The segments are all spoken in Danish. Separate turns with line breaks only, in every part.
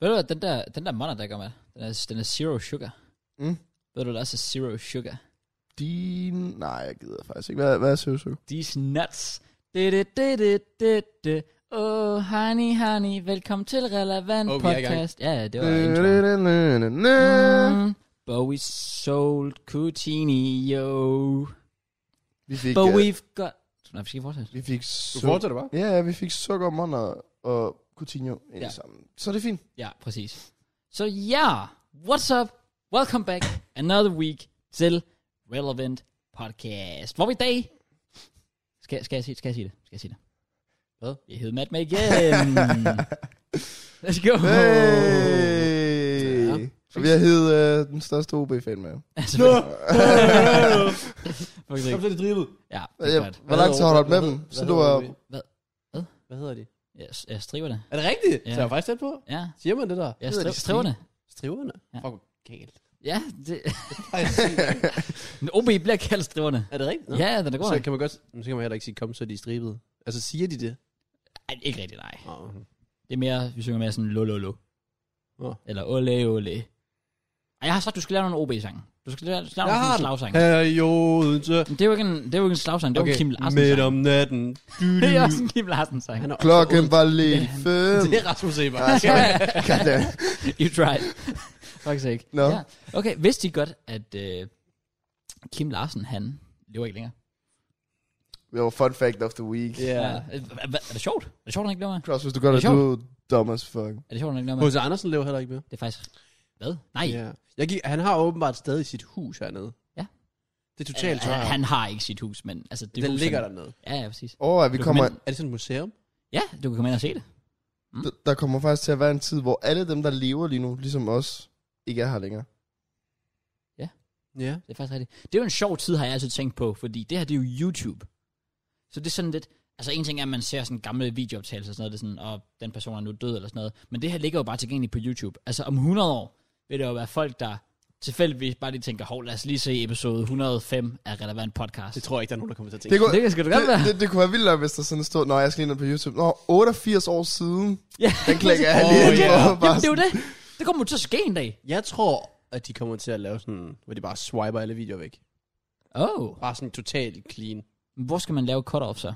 Ved du hvad, den der, den der mandag, der gør med, den er, den er zero sugar.
Mm.
Ved du, hvad der er så zero sugar?
Din... Nej, jeg gider faktisk ikke. Hvad, hvad er søvsug?
These nuts. Det, det, det, det, det, det. Oh, honey, honey, velkommen til Relevant
Åh, vi er i gang.
Podcast. Ja, ja, det var introen.
Øh,
Mm. Bowie sold Coutinho.
Vi fik,
But
øh,
we've got... Nå, vi skal fortsætte.
vi fik
Du
sukker.
fortsætter bare.
Ja, ja, vi fik sukker, monner og Coutinho ind
Ja.
ja. sammen. Så er det fint.
Ja, præcis. Så ja, what's up? Welcome back another week til Relevant Podcast. Hvor vi i dag... Skal, skal, jeg sige, skal jeg sige det? Skal jeg sige det? Hvad? Jeg hedder Matt med igen. Let's go.
Hey!
Ja.
Og vi har heddet øh, den største OB-fan med.
Altså,
Nå!
fuck
Så
det.
bliver det drivet.
Ja, det er
Ja,
godt.
hvor lang tid har du holdt med
Hvad
dem?
hedder-
Så
hvad
du
hedder
var...
OB?
Hvad? Hvad?
Hvad? Hvad hedder de?
Jeg, jeg striver det.
Er det rigtigt?
Ja.
Så jeg er faktisk tæt på.
Ja,
Siger man det der?
jeg
Hedder
stri-
de
striver det.
Striverne?
Ja.
Ja. Fuck, hvor galt.
Ja, det,
Ej, sygt.
men OB bliver kaldt striverne.
er det rigtigt? Nå.
Ja, den er god.
Så
nok.
kan man godt... Men Så kan man heller ikke sige, kom, så er de stribede. Altså, siger de det?
Ej, ikke rigtigt, nej.
Åh, okay.
Det er mere, vi synger mere sådan lololo.
Nå.
Eller ole ole. Ej, jeg har sagt, du skal lave nogle OB-sange. Du skal lave, du skal lave
Jeg har
nogle
den.
slagsang.
Her i Odense.
Men det er jo ikke en, det er jo ikke en slagsang, det er jo
Okay,
en Kim
midt
Larsen-sang.
om natten. Du, du.
Det er også en Kim Larsen-sang.
Han er også
Klokken
ung.
var lige fem.
Det er Rasmus Eber.
Ah, sorry. Goddamn.
you tried. Faktisk ikke.
Nå.
Ja. Okay, vidste I godt, at øh, Kim Larsen, han lever ikke længere?
Det var fun fact of the week.
Ja.
Er, øh, er det sjovt? Er det sjovt, han ikke lever med?
Cross, hvis du gør
Det
det,
er
du er dumb as fuck.
Er det sjovt, han ikke lever med?
H.C. Andersen lever heller ikke mere.
Det er faktisk... Hvad? Nej.
Ja. Jeg gik, han har åbenbart stadig sit hus hernede.
Ja.
Det er
Han,
totalt
han,
tørt.
Øh, han har ikke sit hus, men altså... Det
Den
hus,
ligger
han,
dernede.
Ja, ja, præcis.
Åh, at vi
Du kan
kommer...
men-
Er det sådan et museum?
Ja, du kan komme ind og se det.
d- Der kommer faktisk til at være en tid, hvor alle dem, der lever lige nu, ligesom os, ikke er her længere.
Ja.
Det er faktisk rigtigt. Det er jo en sjov tid, har jeg altid tænkt på, fordi det her, det er jo YouTube. Så det er sådan lidt... Altså en ting er, at man ser sådan gamle videooptagelser og sådan noget, det er sådan, og den person er nu død eller sådan noget. Men det her ligger jo bare tilgængeligt på YouTube. Altså om 100 år vil det jo være folk, der tilfældigvis bare lige tænker, hov, lad os lige se episode 105 af Relevant Podcast.
Det tror jeg ikke, der er nogen, der kommer til at tænke.
Det kunne,
Det kan sgu da godt
det,
være.
det, det, kunne være vildt nok, hvis der sådan stod, Nå, jeg skal lige ned på YouTube. Nå, 88 år siden.
Ja.
Den klikker jeg lige
Åh,
ind
ja.
på,
Jamen,
bare
Jamen, det er jo det. Det kommer til at ske en dag.
Jeg tror, at de kommer til at lave sådan, hvor de bare swiper alle videoer væk.
Oh.
Bare sådan totalt clean.
Men Hvor skal man lave cut-off så?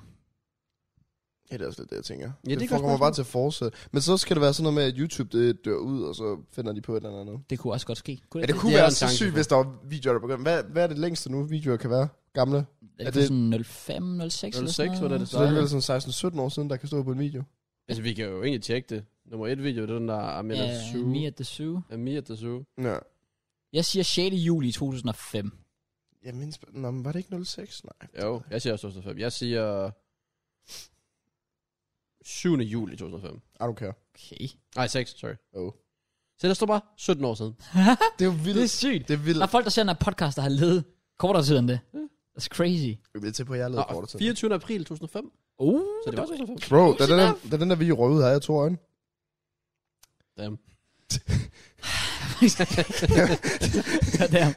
Ja, det er også lidt det, jeg tænker.
det er
det
godt
kommer
spørgsmål.
bare til at fortsætte. Men så skal det være sådan noget med, at YouTube det dør ud, og så finder de på et eller andet.
Det kunne også godt ske. Kunne
Ja,
det,
det
ikke
kunne
det er
være
en
så
chance
sygt,
for.
hvis der var videoer, der begyndte. Hvad, hvad er det længste nu, videoer kan være? Gamle?
det? Er
er
det,
det-
sådan 05, 06 eller
06,
sådan
var det det
Så det er
startede.
alligevel sådan 16-17 år siden, der kan stå på en video.
Altså, vi kan jo egentlig tjekke det. Nummer et video, det er den der Amir yeah,
Ja,
Dazu.
Mia at the Zoo.
Amir Dazu.
Ja.
Jeg siger 6. juli 2005.
Jeg mindst... Nå, men var det ikke 06? Nej.
Jo, jeg siger også 2005. Jeg siger... 7. juli 2005.
Ah, du kan.
Okay.
Nej, 6, sorry.
Oh.
Så der står bare 17 år siden.
Det er jo vildt.
Det er sygt.
Det er vildt.
Der er folk, der ser den her podcast, der har levet kortere tid end det. That's crazy.
Jeg vil til på, at jeg
Nå,
lavede kortet til.
24. april 2005.
Uh,
Så det var 2005.
Bro, da den, der,
Enough.
da den der video røg ud, havde jeg to øjne.
Damn.
Goddamn.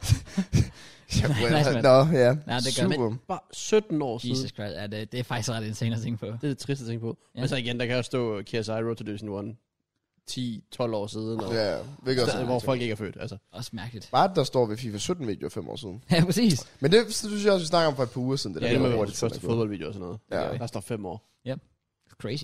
Jeg kunne
nice,
have...
man.
altså, Nå, ja.
Ja, det gør man.
Super.
Bare 17 år siden.
Jesus Christ, ja, det, det er faktisk ret insane at tænke på.
Det er det triste ting på.
Ja.
Ja. Men så igen, der kan også stå KSI Road to Division 1 10-12 år siden, og
Ja, hvilket også
der, hvor folk ikke er født. Altså.
Også mærkeligt.
Bare der står ved FIFA 17 videoer fem år siden.
Ja, præcis.
Men det synes jeg også, vi snakker om for et par uger siden. Det
Det ja,
der
det
med,
med
hvor
vores første
sådan er gået.
fodboldvideo og sådan noget.
Ja.
Der står 5 år.
It's crazy.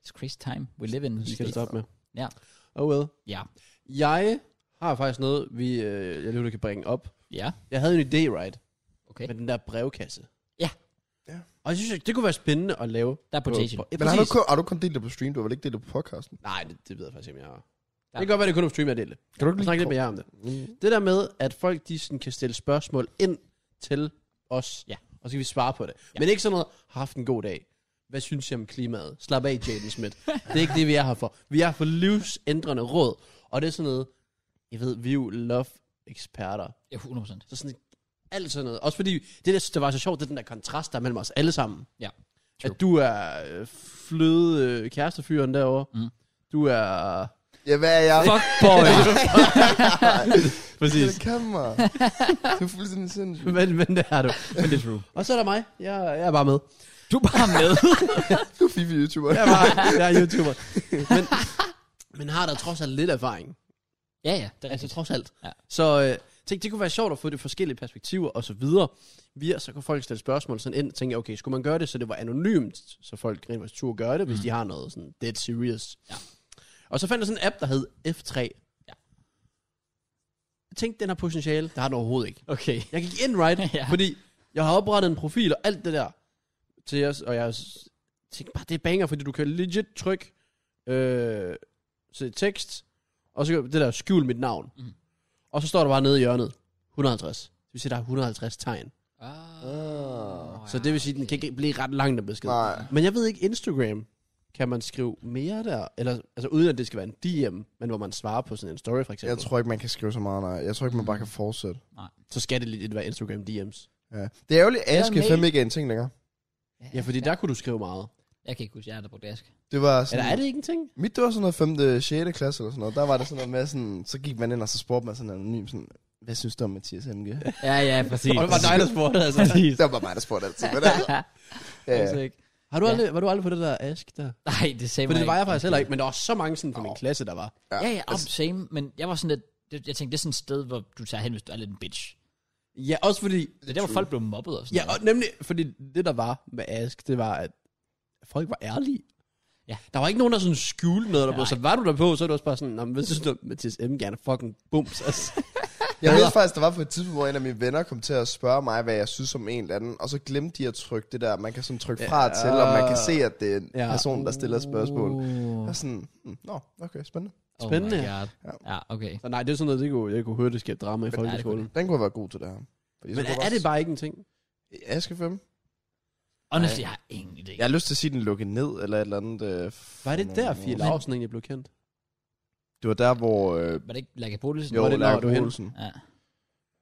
It's crazy time. We live in.
Det skal det stoppe med.
Ja.
Oh well.
Ja.
Jeg har faktisk noget, vi, øh, jeg lige nu kan bringe op.
Ja,
Jeg havde en idé, right?
okay.
Med den der brevkasse.
Ja.
Ja.
Og jeg synes, det kunne være spændende at lave.
Der er potential.
På, ja,
Men har du,
præcis.
kun, har du kun delt det på stream? Du har vel ikke delt det på podcasten?
Nej, det, det ved jeg faktisk ikke, om jeg har.
Ja.
Ja. Det kan godt være, det er kun er på stream, jeg delte.
Kan du ikke
Jeg snakker lidt med jer om det. Det der med, at folk de sådan kan stille spørgsmål ind til os,
Ja.
og så kan vi svare på det.
Ja.
Ja. Men ikke sådan noget, har haft en god dag. Hvad synes I om klimaet? Slap af, Jaden Smith. det er ikke det, vi er her for. Vi er her for livsændrende råd. Og det er sådan noget, jeg ved, vi er jo love-eksperter.
Ja, 100%.
Så sådan alt sådan noget. Også fordi, det der, jeg synes, der var så sjovt, det er den der kontrast, der er mellem os alle sammen.
Ja. True.
At du er øh, fløde øh, kærestefyren derovre.
Mm.
Du er...
Ja, hvad er jeg?
Fuck boy.
Præcis.
Det kan mig. Det er fuldstændig sindssygt.
men, men det er du.
Men det er true.
Og så er der mig. Jeg, jeg er bare med.
Du er bare med.
Du er FIFA-YouTuber.
Jeg er bare jeg er YouTuber. Men Men har der trods alt lidt erfaring.
Ja, ja, det er
Altså
rigtigt.
trods alt.
Ja.
Så øh, tænk, det kunne være sjovt at få det forskellige perspektiver og så videre. Via, så kan folk stille spørgsmål sådan ind, tænker jeg, okay, skulle man gøre det, så det var anonymt, så folk rent faktisk turde gøre det, hvis
Mm.
de har noget sådan dead serious.
Ja.
Og så fandt jeg sådan en app, der hed F3.
Ja.
Tænk, den har potentiale. Det har den overhovedet ikke.
Okay.
Jeg gik ind, right?
ja.
Fordi jeg har oprettet en profil og alt det der til os, og jeg s- tænkte bare, det er banger, fordi du kan legit trykke øh, se tekst, og så kan det der skjul mit navn.
Mhm.
Mm. Og så står der bare nede i hjørnet, 150. Det vil sige, der er 150 tegn.
Ah,
Ah.
Så det vil sige, den kan ikke blive ret lang, den besked.
Nej.
Men jeg ved ikke, Instagram, kan man skrive mere der? Eller, altså uden at det skal være en DM, men hvor man svarer på sådan en story for eksempel.
Jeg tror ikke, man kan skrive så meget, nej. Jeg tror ikke, man bare kan fortsætte.
Så skal det lidt være Instagram DM's.
Ja. Det er ærgerligt, at Ask
mail.
FM ikke er en ting længere.
Ja, fordi der kunne du skrive meget.
Jeg kan ikke huske, jeg har der brugt ask.
Det var sådan...
Eller er det ikke en ting?
Mit, det var sådan noget 5. 6. klasse eller sådan noget. Der var det sådan noget med sådan... Så gik man ind, og så spurgte man sådan anonym sådan... Hvad synes du om Mathias Henke?
Ja, ja, præcis.
Og det var dig, der spurgte, altså.
Præcis.
det var bare mig, der spurgte altid. Men altså, ja, ja.
Altså ikke.
Har du
Ja.
aldrig, var du aldrig på det der ask der?
Nej, det sagde
Fordi
mig
det var
ikke.
jeg faktisk heller ikke, men der var så mange sådan fra min klasse, der var.
Ja, ja, om
Altså-
same, men jeg var sådan lidt, det- jeg tænkte, det er sådan et sted, hvor du tager hen, hvis du er lidt en bitch.
Ja, også fordi...
Det er der, hvor folk blev mobbet og sådan
Ja, og nemlig, fordi det der var med ask, det var, at folk var ærlige.
Ja.
Der var ikke nogen, der sådan skjulte noget, der
Nej.
på. Så var du der på, så er du også bare sådan, Nå, men hvad synes du, om Mathias M. gerne fucking bums, altså.
Jeg ved faktisk, der var på et tidspunkt, hvor en af mine venner kom til at spørge mig, hvad jeg synes om en eller anden, og så glemte de at trykke det der, man kan sådan trykke fra og til, og man kan se, at det er en
Ja.
person, der stiller spørgsmål.
Uh.
Jeg er sådan, "Mm, nå, okay, spændende.
Spændende.
Spændende.
Oh my God.
Ja.
Ja, okay.
Så nej, det er sådan noget, det kunne, jeg kunne høre, det skabte drama i
kunne
folkeskolen.
Den kunne have været god til det her. Fordi så
Men
kunne
er,
jeg
er det bare ikke en ting?
Aske 5?
Honestly, jeg har ingen idé.
Jeg har lyst til at sige, den lukkede ned, eller et eller andet. Øh,
Var det der, Fie
Fie
Larsen egentlig blev kendt?
Det var der, hvor... Øh,
Var det ikke Lærke Bodilsen?
jo,
var det der,
Lærke
du hen?
Olsen.
Ja.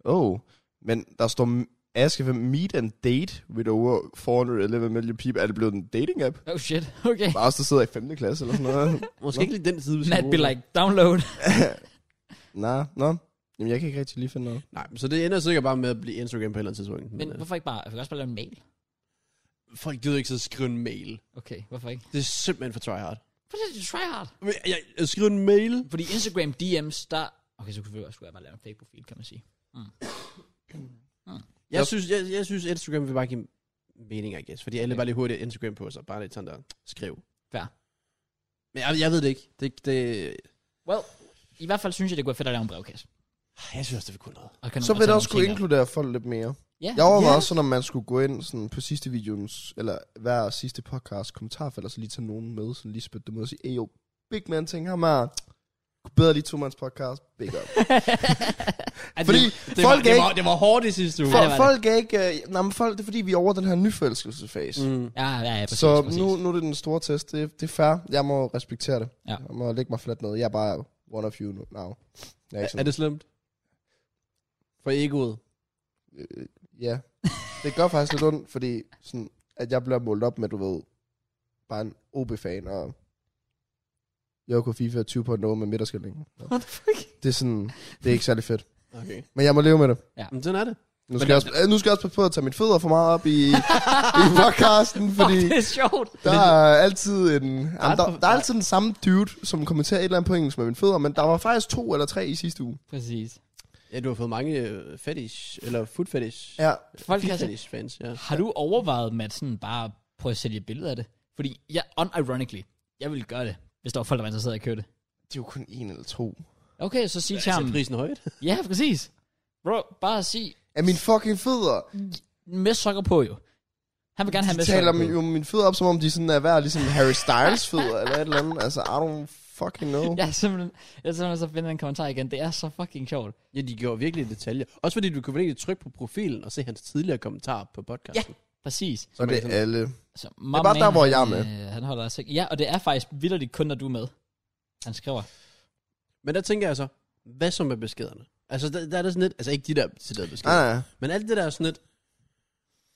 Oh, men der står m- Aske 5, meet and date with over 411 million people. Er det blevet en dating app?
Oh shit, okay.
Bare os, der sidder i 5. klasse eller sådan noget.
Måske
Nå.
ikke lige den side, vi skal
Not be
bruge.
like, download.
Nej, nå. Jamen, jeg kan ikke rigtig lige finde noget.
Nej, så det ender sikkert bare med at blive Instagram på et eller andet tidspunkt.
Men
Men,
hvorfor ikke bare, jeg kan også bare lave en mail.
øh, folk gider ikke så skrive en mail.
Okay, hvorfor ikke?
Det er simpelthen for tryhard.
Hvorfor er det try hard?
Men Jeg, jeg skriver en mail.
Fordi Instagram DM's, der... Okay, så kunne vi også skulle jeg bare lave en fake profil, kan man sige.
Jeg synes, jeg, jeg synes Instagram vil bare give mening, I guess. Fordi alle
Okay.
bare lige hurtigt Instagram på sig. Bare lidt sådan der, skriv.
Fair.
Men jeg, jeg ved det ikke. Det, det,
Well, i hvert fald synes jeg, det kunne være fedt at lave en brevkasse.
Ah, jeg synes også, det vil kunne noget.
Og kan
Så
og
vil det
nogle
også kunne
ting op.
inkludere folk lidt mere.
Ja,
Jeg overvejer
Ja.
også sådan, om man skulle gå ind sådan, på sidste videoens, eller hver sidste podcast kommentarfelt, og så lige tage nogen med, sådan lige spytte dem ud og sige, "Ey, jo, big man ting ham her. Kunne Bedre lige to podcast, big up.
At
Fordi
det-
folk,
Det, var, det,
er
var,
ikke,
det var hårdt i sidste uge.
Ja,
for,
det var det.
folk er ikke, øh, nej, men folk, det er fordi, vi er over den her nyforelskelsesfase. Mm.
Mm.
Ja, ja, ja, præcis,
så
præcis.
nu, nu er det den store test, det, det er fair, jeg må respektere det.
Ja.
Jeg må lægge mig fladt ned, jeg er bare one of you now. Jeg er ikke
Er, er
sådan,
det slemt? For egoet.
Øh, ja. Det gør faktisk lidt ondt, fordi sådan, at jeg bliver målt op med, du ved, bare en OB-fan, og Joko FIFA 20 på noget med midterskældningen.
What the fuck?
Det er sådan, det er ikke særlig fedt.
Okay.
Men jeg må leve med det.
Men sådan er det.
Nu skal, jeg også, øh, nu skal jeg også passe på at tage mine fødder for meget op i, i podcasten,
Fordi...
fordi
det er sjovt.
der er altid en, jamen, der,
for-
der er altid den samme dude, som kommenterer et eller andet på engelsk med mine fødder, men der var faktisk to eller tre i sidste uge.
Præcis.
Ja, du har fået mange øh, fetish, eller food fetish.
Ja,
Folk
Feet
kan altså...
fetish fans, ja.
Har du overvejet, Madsen, bare at prøve at sælge billeder af det? Fordi, jeg, unironically, jeg ville gøre det, hvis der var folk, der var interesseret i at købe det.
det er jo kun en eller to.
Okay, så sig til
Jeg
ham.
sætter prisen højt.
Ja, præcis. Bro, bare sig,
Er mine fucking fødder?
med sokker på jo. Han vil gerne have
De
med
taler
sokker
om,
på.
jo mine fødder op, som om de sådan er hver ligesom Harry Styles fødder, eller et eller andet. Altså, I don't fucking know.
Jeg er simpelthen, jeg er simpelthen så finder en kommentar igen. Det er så fucking sjovt.
Ja, de gjorde virkelig detaljer. Også fordi du kunne virkelig trykke på profilen og se hans tidligere kommentarer på podcasten.
Præcis.
Så det er alle.
Så, det
bare der, hvor jeg er med.
Altså, Øh, han holder sig. Ja, og det er faktisk vildt kun, når du er med. Han skriver.
Men der tænker jeg så, hvad så med beskederne? Altså, der, der er der sådan lidt, altså ikke de der decideret beskeder,
Nej, nej.
men alt det der er sådan lidt,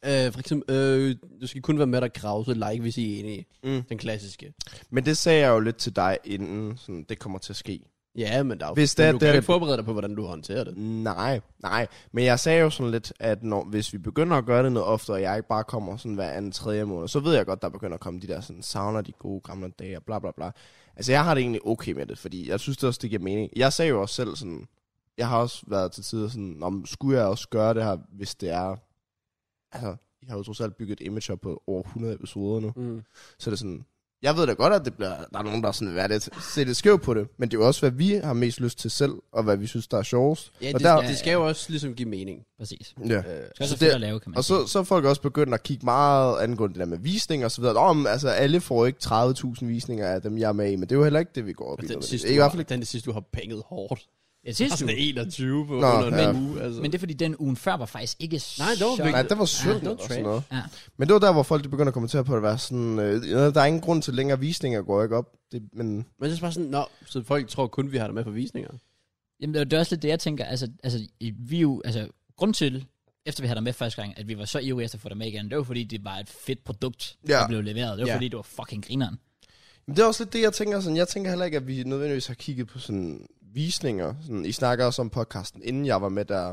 øh, for eksempel, øh, du skal kun være med at krause, like, hvis I er enige.
Mm.
Den klassiske.
Men det sagde jeg jo lidt til dig, inden sådan, det kommer til at ske.
Ja, men der er jo,
Hvis
men
det-
du
det
kan
er
jo
det-
ikke forberede dig på, hvordan du håndterer det.
Nej, nej. Men jeg sagde jo sådan lidt, at når, hvis vi begynder at gøre det noget oftere, og jeg ikke bare kommer sådan hver anden tredje måned, så ved jeg godt, der begynder at komme de der sådan, savner de gode gamle dage og bla bla bla. Altså jeg har det egentlig okay med det, fordi jeg synes det også, det giver mening. Jeg sagde jo også selv sådan, jeg har også været til tider sådan, om skulle jeg også gøre det her, hvis det er... Altså, jeg har jo trods alt bygget et image op på over 100 episoder nu.
Mm.
Så er det sådan, jeg ved da godt, at det bliver, der er nogen, der er sådan, hvad er det, ser det skævt på det, men det er jo også, hvad vi har mest lyst til selv, og hvad vi synes, der er sjovest.
Ja,
og
det,
der,
det skal jo også ligesom give mening.
Præcis. Det
ja.
Øh,
er også
Så
fedt
det-
at lave, kan man
Og så, så er folk også begyndt at kigge meget angående det der med visninger og så videre. Om, altså, alle får ikke 30.000 visninger af dem, jeg er med i, men det er jo heller ikke det, vi går op i.
den,
nødvendigvis.
sidste,
Ikke i
du
hvert fald
har, den sidste, du har banget hårdt.
sige. Ja,
Det
sidste
er
uge.
21 på
Nå,
under en
ja.
uge. Altså.
Men det er fordi, den ugen før var faktisk ikke
Nej, det var
så...
ikke.
vigtigt.
Nej, det var
Ja,
synd
det var
og sådan
trash.
noget.
Ja.
Men det var der, hvor folk de begyndte at kommentere på, at det var sådan, øh, ja, der er ingen grund til længere visninger, går ikke op. Det, men
Men det er bare sådan, nå, så folk tror kun, vi har det med for visninger.
Jamen, det er- det er også lidt det, jeg tænker. Altså, altså i- vi er jo, altså, grund til, efter vi havde dig med første gang, at vi var så ivrige efter at få dig med igen, det var fordi, det var et fedt produkt,
Ja.
der blev leveret. Det var
Ja.
fordi, det var fucking grineren.
Men det er også lidt det, jeg tænker sådan. Jeg tænker heller ikke, at vi nødvendigvis har kigget på sådan visninger. Sådan, I snakker også om podcasten, inden jeg var med der,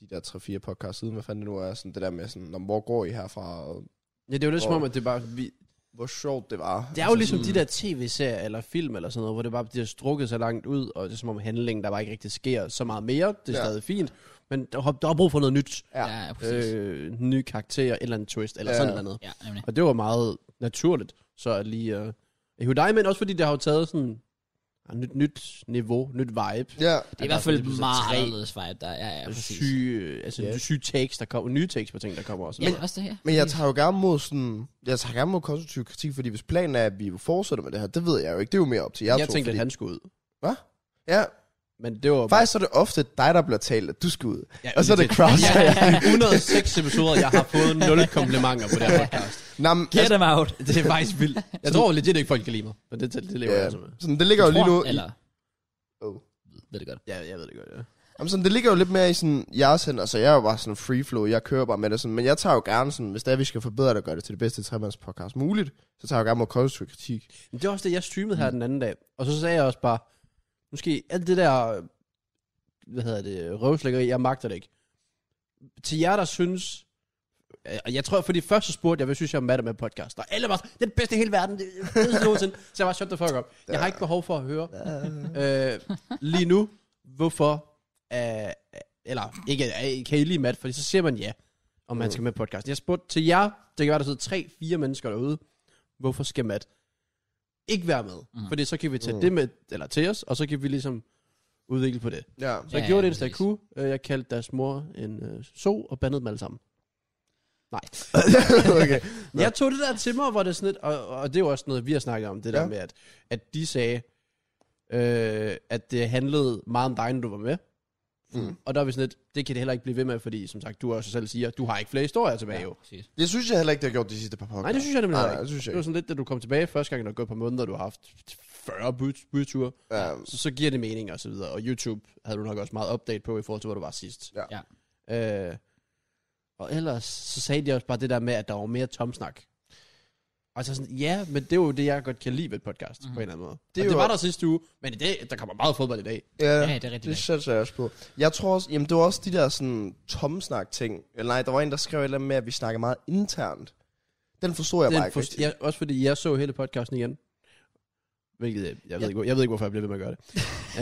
de der 3-4 podcasts siden, hvad fanden det nu er, sådan det der med sådan, "Nå, hvor går I herfra, og altså
Ja, det er jo lidt som
Hvor-
om, at det er bare... Vi,
hvor sjovt det var.
det er jo ligesom de der tv-serier eller film eller sådan noget, hvor det bare bliver strukket så langt ud, og det er som om handlingen, der bare ikke rigtig sker så meget mere. Det
Ja.
er ja. stadig fint, men der, har- der er brug for noget nyt.
Ja.
ja præcis. Øh.
Øh, nye karakterer, et eller andet twist, eller
Ja.
ja. sådan noget.
Ja, nemlig.
Og det var meget naturligt, så at lige... Øh, at hive dig, men også fordi det har jo taget sådan... Et nyt, nyt niveau, nyt vibe.
Ja,
Det er i hvert fald
lige pludselig
meget
tre
anderledes vibe, der ja, ja, præcis.
syge, altså
Ja.
yeah. syge takes, der kommer, nye takes på ting, der kommer også.
Ja, også det her.
men jeg tager jo gerne mod sådan, jeg tager gerne mod konstruktiv kritik, fordi hvis planen er, at vi fortsætter med det her, det ved jeg jo ikke, det er jo mere op til jer
jeg, jeg
to,
tænkte,
fordi...
at han skulle ud.
Ja,
Men det var
faktisk så er det ofte dig, der bliver talt, at du skal ud.
ja,
og så er det Kraus,
Ja,
der-
ja, 106 episoder, jeg har fået 0 komplimenter på det her podcast.
Nå, men, altså,
Get them out.
Det er faktisk vildt. Jeg tror legit ikke, folk kan lide mig. Men det, det, altså. det lever
ja,
jeg så med.
sådan, det ligger jo lige nu i,
Eller...
Oh.
Ved det godt.
Ja, jeg ved det godt, ja.
Jamen sådan, det ligger jo lidt mere i sådan, jeres hænder, så jeg er jo bare sådan free flow, jeg kører bare med det sådan, men jeg tager jo gerne sådan, hvis det er, vi skal forbedre det og gøre det til det bedste tremandspodcast muligt, så tager jeg jo gerne mod konstruktiv kritik.
Men det var også det, jeg streamede her den anden dag. Og så sagde jeg også bare, måske alt det der, øh, hvad hedder det, røvslækkeri, jeg magter det ikke. Til jer, der synes, øh, og jeg tror, fordi først så spurgte jeg, hvad synes jeg om Madder med podcast? Og alle var sådan, det er det bedste i hele verden, det er det bedste nogensinde. Så jeg var shut the fuck up. Jeg har ikke behov for at høre øh, lige nu, hvorfor, øh, eller ikke, øh, kan I lige Matt, fordi så siger man ja, om man skal med podcast. Jeg spurgte til jer, det kan være, der sidder tre, fire mennesker derude, hvorfor skal Matt ikke være med? Mm. Fordi så kan vi tage
Mm.
mm. det med, eller til os, og så kan vi ligesom udvikle på det.
Ja.
Så jeg
Ja,
ja,
ja,
gjorde det eneste, jeg
præcis.
kunne. Øh, Jeg kaldte deres mor en øh, so og bandede dem alle sammen. Nej.
okay.
Ja. Jeg tog det der til mig, hvor det er sådan lidt, og, og det er jo også noget, vi har snakket om, det der
Ja.
med, at, at de sagde, øh, at det handlede meget om dig, når du var med.
Mm.
Mm. Og der er vi sådan lidt, det kan det heller ikke blive ved med, fordi som sagt, du også selv siger, du har ikke flere historier tilbage ja. jo.
præcis.
Det synes jeg heller ikke, det har gjort de sidste par podcasts.
Nej, det synes jeg nemlig
Nej,
heller
nej, det synes jeg
Det var sådan lidt, da du kom tilbage første gang, når du gået på måneder, du har haft 40 bud- budture,
Ja.
så, så giver det mening og så videre. Og YouTube havde du nok også meget update på, i forhold til, hvor du var sidst.
Ja.
Ja. Øh, og ellers, så sagde de også bare det der med, at der var mere tomsnak. Og så sådan, ja, men det er jo det, jeg godt kan lide ved et podcast,
Mhm.
mm. på en eller anden måde. Det,
er
og det
jo-
var der sidste uge, men i dag, der kommer meget fodbold i dag.
Ja,
Ja, det er rigtig
det
det.
satser jeg også på. Jeg tror også, jamen det var også de der sådan tomsnak ting. Eller nej, der var en, der skrev et eller andet med, at vi snakker meget internt. Den forstod jeg bare
Den
ikke.
for,
rigtig.
jeg, også fordi jeg så hele podcasten igen. Hvilket, øh, jeg, jeg, ved, ikke, hvor- jeg ved ikke, hvorfor jeg blev ved med at gøre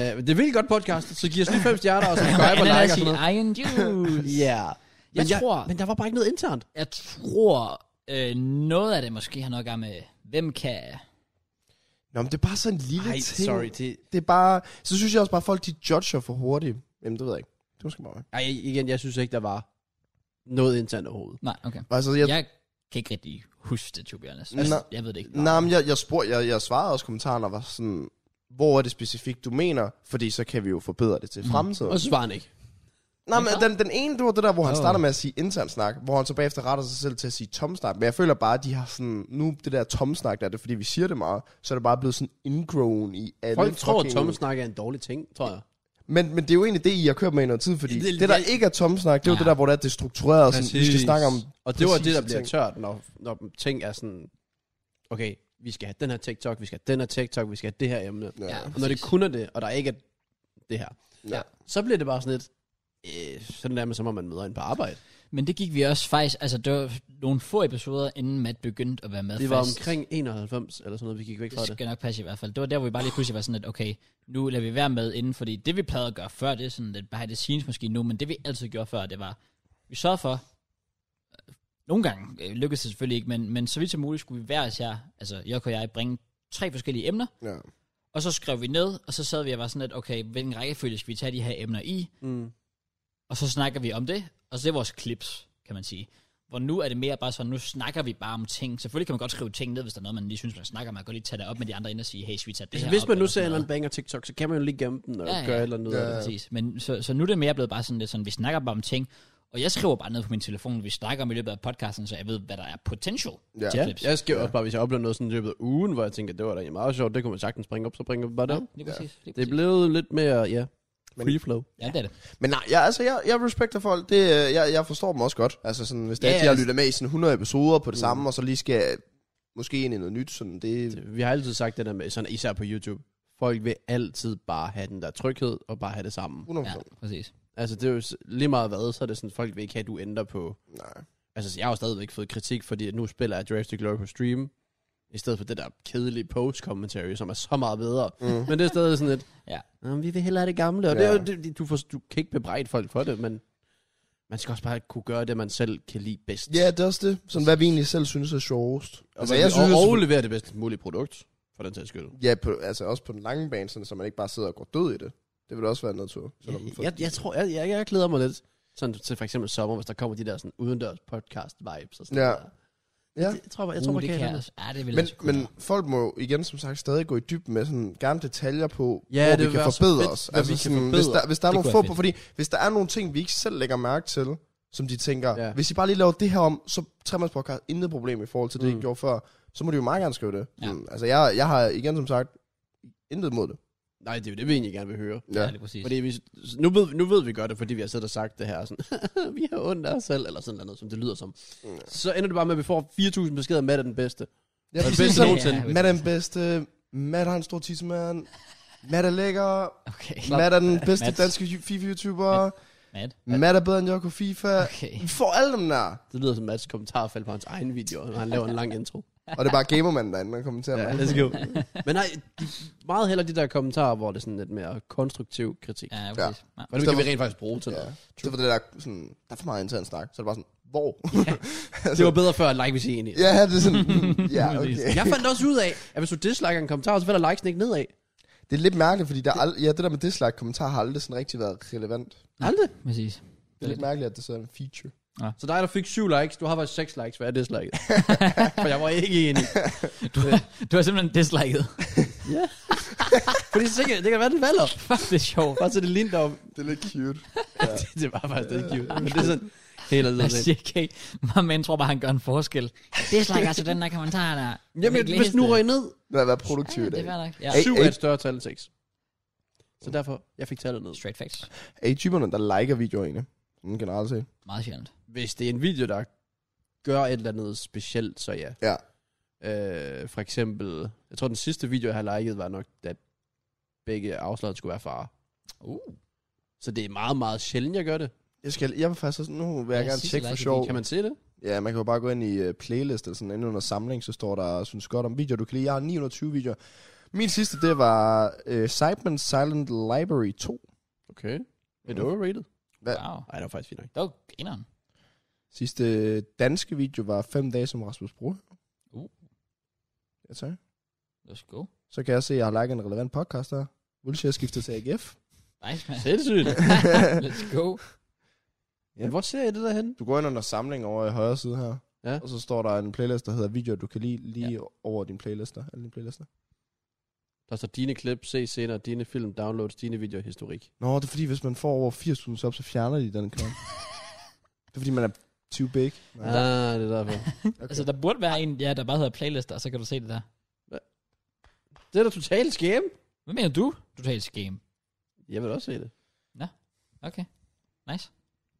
det. uh, men det er virkelig godt podcast, så giv os lige fem stjerner, og så subscribe og like og
Ananas i
sådan noget.
egen juice.
Ja. Yeah.
ah, Jeg
Men, jeg,
tror-
men der var bare ikke noget internt.
Jeg tror, øh, noget af det måske har noget at gøre med, hvem kan...
Nå, men det er bare sådan en lille
Ej,
ting.
sorry. Det,
Det er bare... Så synes jeg også bare, at folk de judger for hurtigt. Jamen, det ved jeg ikke. Det er måske bare mig.
ej, igen, jeg synes ikke, der var noget internt overhovedet.
Nej, okay.
Altså, jeg,
Jeg, jeg kan ikke rigtig huske det, to be honest.
Nå.
Altså, jeg ved det ikke.
Nej, men jeg, jeg, spurg, jeg, jeg svarede også kommentaren og var sådan, hvor er det specifikt, du mener? Fordi så kan vi jo forbedre det til fremtiden.
Og så svarer han ikke.
Nej, men den, den ene, det var det der, hvor han
Åh.
starter med at sige intern snak, hvor han så bagefter retter sig selv til at sige tomsnak. Men jeg føler bare, at de har sådan, nu det der tomsnak, der er det, fordi vi siger det meget, så er det bare blevet sådan ingrown i alle
Folk tror, at
fucking-
tommesnak er en dårlig ting, tror jeg.
Men, men det er jo egentlig det, I har kørt med i noget tid, fordi
Ja,
det,
det er-
det der ikke er tomsnak, det er jo
Ja.
det der, hvor det er det er struktureret, sådan, vi skal snakke om
Og det var det,
præcise
der bliver
ting.
tørt, når, når ting er sådan... Okay, vi skal have den her TikTok, vi skal have den her TikTok, vi skal have det her emne.
Ja.
Og når det kun er det, og der ikke er det her.
Ja.
Så bliver det bare sådan lidt, øh, sådan der med, som om man møder en på arbejde.
Men det gik vi også faktisk, altså det var nogle få episoder, inden Matt begyndte at være med
Det var
fast.
omkring 91 eller sådan noget, vi gik væk fra
Det
det.
skal nok passe i hvert fald. Det var der, hvor vi bare lige pludselig var sådan lidt, okay, nu lader vi være med inden, fordi det vi plejede at gøre før, det er sådan lidt behind the scenes måske nu, men det vi altid gjorde før, det var, vi sørgede for, øh, nogle gange øh, lykkedes det selvfølgelig ikke, men, men så vidt som muligt skulle vi hver især, altså jeg og jeg, bringe tre forskellige emner,
Ja.
og så skrev vi ned, og så sad vi og var sådan lidt, okay, hvilken rækkefølge skal vi tage de her emner i,
Mm.
og så snakker vi om det, og så det er vores clips, kan man sige. Hvor nu er det mere bare sådan, nu snakker vi bare om ting. Selvfølgelig kan man godt skrive ting ned, hvis der er noget, man lige synes, man snakker om. Man kan godt lige tage det op med de andre ind og sige, hey, skal vi tage det
Altså,
her
hvis
op,
man nu
eller
ser
sådan
en eller
noget.
anden banger TikTok, så kan man jo lige gemme den og
Ja,
ja,
ja.
gøre et eller andet.
Ja,
Ja,
ja.
ja.
Præcis. Men så, så nu er det mere blevet bare sådan lidt sådan, vi snakker bare om ting, og jeg skriver bare ned på min telefon, vi snakker om i løbet af podcasten, så jeg ved, hvad der er potential.
Ja.
til clips.
Jeg skal også bare, hvis jeg oplever noget sådan i løbet af ugen, hvor jeg tænker, det var da egentlig meget sjovt, det kunne man sagtens bringe op, så bringer vi bare det op.
det er præcis. Det er,
Det
præcis.
er blevet lidt mere, ja, free flow.
Ja, det er det.
Men nej, jeg, altså, jeg, jeg respekter folk. Det, øh, jeg, jeg forstår dem også godt. Altså, sådan, hvis det
Ja,
er, at de har
altså-
lyttet med i sådan 100 episoder på det
Mm.
samme, og så lige skal måske ind i noget nyt, sådan det...
Vi har altid sagt det der med, sådan især på YouTube, folk vil altid bare have den der tryghed og bare have det samme.
100%.
Ja, præcis.
Altså det er jo s- lige meget hvad, så er det sådan, folk vil ikke have, at du ændrer på.
Nej.
Altså jeg har jo stadigvæk fået kritik, fordi at nu spiller jeg Jurassic Glory på stream, i stedet for det der kedelige post-commentary, som er så meget bedre.
Mm.
Men det er stadig sådan lidt,
Ja.
"Nå, men vi vil hellere have det gamle, og ja. det er
Ja.
jo, det- det, du, får, du kan ikke bebrejde folk for det, men man skal også bare kunne gøre det, man selv kan lide bedst.
Ja, det er også det. Sådan, hvad vi egentlig selv synes er sjovest.
og altså, jeg synes, og, og levere det bedst mulige produkt, for den sags skyld.
Ja, på, altså også på den lange bane, sådan, så man ikke bare sidder og går død i det. Det vil også være noget tur. selvom folk-
Jeg, jeg tror, jeg, jeg, jeg glæder mig lidt sådan, til for eksempel sommer, hvis der kommer de der sådan, udendørs podcast-vibes og sådan
Ja.
der.
Ja.
Det, jeg tror, jeg, jeg tror,
uh,
man
det
kan,
kan
kan
jeg også. Ja, det vil
Men,
jeg sgu
men
gøre.
folk må jo igen, som sagt, stadig gå i dybden med sådan, gerne detaljer på,
Ja,
hvor
det
vi
vil
kan
være så
forbedre
fedt,
os. Altså,
hvad vi kan forbedre.
Hvis der, hvis der er
Det
nogle
kunne være
få på,
fedt.
fordi hvis der er nogle ting, vi ikke selv lægger mærke til, som de tænker,
Ja.
ja. hvis I bare lige laver det her om, så Tremors Podcast intet problem i forhold til det, mm. I gjorde før, så må de jo meget gerne skrive det.
Ja.
Ja. Mm, altså, jeg, jeg har igen, som sagt, intet mod det.
Nej, det er jo det, vi egentlig gerne vil høre.
Ja,
Ja.
det er præcis.
Fordi vi, nu, ved, nu ved vi godt det, fordi vi har siddet og sagt det her, sådan, vi har ondt af os selv, eller sådan noget, som det lyder som.
Mm.
Så ender det bare med, at vi får 4.000 beskeder, med er den bedste.
Jeg vil
Og det
sige
bedste
sådan,
nogensinde.
Matt er den bedste, Matt har en stor tissemand, Matt er lækker,
Okay.
Matt er den bedste
Mads.
danske FIFA-youtuber,
Matt.
Matt er bedre end Jokko FIFA.
Okay.
Vi får alle dem der.
Det lyder som Mads kommentarfelt på hans egen video, når han laver en lang intro.
Og det er bare gamermanden derinde, der kommenterer mig.
let's go. Men nej, de, meget hellere de der kommentarer, hvor det er sådan lidt mere konstruktiv kritik.
Ja,
Ja.
præcis. Ja.
Og det kan vi rent faktisk bruge til
Ja.
noget.
Det var det der, sådan, der er for meget intern snak. Så er det bare sådan, hvor?
Det var bedre før, at like vi siger egentlig.
Altså- ja, det er sådan, hmm, ja, okay.
Jeg fandt også ud af, at hvis du disliker en kommentar, så falder likesen ikke nedad.
Det er lidt mærkeligt, fordi der er ald- ja, det der med dislike kommentar har aldrig sådan rigtig været relevant.
Aldrig.
Præcis.
Det er lidt mærkeligt, at det så er en feature.
Så dig, der fik syv likes, du har faktisk seks likes, hvad jeg dislikede. For jeg var ikke enig.
Du, du har simpelthen disliket.
Fordi så tænkte jeg, det kan være, det valder.
Fuck, det er sjovt.
Bare så det lignede om.
Det er lidt cute.
det var faktisk lidt cute. Men det er sådan, helt og
Jeg siger, okay, man, man tror bare, han gør en forskel. Dislike altså den der kommentar der.
Jamen, hvis nu røg ned,
Det har været produktivt
ja,
i
det
dag.
er fair nok. Ja.
Hey.
syv
ikke-
er et større tal end seks. Så derfor, jeg fik tallet ned.
Straight facts.
Er I typerne, der liker videoer egentlig? Sådan generelt set.
Meget sjældent.
Hvis det er en video, der gør et eller andet specielt, så ja.
Ja.
Øh, for eksempel, jeg tror den sidste video, jeg har liket, var nok, at begge afslaget skulle være far.
Uh.
Så det er meget, meget sjældent, jeg gør det.
Jeg, skal, jeg vil faktisk også, nu vil jeg
Ja,
gerne
sidste
tjekke for
like,
sjov.
det
Kan man se det?
Ja, man kan jo bare gå ind i uh, playlist eller sådan, inde under samling, så står der, synes godt om videoer, du kan lide. Jeg har 920 videoer. Min sidste, det var uh, Cyberman Silent Library 2.
Okay. Er det overrated?
Wow.
Nej, det var faktisk fint nok.
Det var grineren.
Sidste øh, danske video var 5 dage som Rasmus Bro.
Uh.
Ja, tak.
Let's go.
Så kan jeg se, at jeg har liket en relevant podcast der. Wilshere jeg skifter til AGF.
Nice, man.
Sindssygt.
Let's go.
ja. Hvor ser jeg det der hen?
Du går ind under samling over i højre side her.
Ja.
Og så står der en playlist, der hedder videoer, du kan lide lige ja. over dine playlister. Alle dine playlister.
Der står dine klip, se senere, dine film, downloads, dine videoer, historik.
Nå, det er fordi, hvis man får over 80.000 subs, så fjerner de den kan. det er fordi, man er too big.
Ja. Ah, det er derfor.
okay.
Altså, der burde være en, ja, der bare hedder playlister, og så kan du se det der.
det er da totalt scam.
Hvad mener du? Totalt game.
Jeg vil også se det.
Okay. Nice.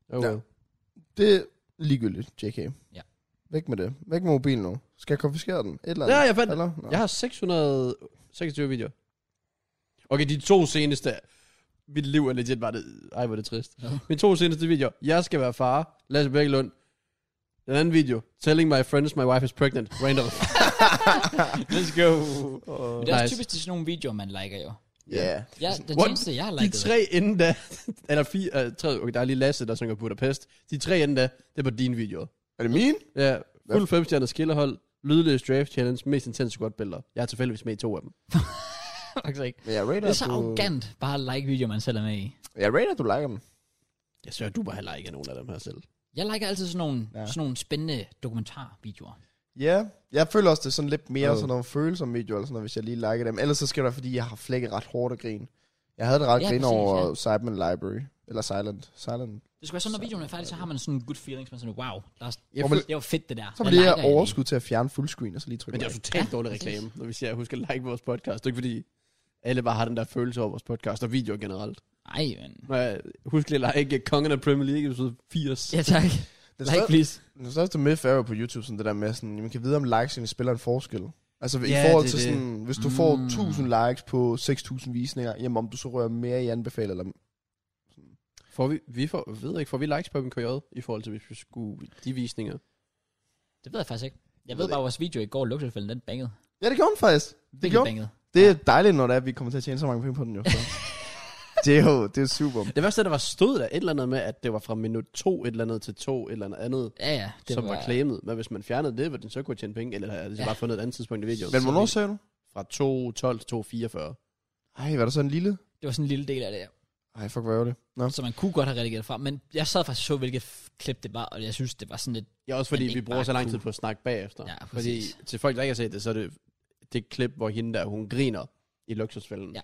Okay.
Ja. Det er ligegyldigt, JK.
Ja.
Væk med det. Væk med mobilen nu. Skal jeg konfiskere den? Et eller andet?
Ja, jeg fandt det.
Eller? Nå.
Jeg har 626 videoer. Okay, de to seneste. Mit liv er legit bare det. Ej, hvor er det trist.
Ja.
Mine to seneste videoer. Jeg skal være far. Lasse Bækkelund. Den anden video. Telling my friends my wife is pregnant. Random.
Let's go.
Uh,
Men det er også
Nice. Altså,
typisk til sådan nogle videoer, man liker jo.
yeah.
Ja, den
What?
eneste, jeg har
De
liket.
tre inden da, eller fire, øh, tre, okay, der er lige Lasse, der synger Budapest. De tre inden da, det er på din video.
Er det min?
Ja, fuld femstjernet skillehold, lydløs draft challenge, mest intense squat-billeder. Jeg er tilfældigvis med i to af dem.
Faktisk ikke.
Men jeg rater,
Det er så
at du...
arrogant, bare at like videoer, man selv er med i.
Jeg rater, at du liker dem.
Jeg sørger, du bare heller ikke er nogen af dem her selv.
Jeg liker altid sådan nogle, ja.
Ja.
sådan nogle spændende dokumentarvideoer.
Ja, yeah. jeg føler også, det er sådan lidt mere
Øh.
oh. sådan nogle følsomme videoer, eller sådan noget, hvis jeg lige liker dem. Ellers så skal det være, fordi jeg har flækket ret hårdt og grin. Jeg havde det ret
Ja,
ja, grin
præcis,
over
ja.
Simon Library. Eller Silent. Silent.
Det skulle være sådan, når videoen er færdig, så har man sådan en good feeling, som er sådan, wow, der er,
Jeg
Hvor man-
det var fedt det der.
Så
Hvad
bliver
liker
jeg
egentlig?
overskud til at fjerne fullscreen, og så lige trykke
Men det er jo
like.
totalt
Ja,
ja, dårlig
præcis.
reklame, når vi siger, husk at like vores podcast. Det er ikke fordi, alle bare har den der følelse over vores podcast og videoer generelt.
Ej, men...
Når jeg husk lige at like Kongen af Premier League, episode 80.
Ja, tak.
Den
Like,
største-
please.
Den største myth er jo på YouTube, sådan det der med, sådan, man kan vide, om likes egentlig spiller en forskel. Altså
Ja,
i forhold
det er
til
det.
sådan, hvis du får
Mm.
1000 likes på 6000 visninger, jamen om du så rører mere i anbefaler eller
Får vi, vi får, ved ikke, får vi likes på MKJ i forhold til, hvis vi skulle de visninger?
Det ved jeg faktisk ikke. Jeg
Jeg
ved
ved
bare, at vores video i går, lugtefælden, den bangede.
Ja, det gjorde den faktisk. Det,
Den
gjorde den.
bangede.
det er dejligt, når det er, at vi kommer til at tjene så mange penge på den jo. Så. det er jo det er super.
Det værste, der var stod der et eller andet med, at det var fra minut 2 et eller andet til 2 et eller andet,
Ja, ja.
det som var, var claimet. Men hvis man fjernede det, ville den så kunne tjene penge, eller havde det så
Ja.
bare fundet et andet tidspunkt i videoen.
Men
Så
hvornår
lige
sagde du?
Fra 2.12 til 2.44.
Ej, var der så en lille?
Det var sådan en lille del af det, ja.
Ej, fuck, hvad var det? Nå.
Så man kunne godt have redigeret fra. Men jeg sad faktisk og så, hvilket f- klip det var, og jeg synes, det var sådan lidt...
Ja, også
Men
fordi
det
vi
er
bruger
bare
så lang
cool.
tid på at snakke bagefter.
Ja,
fordi
præcis.
til folk, der ikke har set det, så er det det klip, hvor hende der, hun griner i luksusfælden.
Ja.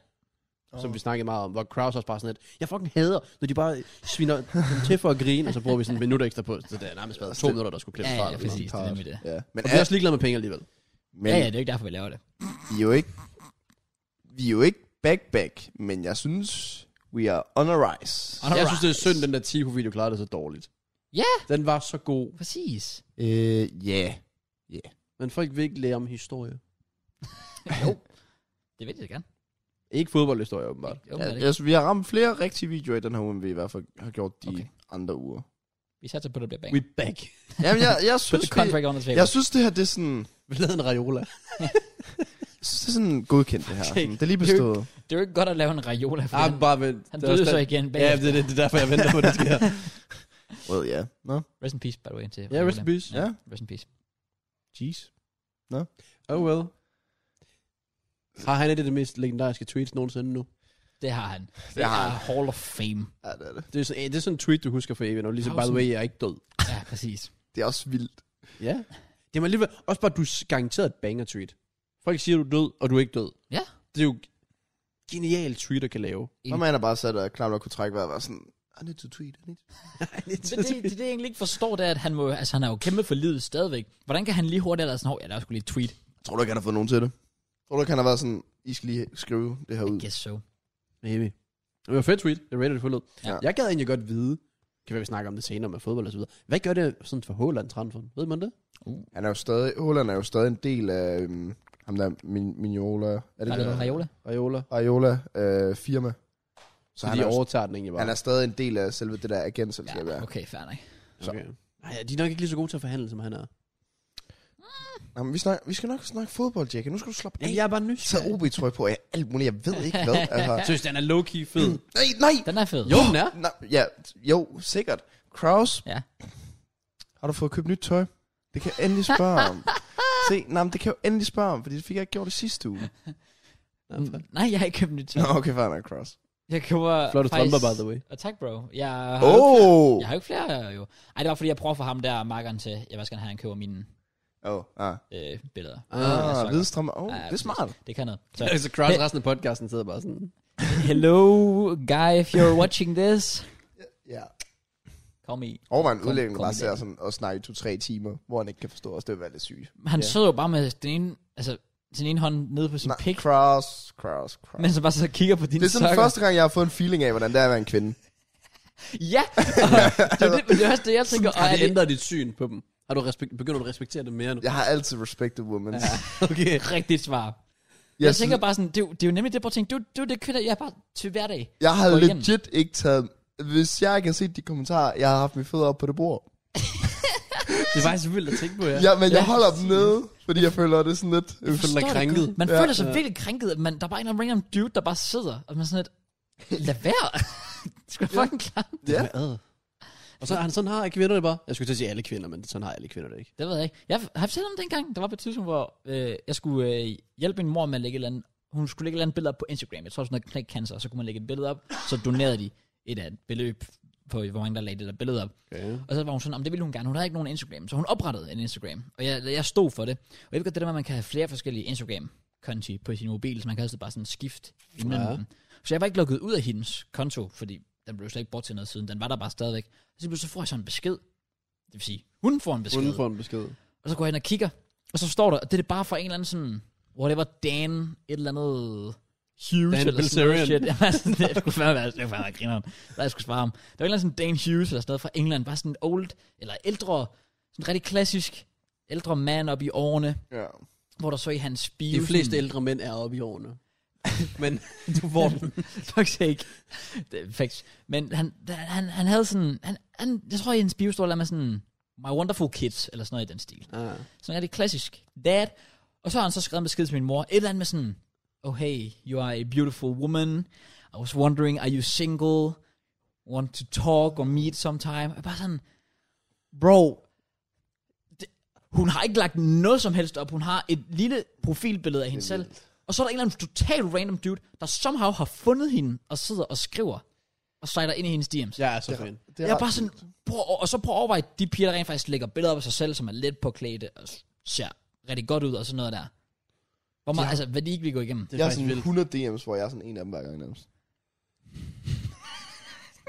Som vi snakkede meget om, hvor Kraus også bare sådan lidt, jeg fucking hader, når de bare sviner dem til for at grine, og så bruger vi sådan en minut ekstra på, så det er nærmest været to
Det-
minutter, der skulle klippe
Ja,
fra.
ja,
eller
præcis.
sådan
det er nemlig det.
Ja. Men,
noget. Og vi
er,
er også ligeglade med penge alligevel.
men
Ja, ja, det er jo ikke derfor, vi laver det.
I er jo ikke, vi er jo ikke back back, men jeg synes, we are on a rise.
On a
Jeg synes, det er
rise.
synd, den der Tico-video klarede det så dårligt.
Ja.
Den var så god,
Præcis.
Øh, ja.
men folk vil ikke lære om historie.
jo. Det vil jeg gerne.
Ikke fodboldhistorie, åbenbart.
Jo,
Ja,
ja,
jeg, synes, vi har ramt flere rigtige videoer i den her uge, end vi i hvert fald har gjort de
Okay.
okay. andre uger.
Vi satser på, at det bliver bang.
We back.
Jamen, jeg, jeg,
Put
synes,
the
vi,
contract on the table.
jeg synes, det her, det er sådan,
Vi lavede en radiola.
jeg synes, det er sådan godkendt, det her.
Okay.
Sådan, det er lige bestået.
Det er jo ikke godt at lave en raiola for
Ah,
den.
bare vent.
Han
Der er
døde
også
så
den-
igen
Ja,
bagefter.
det, det, det er derfor, jeg venter på, at det sker.
Well, ja. Yeah. Nå,
Rest in peace, by the way, til
Ja,
Raiola.
rest in peace.
ja.
Rest in peace.
Jeez.
Oh well. Har han et af de mest legendariske tweets nogensinde nu?
Det har han. Det,
Det har
er
han.
Hall of Fame.
Ja, det er det.
Det er sådan, eh, det er sådan en tweet, du husker for evigt, og ligesom, by
Tusind.
the way, jeg er ikke død.
Ja, præcis.
Det er også vildt.
Ja. Det var alligevel, også bare, du er garanteret et banger tweet. Folk siger, du er død, og du er ikke død.
Ja.
Det er jo genialt tweet, der kan lave.
Når man er bare sat og klar nok kunne trække vejret og var sådan, I need to tweet, I need to...
Men det, det, det, jeg egentlig ikke forstår, det er, at han, må, altså, han er jo kæmpe for livet stadigvæk. Hvordan kan han lige hurtigt lade sådan, hov, jeg laver sgu lige et tweet.
Tror du ikke, han har fået nogen til det? Tror du ikke, han har været sådan, I skal lige skrive det her ud?
Guess so.
Maybe. Det var et fedt tweet. Jeg rated det fuldt ud.
Ja.
Ja. Jeg gad egentlig godt vide, kan være, vi snakker om det senere med fodbold og så videre. Hvad gør det sådan for Håland transferen? Ved man det?
Han er jo stadig, Holland er jo stadig en del af øhm, ham der Min, Mignola, er det ikke det?
Raiola?
Raiola.
Ariola øh, firma.
Så, så
han
de
er jo-
overtager den egentlig bare.
Han er stadig en del af selve det der agentselskab, ja.
Ja, okay, fair nok.
så-
okay. Ej, de er nok ikke lige så gode til at forhandle, som han er.
Nå, men vi, snak, vi skal nok snakke fodbold, Jack. Nu skal du slappe af.
Jamen, jeg er bare
Så
nysgerrig.
OB-trøje på, jeg alt muligt, jeg ved ikke hvad.
Jeg
Altså. Mm,
synes, den er low-key fed.
Nej, nej!
Den er fed.
Jo, den er.
Nej, ja, jo, sikkert. Kraus,
Ja.
har du fået købt nyt tøj? Det kan jeg endelig spørge om. Se, nej, men det kan jeg jo endelig spørge om, fordi det fik jeg ikke gjort i sidste uge.
Mm, Nej, jeg har ikke købt nyt tøj.
Nå, okay, fair nok, Kraus.
Jeg køber
Flotte strømper, by the way.
Og tak, bro. Jeg har,
Åh!
oh.
Oh.
jeg har jo ikke flere, jo. Ej, det var fordi, jeg prøver for ham der, markeren til, jeg vil gerne have, han køber mine
Oh, ah.
øh, billeder.
Ah,
Ah,
sokker.
hvide strømmer. Oh,
Ja, ja,
det er smart.
Det kan noget. Så,
Så Kraus resten af podcasten sidder bare sådan.
hello, guy, if you're watching this,
Ja.
kom i.
Overvej en
Kom-
udlægning, der
kom
bare
i
sidder
dag.
sådan og snakker i to-tre timer, hvor han ikke kan forstå os. Det vil være lidt sygt.
Han
Ja.
yeah. sidder jo bare med den ene, altså, sin ene hånd nede på sin
Nej,
pik,
Kraus, Kraus, Kraus.
mens han bare så kigger på dine
Det er sådan
sokker.
første gang, jeg har fået en feeling af, hvordan det er at være en kvinde.
Ja, og det, er jo det, men det er også det, jeg tænker. Og
Har
er
det
det
ændret dit syn på dem? Har du respek- begyndt at respektere dem mere nu?
Jeg har altid respected women.
Okay.
rigtigt svar? Jeg, jeg tænker bare sådan, det, er jo- det er jo nemlig det, hvor jeg tænker, det, er jo- det er jo det kvinder, jeg bare til hverdag.
Jeg
Gå
har
igennem.
legit ikke taget... Hvis jeg ikke har set de kommentarer, jeg har haft mine fødder op på det bord.
Det er faktisk vildt at tænke på, ja.
Ja, men jeg
Ja.
holder dem nede, fordi jeg føler, det er sådan lidt...
Jeg føler
Forstår
dig
det
krænket.
godt. Man
Ja.
føler sig virkelig krænket, at man, der er bare en eller anden random dude, der bare sidder, og man er sådan lidt, lad være. Skal du fucking klare?
Ja.
Hvad? Og så han sådan har kvinder det bare. Jeg skulle til at sige alle kvinder, men sådan har alle kvinder det ikke.
Det ved jeg ikke. Jeg har fortalt om dengang, der var på et tidspunkt, hvor øh, jeg skulle øh, hjælpe min mor med at lægge et eller andet, hun skulle lægge et eller andet billede op på Instagram. Jeg tror, sådan noget knæk cancer, og så kunne man lægge et billede op, så donerede de et af et beløb på, hvor mange der lagde det der billede op.
Okay.
Og så var hun sådan, om det ville hun gerne. Hun havde ikke nogen Instagram, så hun oprettede en Instagram. Og jeg, jeg stod for det. Og jeg ved godt, det der med, at man kan have flere forskellige Instagram-konti på sin mobil, så man kan altid bare sådan skifte imellem
Ja.
ja. dem. Så jeg var ikke lukket ud af hendes konto, fordi den blev slet ikke brugt til noget siden. Den var der bare stadigvæk. Og så, så får jeg sådan en besked. Det vil sige, hun får en besked.
Uden for en besked.
Og så går jeg ind og kigger, og så står der, at det er bare for en eller anden sådan, whatever, Dan, et eller andet... Hughes
Dan
eller sådan noget
Bilzerian.
shit. Jamen, altså, det skulle fandme være, det skulle fandme være grineren, der jeg skulle svare om. Der var en eller anden sådan Dan Hughes eller sådan noget fra England, bare sådan en old, eller ældre, sådan rigtig klassisk, ældre mand op i årene,
Ja.
hvor der så i hans bio.
De fleste
sådan-
ældre mænd er oppe i årene. men du får den.
Fuck sake. Det er facts. Men han, der- han, han havde sådan, han, han, jeg tror i hans bio står der med sådan, My Wonderful Kids, eller sådan noget i den stil.
Ah.
Sådan er det klassisk. Dad. Og så har han så skrevet en besked til min mor. Et eller andet med sådan, Oh hey, you are a beautiful woman. I was wondering, are you single? Want to talk or meet sometime? Og bare sådan, bro, det, hun har ikke lagt noget som helst op. Hun har et lille profilbillede af hende selv. Og så er der en eller anden total random dude, der somehow har fundet hende og sidder og skriver og slider ind i hendes DM's.
Jeg er så fan.
Det
Jeg er
ret
bare sådan,
vildt.
prøv, at- og så prøv at overveje de piger, der rent faktisk lægger billeder op af sig selv, som er let på klæde og s- ser rigtig godt ud og sådan noget der. Hvor meget, altså, hvad de ikke vil gå igennem.
Det er
Jeg er
faktisk
sådan
vildt.
100 DM's, hvor jeg er sådan en af dem hver gang nærmest.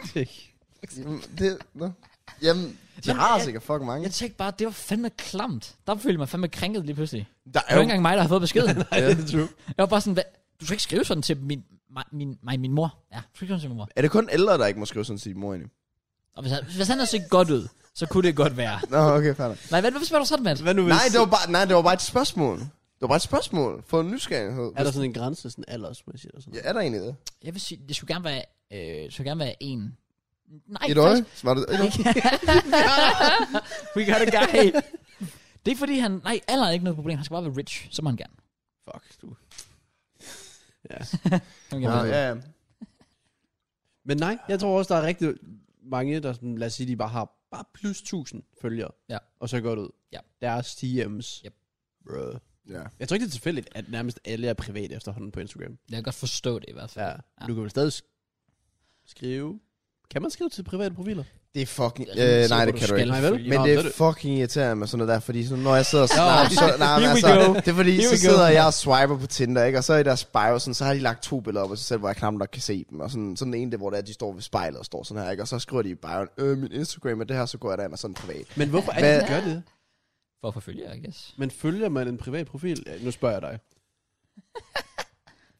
Jamen, det, no. Jamen, de
Jamen,
har
jeg-
sikkert fucking mange.
Jeg tænkte bare, det var fandme klamt. Der følte jeg mig fandme krænket lige pludselig. Det
Der
var ikke engang mig, der har fået beskeden.
Nej, det er true.
jeg var bare sådan, hvad? du skal ikke skrive sådan til min, mig, min, mig, min mor. Ja, du skal ikke skrive sådan til min mor.
Er det kun ældre, der ikke må skrive sådan til sin mor egentlig?
Og hvis han, hvis han havde set godt ud, så kunne det godt være.
Nå, okay, færdig.
Nej, hvad, hvorfor spørger du sådan, Mads?
Hvad nu hvis...
Nej, det var bare, nej, det var bare et spørgsmål. Det var bare et spørgsmål for en nysgerrighed.
Er der sådan en grænse, sådan aldersmæssigt og sådan
Ja, er der egentlig det?
Jeg vil sige, det skulle gerne være, øh, det skulle gerne være en. Nej, faktisk-
Et øje? Var det et øje?
We got a guy. det er fordi han, nej, alder er ikke noget problem. Han skal bare være rich, så må han gerne.
Fuck, du.
Han
Nå,
gerne.
ja, ja.
Men nej, jeg tror også, der er rigtig mange, der sådan, lad os sige, de bare har bare plus 1000 følgere.
Ja.
Og så går det ud.
Ja.
Deres DM's.
Yep.
Bruh.
ja.
Jeg tror ikke, det er tilfældigt, at nærmest alle er private efterhånden på Instagram.
Jeg kan godt forstå det i hvert fald.
Ja. Du kan vel stadig sk- skrive... Kan man skrive til private profiler?
Det er fucking...
Jeg er
Øh,
sikker
nej,
Altså, på,
det
du
kan du
skal
ikke.
Nej, vel?
følge-
Men
Nå,
det
ved
er
du-
fucking irriterende med sådan noget der, fordi sådan, når jeg sidder og
Nå,
snakker, så, nej, men
here we go.
altså, det er fordi,
Here
så
we go.
sidder jeg og swiper på Tinder, ikke? og så i deres bio, sådan, så har de lagt to billeder op af sig selv, hvor jeg knap nok kan se dem, og sådan, sådan en ene, der, hvor det er, de står ved spejlet og står sådan her, ikke? og så skriver de i bioen, øh, min Instagram er det her, så går jeg derind og sådan privat.
Men hvorfor er det, de
Hvad-
gør det?
For at forfølge jer, I guess.
Men følger man en privat profil? Ja, nu spørger jeg dig.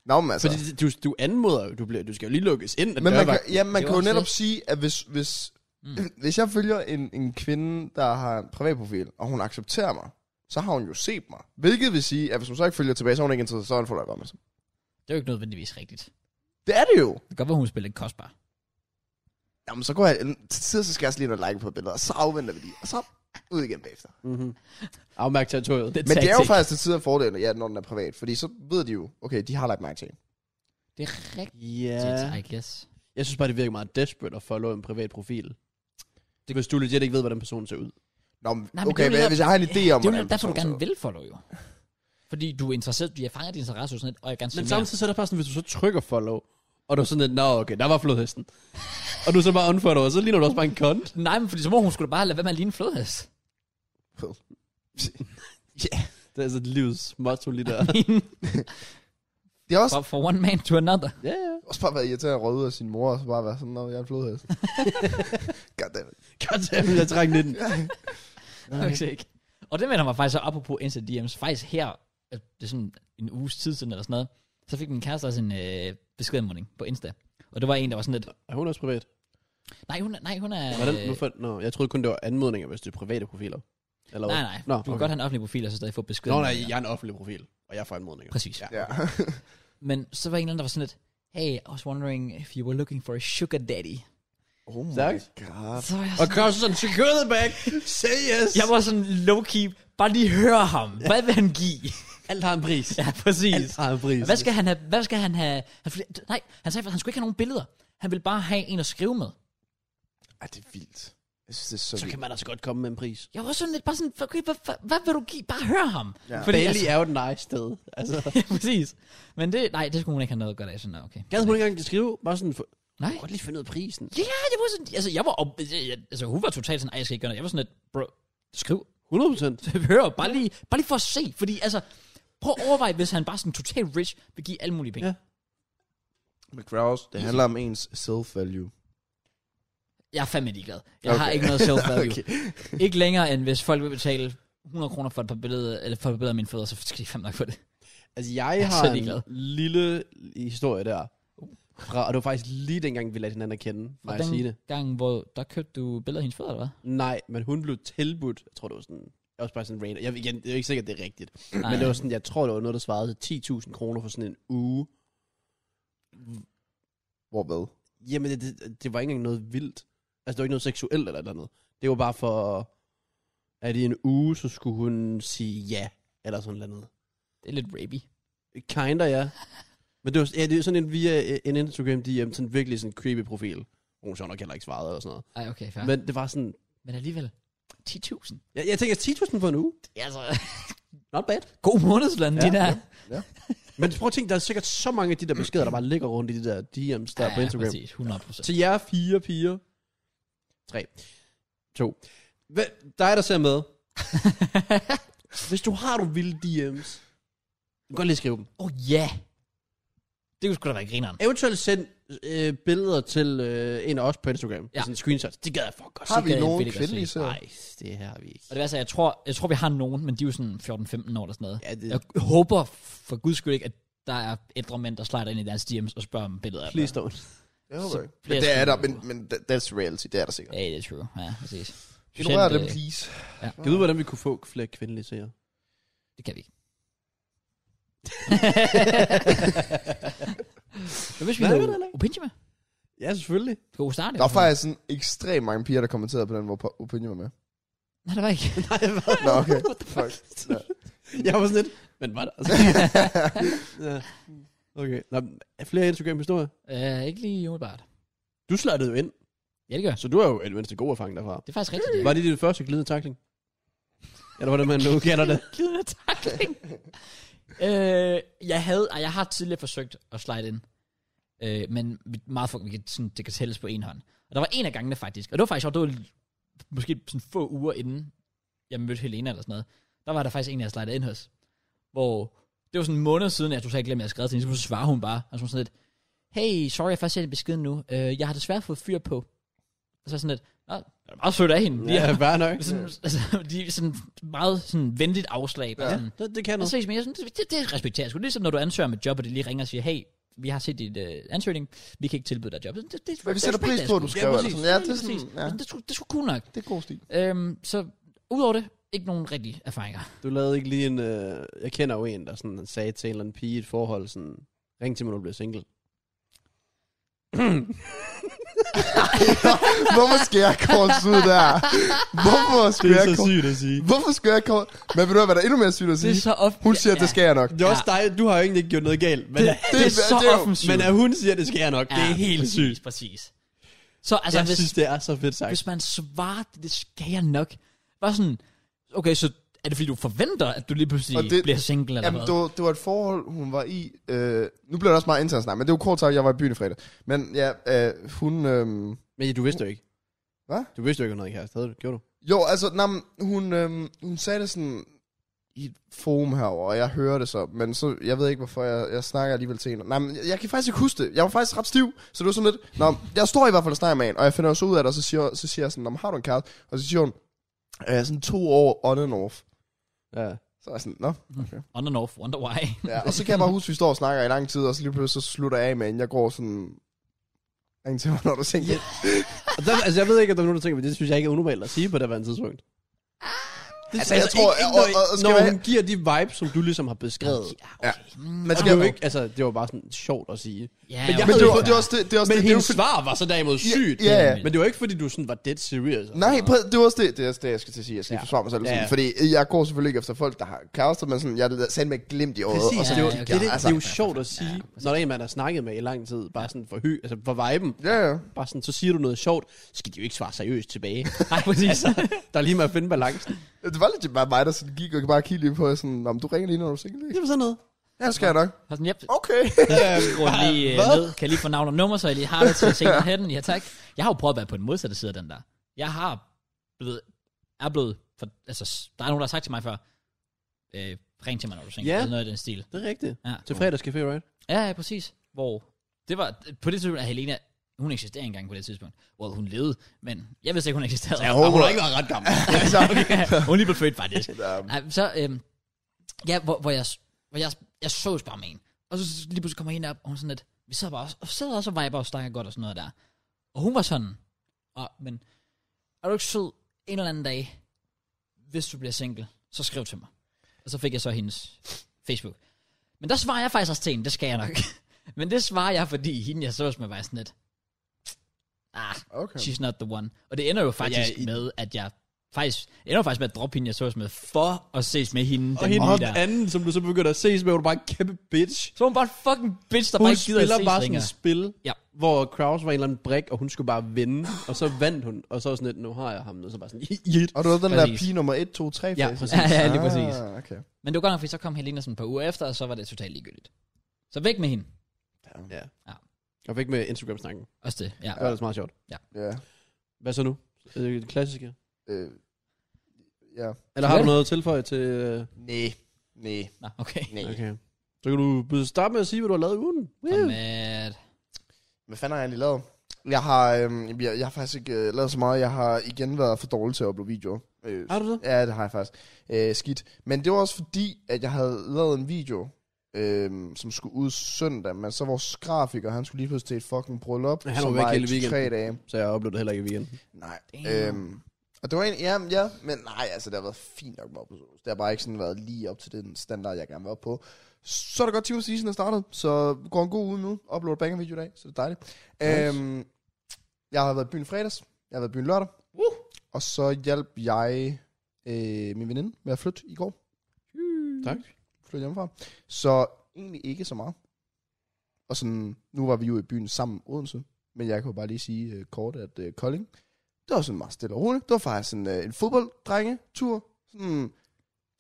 Nå, men altså,
Fordi du, du anmoder jo, du, bliver, du skal jo lige lukkes ind.
men man kan,
kan...
ja, man
Det
kan
var
jo
også
netop
det.
sige, at hvis, hvis, mm. hvis jeg følger en, en kvinde, der har en privat profil, og hun accepterer mig, så har hun jo set mig. Hvilket vil sige, at hvis hun så ikke følger tilbage, så er hun ikke interesseret, så er hun forløbet om mig.
Det er jo ikke nødvendigvis rigtigt.
Det er det jo.
Det kan godt være, hun spiller lidt kostbar.
Jamen, så går jeg... Til tider, så skal jeg også lige ind og like på billeder, og så afventer vi lige, og så ud igen bagefter.
Mm-hmm. Afmærk territoriet.
Det
Men det er jo faktisk til tider en fordel, ja, når den er privat, fordi så ved de jo, okay, de har lagt mærke til en.
Det er rigtigt,
Ja.
I guess.
Jeg synes bare, det virker meget desperate at follow en privat profil. Det, hvis du legit ikke ved, hvordan personen ser ud.
Nå, men,
Nej,
Nej,
men
men
det er
okay,
jo
hvad,
netop-
hvis jeg har en idé om,
Det er jo
hvordan
netop derfor, du
personen
gerne
ser ud.
vil follow jo. Fordi du er interesseret, du har fanget din interesse og sådan lidt, og jeg gerne
Men
se mere.
samtidig så er det bare sådan, hvis du så trykker follow, og du er sådan lidt, nå okay, der var flodhesten. og du så bare unfollow, og så ligner du også bare en kont.
Nej, men fordi så må hun skulle da bare lade være med at ligne en flodhest.
Det er altså et livs motto lige der.
Det har også,
For, for one man to another.
ja, ja.
også bare været irriterende at råde ud af sin mor, og så bare være sådan, når jeg er en flodhest. Goddammit.
Goddammit, jeg trækker 19.
Faktisk ikke. Og det vender mig faktisk så apropos Insta DM's. Faktisk her, øh, det er sådan en uges tid siden eller sådan noget, så fik min kæreste også en øh, beskedmodning på Insta. Og det var en, der var sådan lidt,
Er hun også privat?
nej, hun, er- øh, nej, hun er...
Øh. Hvordan? Nu for, nå, jeg troede kun, det var anmodninger, hvis det er private profiler. Eller
Nej,
hvad?
nej.
Nå,
Du kan
okay.
godt have en offentlig profil, og så stadig få besked.
Nå, nej, jeg er en offentlig profil, og jeg får anmodninger.
Præcis.
Ja.
Ja.
Men så var en eller anden, der var sådan lidt, Hey, I was wondering if you were looking for a sugar daddy.
oh my
Stærkt.
god.
Så var jeg
Og
sådan,
Claus er sådan, secure the bag, say yes.
jeg var sådan low-key, bare lige høre ham. Hvad vil han give?
Alt har en pris.
ja, præcis.
Alt har en pris.
Hvad skal han have? Hvad skal han have? Han, nej, han sagde, at han skulle ikke have nogen billeder. Han ville bare have en at skrive med.
Ej, det er vildt. Jeg synes, det er så,
Så kan
vildt.
man altså godt komme med en pris.
Jeg var sådan lidt bare sådan, okay, hvad, hvad, hvad vil du give? Bare hør ham.
Ja.
Fordi Bali
altså,
er jo et nice sted. Altså,
ja, præcis. Men det, nej, det skulle hun ikke have noget godt af. Sådan, nå, okay.
gad hun ikke engang skrive, bare sådan, for,
Nej.
godt lige finde ud af prisen.
Ja, det var sådan, altså jeg var, op, jeg, altså hun var totalt sådan, ej, jeg skal ikke gøre noget. Jeg var sådan lidt, bro, skriv,
100 procent.
hør, bare lige, bare lige for at se. Fordi altså, prøv at overveje, hvis han bare sådan totalt rich, vil give alle mulige penge.
Ja.
Ja.
Men Kraus, det handler om ens self-value.
Jeg er fandme ligeglad. Jeg
Okay.
har ikke noget self-value.
Okay.
Ikke længere, end hvis folk vil betale 100 kroner for et par billeder, eller for et billede af mine fødder, så skal de fandme nok få det.
Altså, jeg,
Jeg er
har
så ligeglad.
en lille historie der. Fra, og det var faktisk lige dengang, vi lærte hinanden at kende, må jeg
den
sige det.
gang, hvor der købte du billeder af hendes fødder, eller hvad?
Nej, men hun blev tilbudt, jeg tror det var sådan, det var også bare sådan random. Jeg, igen, det er jo ikke sikkert, det er rigtigt.
Nej.
Men det var sådan, jeg tror, det var noget, der svarede til 10.000 kroner for sådan en uge.
Hvor hvad?
Jamen, det, det, det var ikke engang noget vildt. Altså, det var ikke noget seksuelt eller et eller andet. Det var bare for, at i en uge, så skulle hun sige ja, eller sådan noget.
Det er lidt rapey.
Kinda, ja. Men det var, ja, det er sådan en via øh, en Instagram DM, sådan virkelig sådan en creepy profil. Hun så nok heller ikke svaret eller sådan noget.
Ej, okay, fair.
Ja.
Men,
Men det var sådan,
men alligevel, 10.000.
jeg, jeg tænker 10.000 for en uge.
Det er altså...
Not bad.
God månedsløn, ja, de der. Ja,
Men prøv at tænke, der er sikkert så mange af de der beskeder, der bare ligger rundt i de der DM's der ja, på Instagram.
præcis, 100 procent.
Til jer fire piger. Tre. To. Hvad, dig, der ser med. Hvis du har du vilde DM's, du kan godt lige skrive dem.
Åh, ja. Det kunne sgu da være grineren.
Eventuelt send øh, billeder til øh, en af os på Instagram.
Ja.
Ja. Sådan en screenshot. Det gad jeg for godt.
Har
gad
vi
jeg
nogen
virkelig godt se.
kvindelige serier?
Nej, det her har vi ikke.
Og det var så, jeg tror, jeg tror, vi har nogen, men de er jo sådan 14-15 år eller sådan noget.
Ja, det,
Jeg håber for guds skyld ikke, at der er ældre mænd, der slider ind i deres DM's og spørger om billeder af
please
dem.
don't.
Det
Så
håber jeg.
bliver
Men det
jeg
er
sgu-
der, men, men tha- that's reality, det er der sikkert.
Ja, det er true. Ja, præcis. Specielt,
Ignorer dem,
øh,
please.
Kan du vide, hvordan vi kunne få flere kvindelige seere?
Det kan vi ikke. Hvad hvis vi
Hvad er det, der
havde Opinje med?
Ja, selvfølgelig.
Skal vi starte?
Der var faktisk sådan ekstremt mange piger, der kommenterede på den, hvor po- Opinion var med.
Nej, det var ikke.
Nej, hvad?
Nå, okay.
What the fuck?
Ja.
jeg var sådan lidt, men var der altså? ja. Okay. Nå, men flere Instagram-historier.
uh, ikke lige umiddelbart.
Du slattede jo ind,
Ja, det gør jeg.
så du har jo anvendt til god erfaring derfra.
Det er faktisk rigtigt.
Var det din første glidende takling? Eller hvordan man nu kalder det?
Glidende takling. øh, jeg havde, og jeg har tidligere forsøgt at slide ind. Øh, men vi- meget få, vi kan, sådan, det kan tælles på en hånd. Og der var en af gangene faktisk, og det var faktisk sjovt, det var måske sådan få uger inden, jeg mødte Helena eller sådan noget. Der var der faktisk en, jeg slidede ind hos. Hvor, det var sådan en måned siden, jeg totalt glemte, at jeg skrev til hende, så pludselig svarer hun bare, og så var hun sådan lidt, hey, sorry, jeg først ser din besked nu, øh, jeg har desværre fået fyr på. Og så er jeg sådan lidt, Nå, det er da meget sødt af hende. lige at-
Ja, bare nok.
sådan, altså, de er sådan meget sådan venligt afslag. Ja. Sådan.
Det, det kan
Og så Altså-
noget.
ses man, jeg synes, det, det respekterer jeg sgu. Ligesom når du ansøger om et job, og de lige ringer og siger, hey, vi har set dit øh, ansøgning, vi kan ikke tilbyde dig job. Det, det, det,
Men vi
det
sætter pris
respekterer jeg
på, at du
sgu.
skriver.
Ja,
eller sådan. Ja, det er
præcis.
Præcis.
sådan, ja.
Det, er sgu- det er sgu cool nok.
Det er god stil.
Øhm, så udover det, ikke nogen rigtige erfaringer.
Du lavede ikke lige en... Øh, jeg kender jo en, der sådan, sagde til en eller anden pige i et forhold, sådan, ring til mig, når du bliver single.
Hvorfor skal jeg kors ud der? Hvorfor skal jeg kors
sygt at sige.
Hvorfor skal jeg kors Men ved du hvad, hvad der er endnu mere sygt at
Det
sige?
er så ofte.
Hun siger, at det skal jeg nok.
Det er også dig, du har jo egentlig ikke gjort noget galt, men,
Det,
det,
det, det, er
det-
så
det er jo-
offensivt.
men at hun siger, det skal jeg nok, ja, det er helt
præcis,
sygt.
Præcis. Så altså,
Altså, jeg
hvis,
synes, det er så fedt sagt.
hvis man svarer, det skal jeg nok. Bare sådan, okay, så er det fordi, du forventer, at du lige
Og
pludselig det,
det-
bliver single eller
Jamen,
hvad?
det var, det var et forhold, hun var i. Øh, nu bliver det også meget internt snak, men det var kort sagt, jeg var i byen i fredag. Men ja, øh, hun... Øh,
Men du vidste jo ikke.
Hvad?
Du vidste jo ikke, hun havde en kæreste, havde du? Gjorde du?
Jo, altså, nej, men hun, øhm, hun sagde det sådan i et forum herover, og jeg hører det så, men så, jeg ved ikke, hvorfor jeg, jeg snakker alligevel til hende. Nej, men jeg, jeg kan faktisk ikke huske det. Jeg var faktisk ret stiv, så det var sådan lidt, nå, jeg står i hvert fald og snakker med hende, og jeg finder så ud af det, og så siger, så siger jeg sådan, nå, men har du en kæreste? Og så siger hun, øh, sådan to år on and off.
Ja.
Så er jeg sådan, nå.
On and off, wonder why.
Ja, og så kan jeg bare huske, at vi står og snakker i lang tid, og så lige pludselig så slutter jeg af med hende. Jeg går sådan, ring til mig, når du tænker.
Og der, altså, jeg ved ikke, om der er nogen, der tænker, men det synes jeg ikke er unormalt at sige på det her tidspunkt. Det,
Ah. Altså, jeg tror,
ikke,
og-
ikke, når,
og- og skal
når
være-
hun giver de vibes, som du ligesom har beskrevet.
Ja,
Ja.
okay. Mm,
Man
Og
skal
det, var ikke, altså, det var bare sådan sjovt at sige.
Ja,
Men jeg
okay.
Men det
ved
var,
ikke,
det var også det, det var også
Men
det, det,
hendes
det,
svar var så derimod sygt.
ja, ja.
Men det var ikke, fordi du sådan var dead serious.
Nej, præ- det var også det, det, er også det jeg skal til at sige. Jeg skal
Ja.
ja. forsvare mig selv.
Ja,
Ja.
ja.
Fordi jeg går selvfølgelig ikke efter folk, der har kærester, men sådan, jeg sendte mig glemt i øjet.
Præcis,
og
ja,
så,
det, var,
ja,
ja,
okay.
det, det, det, er
Altså-
jo sjovt at sige, ja, når der er en, man har snakket med i lang tid, bare sådan for hy, altså for viben, ja.
ja, ja.
bare sådan, så siger du noget sjovt, så skal de jo ikke svare seriøst tilbage.
Nej, præcis.
altså, der er lige med at finde balancen.
Det var lidt bare mig, der sådan gik og bare kiggede lige på, sådan, om du ringer lige, når du er single,
Det
ikke?
var sådan noget.
Ja, det skal jeg nok.
Og sådan, yep,
Okay.
skruer den lige øh, ned, kan jeg lige få navn og nummer, så jeg lige har det til at se den her den. Ja, tak. Jeg har jo prøvet at være på den modsatte side af den der. Jeg har blevet, er blevet, for, altså, s- der er nogen, der har sagt til mig før, øh, ring til mig, når du tænker,
Ja.
yeah. eller noget i den stil.
Det er rigtigt.
Ja.
Til fredagscafé, right?
Ja, ja, præcis. Hvor det var, på det tidspunkt, at Helena, hun eksisterede ikke engang på det tidspunkt. Hvor hun levede, men jeg vidste ikke, hun eksisterede.
håber-
Og hun har ikke været ret gammel.
altså,
okay. Hun er lige blevet født, faktisk.
ja.
Nej, så, øhm, ja, hvor, hvor, jeg, hvor jeg, jeg sås bare med en. Og så lige pludselig kommer hende op, og hun sådan lidt, vi sidder bare også, og sidder også og viber og snakker godt og sådan noget der. Og hun var sådan, og, men er du ikke sød en eller anden dag, hvis du bliver single, så skriv til mig. Og så fik jeg så hendes Facebook. Men der svarer jeg faktisk også til hende, det skal jeg nok. men det svarer jeg, fordi hende jeg sås med var sådan lidt, ah,
Okay.
She's not the one. Og det ender jo faktisk ja,
i-
med, at jeg faktisk, ender jo faktisk med at droppe hende, jeg sås med, for at ses med hende.
Og
den
hende
nye
den
der.
anden, som du så begynder at ses med, hvor du bare er en kæmpe bitch.
Så er hun bare en fucking bitch, der
Hun
bare ikke gider at
spiller
ses
bare sådan
længere.
et spil,
Ja.
hvor Kraus var en eller anden brik, og hun skulle bare vinde, og så vandt hun, og så var sådan lidt, nu har jeg ham, og så bare sådan, jit.
Og du ved den
Præcis.
der pige nummer 1, 2, 3
Ja, præcis.
Ja, ja, lige præcis.
Ah, okay.
Men det var godt nok, fordi så kom Helena sådan et par uger efter, og så var det totalt ligegyldigt. Så væk med hende.
Ja.
Ja.
Jeg fik med Instagram-snakken.
Også det, ja.
Det var ellers meget sjovt.
Ja.
Hvad så nu? Er det det klassiske?
Øh, ja.
Eller har
Ja.
du noget at tilføje til... øh,
Nej. Nej.
Nå, okay.
Nej.
Okay. Så kan du byde- starte med at sige, hvad du har lavet i ugen.
Kom
Woo.
med.
Hvad fanden har jeg egentlig lavet? Jeg har, øhm, jeg, jeg har faktisk ikke øh, lavet så meget. Jeg har igen været for dårlig til at uploade videoer. Øh,
Har du det?
Ja, det har jeg faktisk. Øh, skidt. Men det var også fordi, at jeg havde lavet en video, øh, som skulle ud søndag, men så vores grafiker, han skulle lige pludselig til et fucking bryllup,
Han var
som
væk
var i
hele weekenden.
tre dage.
Så jeg oplevede det heller ikke i weekenden.
Nej.
Damn.
Øhm, og det var en, ja, ja, men nej, altså det har været fint nok med episodes. Det har bare ikke sådan været lige op til den standard, jeg gerne vil op på. Så er det godt, Timo Season er startet, så går en god uge nu. Uploader banger video i dag, så det er dejligt. Nice.
Nice.
Øhm, jeg har været i byen fredags, jeg har været i byen lørdag,
Uh.
og så hjalp jeg øh, min veninde med at flytte i går.
Tak.
flytte hjemmefra. Så egentlig ikke så meget. Og sådan, nu var vi jo i byen sammen i Odense, men jeg kan jo bare lige sige øh, kort, at øh, Kolding, det var sådan meget stille og roligt. Det var faktisk en, øh, en fodbolddrengetur. Sådan,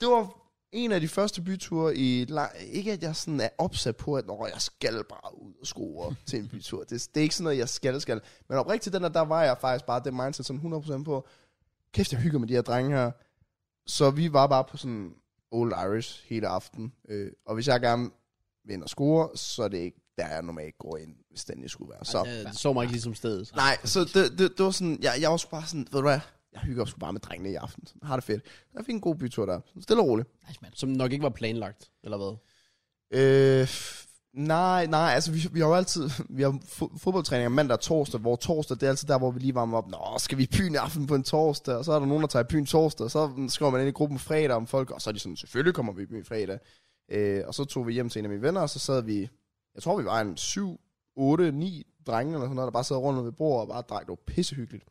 det var en af de første byture i... lang- Ikke at jeg sådan er opsat på, at Nå, jeg skal bare ud og score til en bytur. Det, det er ikke sådan noget, jeg skal, skal. Men oprigtigt den der, der var jeg faktisk bare det mindset sådan 100% på. Kæft, jeg hygger med de her drenge her. Så vi var bare på sådan Old Irish hele aften. Øh, og hvis jeg gerne vil ind og score, så er det ikke der, jeg normalt går ind, hvis den jeg skulle være. Så,
Øh, Det så mig ikke ligesom stedet.
nej, så det, det, det var sådan, jeg, jeg var sgu bare sådan, ved du hvad, jeg hygger sgu bare med drengene i aften. Sådan, har det fedt. Jeg fik en god bytur der. Sådan stille og roligt.
Nice, man.
Som nok ikke var planlagt, eller hvad?
Øh, f- nej, nej, altså vi, vi har jo altid, vi har fo- fodboldtræninger mandag og torsdag, hvor torsdag, det er altid der, hvor vi lige varmer op, nå, skal vi i byen i aften på en torsdag, og så er der nogen, der tager i byen torsdag, og så skriver man ind i gruppen fredag om folk, og så er de sådan, selvfølgelig kommer vi i byen fredag. Øh, og så tog vi hjem til en af mine venner, og så sad vi, jeg tror vi var en 7, 8, 9 drenge eller sådan noget, der bare sad rundt om et bord og bare drak, det var pissehyggeligt.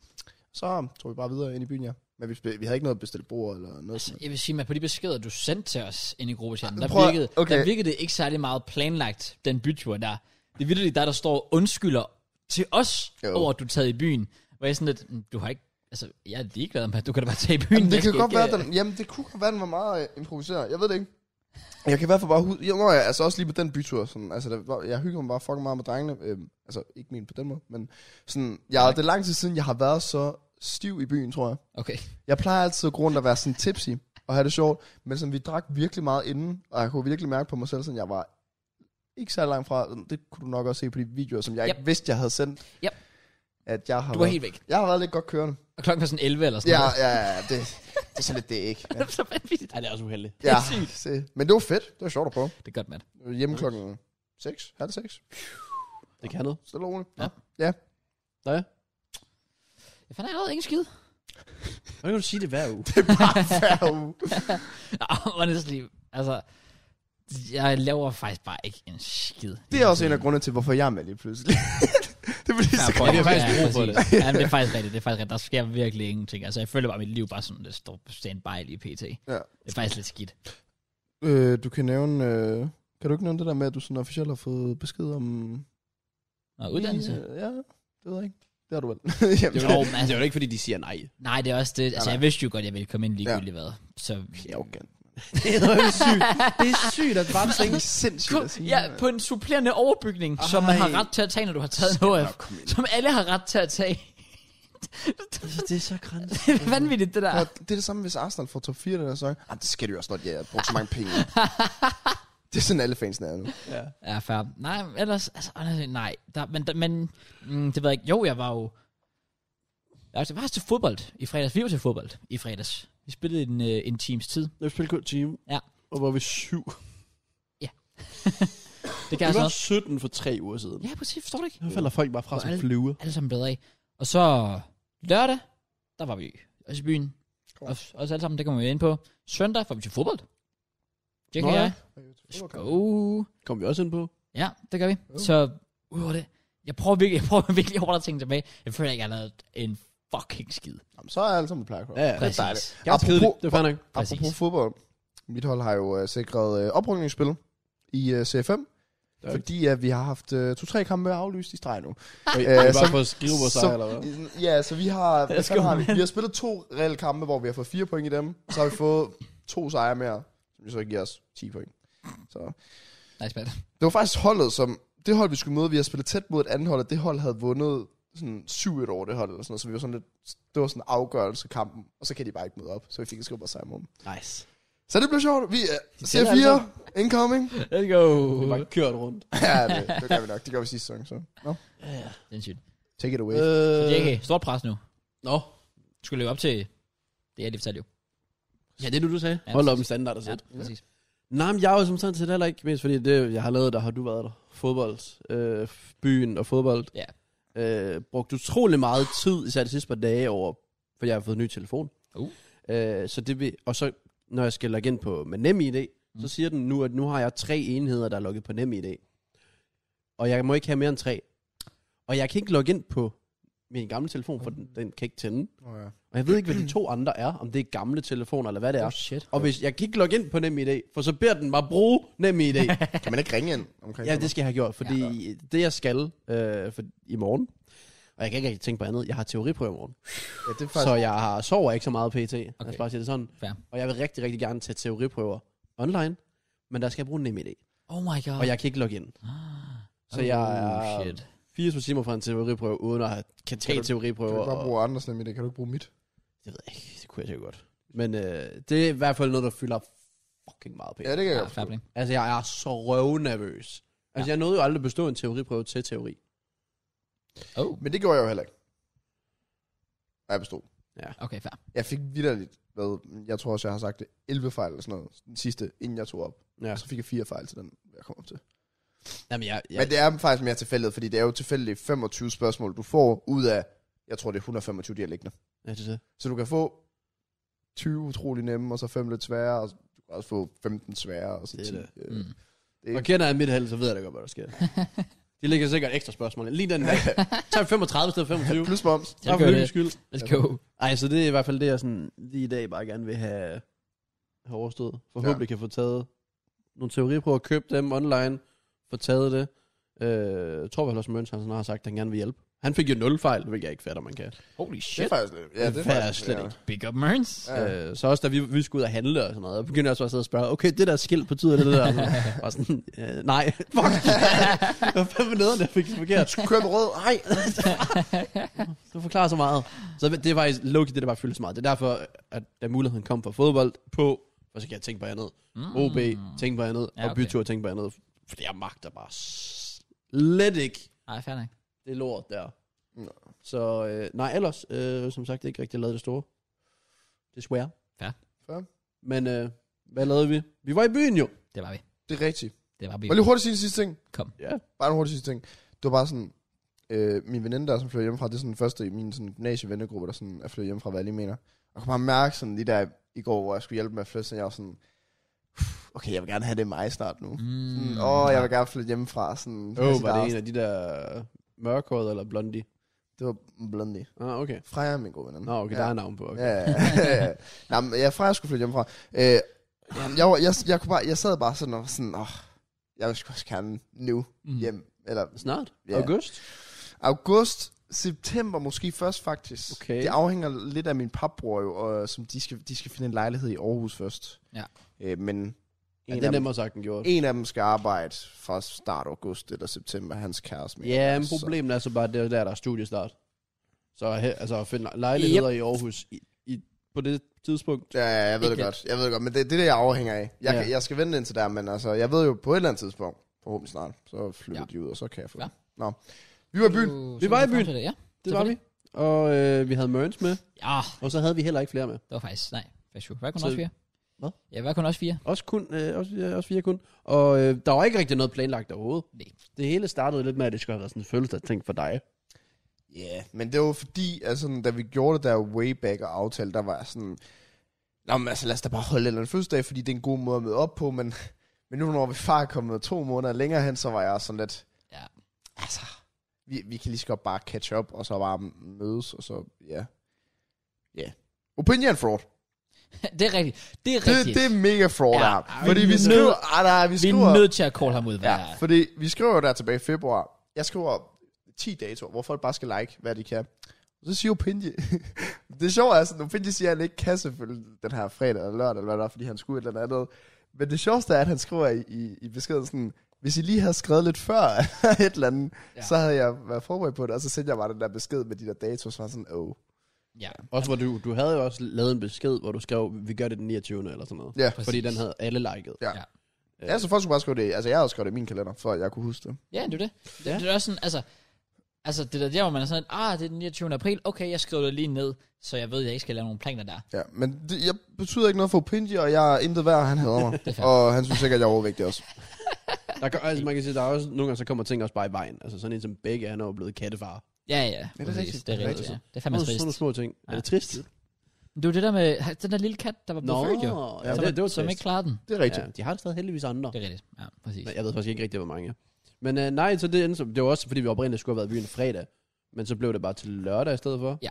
Så tog vi bare videre ind i byen, ja. Men vi, sp- vi havde ikke noget bestilt bord eller noget.
Altså,
sådan noget.
jeg vil sige, at på de beskeder, du sendte til os ind i gruppechatten, der,
prøv at-
virkede, okay.
okay.
der virkede det ikke særlig meget planlagt, den bytur der. Det er virkelig der, der står undskylder til os,
Jo.
over at du er taget i byen. Hvor jeg er sådan lidt, "Mm, du har ikke, altså, jeg er ligeglad med, at du kan da bare tage i byen.
Jamen,
Jeg
det kan
skal
godt
ikke,
være,
øh,
den, jamen, det kunne godt være, den var meget øh, improviseret. Jeg ved det ikke. Jeg kan i hvert fald bare huske... Jeg, nå, jeg, altså også lige på den bytur. Sådan, altså, der, var- jeg hygger mig bare fucking meget med drengene. Øhm, altså, ikke min på den måde, men sådan... Jeg, det er lang tid siden, jeg har været så stiv i byen, tror jeg.
Okay.
Jeg plejer altid at gå rundt og være sådan tipsy og have det sjovt. Men sådan, vi drak virkelig meget inden, og jeg kunne virkelig mærke på mig selv, sådan, jeg var ikke særlig langt fra. Det kunne du nok også se på de videoer, som jeg
Yep.
ikke vidste, jeg havde sendt.
Yep.
At jeg har
Du var
været,
helt væk.
Jeg har været lidt godt kørende.
Og klokken var sådan 11 eller sådan
Ja,
noget.
ja, ja. Det, det er så lidt det, ikke? Ja.
Det er så vanvittigt.
Ej, det er også uheldigt.
Ja,
Sygt.
se. men det var fedt. Det var sjovt at prøve.
Det er godt, mand.
Vi var Hjemme klokken 6, halv 6.
Det kan noget.
Stille og roligt.
Ja.
Ja.
Nej.
Jeg fandt allerede ingen skid.
Så kan du sige det hver uge.
Det er bare hver uge.
Honestly, altså, jeg laver faktisk bare ikke en skid.
Det er også en af grundene til, hvorfor jeg er med lige pludselig. det er fordi,
Ja,
så
for-
kan
vi
jeg
har faktisk
ja,
brug for
præcis. Ja, men det er faktisk rigtigt, det er faktisk rigtigt. Der sker virkelig ingenting. Altså, jeg føler bare, at mit liv bare sådan, det står på standby lige pt.
Ja.
Det er faktisk lidt skidt.
Øh, du kan nævne... Øh, kan du ikke nævne det der med, at du sådan officielt har fået besked om...
Og uddannelse?
Ja, ja, det ved jeg ikke. Det har du vel.
Det
Jamen,
er
Jo,
jo,
men
det er jo ikke, fordi de siger nej.
Nej, det er også det. Altså,
Nej, nej.
jeg vidste jo godt, jeg ville komme ind ligegyldigt hvad. Så...
jeg er jo gen-
det er jo sygt. Det er sygt at bare tænke.
Det er sindssygt at
Kun,
sige.
ja, på en supplerende overbygning, Ej. som man har ret til at tage, når du har taget en HF. Som alle har ret til at tage.
Det er så græns.
det er vanvittigt, det der.
Og det er det samme, hvis Arsenal får top 4 den her sæson. Ah, det skal du jo også, når de har brugt så mange penge. det er sådan, alle fansene er nu.
Ja.
Ja, fair. Nej, men ellers, altså, honestly, nej. Der, men, der, men mm, det ved jeg ikke. Jo, jeg var jo... Altså, jeg var til fodbold i fredags. Vi var til fodbold i fredags. Vi spillede en, øh, en times tid.
Når vi spillede kun time.
Ja.
Og var vi syv.
Det
Det
kan jeg så
var
også.
17 for tre uger siden.
Ja, præcis. Forstår du ikke?
Nu falder folk bare fra
Og
som
alle-
flyver.
Alle sammen bedre af. Og så lørdag, der var vi også i byen. Og, også alle sammen, det kommer vi ind på. Søndag var vi til fodbold. Det kan
Nå ja.
jeg. Go.
Kom vi også ind på.
Ja, det gør vi. Så udover det, jeg prøver virkelig, jeg prøver virkelig over at tænke tilbage. Jeg føler ikke, jeg har lavet en fucking skid.
Jamen, så er alle sammen plejer.
Ja, ja.
Præcis.
dejligt.
Jeg er
Apropos,
kedelig. Det er fair nok.
Præcis.
apropos fodbold. Mit hold har jo uh, sikret uh, oprykningsspil i uh, CFM.
Tak.
Fordi at vi har haft uh, to-tre kampe aflyst i streg nu.
Vi
Øh,
vi bare
så-
for at skrive vores sejr, eller hvad?
Ja, så vi har, hvad
skal
fanden har, vi? vi har spillet to reelle kampe, hvor vi har fået fire point i dem. Så har vi fået to sejre mere, som så giver os 10 point. Så
Nej, spændt.
Det var faktisk holdet, som... Det hold, vi skulle møde, vi har spillet tæt mod et andet hold, og det hold havde vundet sådan 7-1 over det hold, eller sådan noget, så vi var sådan lidt, det var sådan en afgørelse af kampen, og så kan de bare ikke møde op, så vi fik en skub og sejr imod dem.
Nice.
Så det blev sjovt. Vi er
kender alle
C4, incoming.
Let's go.
Vi er bare kørt rundt.
ja, det, det gør vi nok. Det gør vi sidste sæson, så. No.
Ja, ja.
Den sygt.
Take it away.
Så
Øh,
det er ikke stort pres nu.
Nå.
Du skal løbe op til det, jeg lige fortalte jo.
Ja, det er det, du sagde.
Ja,
Hold op
præcis.
en standard og
Ja,
sæt.
præcis.
Nej, men jeg er jo som sådan set heller ikke, mest fordi det, jeg har lavet, der har du været der. Fodbold, øh, f- byen og fodbold.
Ja.
Øh, brugt utrolig meget tid, især de sidste par dage over, for jeg har fået en ny telefon.
Uh.
Øh, så det vil, og så, når jeg skal logge ind på med NemID, mm. så siger den nu, at nu har jeg tre enheder, der er logget på NemID. Og jeg må ikke have mere end tre. Og jeg kan ikke logge ind på min gamle telefon,
Mm.
for den, den kan ikke tænde.
Oh, ja.
Og jeg ved ikke, hvad de to andre er, om det er gamle telefoner eller hvad det er.
Oh shit.
Og hvis jeg kan ikke logge ind på NemID, for så beder den mig bruge NemID.
Kan man ikke ringe ind omkring
ja, det skal jeg have gjort, fordi ja, det jeg skal øh, for, i morgen, og jeg kan ikke rigtig tænke på andet, jeg har teoriprøve i morgen.
ja, det er
Så
faktisk...
jeg har, sover ikke så meget pt. Okay. Lad os
Okay.
bare sige det sådan.
Fair.
Og jeg vil rigtig, rigtig gerne tage teoriprøver online, men der skal jeg bruge NemID,
Oh my god.
Ah.
Ah.
og jeg kan ikke logge ind. Så jeg
Oh
er
shit.
24 timer fra en teoriprøve, uden at have- kan
Kan
tage
du- Kan
teoriprøver.
du bare
og-
bruge andres nemme i det? Kan du ikke bruge mit?
Det ved jeg ikke, det kunne jeg sikkert godt. Men øh, det er i hvert fald noget, der fylder fucking meget pt.
Ja, det kan jeg
Ja,
godt.
Ah, fair
forstå.
play.
Altså, jeg er så røvnervøs. Altså, ja. jeg nåede jo aldrig at bestå en teoriprøve til teori.
Oh,
Men det gjorde jeg jo heller ikke. Og jeg bestod.
okay, fair.
Jeg fik vidderligt, hvad, jeg tror også, jeg har sagt det, 11 fejl eller sådan noget, den sidste, inden jeg tog op.
Ja.
Og så fik jeg fire fejl til den, jeg kom op til.
Jamen, jeg,
Ja.
jeg,
Men det er faktisk mere tilfældet, fordi det er jo tilfældigt 25 spørgsmål, du får ud af, jeg tror det er 125 dialekter.
ja, det er det.
Så du kan få 20 utrolig nemme, og så 5 lidt svære, og du kan også få 15 svære, og så
Det er
10.
det.
Øh,
Mm.
Det-
Og kender jeg mit held, så ved jeg da godt, hvad der sker. De ligger sikkert ekstra spørgsmål. Lige den dag. Tag 35 i stedet for 25.
Plus moms.
Jeg
Bare for
gør
lykkens
det.
skyld.
Let's go.
Ej, så det er i hvert fald det, jeg sådan, lige i dag bare gerne vil have, have overstået. Forhåbentlig ja. kan få taget nogle teoriprøver, købe dem online, få taget det. Øh, jeg tror, at Lars Møns, han sådan har sagt, at han gerne vil hjælpe. Han fik jo nul fejl, hvilket jeg ikke fatter, man kan.
Holy
Det er
shit.
faktisk lidt. Ja, det,
Det
er
fatter
faktisk,
jeg slet
ja.
ikke.
Big up, Merns.
Ja.
Øh, så også da vi, vi skulle ud og handle og sådan noget, begyndte jeg også bare at sidde og spørge, okay, det der skilt betyder det, det der? og sådan, øh, nej, fuck. Hvad fanden nede, jeg fik det forkert?
Du kører med rød, ej.
Du forklarer så meget. Så det er faktisk logisk, det der bare fylder så meget. Det er derfor, at da muligheden kom for fodbold på, og så kan jeg tænke på andet.
Mm.
OB, tænke på andet,
Ja,
og
okay.
bytur, tænke på andet. Fordi jeg magter bare slet ikke
Ej, fair nok.
det lort der.
Nå.
Så øh, nej, ellers, øh, som sagt, ikke rigtig lavet det store. Desværre.
Fair.
Fair.
Men øh, hvad lavede vi? Vi var i byen jo.
Det var vi.
Det er rigtigt.
Det var vi.
Må jeg lige hurtigt sige en sidste ting?
Kom.
Ja.
Bare en hurtig sidste ting. Det var bare sådan, øh, min veninde der, som flytter hjemmefra, det er sådan den første i min sådan, gymnasievennegruppe, der sådan er flyttet hjemmefra, hvad jeg lige mener. Og kunne bare mærke sådan lige der i går, hvor jeg skulle hjælpe med at flytte, så jeg var sådan, "Pff, okay, jeg vil gerne have det mig snart nu. Åh, mm. oh, jeg vil gerne flytte hjemmefra. Sådan,
Åh, oh,
Chrissy
var det
Darsen.
en af de der øh, mørkhårede eller blondie?
Det var Blondie.
Ah, okay.
Freja er min gode veninde.
Nå, okay,
ja.
der er navn på. Okay.
Ja, ja, ja. Nej, men jeg, Freja skulle flytte hjemmefra. Øh, jamen, jeg, var- jeg, jeg, kunne bare, jeg sad bare sådan og var sådan, åh, jeg vil sgu også gerne nu
Mm.
hjem. Eller
Snart?
Ja.
August?
august, september måske først faktisk.
Okay.
Det afhænger lidt af min papbror jo, og øh, som de skal, de skal finde en lejlighed i Aarhus først.
Ja.
Øh, men en,
Ja,
af
det er
dem,
nemmere sagt end gjort.
en af dem skal arbejde fra start august eller september, hans kæreste. mener
Ja,
jeg,
men
så-
problemet er så bare, at det er der, der er studiestart. Så he, altså at finde lejligheder yep. i Aarhus i, i, på det tidspunkt.
Ja, ja, jeg ved det
Ikke
godt. Jeg ved det godt, men det, det er det, jeg afhænger af. Jeg,
Ja.
ja. jeg skal vente indtil der, men altså, jeg ved jo på et eller andet tidspunkt, forhåbentlig snart, så flytter
Ja.
ja. de ud, og så kan jeg få
Ja.
ja. det. Nå. Vi var i byen.
Uh,
Vi
så
var i
kan
byen.
fortsætte, Ja.
Det var vi. Og øh, vi havde Mørns med,
Ja,
og så havde vi heller ikke flere med.
det var faktisk, nej. Hvad kunne Hvad kun
Så-
også fire?
Hvad?
Ja, hvad kun også fire?
Også, kun, øh, også, øh, også fire kun. Og øh, der var ikke rigtig noget planlagt overhovedet.
Nej.
Det hele startede lidt med, at det skulle have været sådan en følelsesting for dig.
Ja, yeah. men det var fordi, altså, sådan, da vi gjorde det der way back og aftale, der var jeg sådan, Nå, men altså, lad os da bare holde en eller anden fødselsdag, fordi det er en god måde at møde op på, men, men nu, når vi far er kommet to måneder længere hen, så var jeg sådan lidt,
Ja.
altså, vi, vi kan lige så godt bare catch up, og så bare mødes, og så, ja. Ja. Opinion fraud.
det er rigtigt. Det er
Det,
rigtigt.
det er mega fraud,
Ja.
ja, der.
Ej,
Fordi
vi er
vi
nødt-
skriver... Ej, nej, vi
vi
skriver...
er nødt til at call ham ud, hvad ja.
Ja, fordi vi skriver jo der tilbage i februar. Jeg skriver 10 datoer, hvor folk bare skal like, hvad de kan. Så siger Opinje... det sjove er sådan, Opinje siger, at han ikke kan selvfølgelig den her fredag eller lørdag, eller hvad der er, fordi han skulle et eller andet. Men det sjoveste er, at han skriver i, i, i beskeden sådan, hvis I lige havde skrevet lidt før et eller andet,
Ja.
ja. så havde jeg været forberedt på det, og så sendte jeg bare den der besked med de der datoer, så var jeg sådan, åh. Oh.
ja.
Altså-
Også hvor du, du havde jo også lavet en besked, hvor du skrev, vi gør det den 29. eller sådan noget.
Ja.
Fordi
Præcis.
den havde alle liket.
Ja.
Ja.
Ja, så folk skulle bare skrive det. Altså, jeg havde skrevet det i min kalender, for at jeg kunne huske det.
Ja, det er det. Det, ja. det er også sådan, altså, altså det der, der hvor man er sådan, at, ah, det er den 29. april, okay, jeg skriver det lige ned, så jeg ved, at jeg ikke skal lave nogle planer der.
Ja, men det, jeg betyder ikke noget for Opinji, og jeg er intet værd, og han hader mig. og han synes sikkert, at jeg er overvægtig også.
Der, kan- altså, man kan sige, der er også nogle gange, så kommer ting også bare i vejen. Altså sådan en som Begge, han er jo blevet kattefar.
Ja, ja,
det er
præcis.
rigtigt.
Det er
Det er
rigtigt,
rigtigt.
ja. Det er
Sådan
fandme
nogle- sådan
trist.
nogle små ting. Ja. Er det trist?
Men Det var det der med den der lille kat, der var blevet født, jo.
ja,
som,
det, det var
som ikke
trist.
klarede den.
Det er rigtigt.
Ja, de har det stadig heldigvis andre.
Det er rigtigt. Ja, præcis.
Men Jeg ved faktisk ikke rigtig, hvor mange. Men øh, nej, så det endte, som- det var også, fordi vi oprindeligt skulle have været i byen fredag. Men så blev det bare til lørdag i stedet for.
Ja.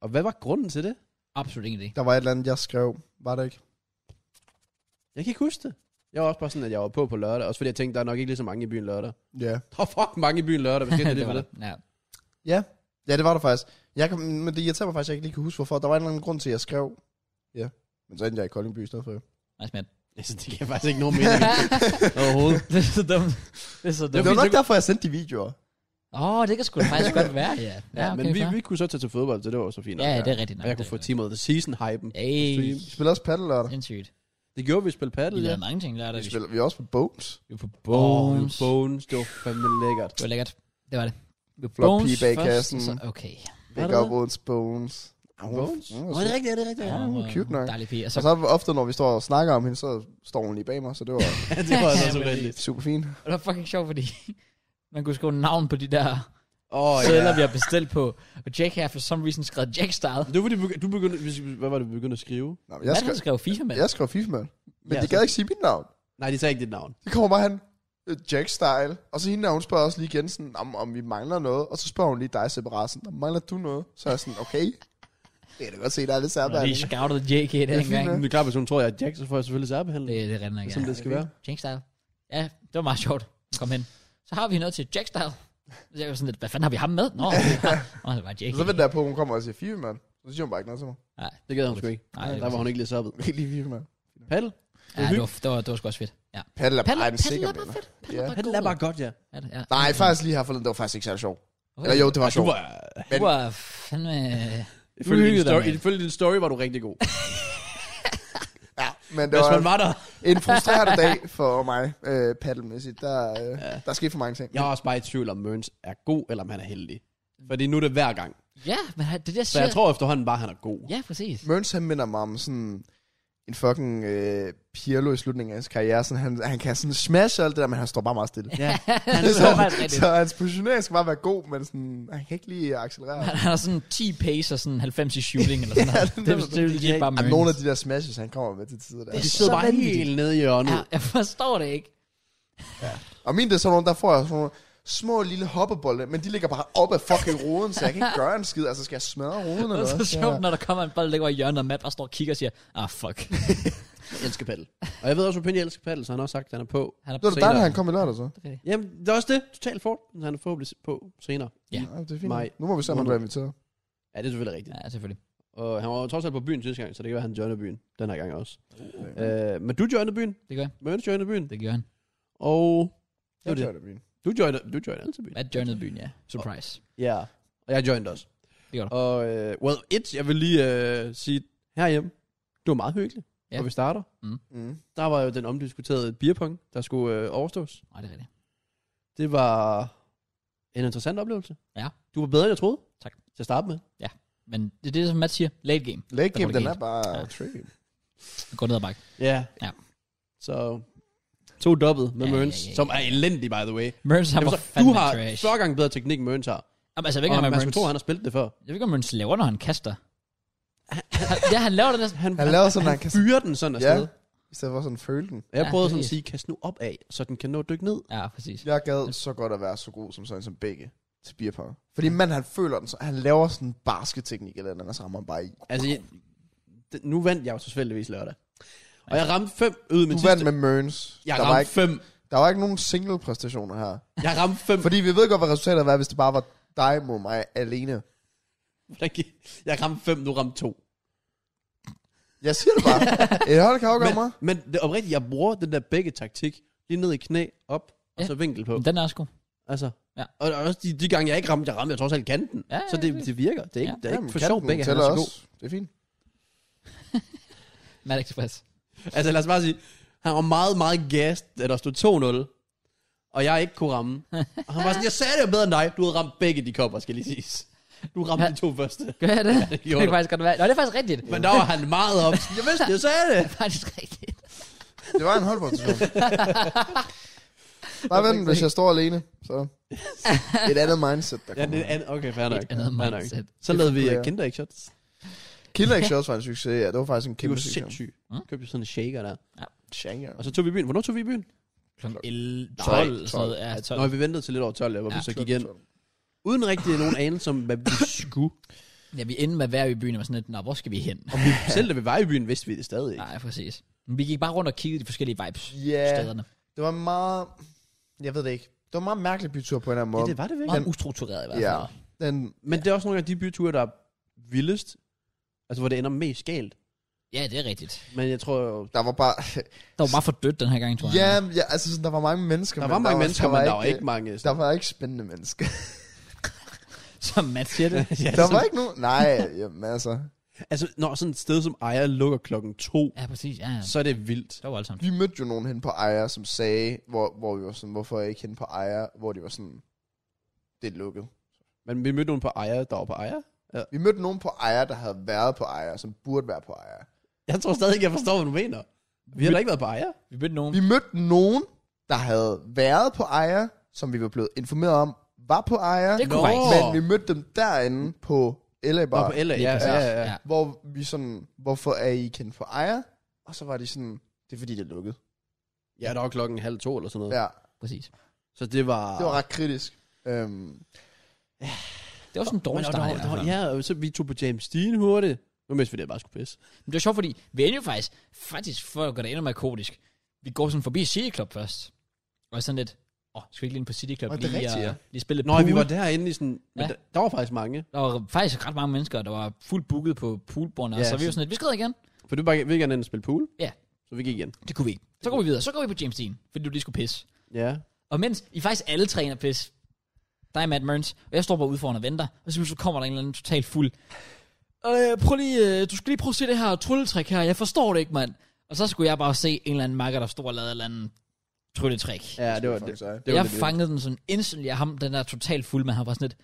Og hvad var grunden til det?
Absolut ingen idé.
Der var et eller andet, jeg skrev. Var det ikke?
Jeg kan ikke huske det. Jeg var også bare sådan, at jeg var på på lørdag. Også fordi jeg tænkte, der er nok ikke lige så mange i byen lørdag.
Ja.
Der er fucking mange i byen lørdag. Hvad skete der lige for det?
Ja.
Ja, ja det var der faktisk. Jeg kan, men det irriterer mig faktisk, at jeg ikke lige kan huske, hvorfor. Der var en eller anden grund til, at jeg skrev. Ja, men så endte jeg i Koldingby i stedet for.
Nej, smat.
Altså, det giver faktisk ikke nogen mening overhovedet.
det er så dumt. Det er så
Det
dumt.
var nok derfor, jeg sendte de videoer.
Åh, oh, det kan sgu da faktisk godt være, ja.
Ja, men vi,
fair.
vi kunne så tage til fodbold, så det var jo så fint.
Ja,
nok,
ja, det er rigtigt nok.
Og jeg kunne få Team of the Season-hypen.
Ey,
Stream.
Vi spillede også paddle lørdag.
sindssygt.
Det gjorde vi spille
Vi
paddle, ja.
lavede mange ting lørdag.
Vi,
Vi
spillede, vi var også på Bones.
vi var på
Åh,
Bones.
Bones, det var fandme lækkert.
Det var lækkert. Det var det.
Vi flot pige bag
først,
kassen.
og så- Okay.
Var
Big
det
up
det?
Odens Bones. Ah, hun-
Bones?
hun
Nå,
var sød.
rigtigt, ja, det er rigtigt.
Ja, hun var
og-
cute nok. Altså-
Dejlig pige. Og så,
Og så ofte, når vi står og snakker om hende, så står hun lige bag mig, så det var
Ja, det var altså
Ja,
så
men-
rigtigt.
super fint.
og det var fucking sjovt, fordi man kunne skrive navn på de der
Åh, ja.
sædler, vi har bestilt på. Og Jack har for some reason skrevet Jack Style.
Det var fordi, du begy- du begyndte, hvis- hvad var det, du begyndte at skrive?
Nå, men
Hvad
jeg,
skrev,
skrev,
han skrev FIFA med?
jeg skrev FIFA, mand. Men
Ja,
de
så-
gad ikke sige mit navn.
Nej, de sagde ikke dit navn.
Så kommer bare han, øh, Jack Style, og så hende der, hun spørger også lige igen, sådan, om, om vi mangler noget, og så spørger hun lige dig separat, sådan, "Nå, mangler du noget? Så er jeg sådan, okay, det kan jeg da godt se, der er lidt
Og
særbehandling.
de scoutede JK dengang.
fint,
Men det er klart, hvis hun tror, jeg er Jack, så får jeg selvfølgelig særbehandling.
Det, det er rent nok,
Som
ja.
det skal være.
Ligesom-
Jack Style. Ja, det var meget sjovt. Kom hen. Så har vi noget til Jack Style. Så jeg var sådan lidt, hvad fanden har vi ham med? Nå, Nå det var Jack.
Og så venter jeg på, at hun kommer og siger, FIFA, mand. Så siger hun bare ikke noget til mig.
Nej,
Det gad hun sgu ikke.
nej, det
Der var
var
hun ikke lige soppet.
Ikke lige FIFA, mand.
Paddle?
Ja, det var, det var, det var sgu også fedt. Ja.
Paddle er
Paddle-
bare en
paddle
sikker
er bare
vinder.
fedt.
Ja.
Paddle
Paddle er bare godt, ja.
Ja, det- ja.
Nej, faktisk lige her forleden, det var faktisk ikke særlig sjovt.
Okay.
Eller jo, det var
Du
sjovt.
var...
Du var fandme...
Ifølge din,
hyggede dig,
story,
mand.
ifølge din story var du rigtig god.
Men det
Hvis
var
man var der...
en frustrerende dag for mig, øh, paddelmæssigt. Der, øh, der skete for mange ting.
Jeg er også bare i tvivl om, Mørns er god, eller om han er heldig. Fordi nu er det hver gang.
Mm. Ja, men han- det der
Så
siger...
jeg tror efterhånden bare, han er god.
Ja, præcis.
Mørns han minder mig om sådan en fucking øh, Pirlo i slutningen af hans karriere. Sådan, han, han kan sådan smash alt det der, men han står bare meget stille.
Ja.
han
så,
står faktisk rigtigt.
så hans positionering skal bare være god, men sådan, han kan ikke lige accelerere.
Han har sådan 10 pace og sådan 90 i shooting eller sådan noget.
det er
det, det, det, det, det er bare
Jamen, nogle af
mørens.
de der smashes, han kommer med til tider der.
Det
De
er
sidder
så
bare
vanvittigt.
helt nede i hjørnet.
Ja, jeg forstår det ikke.
Og min, det er sådan nogle, der får jeg sådan nogle små lille hoppebolde, men de ligger bare op af fucking roden, så jeg kan ikke gøre en skid. Altså, skal jeg smadre roden
Det
eller
er så
hvad?
sjovt, når der kommer en bold, der ligger over i hjørnet, og Matt bare står og kigger og siger, ah, fuck.
Jeg elsker paddel. Og jeg ved også, at Penny elsker paddel, så han har også sagt, at han er på.
Han er
Det var da
Senere.
dejligt, at han kom i lørdag så.
Jamen, det er også det. Totalt for. Så han er forhåbentlig på senere.
Ja.
Ja, det er fint.
Maj.
Nu må vi se, om han bliver inviteret.
Ja, det er selvfølgelig rigtigt.
Ja, selvfølgelig.
Og han var jo trods alt på byen sidste gang, så det kan være, han joiner byen den her gang også.
Uh,
Øh, men du joiner byen.
Det gør jeg.
Mørnes joiner byen.
Det gør han.
Og det var
Jeg
det.
tør det blive.
Du joiner, du joiner altid byen.
Matt joinede byen, ja. Surprise.
Ja. Og jeg joined også.
Det gør du.
Og, øh, well, et, jeg vil lige øh, sige herhjemme. Det var meget hyggeligt.
Ja.
Ja. Og vi starter.
Mm.
Der var jo den omdiskuterede beerpong, der skulle øh, overstås.
Nej, det er rigtigt.
Det var en interessant oplevelse.
Ja.
Du var bedre, end jeg troede.
Tak.
Til at starte med.
Men det er det, som Matt siger. Late game.
Late
Den var
game,
det
den
galt.
er bare
Ja.
ja. tricky.
Gå ned og bakke.
Ja.
Ja.
Så to dobbelt med
Ja,
ja,
ja,
Mørns,
ja, ja,
som er
ja.
elendig, by the way.
Mørens, han
Jamen,
var
så, du
fandme
har
trash.
40 gange bedre teknik, end Mørns har.
Jamen, altså, jeg ved
Og
ikke, om
man
Mørens...
skulle tro, han har spillet det før.
Jeg ved ikke, om Mørens laver, når han kaster. Han- ja, han laver det næsten.
Han,
Han laver sådan, at han kan...
han fyrer den sådan afsted.
Ja. I stedet for sådan føle den.
Og Jeg
Ja,
prøvede sådan
præcis.
at sige, kast nu op af, så den kan nå at dykke ned.
Ja, præcis.
Jeg gad så godt at være så god som sådan som begge til beerpong. Fordi mand, han føler den, så han laver sådan en basketeknik eller andet, og så rammer han bare i.
Altså, jeg, det- nu vandt jeg jo tilfældigvis lørdag. Og jeg ramte fem ud
Du
med
vandt
sidste.
med Mørns.
Jeg
Der var,
ramte
ikke,
fem.
der var ikke nogen single præstationer her.
Jeg ramte fem.
Fordi vi ved godt, hvad resultatet var, hvis det bare var dig mod mig alene.
Hvordan gik- Jeg ramte fem, nu ramte to.
Jeg siger det bare. Et hold kan afgøre mig.
Men, men det er oprigtigt, jeg bruger den der begge taktik. Lige ned i knæ, op, og
Ja.
så vinkel på.
Men Den er også god.
Altså.
Ja.
Og og også de, de gange, jeg ikke ramte, jeg ramte jeg trods alt kanten.
Ja, ja,
så
ja.
det, det virker. Det er ikke,
Ja.
det er
Jamen,
ikke for
kanten
sjovt, begge han er
tæller
så god.
også. Det er fint.
Matt er ikke tilfreds.
Altså lad os bare sige, han var meget, meget gassed, da der stod 2-0, og jeg ikke kunne ramme. Og han var sådan, jeg sagde det jo bedre end dig, du havde ramt begge de kopper, skal lige siges. Du ramte
Ja.
ja. de to første.
Gør jeg det?
det
det
gjorde
kan
du.
faktisk godt være. Nå, det er faktisk rigtigt.
Men der var han meget op. Jeg vidste, det, jeg sagde det.
faktisk rigtigt.
Det var en holdposition. bare vent, hvis jeg står alene, så... Et andet mindset, der
Ja,
kommer.
det er an- okay, fair nok.
Et andet
Fair
mindset.
nok. Så lavede vi uh, kinder shots.
Killer Egg Shots var en succes, ja. Det var faktisk en
Det var
kæmpe succes.
sindssygt.
Mm.
Købte sådan en shaker der.
Shang, ja.
Og så tog vi i byen. Hvornår tog vi i byen?
Klokken 11, 12,
Nej,
12, sådan noget. Ja,
Når
12.
vi ventede til lidt over 12, ja, hvor
Ja.
vi så gik ind. Uden rigtig nogen anelse om, hvad vi skulle.
Ja, vi endte med at være i byen, og var sådan lidt, nå, hvor skal vi hen?
Og vi, selv da vi var i byen, vidste vi det stadig ikke.
Nej, præcis. Men vi gik bare rundt og kiggede de forskellige vibes
Ja,
yeah. stederne.
det var en meget... Jeg ved det ikke. Det var en meget mærkelig bytur på en eller anden
Ja,
måde.
det var det virkelig.
Meget ustruktureret i hvert
ja.
fald.
Den,
Men det er også nogle af de byture, der er vildest. Altså, hvor det ender mest galt.
Ja, det er rigtigt.
Men jeg tror jo...
der var bare...
Der var bare for dødt den her gang, tror jeg.
ja, ja, altså sådan, der var mange mennesker.
Der
men
var mange mennesker, men der var ikke
øh,
mange...
Der var ikke spændende mennesker.
Som Matt siger det.
ja,
Der var ikke nogen... Nej, jamen altså...
Altså, når sådan et sted som Ejer lukker klokken to,
ja, præcis. Ja, ja.
så er det vildt.
det var voldsomt.
Vi mødte jo nogen hen på Ejer, som sagde, hvor, hvor vi var sådan, hvorfor er I ikke hen på Ejer, hvor de var sådan, det er lukket.
Men vi mødte nogen på Ejer, der var på Ejer.
Vi mødte nogen på Ejer, der havde været på Ejer, som burde være på Ejer.
Jeg tror stadig ikke, jeg forstår, hvad du mener. Vi har da ikke været på Ejer.
Vi mødte nogen.
Vi mødte nogen, der havde været på Ejer, som vi var blevet informeret om, var på Ejer.
Det er
Nå.
korrekt.
Men vi mødte dem derinde på LA
Nå,
Bar,
på altså. LA.
Lige
Ja, ja,
præcis.
ja, ja.
Ja.
hvor vi sådan, hvorfor er I kendt for Ejer? Og så var de sådan, det er fordi, det er lukket.
Ja, der var klokken halv to eller sådan noget.
Ja,
Præcis.
Så det var...
det var ret kritisk. Øhm,
Det var sådan en dårlig
Men, og der
start.
var-
i hvert
der var-
fald.
Ja, og så vi tog på James Dean hurtigt. Nu mistede vi det, jeg bare skulle pisse.
Men det var sjovt, fordi vi endte jo faktisk, faktisk for at gøre det endnu mere kodisk, vi går sådan forbi City Club først. Og sådan lidt, åh, oh, skal vi ikke lige ind på City Club
Nå, det er
lige,
rigtigt, ja.
og, lige spille lidt
Nå,
pool?
vi var derinde i sådan... Men
Ja.
der, der var faktisk mange.
Der var faktisk ret mange mennesker, der var fuldt booket på poolbordene, og
Ja,
så vi var
sådan-
sådan lidt, vi skal ud igen.
For du bare vil gerne ind og spille pool.
Ja.
Så vi gik igen.
Det kunne vi ikke. Så går vi videre, så går vi på James Dean, fordi du lige skulle pisse.
Ja.
Og mens I faktisk alle træner pis, der er Matt Merns, og jeg står bare ude foran og venter, og så pludselig kommer der en eller anden totalt fuld. Øh, prøv lige, øh, du skal lige prøve at se det her trylletrik her, jeg forstår det ikke, mand. Og så skulle jeg bare se en eller anden makker, der stod og lavede et eller andet trylletrik.
Ja, det var
fucking
det.
sej.
det var
jeg
lidt vildt.
fangede den sådan instantly af ham, den der totalt fuld, man har bare sådan lidt,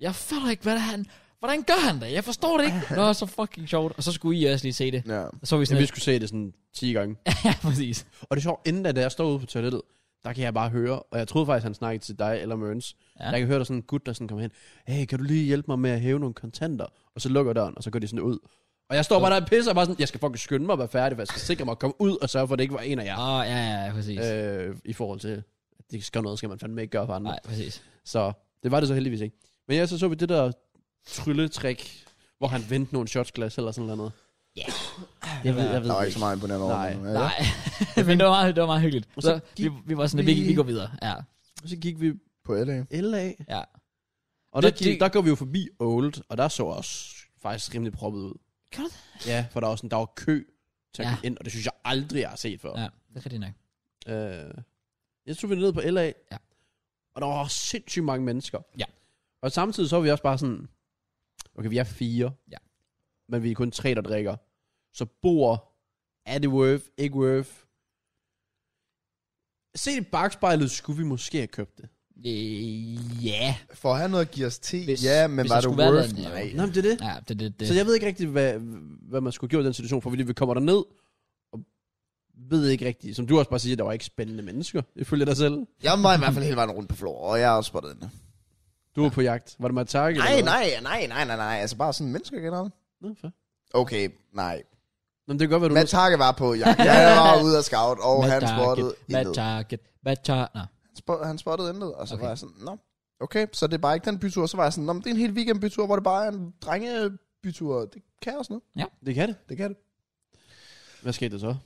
jeg fatter ikke, hvad det er, han, Hvordan gør han det? Jeg forstår det ikke. Nå, så fucking sjovt. Og så skulle I også lige se det.
Ja.
Og så var vi
Ja,
sådan
vi
lidt,
skulle se det sådan 10 gange.
ja, præcis.
Og det er sjovt, inden da da jeg står ude på toilettet, der kan jeg bare høre, og jeg troede faktisk, han snakkede til dig eller Mørns.
Ja.
Ja. Der kan høre, der er sådan en gut, der sådan kommer hen, hey, kan du lige hjælpe mig med at hæve nogle kontanter? Og så lukker døren, og så går de sådan ud. Og jeg står bare der og pisser, og bare sådan, jeg skal fucking skynde mig at være færdig, for jeg skal sikre mig at komme ud og sørge for, at det ikke var en af jer.
Åh, oh, ja, ja, ja, præcis. Øh.
Øh, I forhold til, at det skal noget, skal man fandme ikke gøre for andre.
Nej, præcis.
Så det var det så heldigvis ikke. Men ja, så så vi det der trylletrik, hvor han vendte nogle shotsglas eller sådan noget.
Ja.
Jeg ved, jeg
Der
ved
var
det
ikke så meget imponerende over
Nej.
det nu, ja.
Nej, men det var meget, det var meget hyggeligt.
Og
Så
så
vi, vi var sådan, at vi, vi går videre. Ja,
Så gik vi
På LA.
LA.
ja.
Og der,
Det-
gik,
det-
der går vi jo forbi Old, og der så også faktisk rimelig proppet ud.
Gør det?
Ja, for der var, sådan, der var kø til at
Ja.
ja. ind, og det synes jeg aldrig, jeg har set før.
Ja, det er rigtigt nok.
Øh, jeg tog vi ned på LA,
Ja.
og der var sindssygt mange mennesker.
Ja.
Og samtidig så var vi også bare sådan, okay, vi er fire,
Ja.
men vi er kun tre, der drikker. Så bor, er det worth, ikke worth? Se i bagspejlet, skulle vi måske have købt det.
Øh, Ja,
For at have noget at give os te,
Hvis-
ja, men
hvis
var
der
det
skulle være
worth?
noget, ja.
Nej.
Nå, men det er det.
ja, det, det, det.
Så jeg ved ikke rigtig, hvad, hvad man skulle have gjort i den situation, for fordi vi kommer derned, og ved ikke rigtigt, som du også bare siger, der var ikke spændende mennesker, ifølge dig selv.
Jeg var i hvert fald hele vejen rundt på flor, og jeg har også spottet den.
Du var på jagt. Var det Matake?
Nej, nej, nej, nej, nej, nej. Altså bare sådan mennesker generelt.
Nå, fair.
Okay, nej.
Nå, men det kan godt være, du...
Matt Tarke var på jagt. Jeg var ude og scout, og
Mad
han
target,
spottede
Mad
intet.
target, mad target. Nå,
Spot, han spottede intet, og så
Okay.
okay. var jeg sådan, nå, okay, så det er bare ikke den bytur. Så var jeg sådan, nå, men det er en hel weekendbytur, hvor det bare er en drengebytur. Det kan også noget.
Det kan det.
Det kan det.
Hvad skete der så? Øh,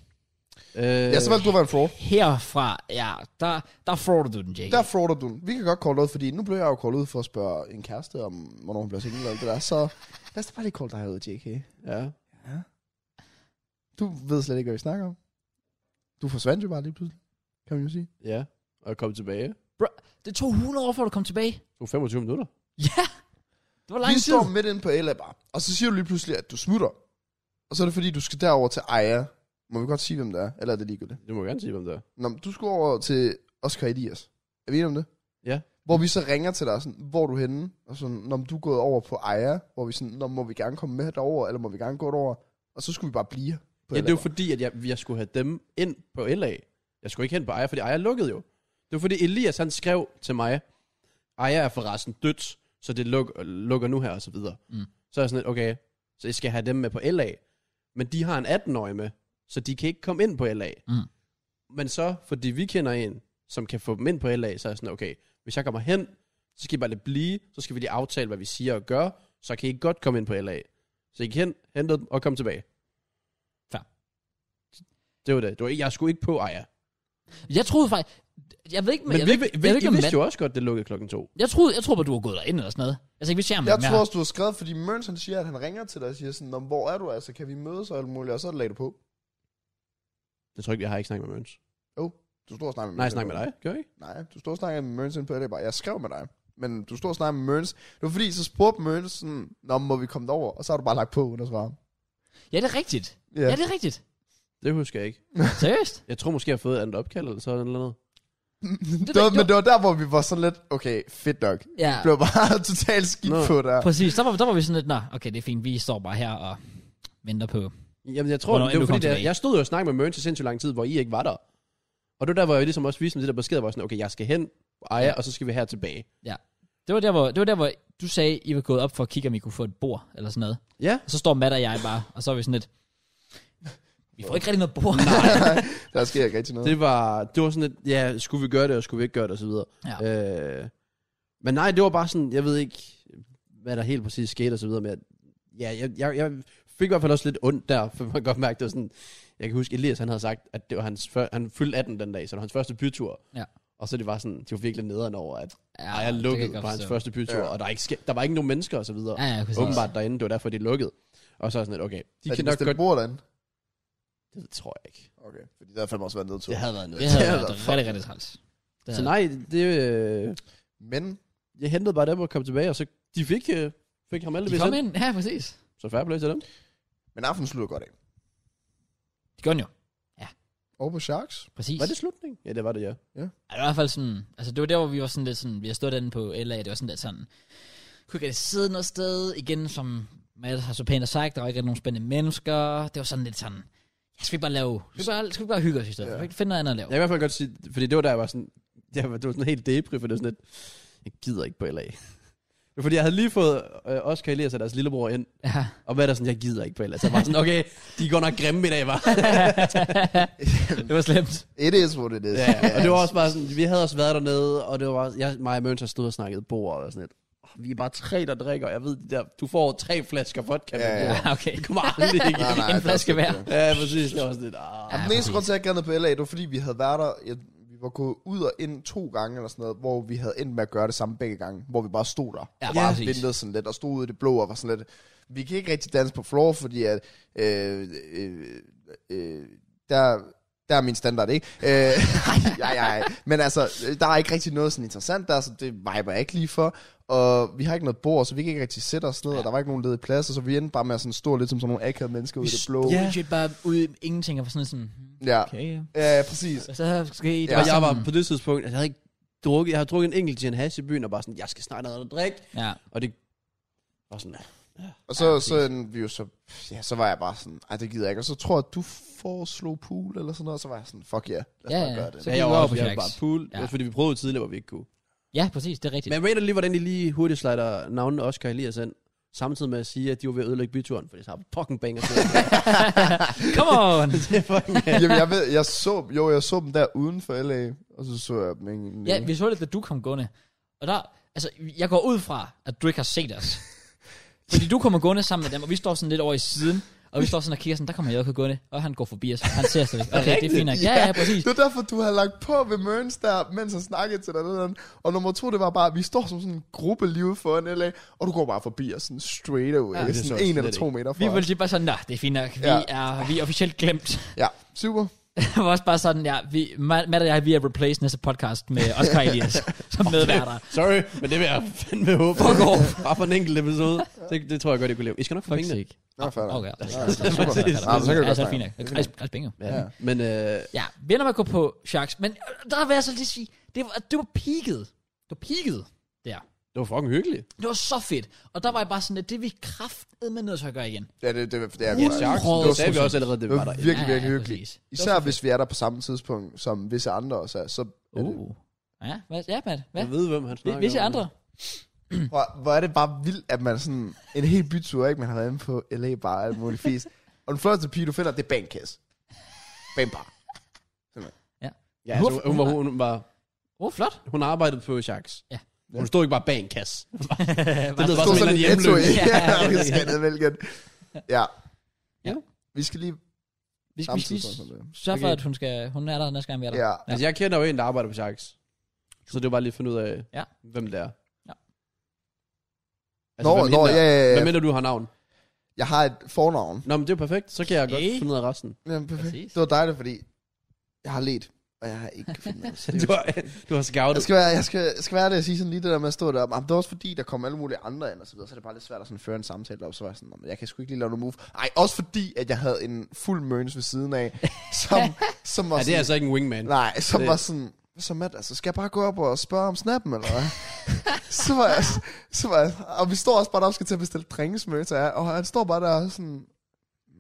Øh. Ja, så valgte du at være en fraud.
herfra, ja, der, der frauder du den, Jake.
Der frauder du den. Vi kan godt call ud, fordi nu blev jeg jo call ud for at spørge en kæreste om, hvornår hun bliver single eller alt det der. Så lad os da bare lige call dig ud, JK.
ja.
Du ved slet ikke, hvad vi snakker om. Du forsvandt jo bare lige pludselig, kan man jo sige.
ja, og jeg kom tilbage.
Det tog 100 år, før du kom tilbage.
Det var 25 minutter.
Ja, det var lang
Vi
tid.
står midt inde på LA bare, og så siger du lige pludselig, at du smutter. Og så er det fordi, du skal derover til Aya. Må vi godt sige, hvem det er? Eller er det ligegyldigt?
Du må gerne sige, hvem det er.
Nå, men du skulle over til Oscar Elias. Er vi enige om det?
Ja.
Hvor vi så ringer til dig, og sådan, hvor er du henne? Og sådan, når du er gået over på Aya, hvor vi sådan, når må vi gerne komme med derover eller må vi gerne gå derover? Og så skulle vi bare blive her på
Ja,
LA
det var
bar.
fordi, at jeg, jeg skulle have dem ind på LA. Jeg skulle ikke hen på Aya, fordi Aya lukkede jo. Det var fordi Elias, han skrev til mig, Aya er forresten dødt, så det luk, lukker nu her, og så videre.
Mm.
Så er jeg sådan lidt, okay, så jeg skal have dem med på LA. Men de har en 18-årig med, så de kan ikke komme ind på LA.
Mm.
Men så, fordi vi kender en, som kan få dem ind på LA, så er jeg sådan, okay, hvis jeg kommer hen, så skal I bare lidt blive, så skal vi lige aftale, hvad vi siger og gør, så kan I godt komme ind på LA. Så I gik hen, hentede dem og kom tilbage.
Fair.
Det var det. det var, ikke- jeg skulle ikke på Aya.
Jeg troede faktisk... Jeg ved ikke,
Men
jeg,
vi,
ved, ikke-
vi, vi,
jeg, ved
vi
ikke, om
vidste
mand-
jo også godt, det lukkede klokken to.
jeg troede, jeg troede, bare, du var gået derind eller sådan noget. Altså, ikke, vi ser ham
Jeg
ikke
tror
mere.
også, du har skrevet, fordi Mørns han siger, at han ringer til dig og siger sådan, "Nå, men hvor er du altså, kan vi mødes og alt muligt? Og så lagde du på.
Det tror jeg ikke, jeg har ikke snakket med Møns.
Du stod og snakkede med
Nej, jeg
Mørns.
snakker med dig. Gør jeg ikke?
Nej, du stod og snakkede med Mørns inde på LA bar. Jeg skrev med dig. Men du stod og snakkede med Mørns. Det var fordi, så spurgte Mørns sådan, Nå, men må vi komme derover? Og så har du bare lagt på uden at svare.
Ja, det er rigtigt. Ja, det er rigtigt.
Det husker jeg ikke.
Seriøst?
Jeg tror måske, jeg har fået et andet opkald eller sådan noget.
Det er
det, var,
rigtigt.
men det var der, hvor vi var sådan lidt, okay, fedt nok.
Ja,
Det blev bare totalt skidt
Nå.
på der.
præcis. Der var, der var vi sådan lidt, nå, okay, det er fint, vi står bare her og venter på.
Jamen, jeg tror,
Hvornår
det
end du
var
kom
fordi, jeg,
tilbage.
jeg stod jo og snakkede med Mørns i sindssygt lang tid, hvor I ikke var der. Og det var der, hvor jeg ligesom også viste mig det der besked, hvor jeg sådan, okay, jeg skal hen, på Aya, og så skal vi her tilbage.
Det var der, hvor, det var der, hvor du sagde, I var gået op for at kigge, om I kunne få et bord, eller sådan noget.
Ja.
Og så står Matt og jeg bare, og så er vi sådan lidt, vi får ikke rigtig noget bord.
Der sker ikke rigtig noget.
Det var, det var sådan lidt, ja, skulle vi gøre det, og skulle vi ikke gøre det, og så videre. Ja. Øh, men nej, det var bare sådan, jeg ved ikke, hvad der helt præcis skete, og så videre, men jeg, ja, jeg, jeg, jeg fik i hvert fald også lidt ondt der, for man kan godt mærke, det var sådan, jeg kan huske, Elias, han havde sagt, at det var hans, før, han fyldte 18 den dag, så det var hans første bytur.
Ja.
Og så det var sådan, de var virkelig nederen over, at
ja,
Ej, jeg
det kan
lukkede
godt
på hans
forstå.
første bytur,
Ja.
ja. og der, er ikke, ske- der var ikke nogen mennesker og så videre.
Ja, ja, præcis.
Åbenbart derinde, det var derfor, de lukkede. Og så er jeg sådan lidt, okay, de
Er
kan nok godt...
bord derinde?
Det tror jeg ikke.
Okay, fordi der har fandme også været nedtur.
Det havde været noget.
Det havde
Det
været
er da
rigtig, rigtig, rigtig træls. Det
Så
havde-
nej, det, øh,
Men
jeg hentede bare dem og kom tilbage, og så de fik, øh, fik ham
De
heldigvis
kom
ind.
ind, ja, præcis.
Så færre play til dem.
Men aftenen slutter godt af.
Det gjorde den jo,
Over på Sharks.
præcis.
Var det slutning? Ja, det var det, ja.
Ja, det var i hvert fald sådan, altså det var der, hvor vi var sådan lidt sådan, vi har stået derinde på LA, det var sådan lidt sådan, kunne ikke rigtig sidde noget sted. Igen, som Matt har så pænt har sagt, der var ikke rigtig nogen spændende mennesker. Det var sådan lidt sådan, ja, skal vi bare lave, skal vi bare, skal vi bare hygge os i stedet?
Ja.
Ja. Finde noget andet at lave.
Jeg kan i hvert fald godt sige, fordi det var der, jeg var sådan, jeg var, det var sådan helt depri, for det var sådan lidt, jeg gider ikke på LA. Det var fordi, jeg havde lige fået øh, Oscar Elias og deres lillebror ind,
Ja.
og hvad er der sådan, jeg gider ikke på LA. Så jeg var sådan, okay, de går nok grimme i dag, var.
det var slemt.
It is what it is.
ja, og det var også bare sådan, vi havde også været dernede, og det var bare, jeg, mig og Møns har stået og snakket bord og sådan lidt. "Åh, Vi er bare tre, der drikker, og jeg ved, de der, du får tre flasker vodka.
Ja,
med
ja.
bord.
Ja, okay.
Det kommer aldrig ikke.
Nej, nej,
en
det er
flaske
også
hver.
det.
ja, præcis. Det var sådan lidt, ah.
Ja,
Ja,
den eneste
præcis.
grund til, at jeg gerne på LA, det var fordi, vi havde været der, jeg, vi var gået ud og ind to gange eller sådan noget, hvor vi havde endt med at gøre det samme begge gange, hvor vi bare stod der.
Ja,
og bare
præcis.
ventede sådan lidt, og stod ude i det blå og var sådan lidt, vi kan ikke rigtig danse på floor, fordi at, øh, øh, øh, der, der er min standard, ikke? Øh, ej, ej, ej. Men altså, der er ikke rigtig noget sådan interessant der, så det viber jeg ikke lige for. Og vi har ikke noget bord, så vi kan ikke rigtig sætte os ned, ja. og der var ikke nogen ledige pladser, så vi endte bare med at sådan stå lidt som sådan nogle akavede mennesker ude i det blå.
Ja. Legit bare ude i ingenting og var sådan lidt sådan, hmm,
Ja,
okay. ja.
ja præcis.
Og Så skal I... det
Ja.
Og jeg
sådan-
var på det tidspunkt, altså, jeg havde ikke drukket, jeg havde drukket en enkelt gin hash i byen, og bare sådan, jeg skal snart have noget at drikke.
Ja.
Og det var sådan,
Og så, ja,
præcis.
så, en, vi jo så, ja, så var jeg bare sådan, ej, det gider jeg ikke. Og så tror jeg, at du foreslog pool eller sådan noget, og så var jeg sådan, fuck yeah, lad os
Ja,
ja, bare
ja.
gøre det.
Så-
ja,
gik
jeg
vi
var
over
også,
på
jeg
Shacks.
var bare pool.
Ja.
Ja. Også fordi vi prøvede tidligere, hvor vi ikke kunne.
ja, præcis, det er rigtigt.
Men jeg rater lige, hvordan de lige hurtigt slider navnene Oscar Elias ind, samtidig med at sige, at de var ved at ødelægge byturen, for det har fucking banger til.
Come on!
det er fucking...
Jamen, jeg ved, jeg så, jo, jeg så dem der uden for LA, og så så jeg dem ikke.
ja, vi så det, da du kom gående. Og der, altså, jeg går ud fra, at du ikke har set os. Fordi du kommer gående sammen med dem, og vi står sådan lidt over i siden, og vi står sådan og kigger sådan, der kommer Jakob gående, og han går forbi os, han ser os slet ikke. Okay, det er fint nok. Ja, ja, præcis.
Det var derfor, du havde lagt på ved Mørns der, mens han snakkede til dig. eller andet. Og nummer to, det var bare, at vi står som sådan en gruppe lige foran LA, og du går bare forbi og sådan straight away,
Ja,
ja,
det så jeg
sådan en
slet
eller to
ikke.
meter fra.
Vi
os.
var lige bare sådan, nej, det er fint nok. Vi,
Ja.
er, vi er officielt glemt.
Ja, super.
Det var også bare sådan, ja, vi, Matt Matt og jeg, vi er replaced næste podcast med Oscar Elias, som medværter.
Sorry, men det vil jeg fandme håbe. Fuck off. Bare for en enkelt episode. Det, det tror jeg godt, jeg kunne leve. I skal nok få
Faktisk
pengene.
ikke.
Nå, fair nok.
Ah, Okay.
Ja, super.
Fair nok, fair nok.
Nå, men så kan vi
Ja,
godt
så er det
snakke
fint
om
nok. Rejs- rejs bingo.
Ja. Men øh,
Ja, vi ender med at gå på Sharks, men øh, der vil jeg så lige sige, det var, det var peaket. Det var peaket der.
det var fucking hyggeligt.
Det var så fedt. Og der var jeg bare sådan, at det er vi kraftede med nødt til at gøre igen.
det. Ja, det, det, det, det er
Ja,
godt.
Sharks,
Rød.
det sagde vi også allerede, det
Det
var der.
var virkelig,
Ja, ja,
virkelig hyggeligt.
præcis. Det var
Især hvis vi er der på samme tidspunkt, som visse andre også er. Så er det-
Uh. Ja, hvad, ja Matt, hvad?
Jeg ved, hvem han snakker
Visse
om.
andre?
Hvor, hvor er det bare vildt, at man sådan... En hel bytur, ikke? Man har været inde på LA bare alt muligt fisk. og den flotteste pige, du finder, det er Bankas. Bambar.
Ja, altså, hun, var, hun, var,
Åh, oh, flot.
hun arbejdede på Shacks.
Ja.
Hun stod ikke bare bag en kasse.
det
lyder
Stod
som
sådan
en
en
eller anden
netto i.
hjemløs.
Ja, vi skal ned igen. Ja.
Ja.
Vi skal lige
Vi skal,
samme
vi skal
tidspunkt som det.
sørge for,
Okay.
at hun, skal, hun er der næste gang, vi er der.
Ja.
Altså, jeg kender jo en, der arbejder på Shacks. Så det var bare lige at finde ud af,
Ja.
hvem det er.
Ja.
Nå,
hvem hende
nå,
er.
ja, ja,
Hvad
ja.
Altså, mener du har navn?
Jeg har et fornavn.
Nå, men det er jo perfekt. Så kan jeg godt
Okay.
finde ud af resten.
Ja, perfekt.
Præcis.
Det var dejligt, fordi jeg har let, og jeg har ikke fundet noget.
Du har, du har
Jeg
scoutet.
skal være, jeg skal, jeg skal være det at sige sådan lige det der med at stå deroppe. Jamen, det er også fordi, der kom alle mulige andre ind og så videre, så er det bare lidt svært at sådan føre en samtale op. Så var jeg sådan, "Nå, men jeg kan sgu ikke lige lave noget move. Ej, også fordi, at jeg havde en fuld møns ved siden af, som, som var
Ja, det er
sådan,
altså ikke en wingman.
nej, som
det-
var sådan, så Matt, altså, skal jeg bare gå op og spørge om snappen, eller hvad? så var jeg, så var jeg, og vi står også bare deroppe, skal til at bestille drinks, møns er, og han står bare der og sådan,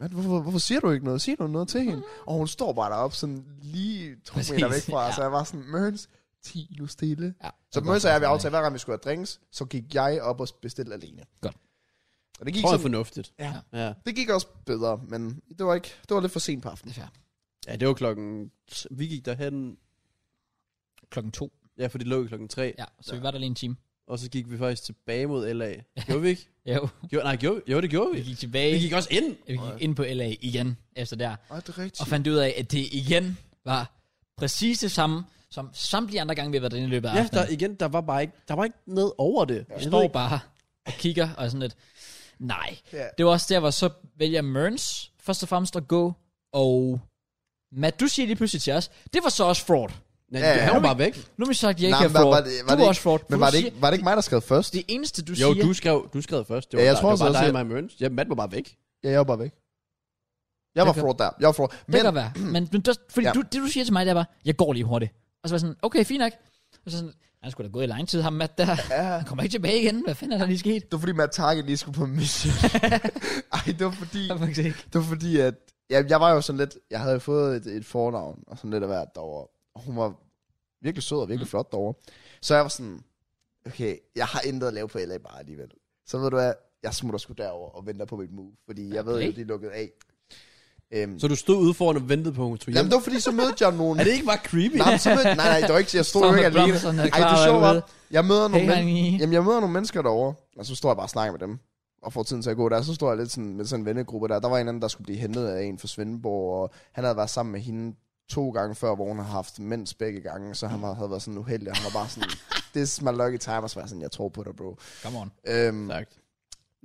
Matt, hvorfor, hvorfor siger du ikke noget? Siger du noget til hende? Og hun står bare deroppe, sådan lige
Præcis,
to Præcis, meter væk fra,
ja.
ja. så jeg var sådan, Mørns, 10 nu stille.
Ja.
Så Møns og jeg, vi aftalte, hver gang vi skulle have drinks, så gik jeg op og bestilte alene.
Godt.
Og det
Jeg
gik,
tror jeg er
sådan,
fornuftigt.
Ja.
ja.
det gik også bedre, men det var, ikke, det var lidt for sent på
Det
aftenen.
er fair.
Ja, det var klokken... Vi gik derhen...
Klokken to.
Ja, for det lå jo klokken tre. Ja.
Ja, så vi var der lige en time.
Og så gik vi faktisk tilbage mod LA. Gjorde vi ikke?
Jo,
Gjorde, nej, gjorde, vi- jo, det gjorde vi.
vi gik tilbage.
Vi gik også ind.
Vi gik ind på LA igen efter der.
Ej, det er rigtigt.
og fandt ud af, at det igen var præcis det samme, som samtlige andre gange, vi har været derinde i løbet af
Ja, der,
aftenen.
igen, der var bare ikke, der var ikke noget over det.
Jeg
ved
står
ikke-
bare og kigger og er sådan lidt, nej.
Ja.
Det var også der, hvor så vælger Mørns først og fremmest at gå, og Matt, du siger lige pludselig til os, det var så også fraud.
Nej,
Ja, ja.
han var bare væk.
Nu har vi sagt, at jeg
Nej,
ikke er
men var-
fraud.
var det- var
du
det
var
ikke-
også fraud. for
Men
du
var det,
siger-
ikke, var det ikke mig, der skrev først?
det eneste, du
Jo,
siger...
du skrev, du skrev først. Det var
Ja, jeg
der,
tror
det
altså
var bare
også,
dig og mig og Mørns. Ja, Matt var bare væk.
Ja, jeg var bare væk. Jeg var
kan-
fraud der. Jeg var fraud.
Det
Men
kan godt være. Men, men du, fordi
Ja.
ja. du, det, du siger til mig, det er bare, jeg går lige hurtigt. Og så var jeg sådan, okay, fint nok. Og så sådan, Han skulle da gå i lang tid, ham Matt der.
Ja.
Han kommer ikke tilbage igen. Hvad fanden er der lige sket?
Det var fordi, Matt Target lige skulle på en mission. Ej, det var fordi...
Jeg ved faktisk ikke.
Det var fordi, at ja, jeg var jo sådan lidt, jeg havde jo fået et, et fornavn, og sådan lidt af hvert derovre. Og hun var virkelig sød og
Mm.
virkelig flot derovre. Så jeg var sådan, okay, jeg har intet at lave på LA bare alligevel. Så ved du hvad, jeg smutter sgu derover og venter på mit move, fordi jeg ved
Okay.
jo, de er lukket af. Øhm,
Så du stod ude foran og ventede på, at hun tog hjem?
jamen, det var fordi, så mødte jeg nogen.
er det ikke bare creepy?
Nej, men så mødte, nej, nej, det var ikke, jeg stod jo ikke alene.
Ej,
Ej, det er sjovt, var, jeg møder nogle
Hey,
men-
honey.
Jamen, jeg møder nogle mennesker derovre, og så står jeg bare og snakker med dem. Og får tiden til at gå der, så står jeg lidt sådan, med sådan en vennegruppe der. Der var en anden, der skulle blive hentet af en fra Svendborg, og han havde været sammen med hende to gange før, hvor hun har haft mens begge gange, så han var- havde været sådan uheldig, og han var bare sådan, this is my lucky time, og så var jeg sådan, jeg tror på dig, bro.
Come on.
Øhm,
Sagt.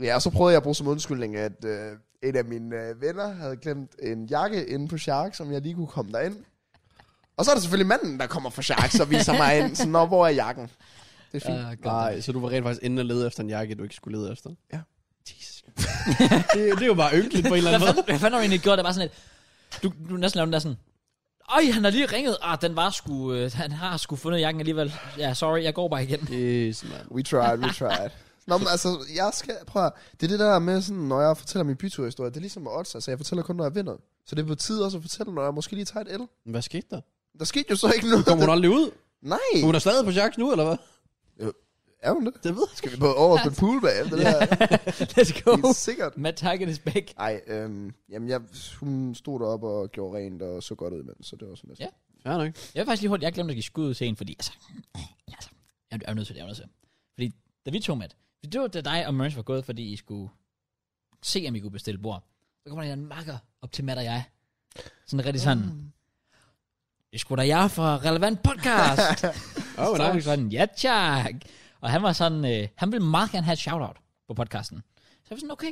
ja, og så prøvede jeg at bruge som undskyldning, at øh, en af mine øh, venner havde glemt en jakke inde på Shark, som jeg lige kunne komme derind. Og så er det selvfølgelig manden, der kommer fra Shark, så viser mig ind, sådan, "Nå, hvor er jakken? Det er fint.
Uh,
Nej, så du var rent faktisk inde og lede efter en jakke, du ikke skulle lede efter?
Ja.
Jesus. det, det er jo bare ynkeligt på en eller
Hvad
anden måde.
fanden- hvad fanden har du egentlig gjort? Det var sådan et... Du, du næsten lavede den der sådan... Øj, han har lige ringet. Ah, den var sgu... Øh, han har sgu fundet jakken alligevel. Ja, sorry, jeg går bare igen.
Jesus, man.
We tried, we tried. Nå, men altså, jeg skal, prøv at, det er det der med sådan, når jeg fortæller min byturhistorie, det er ligesom med odds, altså jeg fortæller kun, når jeg vinder. Så det er på tide også at fortælle, når jeg måske lige tager et L.
Men Hvad skete der?
Der skete jo så ikke noget.
Kommer hun aldrig ud?
Nej,
Hun er stadig på Jacques nu, eller hvad?
er hun det?
Det ved jeg
Skal vi på over på en pool bagefter det her?
Let's go.
Helt sikkert.
Matt Target is back.
Ej, øhm, jamen jeg, hun stod deroppe og gjorde rent og så godt ud imens, så det var sådan lidt.
Ja.
Fair nok.
Jeg vil faktisk lige hurtigt, jeg glemte at give skud til en, fordi altså, altså jeg er jo nødt til det, jeg er nødt til. Fordi da vi tog med, det var da dig og Merns var gået, fordi I skulle se, om I kunne bestille bord. Så kommer der en makker op til Matt og jeg. Sådan rigtig sådan. Mm. Det skulle da jeg fra Relevant Podcast.
Åh, oh,
så var vi
nice.
sådan, ja tak. Og han var sådan, øh, han ville meget gerne have et shout-out på podcasten. Så jeg var sådan, okay,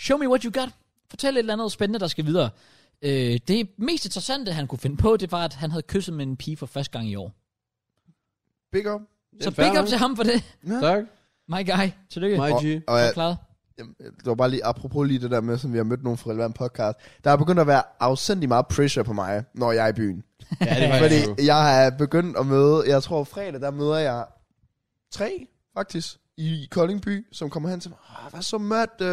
show me what you got. Fortæl et eller andet spændende, der skal videre. Øh, det mest interessante, han kunne finde på, det var, at han havde kysset med en pige for første gang i år.
Big up.
Det er
Så
fair
big up
nok.
til ham for det.
Tak.
My guy, tillykke.
My G.
Og
Du
jeg,
er klaret.
Jamen, det var bare lige apropos lige det der med, som vi har mødt nogen fra relevant podcast. Der er begyndt at være afsendig meget pressure på mig, når jeg er i byen.
Ja, det var jeg.
Fordi jeg er begyndt at møde, jeg tror fredag, der møder jeg tre faktisk i Koldingby, som kommer hen til mig. "Åh, Hvad så mørkt? Øh,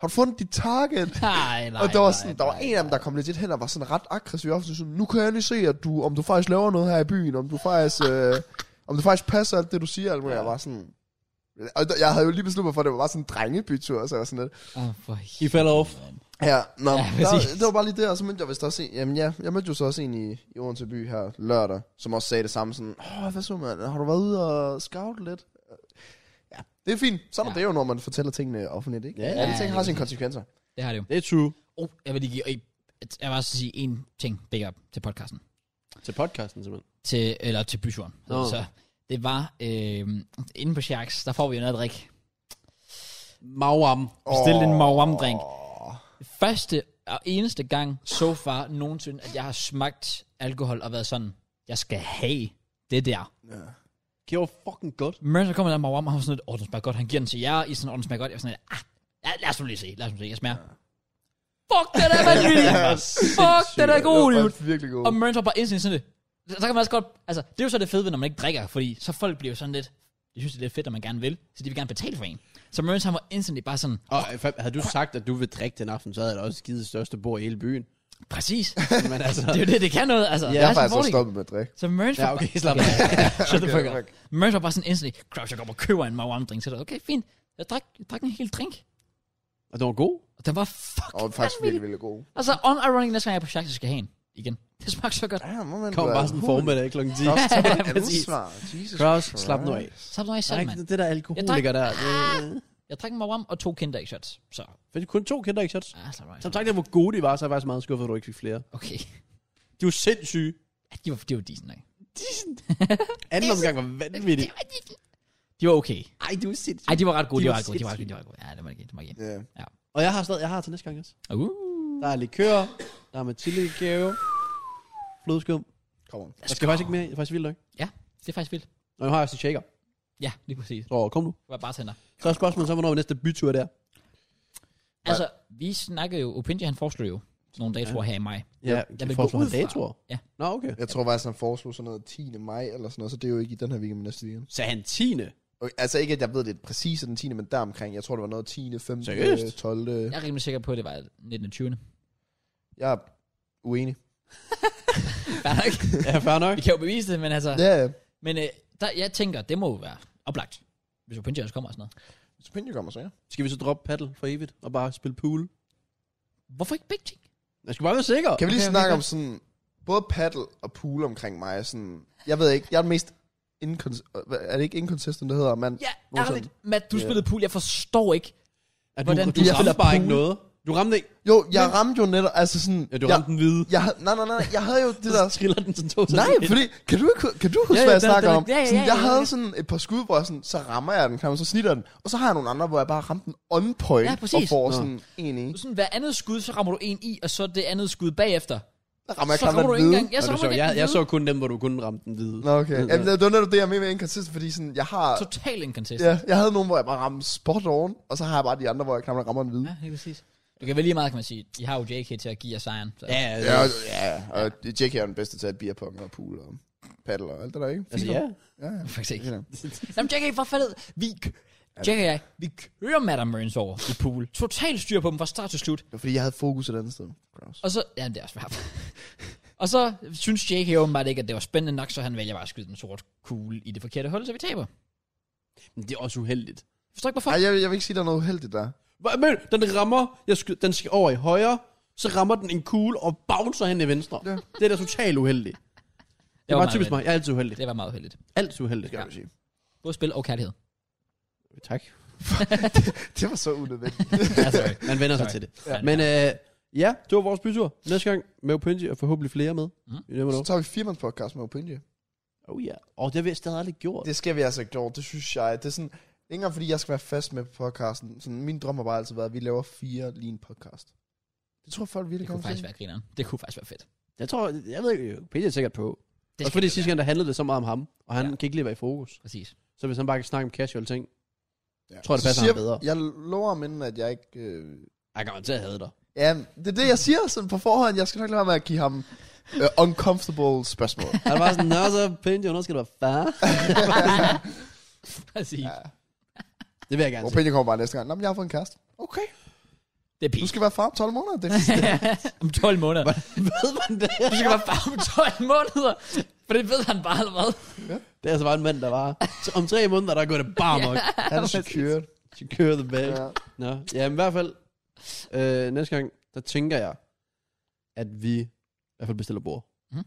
har du fundet dit target?
Nej, nej,
og der var,
nej,
sådan, der var
nej,
en af dem, der kom lidt hen og var sådan ret aggressiv. Og sådan, nu kan jeg lige se, at du, om du faktisk laver noget her i byen, om du faktisk, øh, om du faktisk passer alt det, du siger. Alt ja. Jeg var sådan... Og der- jeg havde jo lige besluttet mig for, at det var bare sådan en drengebytur, så jeg var sådan lidt,
Åh, for
I fell off.
Ja, nå, ja,
præcis.
der, det var bare lige det, og så mødte jeg vist også en, jamen ja, jeg mødte jo så også en i, i Odense by her lørdag, som også sagde det samme sådan, åh, hvad så mand, har du været ude og scout lidt? Ja, det er fint, sådan
Ja.
ja. er det jo, når man fortæller tingene offentligt, ikke?
Ja,
Ja,
ja,
Alle ting
ja,
har
det
sine
er
konsekvenser.
Det har det jo.
Det er true.
Oh, jeg vil lige give, øh, et- jeg vil også sige en ting, big up til podcasten.
Til podcasten, simpelthen.
til, eller til byturen.
Nå.
Oh. Så det var, øh, inde på Sharks, der får vi jo noget at drikke.
Mauam.
Bestil en Mauam-drink. Første og eneste gang so far nogensinde, at jeg har smagt alkohol og været sådan, jeg skal have det der.
Det var fucking godt.
Men så kommer der Mauam, og han var sådan lidt, åh, oh, den smager godt. Han giver den til jer, I sådan, åh, oh, den smager godt. Jeg var sådan lidt, ah, lad, lad os nu lige se, lad os nu se, jeg smager. Fuck, den er vanvittig! Fuck, den er god, dude!
Det var virkelig god.
Og Merns var bare instant sådan lidt. Så, så kan man også godt... Altså, det er jo så det fede ved, når man ikke drikker, fordi så folk bliver jo sådan lidt... De synes, det er lidt fedt, når man gerne vil, så de vil gerne betale for en. Så Merns, han var instantly bare sådan,
Og øh, fa- havde du sagt, at du ville drikke den aften, så havde jeg da også givet det største bord i hele byen.
præcis,
Men altså...
det er jo det, det kan noget, altså.
jeg
der
har
sådan en
faktisk også
fordel.
stoppet med at drikke.
Så Merns
Ja,
var
okay, slap af.
bare, shut the fuck
okay.
up. Merns var bare sådan instantly, crap, jeg går op og køber en meget drink til dig. Okay, fint. Jeg drak, jeg drak en hel drink.
Og det var god.
Og den var fuck.
Og det var faktisk virkelig, virkelig god.
Altså, on ironic, næste gang jeg er på chance, skal jeg have en igen. Det smagte så godt.
Ja, må man
Kom bare sådan en formiddag klokken 10.
Også tage
Ja, præcis.
ansvar. Jesus
Cross,
Christ.
slap nu af.
Så er jeg selv,
Nej,
mand.
det- det der alkohol
Jeg drak- Ah!
ligger der. det-
Jeg drak en Mawam og to kinder i shots. Så,
Men det er kun to kinder, ikke shots?
ah, slap af.
Som sagt, der hvor gode de var, så er jeg faktisk meget skuffet, at du ikke fik flere.
Okay.
De var sindssyge.
Ja, de var, de var decent, ikke?
Anden omgang var vanvittig.
De var okay.
Ej, de var sindssyge.
Ej, de var ret gode,
De
de,
var
var ret gode, de var ret gode,
sindssyge.
de var ret gode. Ja, det var ikke, det var ikke.
Ja.
Og jeg har stadig, jeg har til næste gang også.
Uh,
Der er likør, der er matillegave, flødeskum.
Kom on.
Jeg skal faktisk ikke mere, det er faktisk vildt nok.
det er faktisk vildt.
Og jeg har også en shaker.
Ja, lige præcis.
Så kom nu.
Det var bare tænder.
Så er spørgsmålet så, hvornår er næste bytur der?
Altså, vi snakkede jo, Opinji han foreslog jo, nogle datoer her i maj.
Ja,
jeg vil gå
foreslår
ud
han
fra-
datoer?
Ja.
Nå, okay.
Jeg tror faktisk, han foreslog sådan noget 10. maj eller sådan noget, så det er jo ikke i den her weekend, men næste weekend.
Så han 10.
Okay, altså ikke, at jeg ved det præcis er den 10. men deromkring. Jeg tror, det var noget 10. 15.
Seriøst?
12.
Jeg er rimelig sikker på, at det var 19. 20.
Jeg er uenig.
Fair nok.
Ja, fair nok.
Vi kan jo bevise det, men altså...
Ja,
Men øh, der, jeg tænker, det må jo være oplagt. Hvis Opinji også kommer og sådan noget.
så Pindy kommer så, ja.
Skal vi så droppe paddle for evigt og bare spille pool?
Hvorfor ikke begge ting?
Jeg skal bare være sikker.
Kan vi lige
Okay,
snakke
okay.
om sådan, både paddle og pool omkring mig, sådan, jeg ved ikke, jeg er den mest incons- hvad- er det ikke inconsistent, det hedder, mand?
Ja,
Hvorfor?
ærligt. Matt, du
Ja.
spillede pool. Jeg forstår ikke.
at du,
hvordan
du,
du
ramte
spiller
bare ikke
pool?
noget. Du ramte ikke.
Jo, jeg ramte jo netop, altså sådan,
Ja, du
jeg,
ramte den hvide.
jeg, havde- nej, nej, nej, jeg havde jo det der,
Triller den sådan to
nej, fordi, kan du, ikke, kan du huske,
Ja, ja,
hvad jeg
den-
snakker
den-
om?
ja, ja,
sådan,
ja,
jeg
ja, ja.
havde sådan et par skud, hvor jeg sådan, så rammer jeg den, knap, og så snitter jeg den, og så har jeg nogle andre, hvor jeg bare ramte den on point,
Ja,
og
præcis.
får
Nå.
sådan en i.
Du sådan, hver andet skud, så rammer du en i, og så det andet skud bagefter.
Der rammer jeg
så
knap,
rammer du
den
ikke
hvide.
engang. Ja, så
Så,
rammer
så,
du
jeg,
ikke
jeg så kun dem, hvor du kun ramte den hvide.
Nå, okay. Jamen, det var netop det, jeg mener med inconsistent, fordi sådan, jeg har...
Total inconsistent.
Ja, jeg havde nogle, hvor jeg bare ramte spot on, og så har jeg bare de andre, hvor jeg knap nok rammer den hvide.
Ja, helt præcis. Du kan vel lige meget, kan man sige. De har jo JK til at give jer sejren. Så.
Ja,
Ja, og- ja, og Jackie er jo den bedste til at beer pong og pool og paddle og alt det der, ikke?
altså
Fint.
ja.
ja, ja.
Faktisk ikke.
Ja.
Jamen, JK, hvor fanden... Vi... k- JK og jeg, vi kører Madame Mørens over i pool. Total styr på dem fra start til slut.
Det var, fordi jeg havde fokus et andet sted. Gross.
Og så... Ja, det er også svært. og så synes JK åbenbart ikke, at det var spændende nok, så han vælger bare at skyde den sort kugle i det forkerte hul, så vi taber. Jeg
Men det er også uheldigt.
forstår ikke, hvorfor.
Ej, jeg, jeg vil ikke sige, der er noget uheldigt der.
Hva, men den rammer, jeg sky, den skal over i højre, så rammer den en kugle og bouncer hen i venstre.
Ja.
Det er da totalt uheldigt. Det
var
er bare
meget
typisk mig. Jeg er altid uheldig.
Det var meget uheldigt.
Altid uheldig.
Skal ja. sige.
Både spil og kærlighed.
Tak.
Det var så unødvendigt.
Ja, sorry.
Man vender
Sorry.
sig til det.
Ja.
Men øh, ja, det var vores bytur. Næste gang med Opinji og forhåbentlig flere med.
Mm.
You never know.
så tager vi firmands podcast med Opinje.
Mhm. Oh ja. Yeah. Og det har vi stadig aldrig gjort.
Det skal vi altså ikke gøre, det synes jeg. Det er sådan, ikke engang fordi jeg skal være fast med på podcasten. Sådan, min drøm har bare altid været, at vi laver fire lige en podcast. Det tror folk
Det
virkelig
kunne
kommer
faktisk
til.
være grineren. Det kunne faktisk være fedt.
Jeg tror, jeg ved ikke, Peter er sikkert på.
Det skal
Også fordi
det
sidste gang, der handlede det så meget om ham, og han
Ja.
ja. kan ikke lige være i fokus.
Præcis.
Så hvis han bare kan snakke om casual ting,
Ja.
tror jeg, det
Så
passer
siger-
ham bedre.
Jeg lover ham inden, at jeg ikke... Øh,
jeg kommer til at have dig.
Ja, det er det, jeg siger sådan på forhånd. Jeg skal nok lade være med at give ham uh, uncomfortable spørgsmål.
Han var sådan, nå så Pindy, nu skal du være far.
Præcis. Ja.
Det vil jeg gerne
Og
se.
Peter kommer bare næste gang. Nå, men jeg har fået en kæreste. Okay.
Det er
Du
pis.
skal være far om 12 måneder. Det.
om 12 måneder.
Ved man det?
Du skal bare far om 12 måneder. For det ved han bare allerede.
Det er altså bare en mand, der var. Så om tre måneder, der går det bare nok.
Han er secured.
Så kører det bag.
Ja.
Nå, ja, men i hvert fald, øh, næste gang, der tænker jeg, at vi i hvert fald bestiller bord.
Mhm.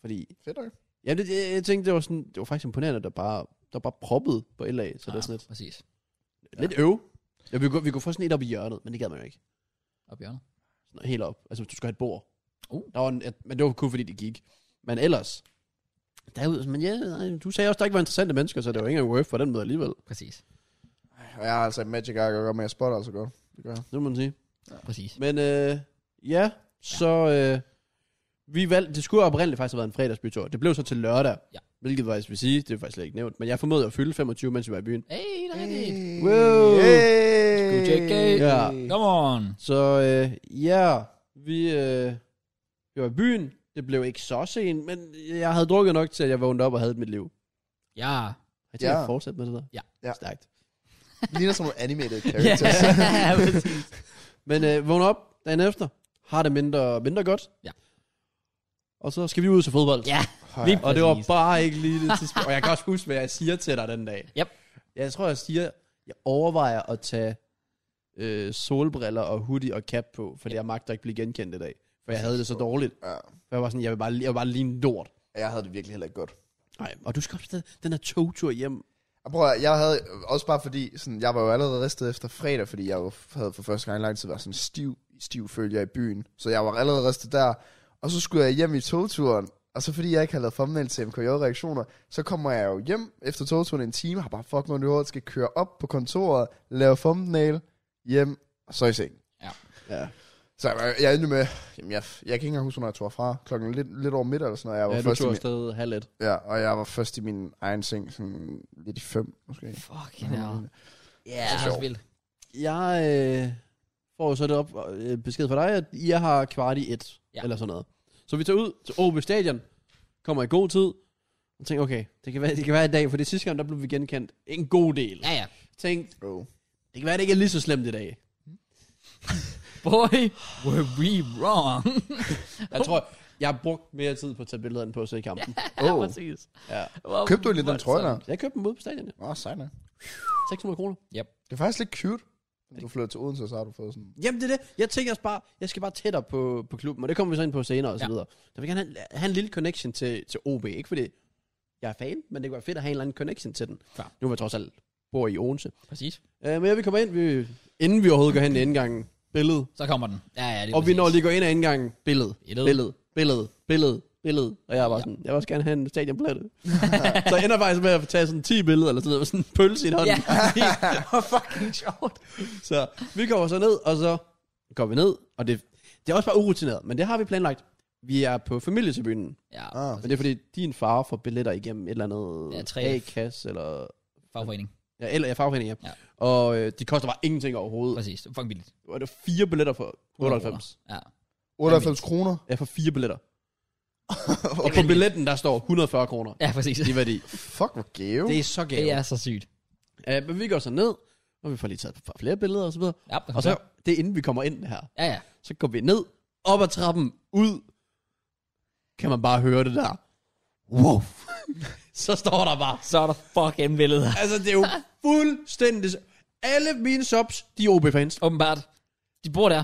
Fordi
Fedt nok.
Ja, det, jeg, jeg tænkte, det var, sådan, det var faktisk imponerende, at der bare, der bare proppet på LA, så ja. det
Ah,
er sådan lidt,
Præcis.
lidt øv. Ja, vi, kunne, vi kunne få sådan et op i hjørnet, men det gad man jo ikke.
Op i hjørnet.
Sådan noget helt op. Altså, du skal have et bord.
Uh.
Der var en, et, men det var kun fordi, det gik. Men ellers, derude, men ja, nej, du sagde også, der ikke var interessante mennesker, så det var ikke engang worth for den måde alligevel.
Præcis.
Og jeg har altså et magic arc, jeg gør, men jeg spotter altså godt. Det gør jeg.
Det må man sige.
Præcis.
Men øh, ja, så øh, vi valgte, det skulle oprindeligt faktisk have været en fredagsbytur. Det blev så til lørdag,
Ja.
hvilket faktisk vil sige, det er faktisk slet ikke nævnt, men jeg formåede at fylde 25, mens vi var i byen.
Hey, det er rigtigt.
Wow.
Hey.
Go JK.
Ja.
Come on.
Så øh, ja, vi, øh, vi var i byen. Det blev ikke så sent, men jeg havde drukket nok til, at jeg vågnede op og havde mit liv.
Ja.
Jeg tænker,
Ja.
ja. fortsætte med det der.
Ja.
Ja.
Stærkt.
Det ligner som nogle animated
Ja,
characters.
præcis.
Men øh, vågne op dagen efter. Har det mindre, mindre godt.
Ja.
Og så skal vi ud til fodbold.
Ja,
Lige.
lige
Og det var
præcis.
bare ikke lige det tidspunkt. og jeg kan også huske, hvad jeg siger til dig den dag.
Yep.
Jeg tror, jeg siger, jeg overvejer at tage øh, solbriller og hoodie og cap på, fordi jeg magter ikke blive genkendt i dag. For jeg havde det så dårligt.
Ja.
For jeg var sådan, jeg vil bare, jeg vil bare ligne en lort.
Jeg havde det virkelig heller ikke godt.
Nej, og du skal også den, den her togtur hjem.
Jeg, prøver, jeg havde øh, også bare fordi, sådan, jeg var jo allerede ristet efter fredag, fordi jeg jo havde for første gang i lang tid været sådan stiv, stiv følger i byen. Så jeg var allerede ristet der, og så skulle jeg hjem i togturen, og så fordi jeg ikke havde lavet formeldelse til MKJ-reaktioner, så kommer jeg jo hjem efter togturen en time, har bare fucking ondt i hovedet, skal køre op på kontoret, lave thumbnail, hjem, og så i seng.
Ja.
Så øh, jeg, var- jeg endte med, jamen jeg, jeg kan ikke engang huske, hvornår jeg tog fra, klokken lidt, lidt over middag eller sådan noget, jeg var
ja, du
først i
tog
min,
afsted halv et.
ja, og jeg var først i min egen seng, sådan lidt i fem måske.
Fucking hell. Ja, det er også
sjovt.
vildt.
Jeg øh, får jo så det op, øh, besked fra dig, at I har kvart i et,
Ja.
ja. eller sådan noget. Så vi tager ud til Åbe Stadion, kommer i god tid, og tænker, okay, det kan være, det kan være i dag, for det sidste gang, der blev vi genkendt en god del.
Ja, ja.
Tænk,
Bro.
det kan være, det ikke er lige så slemt i dag.
Boy, were we wrong.
Jeg tror, jeg har brugt mere tid på at tage billeder end på at se kampen.
ja, præcis.
Ja.
Wow,
Købte du lidt den trøje der?
Jeg købte dem ude på stadion, ja.
Åh, oh, sejt nok.
600 kroner.
Det er faktisk lidt cute. Du flytter til Odense, så har du fået sådan...
Jamen det er det. Jeg tænker også bare, jeg skal bare tættere på, på klubben, og det kommer vi så ind på senere og så
Ja.
videre. Så vi kan have, have en lille connection til, til OB. Ikke fordi jeg er fan, men det kunne være fedt at have en eller anden connection til den.
Klar.
Nu er vi trods alt bor i Odense.
Præcis.
Uh, men jeg vil komme ind, vi, inden vi overhovedet går hen i indgangen. Billede.
Så kommer den. Ja, ja, det er
Og vi
præcis.
når lige går ind ad indgangen. Billede.
Billede.
Billede. Billede. Billede. Billede. Og jeg var
Ja.
sådan, jeg vil også gerne have en stadionplatte. så jeg ender faktisk med at tage sådan 10 billeder, eller sådan noget, med sådan en pølse i hånden.
Ja,
Hvor fucking sjovt. Så vi kommer så ned, og så går vi ned, og det, det er også bare urutineret, men det har vi planlagt. Vi er på familietribunen,
ja.
Ah.
men det er fordi din far får billetter igennem et eller andet
Ja, 3F.
A-kasse, eller,
Fagforening.
ja, eller ja, fagforening, ja.
Ja.
ja. Og øh, de koster bare ingenting overhovedet.
Præcis. Det er Fucking billigt.
Og det er fire billetter for 98.
Ja.
98 kroner.
Ja, for fire billetter. Og på
rimeligt.
billetten, der står 140 kroner
Ja, præcis.
i værdi.
Fuck, hvor gave.
Det er så
Det
gave.
er så sygt.
Ja, men vi går så ned, og vi får lige taget et par flere billeder og så videre.
Ja,
Og så, det er inden vi kommer ind det her.
Ja, ja.
Så går vi ned, op ad trappen, ud. Kan man bare høre det der. Wow. så står der bare.
Så er der fucking billeder.
Altså, det er jo fuldstændig... Alle mine subs, de er OB-fans.
Åbenbart. De bor der.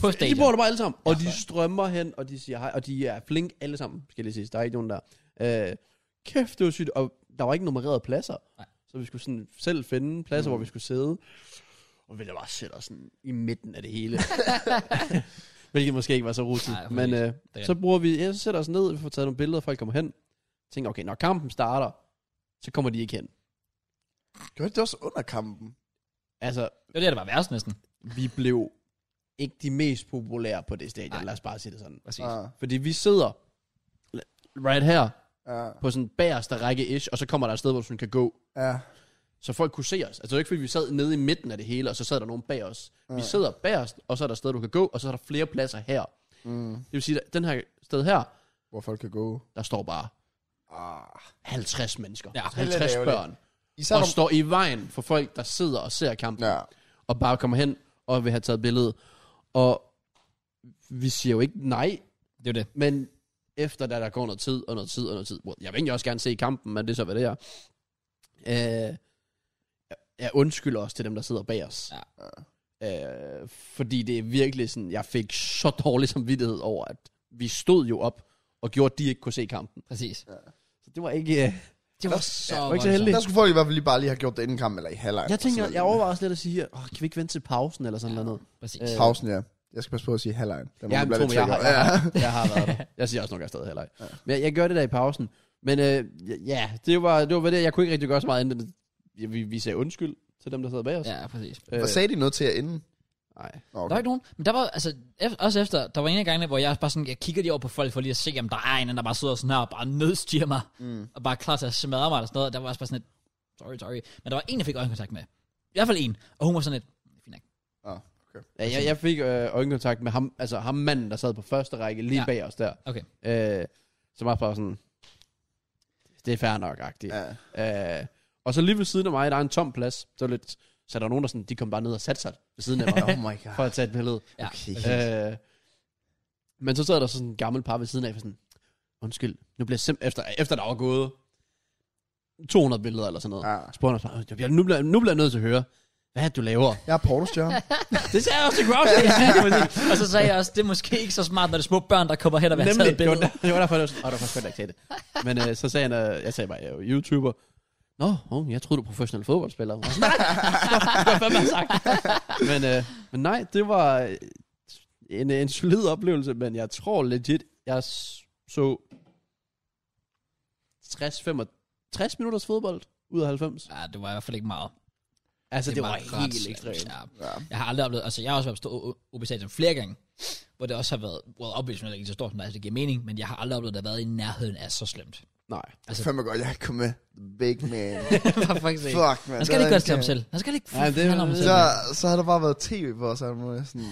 På
De
stadion.
bor der bare alle sammen. Og de strømmer hen, og de siger hej, og de er flink alle sammen, skal jeg lige sige. Der er ikke nogen der. Øh, kæft, det var sygt. Og der var ikke nummererede pladser.
Nej.
Så vi skulle sådan selv finde pladser, mm. hvor vi skulle sidde. Og vi der bare sætte os sådan i midten af det hele. Hvilket måske ikke var så rutigt.
Nej,
Men
præcis.
øh,
Det er
så bruger vi, ja, så sætter os ned, vi får taget nogle billeder, folk kommer hen. Tænker, okay, når kampen starter, så kommer de ikke hen.
Gjorde det også under kampen?
Altså,
Det var det, der var værst næsten.
vi blev ikke de mest populære på det stadion,
Nej.
lad os bare sige det sådan.
Præcis.
Ah,
Fordi vi sidder right her,
ja,
på sådan bagerste række ish, og så kommer der et sted, hvor du sådan kan gå.
ja.
Så folk kunne se os. Altså det er jo ikke, fordi vi sad nede i midten af det hele, og så sad der nogen bag os. Vi sidder bagerst, og så er der et sted, du kan gå, og så er der flere pladser her.
Mm.
Det vil sige, at den her sted her,
Hvor folk kan gå.
der står bare
Ah.
50 mennesker.
Ja,
Ja,
det
er lidt
50
ærgerligt.
børn.
Især
Og
når...
står i vejen for folk, der sidder og ser kampen,
Ja.
og bare kommer hen og vil have taget billede. Og vi siger jo ikke nej,
Det er jo det.
Men efter da der går noget tid, og noget tid, og noget tid. Well, jeg vil egentlig også gerne se kampen, men det er så, hvad det er. Øh, jeg undskylder også til dem, der sidder bag os. Ja. Øh, fordi det er virkelig sådan, jeg fik så dårlig samvittighed over, at vi stod jo op, og gjorde, at de ikke kunne se kampen.
Præcis.
Så det var ikke... Øh,
Det var så
var ikke så
voldsomt.
heldig.
Der skulle folk i hvert fald lige bare lige have gjort det inden kampen, eller i halvlejen.
jeg tænker,
Og så-
jeg overvejer også lidt at sige, oh, kan vi ikke vente til pausen, eller sådan
Ja.
ja. noget.
Præcis.
Øh,
Pausen, ja. Jeg skal passe på at sige halvlejen. Den
Ja,
må blive
men, tro
lidt
mig, jeg, har,
triggeret.
jeg, har, jeg har været der. Jeg siger også nok afsted heller ikke. Ja. Men jeg, jeg gør det der i pausen. Men øh, ja, det var, det var hvad det. Jeg kunne ikke rigtig gøre så meget andet. end at- Ja, vi, vi sagde undskyld til dem, der sad bag os.
Ja, præcis.
Ja.
Øh,
Hvad sagde de noget til jer inden?
nej.
Nå,
Der var ikke nogen. Men der var, altså, ef- også efter, der var en af gangene, hvor jeg bare sådan, jeg kigger lige over på folk, for lige at se, om der er en, eller anden, der bare sidder sådan her, og bare nødstiger mig, mm. og bare er klar til at smadre mig, eller sådan noget. Der var også bare sådan et, sorry, sorry. Men der var en, jeg fik øjenkontakt med. I hvert fald en. Og hun var sådan et, fint nok.
Ah, okay.
Ja, jeg, jeg fik øh, øjenkontakt med ham, altså ham manden, der sad på første række lige
Ja.
ja. bag os der.
Okay.
Øh, som var bare sådan, det er fair nok, agtigt.
Ja.
Øh, og så lige ved siden af mig, der er en tom plads. Så, lidt, så er der nogen, der sådan, de kom bare ned og satte sig ved siden af mig. oh my God. For at tage et billede.
Ja,
Okay.
Øh, men så sad der så sådan en gammel par ved siden af, og sådan, undskyld, nu bliver simpelthen, efter, efter der var gået 200 billeder eller sådan noget,
Ja.
ja. spurgte han, "Åh, jeg bliver- nu bliver, nu bliver jeg nødt til at høre, hvad er det, du laver?
Jeg er portostjerne.
Det sagde jeg også til Grouchy. og så sagde jeg også, det er måske ikke så smart, når det er små børn, der kommer hen og vil have taget et
det var,
billede.
der- det var derfor, det var sådan, åh, det var faktisk godt, at jeg ikke sagde det. Men øh, så sagde han, øh, jeg sagde bare, jeg er jo YouTuber. Nå, oh, jeg troede, du var professionel fodboldspiller. Nej, det var fandme sagt. men, øh, men nej, det var øh, en, en solid oplevelse, men jeg tror legit, jeg s- så 60, 65 minutters fodbold ud af 90.
Ja, det var i hvert fald ikke meget.
Altså, det, det var
ret
helt
slemt,
ekstremt.
Ja.
Ja.
Jeg har aldrig oplevet, altså jeg har også været på OB Stadion flere gange, hvor det også har været, well, obviously ikke så stort, men altså det giver mening, men jeg har aldrig oplevet, at det har været i nærheden af så slemt.
Nej.
Altså-
Altså, Fem godt, jeg kan komme med. The big man.
Bare for eksempel.
Fuck, man.
Han skal ikke
Det
gøre
var
det
en
til ham
kæ-
selv. Han skal ikke
Ja, det-
fortælle om sig
Så,
selv.
så har der bare været tv på os, alle mulige sådan...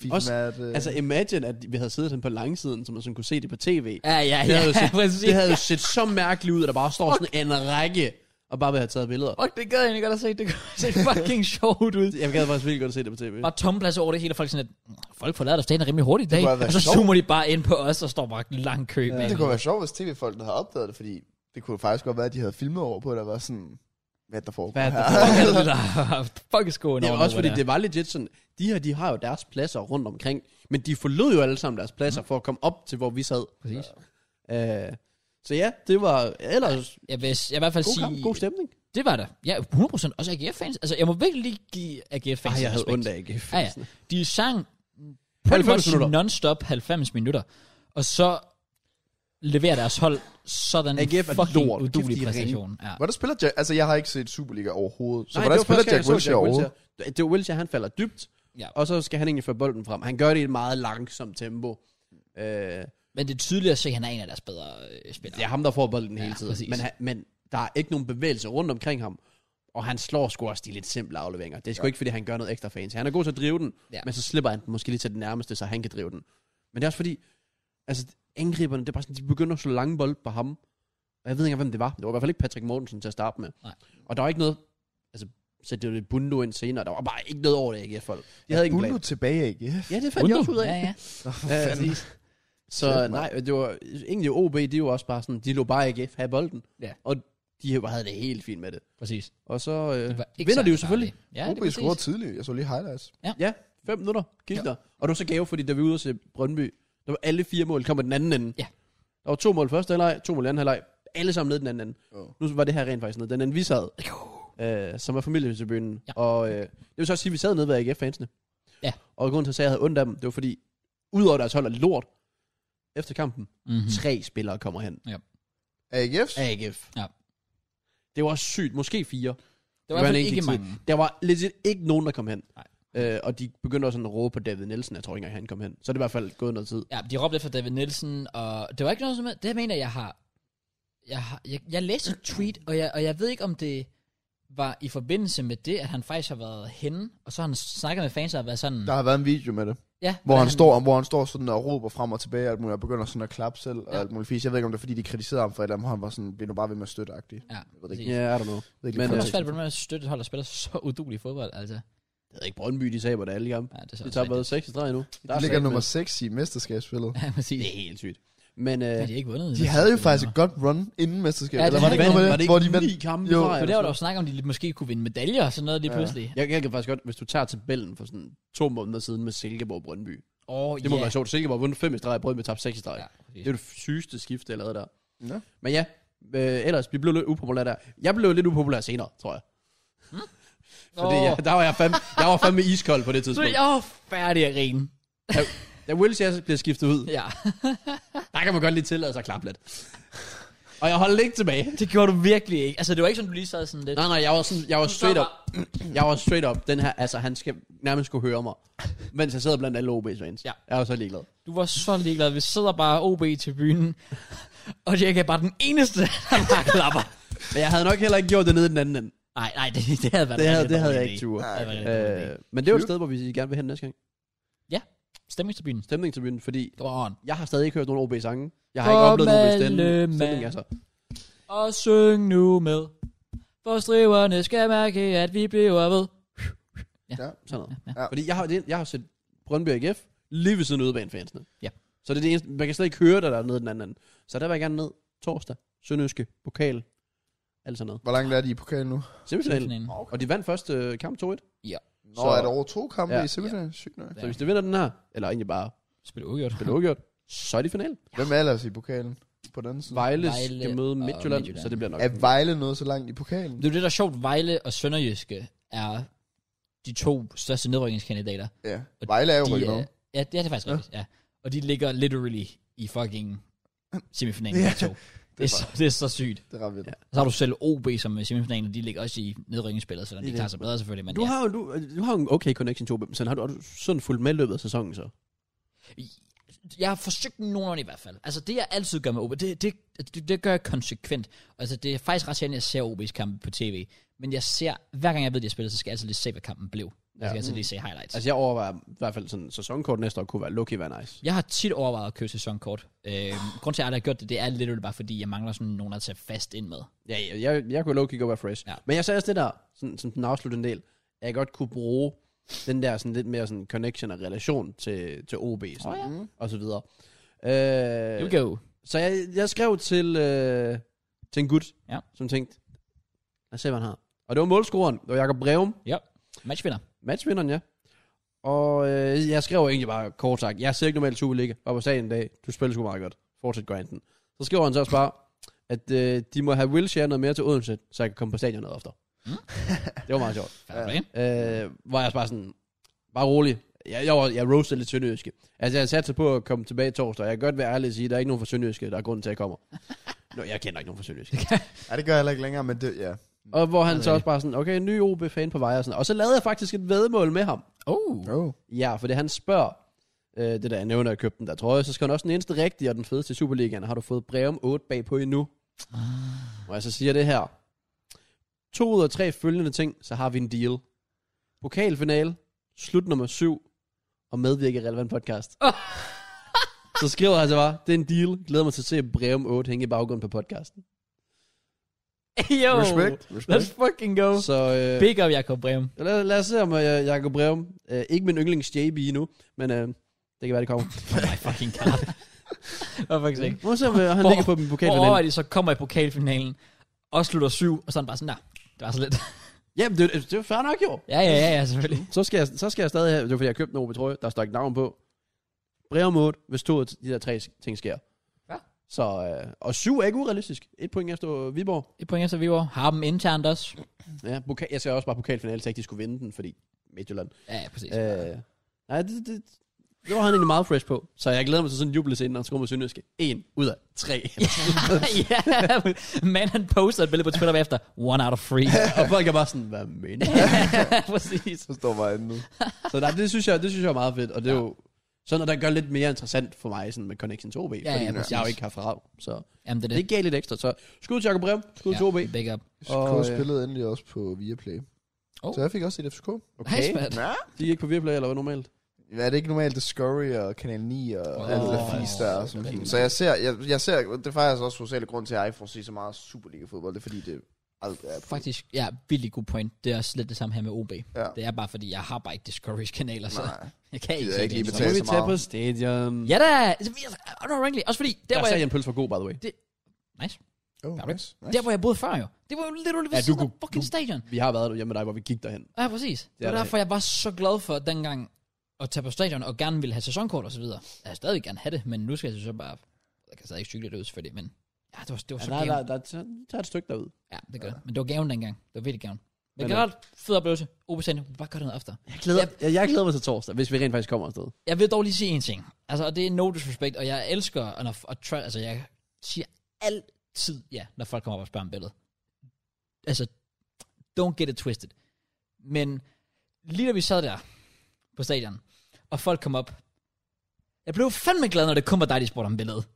Fint
Også-
med, at, øh,
Altså imagine, at vi havde siddet sådan på langsiden, så man sådan kunne se det på tv.
Ja, ja,
Det
ja,
havde jo
ja,
set,
præcis.
det havde jo set så mærkeligt ud, at der bare står sådan en række, og bare vil have taget billeder.
Fuck, det gad jeg egentlig godt at se. Det ser fucking sjovt ud.
Jeg gad faktisk virkelig godt at se det på tv.
Bare tomplads over det hele, og folk sådan, at folk forlader deres staten rimelig hurtigt i dag.
kunne have været
Og så
sjovt.
zoomer de bare ind på os, og står bare en lang kø bag.
Det kunne være sjovt, hvis tv-folkene havde opdaget det, fordi det kunne faktisk godt være, at de havde filmet over på, at der var sådan... Hvad der foregår
Hvad er der
her?
Fuck, er det der fucking skoen
Det er
over,
også
hvor
fordi,
er.
det var legit sådan, de her, de har jo deres pladser rundt omkring, men de forlod jo alle sammen deres pladser for at komme op til, hvor vi sad.
Præcis.
Øh, så ja, det var ellers
Jeg vil, jeg vil i hvert fald
god
sige...
kamp, god stemning.
Det var der. Ja, 100%. Også AGF-fans. Altså, jeg må virkelig lige give AGF-fans
Ej, jeg havde
respekt.
ondt af AGF.
Ja, ja. De sang pretty
90
much
minutter.
non-stop 90 minutter. Og så leverer deres hold sådan en
AGF er
fucking
lort. Kæft,
udulig
de er
præstation. Ja.
Hvordan spiller Jack... Altså, jeg har ikke set Superliga overhovedet. Så
Nej,
Nej, hvordan
det var
spiller
første gang,
Jack
jeg så
Wilshere overhovedet?
Wilshere. Det er Wilshere, han falder dybt,
Ja.
og så skal han egentlig få bolden frem. Han gør det i et meget langsomt tempo. Øh,
Men det er tydeligt at se, at han er en af deres bedre øh, spillere.
Det er ham, der får bolden hele
Ja,
tiden.
præcis.
Men, han, men der er ikke nogen bevægelse rundt omkring ham. Og han slår sgu også de lidt simple afleveringer. Det er sgu ja. ikke, fordi han gør noget ekstra fancy. Han er god til at drive den,
Ja.
ja. men så slipper han den måske lige til den nærmeste, så han kan drive den. Men det er også fordi, altså angriberne, det er bare sådan, de begynder at slå lange bold på ham. Og jeg ved ikke engang, hvem det var. Det var i hvert fald ikke Patrick Mortensen til at starte med.
Nej.
Og der var ikke noget, altså sætte det lidt Bundo ind senere. Der var bare ikke noget over det, ikke folk. De havde ikke en plan.
Bundo tilbage, ikke?
Ja, det fandt jeg også ud af.
Ja, ja.
Ja, præcis. Så
Shit,
nej, det var egentlig OB, de var også bare sådan, de lå bare AGF have bolden.
Ja.
Og de havde det helt fint med det.
Præcis.
Og så øh,
Det var ikke
vinder de jo
særlig
selvfølgelig.
farligt. Ja,
Ja,
det
OB
er
scorede
præcis.
tidligt. Jeg så lige highlights.
Ja, fem minutter, gik der. Og det var så gave, fordi da vi var ude til Brøndby, der var alle fire mål, kom på den anden ende.
Ja.
Der var to mål første halvleg, to mål i anden halvleg, alle sammen ned i den anden ende.
Oh.
Nu var det her rent faktisk ned, den anden vi sad, øh, som var familietribunen.
Ja.
Og øh, det vil så også sige, at vi sad nede ved AGF-fansene.
Ja.
Og grunden til, at jeg sagde, at jeg havde ondt af dem, det var fordi, udover deres hold er lort, efter kampen,
Mhm.
tre spillere kommer hen.
AGF?
AGF.
Ja.
Det var sygt. Måske fire.
Det var i hvert fald
en
ikke
enkelt
mange.
tid. Der var legit ikke nogen, der kom hen.
Nej.
Øh, og de begyndte også sådan at råbe på David Nielsen. Jeg tror ikke engang, han kom hen. Så er det i hvert fald gået noget tid.
Ja, de råbte efter David Nielsen, og det var ikke noget som Det mener jeg har... Jeg, har, jeg, jeg læste et tweet, og jeg, og jeg ved ikke, om det var i forbindelse med det, at han faktisk har været henne, og så har han snakket med fans og har været sådan...
Der har været en video med det,
ja,
hvor
hvordan
han, står, hvor han står sådan og råber frem og tilbage, og alt muligt, og begynder sådan at klappe selv, og
Ja.
alt muligt fisk. Jeg ved ikke, om det er, fordi de kritiserede ham for et eller andet, hvor han var sådan, bliver nu bare ved med at støtte -agtig.
Ja,
ved det
præcis.
Ja, yeah, I don't know.
Det
Men,
Det er
øh,
også svært på med at støtte et hold, der spiller så udulig fodbold, altså.
Jeg ved ikke, Brøndby, de taber det alle kampe.
Ja, det er så
De
også
taber været
rigtigt.
6 i streg nu.
de ligger nummer 6 i mesterskabsspillet.
Ja, præcis.
Det er helt sygt. Men øh,
Men de har ikke vundet.
De havde jo faktisk et godt run inden mesterskabet.
Ja,
Ja,
det
eller var det
havde
ikke
de.
noget med
var
det,
det
hvor de
ikke
vandt?
ni kampe
Jo,
i streg?
For der var
eller
der jo
sådan
snak om, at de måske kunne vinde medaljer og sådan noget lige
Ja.
pludselig. Åh,
noget? jeg, jeg kan faktisk godt, hvis du tager tabellen for sådan to måneder siden med Silkeborg og Brøndby.
ja. Oh,
Det må være sjovt. Silkeborg har vundet 5 i streg, og Brøndby tabte 6 i streg.
Ja, præcis.
Det er jo det sygeste skifte, jeg lavede der.
Nå.
Men ja, øh, ellers, vi blev lidt upopulære der. Jeg blev lidt upopulær senere, tror jeg. Fordi
Åh.
oh. jeg, der var jeg fandme, jeg var fandme iskold på det
Så
tidspunkt.
jeg var færdig at grine.
Da Will Chess bliver skiftet ud,
Ja,
der kan man godt lige tillade sig at klappe lidt. Og jeg holdt ikke tilbage.
det gjorde du virkelig ikke. Altså, det var ikke sådan, du lige sad sådan lidt.
Nej, nej, jeg var, sådan, jeg var straight up. Jeg var straight up. Den her, altså han skal nærmest kunne høre mig. Mens jeg sad blandt alle OB's fans.
Ja.
Jeg var så ligeglad.
Du var så ligeglad. Vi sidder bare OB til byen. Og Jack er bare den eneste, der bare klapper.
Men jeg havde nok heller ikke gjort det nede i den anden ende.
Nej, nej, det, det havde været
Det
en
havde,
rigtig
det havde
dårlig
jeg
idé.
ikke tur.
Det havde været en rigtig dårlig idé.
Øh, men det er jo et sted, hvor vi gerne vil hen næste gang.
Stemningstribunen.
Stemning til byen, fordi
Go on.
Jeg har stadig ikke hørt nogen OB-sange. Jeg har ikke oplevet nogen OB-stemning. Stemning, altså.
Og syng nu med. For striverne skal mærke, at vi bliver ved.
Sådan noget.
Ja,
Ja,
ja.
ja. Fordi jeg har, det, jeg har set Brøndby og AGF lige ved siden af udebanefansene.
Ja.
Så det er det eneste, man kan slet ikke høre, der er nede den anden. ende. Så der vil jeg gerne ned torsdag, Sønderjyske, pokal, alt sådan noget.
Hvor langt er de i pokalen nu?
Semifinalen.
Semifinalen.
Og de vandt første øh, kamp 2-1.
Nå,
Så-
er der over to kampe
Ja.
i semifinalen? Sygt nok.
Ja.
Så hvis de vinder den her, eller egentlig bare
Spil ugjort.
bliver uafgjort, så er de finalen.
Hvem er ellers i pokalen på den side?
Vejle,
Vejle
skal møde
og
Midtjylland,
Midtjylland.
så det bliver nok.
Er Vejle noget så langt i pokalen?
Det er jo det, der er sjovt. Vejle og Sønderjyske er de to største nedrykningskandidater.
Ja.
Og
Vejle er jo
De
rykket
er,
over.
ja, det er det faktisk ja. rigtigt, ja. Og de ligger literally i fucking semifinalen ja,
Ja,
to. Det er, det, er så, det er så sygt.
Det er ret vildt.
Og så har du selv OB som er i semifinalen, og de ligger også i nedrykningsspillet, så de
Det er
klarer
det.
sig bedre selvfølgelig. Men
Du
ja.
har, jo, du, du har jo en okay connection til OB, men sådan har du, har du sådan fulgt med i løbet af sæsonen så?
jeg har forsøgt nogenlunde i hvert fald. Altså det, jeg altid gør med OB, det, det, det, det gør jeg konsekvent. Altså det er faktisk ret sjældent, at jeg ser OB's kampe på tv. Men jeg ser, hver gang jeg ved, at jeg spiller, så skal jeg altid lige se, hvad kampen blev. Ja. Jeg skal altid lige se highlights.
Altså jeg overvejer i hvert fald sådan sæsonkort næste år kunne være lucky, være nice.
Jeg har tit overvejet at købe sæsonkort. Øh, grunden til, at jeg aldrig har gjort det, det er lidt bare, fordi jeg mangler sådan nogen at tage fast ind med.
Ja, jeg, jeg, jeg kunne low-key godt være fresh.
Ja.
Ja. Men jeg sagde også det der, sådan, som den afsluttende del, at jeg godt kunne bruge den der sådan lidt mere sådan connection og relation til, til OB sådan,
Åh,
oh, ja. og så videre.
Øh.
Øh,
You go.
så jeg, jeg skrev til, øh, til en gut,
Ja.
som tænkte, lad os se, hvad han har. Og det var målscoren, det var Jakob Breum,
Matchvinder.
matchvinderen, ja. Og øh, jeg skrev egentlig bare kort sagt, jeg ser ikke normalt Superliga, var på sagen en dag, du spiller sgu meget godt, fortsæt grinden. Så skriver han så også bare, at øh, de må have Wilshere noget mere til Odense, så jeg kan komme på stadion noget oftere.
Mm.
det var meget sjovt.
Fair play.
Øh, var jeg også bare sådan, bare rolig. Jeg, jeg, var, jeg roastede lidt sønderjyske. Altså, jeg satte på at komme tilbage torsdag. Jeg kan godt være ærlig og sige, at der er ikke nogen fra sønderjyske, der er grunden til, at jeg kommer. Nå, jeg kender ikke nogen fra sønderjyske.
Ja, det gør jeg heller ikke længere, men det, ja.
og hvor han så
Okay.
også bare sådan, okay, ny OB-fan på vej og sådan Og så lavede jeg faktisk et vedmål med ham.
Oh.
Oh.
Ja, fordi han spørger, øh, det der jeg nævner, jeg købte den der trøje, så skal han også den eneste rigtige og den fedeste i Superligaen. Har du fået brev om 8 bagpå endnu? Og jeg så siger det her. To ud af tre følgende ting, så har vi en deal. Pokalfinale, slut nummer syv, og medvirke i relevant podcast. så skriver han så bare, det er en deal. Glæder mig til at se brev om 8 hænge i baggrunden på podcasten.
Yo.
Respekt,
Let's
respekt.
fucking go.
Så øh,
Big up, Jacob Breum.
Lad, lad os se om uh, Jacob Breum. Uh, ikke min yndlings JB endnu, men uh, det kan være, det kommer.
Oh my fucking god. Hvorfor ikke?
Må vi se, om uh, han
Hvor-
ligger på den
Hvor
pokalfinale.
overvejer de så kommer i pokalfinalen, og slutter syv, og så er han bare sådan, nej, det var så lidt.
Jamen, det, det er fair nok jo.
ja, ja, ja, ja, selvfølgelig.
Så skal, jeg, så skal jeg stadig have, det er fordi, jeg købte en OB-trøje, der står ikke navn på. Breum 8, hvis to af de der tre ting sker.
Ja.
Så, øh, og syv er ikke urealistisk. Et point efter Viborg.
Et point efter Viborg. Har dem internt også.
Ja, pokal, jeg ser også bare pokalfinale, så ikke de skulle vinde den, fordi Midtjylland.
Ja, ja præcis.
Øh, nej, det, det, det, var han egentlig meget fresh på. Så jeg glæder mig til sådan en jubelscene, når han skriver med Sønderjyske. En ud af tre.
ja, man han poster et billede på Twitter efter. One out of three.
og folk er bare sådan, hvad mener du?
Ja, præcis.
Så står bare inde nu.
Så nej, det synes jeg, det synes jeg er meget fedt, og det er jo sådan noget, der gør lidt mere interessant for mig sådan med Connection 2B, ja, fordi
ja, præcis.
jeg har jo ikke haft rav, så
Jamen, det er det.
det gav lidt ekstra. Så skud til Jacob Brev, skud til 2B.
Big up.
FCK
Og,
oh,
øh,
spillede endelig også på Viaplay.
Oh.
Oh. Så jeg fik også set FCK.
Okay. Nice, man.
Ja.
De er ikke på Viaplay eller hvad normalt?
Ja, det er ikke normalt Discovery og Kanal 9 og
Åh,
oh, alt det
det er
der fis der.
faktisk-
Og sådan
det er
noget.
rigtig
Så jeg ser, jeg, jeg ser, det er faktisk også hovedsagelig grund til, at jeg ikke får se så meget Superliga-fodbold. Det er fordi, det aldrig er på.
Faktisk, ja, virkelig god point. Det er også lidt det samme her med OB.
Ja.
Det er bare fordi, jeg har bare ikke Discovery's kanaler, så
Nej.
jeg kan ikke
Gider
se
ikke
det. så.
lige
Så må
Betale
vi
så
tage
meget.
på stadion.
Ja altså, da, honorably. Også fordi, der
der
hvor
sagde
jeg,
jeg en pølse for god, by the way.
Oh,
Perfekt.
nice. nice.
der hvor jeg boede før jo, det var jo lidt ved
Ja, du
siden af
kunne-
fucking
du-
stadion.
Vi har været hjemme med dig, hvor vi gik derhen.
Ja, præcis. Det, var
er det.
derfor, jeg var så glad for dengang at tage på stadion og gerne ville have sæsonkort og så videre. Jeg vil stadig gerne have det, men nu skal jeg så bare... Jeg kan stadig ikke cykle det ud, selvfølgelig, men... Ja, det var, det var
Ja,
så
nej,
gaven.
nej, der, der, der er et stykke derud.
Ja, det gør det. Men det var gaven dengang. Det var virkelig gaven. Men
Men,
det var ret fed oplevelse. OB sagde, vi bare gør det noget efter.
Jeg glæder, jeg, jeg glæder mig til torsdag, hvis vi rent faktisk kommer afsted.
Jeg vil dog lige sige en ting. Altså, og det er no disrespect, og jeg elsker, og når, og try, altså, jeg siger altid ja, når folk kommer op og spørger om billedet. Altså, don't get it twisted. Men lige da vi sad der på stadion, og folk kom op, jeg blev fandme glad, når det kun var dig, de spurgte om billedet.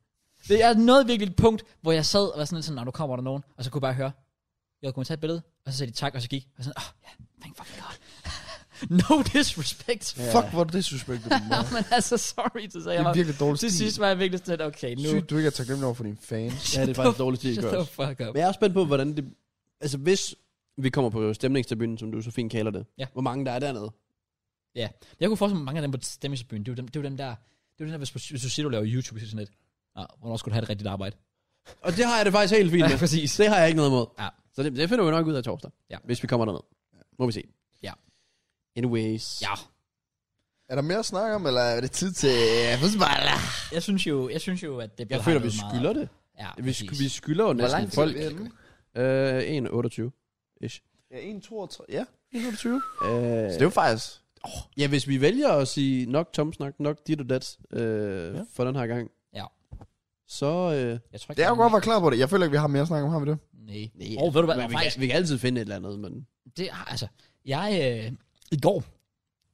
Det er noget virkelig et punkt, hvor jeg sad og var sådan lidt sådan, når du kommer der nogen, og så kunne jeg bare høre, jeg kunne tage et billede, og så sagde de tak, og så gik, og sådan, åh, oh, ja, thank fucking god. no disrespect.
Ja. Fuck, hvor er det suspekt, du er.
Ja, men altså, sorry, så sagde
Det
jeg
er
bare,
virkelig dårligt
til sidst var jeg virkelig sådan lidt, okay, nu...
Sygt, du ikke er taknemmelig over for dine fans.
Ja, det er faktisk dårligt stil,
Shut
gør
the
os.
fuck up.
Men jeg er også spændt på, hvordan det... Altså, hvis vi kommer på stemningstribunen, som du så fint kalder det.
Ja.
Hvor mange der er dernede.
Jeg kunne forestille mig, mange af dem på stemmingsbyen, det er jo dem, det er jo dem der... Det er jo den der, hvis, du- hvis du siger, du laver YouTube, så er sådan lidt, Nå, hvornår skulle du have et rigtigt arbejde?
Og det har jeg det faktisk helt fint med.
præcis.
Det har jeg ikke noget imod.
Ja.
Så det, det finder vi nok ud af torsdag.
Ja.
Hvis vi kommer derned. Må vi se.
Ja.
Anyways.
Ja.
Er der mere at snakke om, eller er det tid til øh, fodbold?
Jeg synes jo, jeg synes jo at det bliver
Jeg føler, vi
hypet meget
skylder det.
op. Ja,
Vi,
præcis.
sk- vi skylder jo
Hvor
næsten
lang tid
folk.
er vi henne?
Øh, 1,28. Ish.
Ja, 1, 2 og 3. Ja,
1,28?
så
Øh,
det er jo faktisk...
ja, hvis vi vælger at sige nok tomsnak, nok dit og dat, øh,
Ja.
for den her gang.
Ja.
Så, øh,
Jeg tror ikke,
Det er jo godt at være klar på det. Jeg føler ikke, vi har mere at snakke om, har vi det?
Nej.
nej,
Åh, ved du hvad,
men vi,
faktisk- altså,
kan, vi kan altid finde et eller andet, men...
Det, altså, jeg... Øh, I går,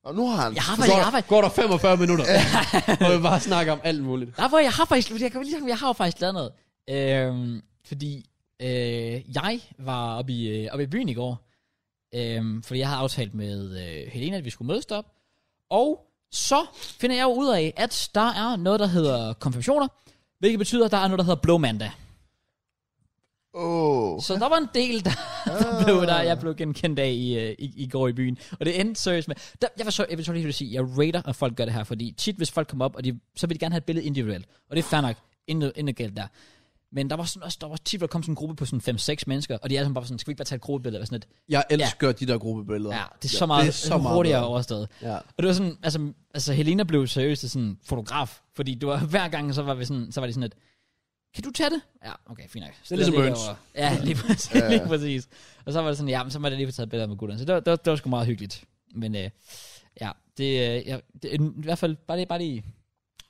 Og nu har han...
Jeg har
Så
faktisk, jeg har faktisk,
går der 45 minutter, og vi bare snakker om alt muligt.
Nej, hvor jeg har faktisk, fordi jeg, kan ligesom, jeg har jo faktisk lavet noget. Øhm, fordi øh, jeg var oppe i, øh, oppe i byen i går, øhm, fordi jeg havde aftalt med øh, Helena, at vi skulle mødes op. Og så finder jeg jo ud af, at der er noget, der hedder konfirmationer, hvilket betyder, at der er noget, der hedder blå mandag.
Åh. Oh.
Så der var en del, der, der blev der, jeg blev genkendt af i, øh, i, i går i byen. Og det endte seriøst med... Der, jeg, var så, jeg vil så lige vil sige, jeg rater, at folk gør det her, fordi tit, hvis folk kommer op, og de, så vil de gerne have et billede individuelt. Og det er fair nok, intet intet galt der. Men der var, sådan, også, der var tit, hvor der kom sådan en gruppe på sådan 5-6 mennesker, og de alle sammen bare sådan, skal vi ikke bare tage et gruppebillede? Og sådan lidt,
Jeg elsker ja. de der gruppebilleder.
ja, det er så meget,
det
det
er så meget
hurtigere
bedre.
overstået.
ja.
Og det var sådan, altså, altså Helena blev seriøst sådan en fotograf, fordi det var, hver gang, så var, vi sådan, så var det sådan et, kan du tage det? Ja, okay, fint nok. Så
ligesom
ligger
Burns.
over- Ja, lige præcis, ja. lige præcis. Og så var det sådan, ja, men så må jeg lige få taget billeder med gutterne. Så det var, det var, det var sgu meget hyggeligt. Men øh, ja, det, øh, ja, det, i hvert fald, bare lige, bare lige,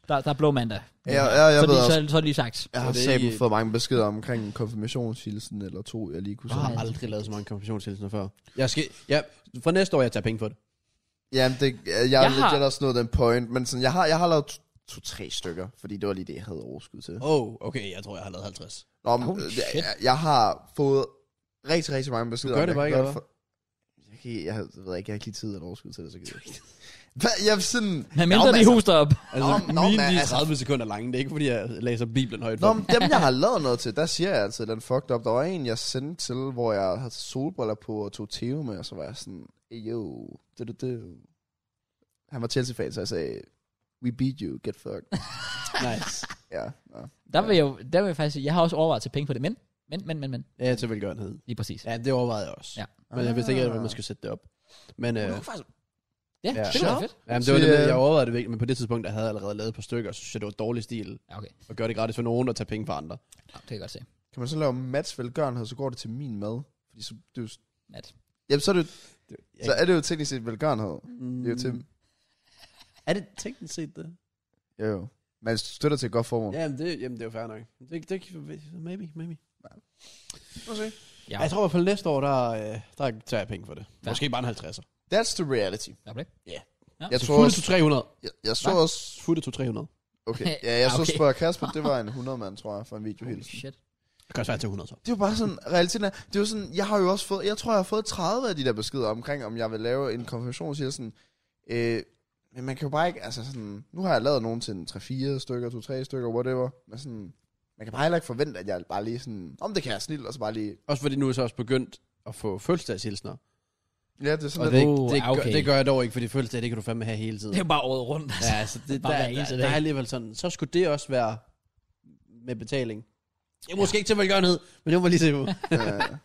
der, der er blå mandag.
Ja, ja, jeg
så,
ved
lige,
også.
så, så, er det lige sagt.
Jeg har
Og det er
sammen
i-
fået mange beskeder omkring en konfirmationshilsen eller to, jeg lige kunne
Jeg
sende.
har aldrig lavet så mange konfirmationshilsener før. Jeg skal, ja, fra næste år, jeg tager penge for det.
Jamen, det, jeg, jeg,
Jeg
jeg
har-
har lidt også nået den point, men sådan, jeg har, jeg har lavet to- to-tre stykker, fordi det var lige det, jeg havde overskud til.
Oh, okay, jeg tror, jeg har lavet 50.
Nå, men,
Holy
øh,
shit.
jeg, jeg har fået rigtig, rigtig mange beskeder.
Du gør
om,
det bare
jeg
ikke,
kan godt få- Jeg, kan, jeg, jeg ved ikke, jeg har ikke lige tid eller overskud til det, så kan jeg ikke. Hvad, jeg er sådan...
Men
Nå,
mindre de
altså-
huster op.
Altså,
Nå, nå,
mine
men
de er
altså-
30 sekunder lange. Det er ikke, fordi jeg læser Bibelen højt.
Nå,
for
men
dem.
dem, jeg har lavet noget til, der siger jeg altid, den fucked up. Der var en, jeg sendte til, hvor jeg havde solbriller på og tog teo med, og så var jeg sådan, "Ey, yo, du, du, du. Han var Chelsea-fan, så jeg sagde, we beat you, get fucked.
nice.
ja, nå.
Der vil jeg jo, der vil jeg faktisk sige, jeg har også overvejet til penge på det, men, men, men, men, men,
Ja, til velgørenhed.
lige præcis.
Ja, Ah. det overvejede jeg også.
Ja.
Men jeg vidste ikke, rigtig, hvordan man skulle sætte det op. Men, øh,
Ja,
Ja.
ja. det var fedt.
jamen, det var
Så,
det, med,
øh,
jeg overvejede det virkelig, men på det tidspunkt, der havde jeg allerede lavet et par stykker, og så synes jeg, det var dårlig stil
Ja, okay.
at gøre det gratis for nogen og tage penge fra andre.
Ja, det kan jeg godt se.
Kan man så lave match velgørenhed, så går det til min mad. Fordi så, det er jo,
Nat.
jamen, så er det, jo-
Jeg-
så er det jo teknisk set velgørenhed.
Mm,
Det er jo til,
Er det teknisk set det?
jo, jo. Man støtter til et godt formål.
Jamen, det, jamen, det er jo fair nok. Det, det, maybe, maybe.
Ja,
Jeg tror i hvert fald næste år, der, øh, der tager jeg penge for det.
Ja.
Måske bare en 50'er.
That's the reality.
der var det.
Jeg
Så
tror
fulde
også,
til 300.
jeg, jeg så
Hva?
også,
Fulde til 300.
okay, ja, jeg så
Okay.
spørger Kasper, det var en 100 mand, tror jeg, for en
Holy
videohilsen.
shit.
Det kan også være til 100, så.
Det er jo bare sådan, realiteten er, det er jo sådan, jeg har jo også fået, jeg tror, jeg har fået 30 af de der beskeder omkring, om jeg vil lave en konfirmationshilsen. Øh, men man kan jo bare ikke, altså sådan, nu har jeg lavet nogen til en 3-4 stykker, 2-3 stykker, whatever, men sådan, man kan bare heller ikke forvente, at jeg bare lige sådan, om det kan jeg snil, og så bare lige,
Også fordi nu er jeg så også begyndt at få fødselsdagshilsner.
ja, det er sådan,
Og
lidt-
det,
Uh,
det,
ja, okay.
gør, det gør jeg dog ikke, fordi fødselsdag, det kan du fandme have hele tiden.
Det er jo bare året rundt. Altså.
Ja, altså, det, der,
Bare hver
der,
eneste
der,
dag.
der er alligevel sådan. Så skulle det også være med betaling. Jeg måske ikke til velgørenhed, men det må man lige se på.
Øh,
Ja.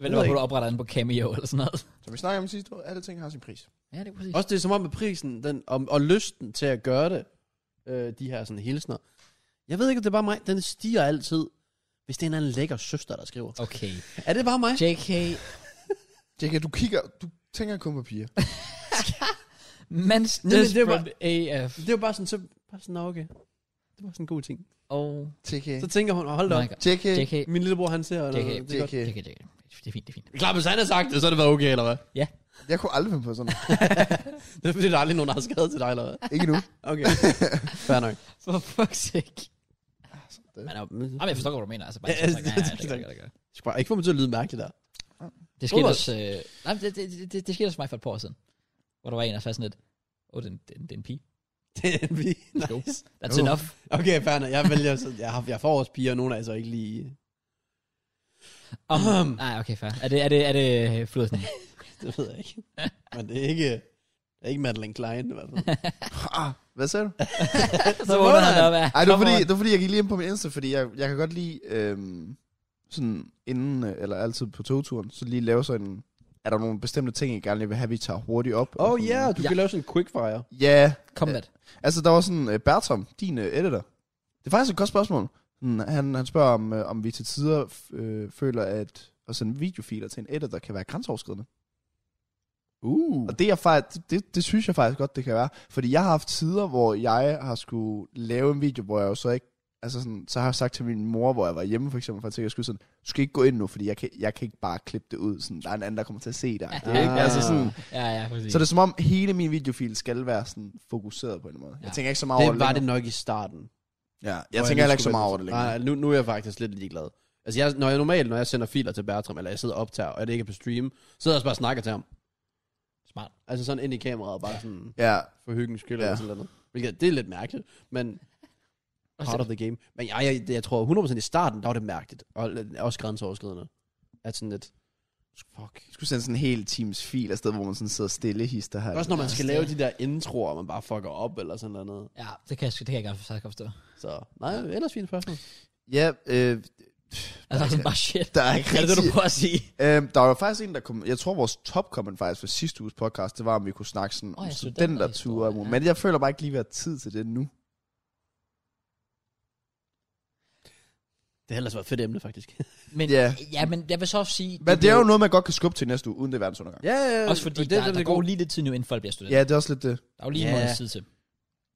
Vel, hvor du opretter den på Cameo eller sådan noget.
som vi snakker om sidste år, alle ting har sin pris.
Ja, det er præcis.
også det er som om med prisen den, og, og lysten til at gøre det, øh, de her sådan hilsner. Jeg ved ikke, om det er bare mig. Den stiger altid, hvis det er en eller anden lækker søster, der skriver.
Okay.
Er det bare mig?
JK,
Jacob, du kigger, du tænker kun på piger.
mens
men det er
desperate AF.
Det er jo bare sådan, så, bare sådan, "Nå, okay. Det var sådan en god ting.
Oh
JK,
Så tænker hun, "Åh, hold da op.
my god.
JK,
JK,
Min lillebror, han ser...
JK,
Det er godt.
JK,
JK, JK. Det er fint, det er fint.
Klart, hvis han har sagt det, så har det været okay, eller hvad?
jeg kunne aldrig finde på sådan noget.
Det er fordi, der er aldrig nogen, der har skrevet til dig, eller hvad?
Ikke nu.
Okay. Fair nok.
For fuck's sake.
Men
Men, jeg forstår godt, hvad du mener. Altså, bare,
Ja,
sådan,
altså,
ja,
det-
ja, det, gør det, det, det,
Skal bare ikke få mig til at lyde mærkeligt der.
det skete også... Øh, nej, det, det, det, det, det skete også for mig for et par år siden. Hvor der var en, der sagde sådan lidt... Åh, oh, den, den, den pige.
Det er en pige.
Jo.
Nice.
That's
Jo.
enough.
Okay, fair nok. Jeg, vælger, så jeg, har, jeg får også piger, og nogle af jer så ikke lige...
Um,
Ahem.
nej, okay, fair. Er det, er det, er det øh, Flodsen?
Det ved jeg ikke. Men det er ikke... Det er ikke Madeleine Klein, i hvert fald.
Ah, hvad sagde du?
så vågner han
han.
op af.
Ej, det var,
Come
fordi,
on.
det var fordi, jeg gik lige ind på min Insta, fordi jeg, jeg kan godt lide, øhm, sådan inden, øh, eller altid på togturen, så lige lave sådan en, er der nogle bestemte ting, jeg gerne lige vil have, vi tager hurtigt op?
Oh
Og sådan-
yeah, du
Ja.
kan lave sådan en quickfire.
Ja,
Combat.
altså der var sådan, øh, Bertram, din øh, editor, det er faktisk et godt spørgsmål. Sådan, Han, han spørger, om, øh, om vi til tider øh, føler, at at sende videofiler til en editor kan være grænseoverskridende.
Uh.
Og det, er jeg faktisk, det, det synes jeg faktisk godt, det kan være. Fordi jeg har haft tider, hvor jeg har skulle lave en video, hvor jeg jo så ikke... Altså sådan, så har jeg sagt til min mor, hvor jeg var hjemme for eksempel, for at tænke, jeg skulle sådan, du skal ikke gå ind nu, fordi jeg kan, jeg kan ikke bare klippe det ud, sådan, der er en anden, der kommer til at se dig.
Ja,
Det er ikke,
ah.
altså sådan,
Ja, ja, præcis.
så det er som om, hele min videofil skal være sådan fokuseret på en måde.
Ja.
Jeg tænker ikke så meget over
Det
det
var det
længere.
nok i starten.
Ja,
Hvor
jeg tænker heller
lige
ikke så
skulle
meget
vente.
over det længere.
Nej, nu, nu er jeg faktisk lidt ligeglad. Altså, jeg, når jeg normalt, når jeg sender filer til Bertram, eller jeg sidder og optager, og det ikke er på stream, så sidder jeg også bare og snakker til ham.
Smart.
Altså sådan ind i kameraet, bare sådan
Ja,
for hyggens skyld,
Ja.
eller sådan noget. Hvilket, det er lidt mærkeligt, men part of the game. Men jeg, jeg, jeg tror 100% i starten, der var det mærkeligt, og også grænseoverskridende. At sådan lidt, fuck.
jeg skulle sende sådan en hel teams fil afsted, hvor man sådan sidder stille hister her.
Også når man
også
skal
det.
lave de der introer, man bare fucker op, eller sådan noget.
Ja, det kan jeg, sgu- det kan jeg godt faktisk godt forstå. Altså,
Så, nej, ellers fint spørgsmål.
Ja, øh,
Altså, sådan bare shit.
der er ikke
Er det det, du
rigtig...
prøver at sige?
Øhm, der var faktisk en, der kom... Jeg tror, vores top comment faktisk fra sidste uges podcast, det var, om vi kunne snakke sådan
Åh,
om
ja,
studenterture.
studenterhistorie, ja.
Ja. Men jeg føler bare ikke lige, vi har tid til det nu.
Det har ellers været et fedt emne, faktisk.
Men,
Ja.
ja, men jeg vil så også sige...
Men det er jo noget, man godt kan skubbe til næste uge, uden det er verdensundergang.
ja, ja,
Også fordi, det, der, der, går lige lidt tid nu, inden folk bliver studeret.
Ja, det er også lidt det.
Der er jo lige en
Ja.
måneds tid til.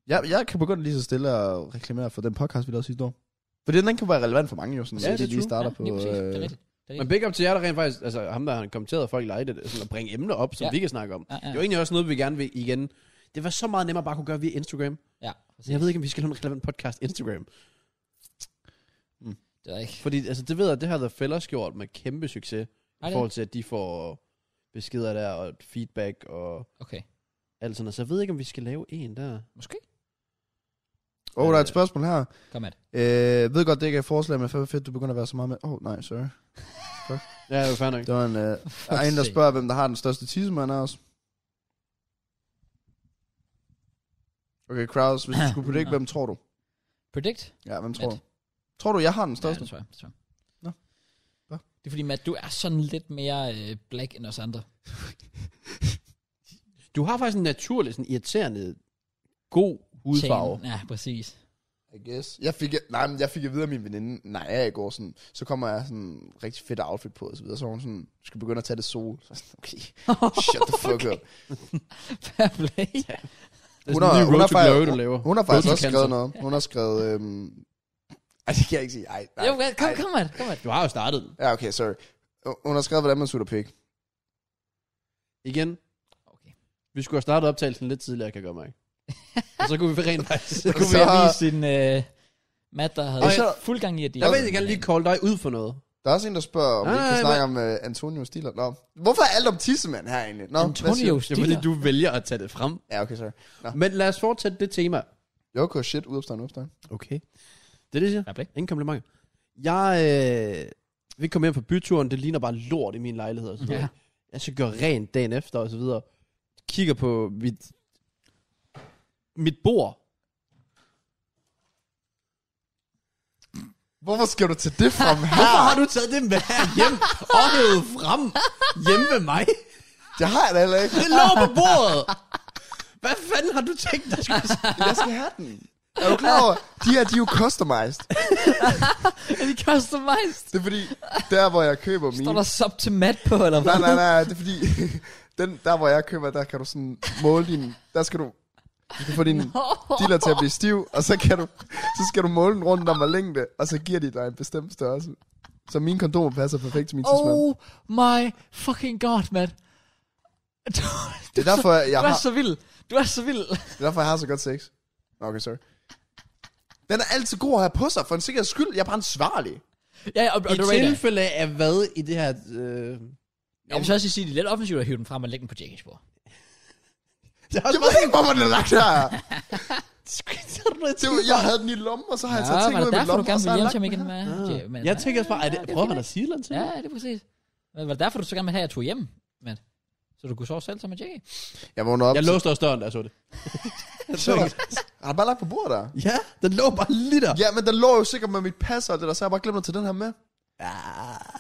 Jeg, jeg kan begynde lige så stille at reklamere for den podcast, vi lavede sidste år. Fordi den kan være relevant for mange jo, sådan,
Ja,
ja,
det er
de lige
true.
starter
ja,
på...
lige præcis. Det er
Øh,
rigtigt. Det er
Men
rigtigt.
big up til jer, der rent faktisk, altså ham, der har kommenteret at folk lejde det, sådan at bringe emner op, som
Ja.
ja. vi kan snakke om.
Ja, ja.
Det er jo egentlig også noget, vi gerne vil igen. Det var så meget nemmere bare at kunne gøre via Instagram.
Ja,
Så jeg ved ikke, om vi skal lave en relevant podcast Instagram.
det er ikke.
Fordi altså, det ved jeg, det har The Fellers gjort med kæmpe succes.
Er
I
det?
forhold til, at de får beskeder der, og feedback, og
Okay,
alt sådan noget. Så jeg ved ikke, om vi skal lave en der.
måske.
Åh, oh, der er et spørgsmål her.
Kom med det.
Øh, ved godt, det ikke er et forslag, men fandme fedt, du begynder at være så meget med... Åh, oh, nej, sorry.
Ja, det var fair nok.
Det var en... Øh, der er en, der
sake.
spørger, hvem der har den største tissemand af os. Okay, Kraus, hvis du skulle predict, hvem tror du?
Predict?
Ja, hvem tror
Matt.
du? Tror du, jeg har den
Ja,
største?
det tror jeg. Det, tror jeg.
Nå. Hva?
det er fordi, Matt, du er sådan lidt mere øh, black end os andre.
Du har faktisk en naturlig, sådan irriterende, god hudfarve.
Tan. Ja, præcis.
I guess. Jeg fik, nej, men jeg fik at vide af min veninde, nej, jeg i går sådan, så kommer jeg sådan rigtig fedt outfit på, og så videre, så var hun sådan, du skal begynde at tage det sol. Så var jeg sådan, okay, shut the fuck up.
Fair play.
Det er
Hun
sådan
har-
en ny
hun
road
har
to
faktisk-
glory, du laver.
Hun har faktisk
Road to
også
cancer.
skrevet noget. Hun har skrevet, øhm, ej, det kan jeg ikke sige, ej, nej.
Jo, kom, kom med det. Kom med det.
Du har jo startet den.
Ja, okay, sorry. Hun har skrevet, hvordan man sutter pik.
Igen,
Okay.
Vi skulle have startet optagelsen lidt tidligere, kan jeg gøre mig. Og så kunne vi rent faktisk...
Så kunne vi
Så-
have vist en øh, Matt, der havde
Og så-
fuld gang i, at de...
Jeg vil egentlig gerne lige call dig ud for noget.
Der er også en, der spørger, om vi
Nej,
ikke kan
nej,
snakke om uh, Antonio Stiller. Nå. Hvorfor er alt om tissemand her egentlig? Nå, hvad
Antonio
siger du?
Det er fordi,
Stiller.
du vælger at tage det frem.
Ja, okay, sorry.
Men lad os fortsætte det tema.
Joko, shit, udopstegn, udopstegn.
Okay. Det er det, jeg siger.
Fair play.
Ingen komplimenter. Jeg... Øh, vi kom hjem fra byturen, det ligner bare lort i min lejlighed. Og sådan
Ja.
ja. Jeg så gør rent dagen efter og så videre. Kigger på mit... Mit bord.
Hvorfor skal du tage det frem her?
Hvorfor har du taget det med hjem? Og frem hjemme ved mig?
Det har jeg da heller ikke.
Det lå på bordet! Hvad fanden har du tænkt dig skulle ske?
Jeg skal have den. Er du klar over? De her, de er jo customized.
Er de customized?
Det er fordi, der hvor jeg køber mine...
Står der sub til Matt på, eller hvad?
Nej, nej, nej, det er fordi... Den, der hvor jeg køber, der kan du sådan måle din... Der skal du... Du kan få din dealer til at blive stiv, og så, kan du, så skal du måle den rundt om og længde, og så giver de dig en bestemt størrelse. Så mine kondomer passer perfekt til min tidsmand.
Oh my fucking god, Matt. Du,
Det er derfor, jeg
du
har...
er så vild. Du er så vild.
Det er derfor, jeg har så godt sex. Nå, Okay, sorry. Den er altid god at have på sig, for en sikkerheds skyld. Jeg er bare ansvarlig.
Ja, og, og
I
du er til...
tilfælde af hvad i det her... Øh...
Jeg vil så også sige, at det er lidt offensivt at hive den frem og lægge den på Jackie's bord.
Det er
Jeg ved ikke, hvorfor den er lagt her.
også
Det var, jeg havde den i lommen, og så har jeg taget ting
var
ud
det
af min
derfor, du
lomme, og
gerne
så
vil
har jeg
hjem
lagt
til ham igen
den her.
med? Ah. Ja, men-
Jeg tænker også bare, er det, prøver han at sige noget til
Ja,
mig?
det er præcis. Men var det derfor, du så gerne ville have, at jeg tog hjem, Matt? Så du kunne sove selv sammen med Jackie?
Jeg vågner op.
Jeg
Jeg
låste også døren, da jeg så det.
har du bare lagt på bordet der?
ja, den lå bare lige der.
Ja, men der lå jo sikkert med mit pas og alt det der, så jeg har bare glemt at tage den her med.
Ja,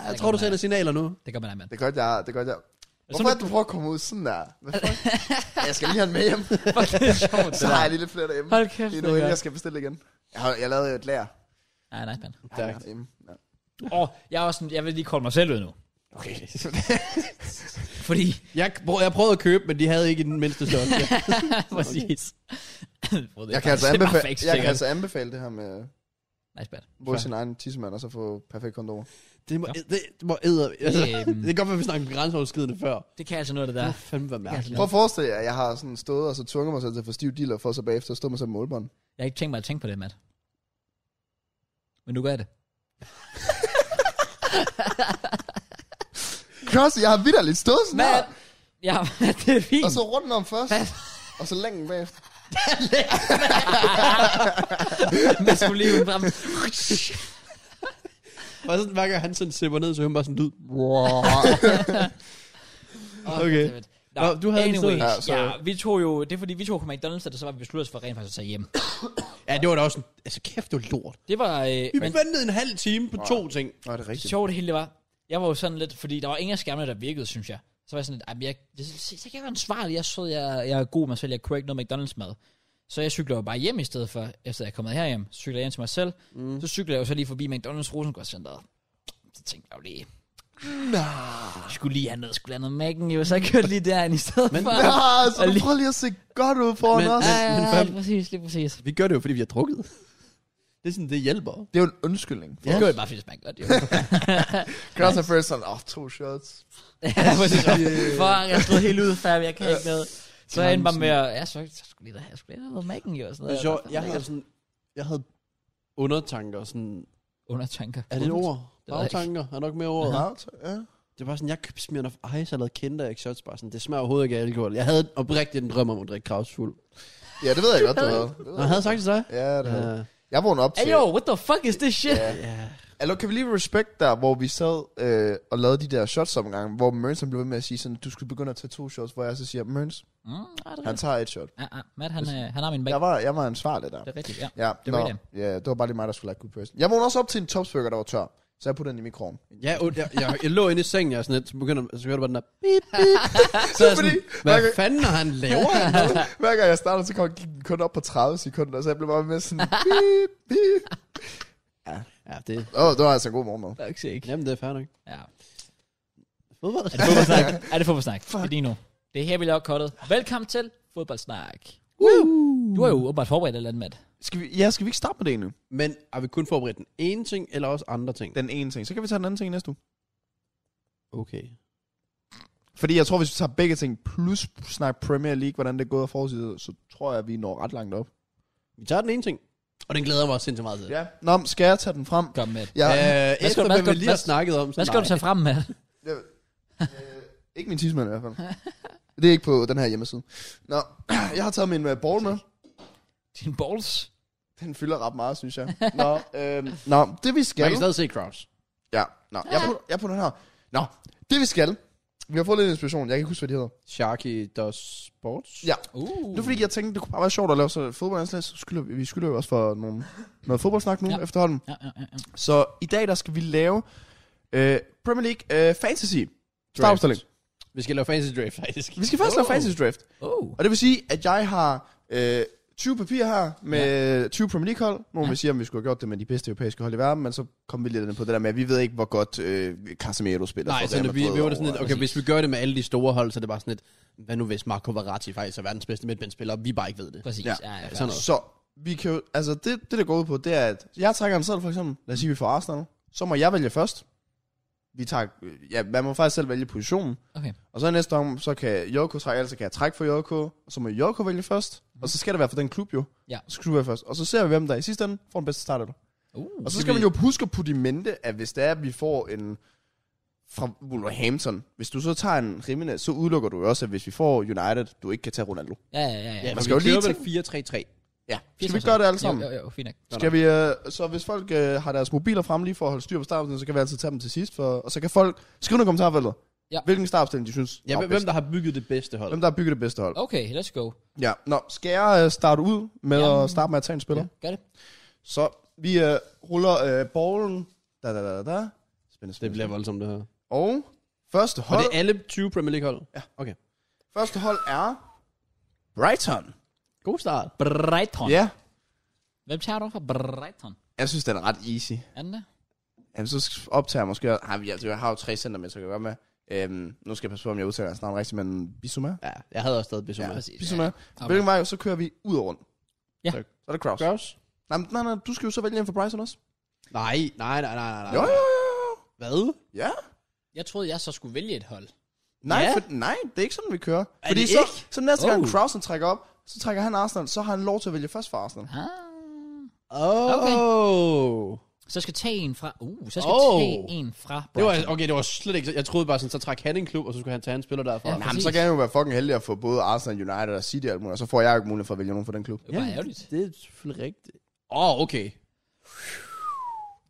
jeg tror, du sender signaler nu.
Det gør man da, Matt.
Det er godt, jeg Det er godt, jeg Hvorfor er det, du prøver at komme ud sådan der? Hvad fuck? Ja, jeg skal lige have den med hjem.
Fuck, det er sjovt,
Så har jeg lige lidt flere derhjemme.
Hold kæft,
Det er
det
nu,
er
inden jeg skal bestille igen. Jeg, har, jeg lavede jo et lager.
Nej, nej, Matt.
Jeg har lager derhjemme. Ja.
Og jeg, er også, sådan- jeg vil lige kolde mig selv ud nu.
Okay.
Fordi,
jeg, prøv- jeg prøvede at købe, men de havde ikke den mindste størrelse.
præcis.
altså Jeg kan, altså anbefale, jeg kan altså anbefale det her med
Nice bad.
Både sin egen tissemand og så få perfekt kondom.
Det må,
Nå.
det, det må æder. Altså,
Øhm.
det er godt, at vi snakker om grænseoverskridende før.
Det kan altså noget, det
Ja.
der.
Det må fandme være
Det kan altså
mærkeligt.
Prøv
noget.
at forestille jer, at jeg har sådan stået og så tvunget mig selv til at få stiv dealer for så bagefter at stå mig selv med målbånd.
Jeg har ikke tænkt mig at tænke på det, Matt. Men nu gør jeg det.
Cross, jeg har vidderligt stået sådan her,
Matt! Ja, det er fint.
og så rundt om først, og så længen bagefter.
Matt skulle lige uden frem.
Og sådan, hver gang han sådan sipper ned, så hører man bare sådan en lyd.
Åh,
Okay.
goddammit. Nå,
Nå, du havde en
anyways,
historie.
ja, så... ja, vi tog jo, det er fordi, vi tog kom McDonald's, og så var vi besluttet os for rent faktisk at tage hjem.
Ja, det var da også en, altså kæft, det var lort.
Det var, øh,
Vi
men
ventede en halv time på to ting.
Nej, det er
det
rigtigt.
sjove det hele det var, jeg var jo sådan lidt, fordi der var ingen af skærmene, der virkede, synes jeg. Så var jeg sådan lidt, "Ej, men jeg, jeg, jeg, jeg kan være ansvarlig, jeg så, jeg, jeg er god med mig selv, jeg kunne ikke noget McDonald's-mad. Så jeg cykler jo bare hjem i stedet for, efter jeg er kommet herhjem, så cykler jeg hjem til mig selv. Mm. Så cykler jeg jo så lige forbi McDonald's Rosengårdscenteret. Så tænkte jeg jo lige, jeg skulle lige have noget, skulle have noget Mac'en jo, så jeg kørte lige derind i stedet
Men-
for.
Ah, så
Og
du
lige-
prøver lige at se godt ud foran
Men-
os.
Ja,
men
ja, ja,
fam-
lige præcis, lige præcis.
Vi gør det jo, fordi vi har drukket. Det er sådan, det hjælper.
Det er jo en undskyldning.
Ja. Det gør jeg bare, fordi det smager godt, jo.
Cross er først sådan, åh, to shots.
ja, præcis. Fuck, jeg stod helt ude, fam, jeg kan ikke noget. Så jeg endte bare med at, ja, så så skulle lige der, jeg skulle lige have noget mækken, jo, og sådan
Det
noget. Altså,
er sjovt. Jeg
har
havde sådan, jeg havde undertanker, sådan,
undertanker.
er det et ord?
ved jeg ikke.
Bagtanker er nok mere ordet.
Out, ja.
Det var sådan, jeg købte smirn of ice og lavede kinder ikke shots bare sådan, det smager overhovedet ikke af alkohol. Jeg havde oprigtigt en drøm om at drikke kraus fuld.
ja, det ved jeg godt, du havde. Det ved
Nå, jeg havde sagt det til dig?
jeg. Ja, det havde.
Ja.
Jeg vågnede op til...
Hey, yo, what the fuck is this shit?
ja.
Eller kan vi lige respekt der, hvor vi sad øh, og lavede de der shots omgang, hvor Mørns han blev ved med at sige sådan, du skulle begynde at tage to shots, hvor jeg så siger, Mørns,
Mm, ja, det er
han
rigtigt.
tager et shot.
Ja, ja, Matt, han, øh, han har min mæk.
Jeg var, jeg var ansvarlig der.
Det er rigtigt, ja.
Ja,
Det
det
var
var,
William.
ja, det var bare lige mig, der skulle lade good person. Jeg vågnede også op til en topsburger, der var tør, så jeg puttede den i mikroen.
Ja, og jeg, jeg, jeg, lå inde i sengen, jeg er sådan lidt, så begynder, så hørte jeg bare den der, bip, bip. Så jeg sådan, hvad
hver gang-
fanden har han lavet?
Hver gang jeg startede, så kom, gik den kun op på 30 sekunder, så jeg blev bare med sådan, bip, bip.
Ja, det er
Åh, oh, det var altså en god morgenmad.
Fuck sake.
nemt, det er fair nok.
Ja.
Fodbold.
Er det fodboldsnak? er det fodboldsnak? Det er lige nu. Det er her, vi laver kottet. Velkommen til fodboldsnak. Du har jo åbenbart forberedt et eller andet, Matt.
Skal vi, ja, skal vi ikke starte med det endnu?
Men har vi kun forberedt den ene ting, eller også andre ting?
Den ene ting. Så kan vi tage den anden ting i næste uge.
Okay.
Fordi jeg tror, hvis vi tager begge ting, plus snak Premier League, hvordan det er gået af forsidet, så tror jeg, at vi når ret langt op.
Vi tager den ene ting, og den glæder jeg mig også sindssygt meget til.
Ja. Nå, men skal jeg tage den frem?
Kom, Matt.
Ja, øh,
Øh,
Hvad skal
efter
du- hvad
hvad
skal
vi
du-
lige har snakket om, så
Hvad skal du
nej.
tage frem, Matt?
ikke min tidsmand i hvert fald. Det er ikke på den her hjemmeside. Nå, jeg har taget min uh, ball med.
Din balls?
Den fylder ret meget, synes jeg. Nå, øh, nå det vi
Man
skal...
kan stadig se Kraus.
Ja, nå, jeg er på, jeg er på den her. Nå, det vi skal... Vi har fået lidt inspiration. Jeg kan ikke huske, hvad de hedder.
Sharky does sports.
Ja.
Uh.
Det er fordi, jeg tænkte, det kunne bare være sjovt at lave sådan et fodboldindslag. Så skylder vi, vi skylder jo også for nogle, noget fodboldsnak nu
Ja.
ja. efterhånden.
Ja, ja, ja, ja.
Så i dag, der skal vi lave øh, Premier League øh, Fantasy startopstilling.
Vi skal lave fantasy draft, faktisk.
Vi skal først oh. lave Fantasy Draft.
Oh.
Og det vil sige, at jeg har øh, 20 papirer her med ja. 20 Premier League-hold. Nogle
Ja.
ja. vil sige, om vi skulle have gjort det med de bedste europæiske hold i verden, men så kom vi lidt ind på det der med, at vi ved ikke, hvor godt øh, Casemiro spiller.
Nej,
for
så
Real
når vi,
Madrid
vi var da
og-
sådan lidt, okay, hvis vi gør det med alle de store hold, så er det bare sådan lidt, hvad nu hvis Marco Verratti faktisk er verdens bedste midtbandspiller, og vi bare ikke ved det.
Præcis.
Ja.
Ja, ja,
Sådan
ja.
noget.
Så vi kan jo, altså det, det der går ud på, det er, at jeg trækker en selv for eksempel, lad os sige, vi får Arsenal, så må jeg vælge først. Vi tager, øh, ja, man må faktisk selv vælge positionen.
Okay.
Og så i næste omgang, så kan Joko trække, eller så kan jeg trække for Joko, og så må Joko vælge først, og så skal det være for den klub jo.
Ja.
Så skal du være først. Og så ser vi, hvem der i sidste ende får den bedste start. Og
Uh.
så skal man jo huske på de mente, at hvis det er, at vi får en fra Wolverhampton, hvis du så tager en Jimenez, så udelukker du jo også, at hvis vi får United, du ikke kan tage Ronaldo.
Ja, ja, ja.
Ja,
ja.
man
skal jo lige tænke-
lige 4-3-3.
Ja. Skal vi gøre det alle sammen?
Jo, jo, jo, fint nok.
Skal vi, øh, så hvis folk øh, har deres mobiler frem lige for at holde styr på startopstillingen, så kan vi altid tage dem til sidst. For, og så kan folk skrive nogle kommentarfeltet,
Ja.
ja. hvilken startopstilling de synes
Ja,
er
hvem
bedst.
der har bygget det bedste hold?
hvem der har bygget det bedste hold.
Okay, let's go.
Ja. Nå, skal jeg øh, starte ud med
Ja.
ja. at starte med at tage en spiller?
Ja, gør
Ja.
det.
Så vi øh, ruller øh, ballen. Da, da, da, da, da. Spændende,
Det
spændende.
bliver voldsomt, det her.
Og første
Og
hold,
det er alle 20 Premier League hold. Ja. Okay.
første hold er Brighton.
God start.
Brighton.
Ja.
Hvem tager du for Brighton?
Jeg synes, den er ret easy.
Er den der?
Jamen, så optager jeg måske... Ej, vi- altså, jeg har jo tre center med, så jeg kan godt med. Øhm, nu skal jeg passe på, om jeg udtaler hans navn rigtigt, men Bissouma.
Ja, jeg havde også stadig Bissouma.
Ja, Ligesom
Ja.
præcis.
Bissouma.
Okay.
Hvilken vej, så kører vi ud og rundt.
Ja.
Så, så er det Kraus.
Kraus?
Nej, men- nej, nej, du skal jo så vælge en for Bryson også.
Nej, nej, nej, nej, nej. nej.
Jo, jo, jo, jo.
Hvad?
Ja.
Jeg troede, jeg så skulle vælge et hold.
Nej,
Ja.
ja. for, nej, det er ikke sådan, vi kører.
Er
Fordi
det
så,
ikke?
så næste gang
Oh.
Krausen trækker op, så trækker han Arsenal, så har han lov til at vælge først for Arsenal.
Ah.
Oh.
Okay.
Okay.
Så skal tage en fra... Uh, så skal
Oh.
oh. tage en fra
Det
Brighton.
var, okay, det var slet ikke... Jeg troede bare sådan, så trak han en klub, og så skulle han tage en spiller derfra.
Ja,
Ja,
nej,
Jamen,
Præcis.
så kan jeg jo være fucking heldig at få både Arsenal, United og City og alt muligt, og så får jeg jo ikke mulighed for at vælge nogen for den klub.
Det var bare ærgerligt.
Det er selvfølgelig rigtigt. Åh, oh, okay.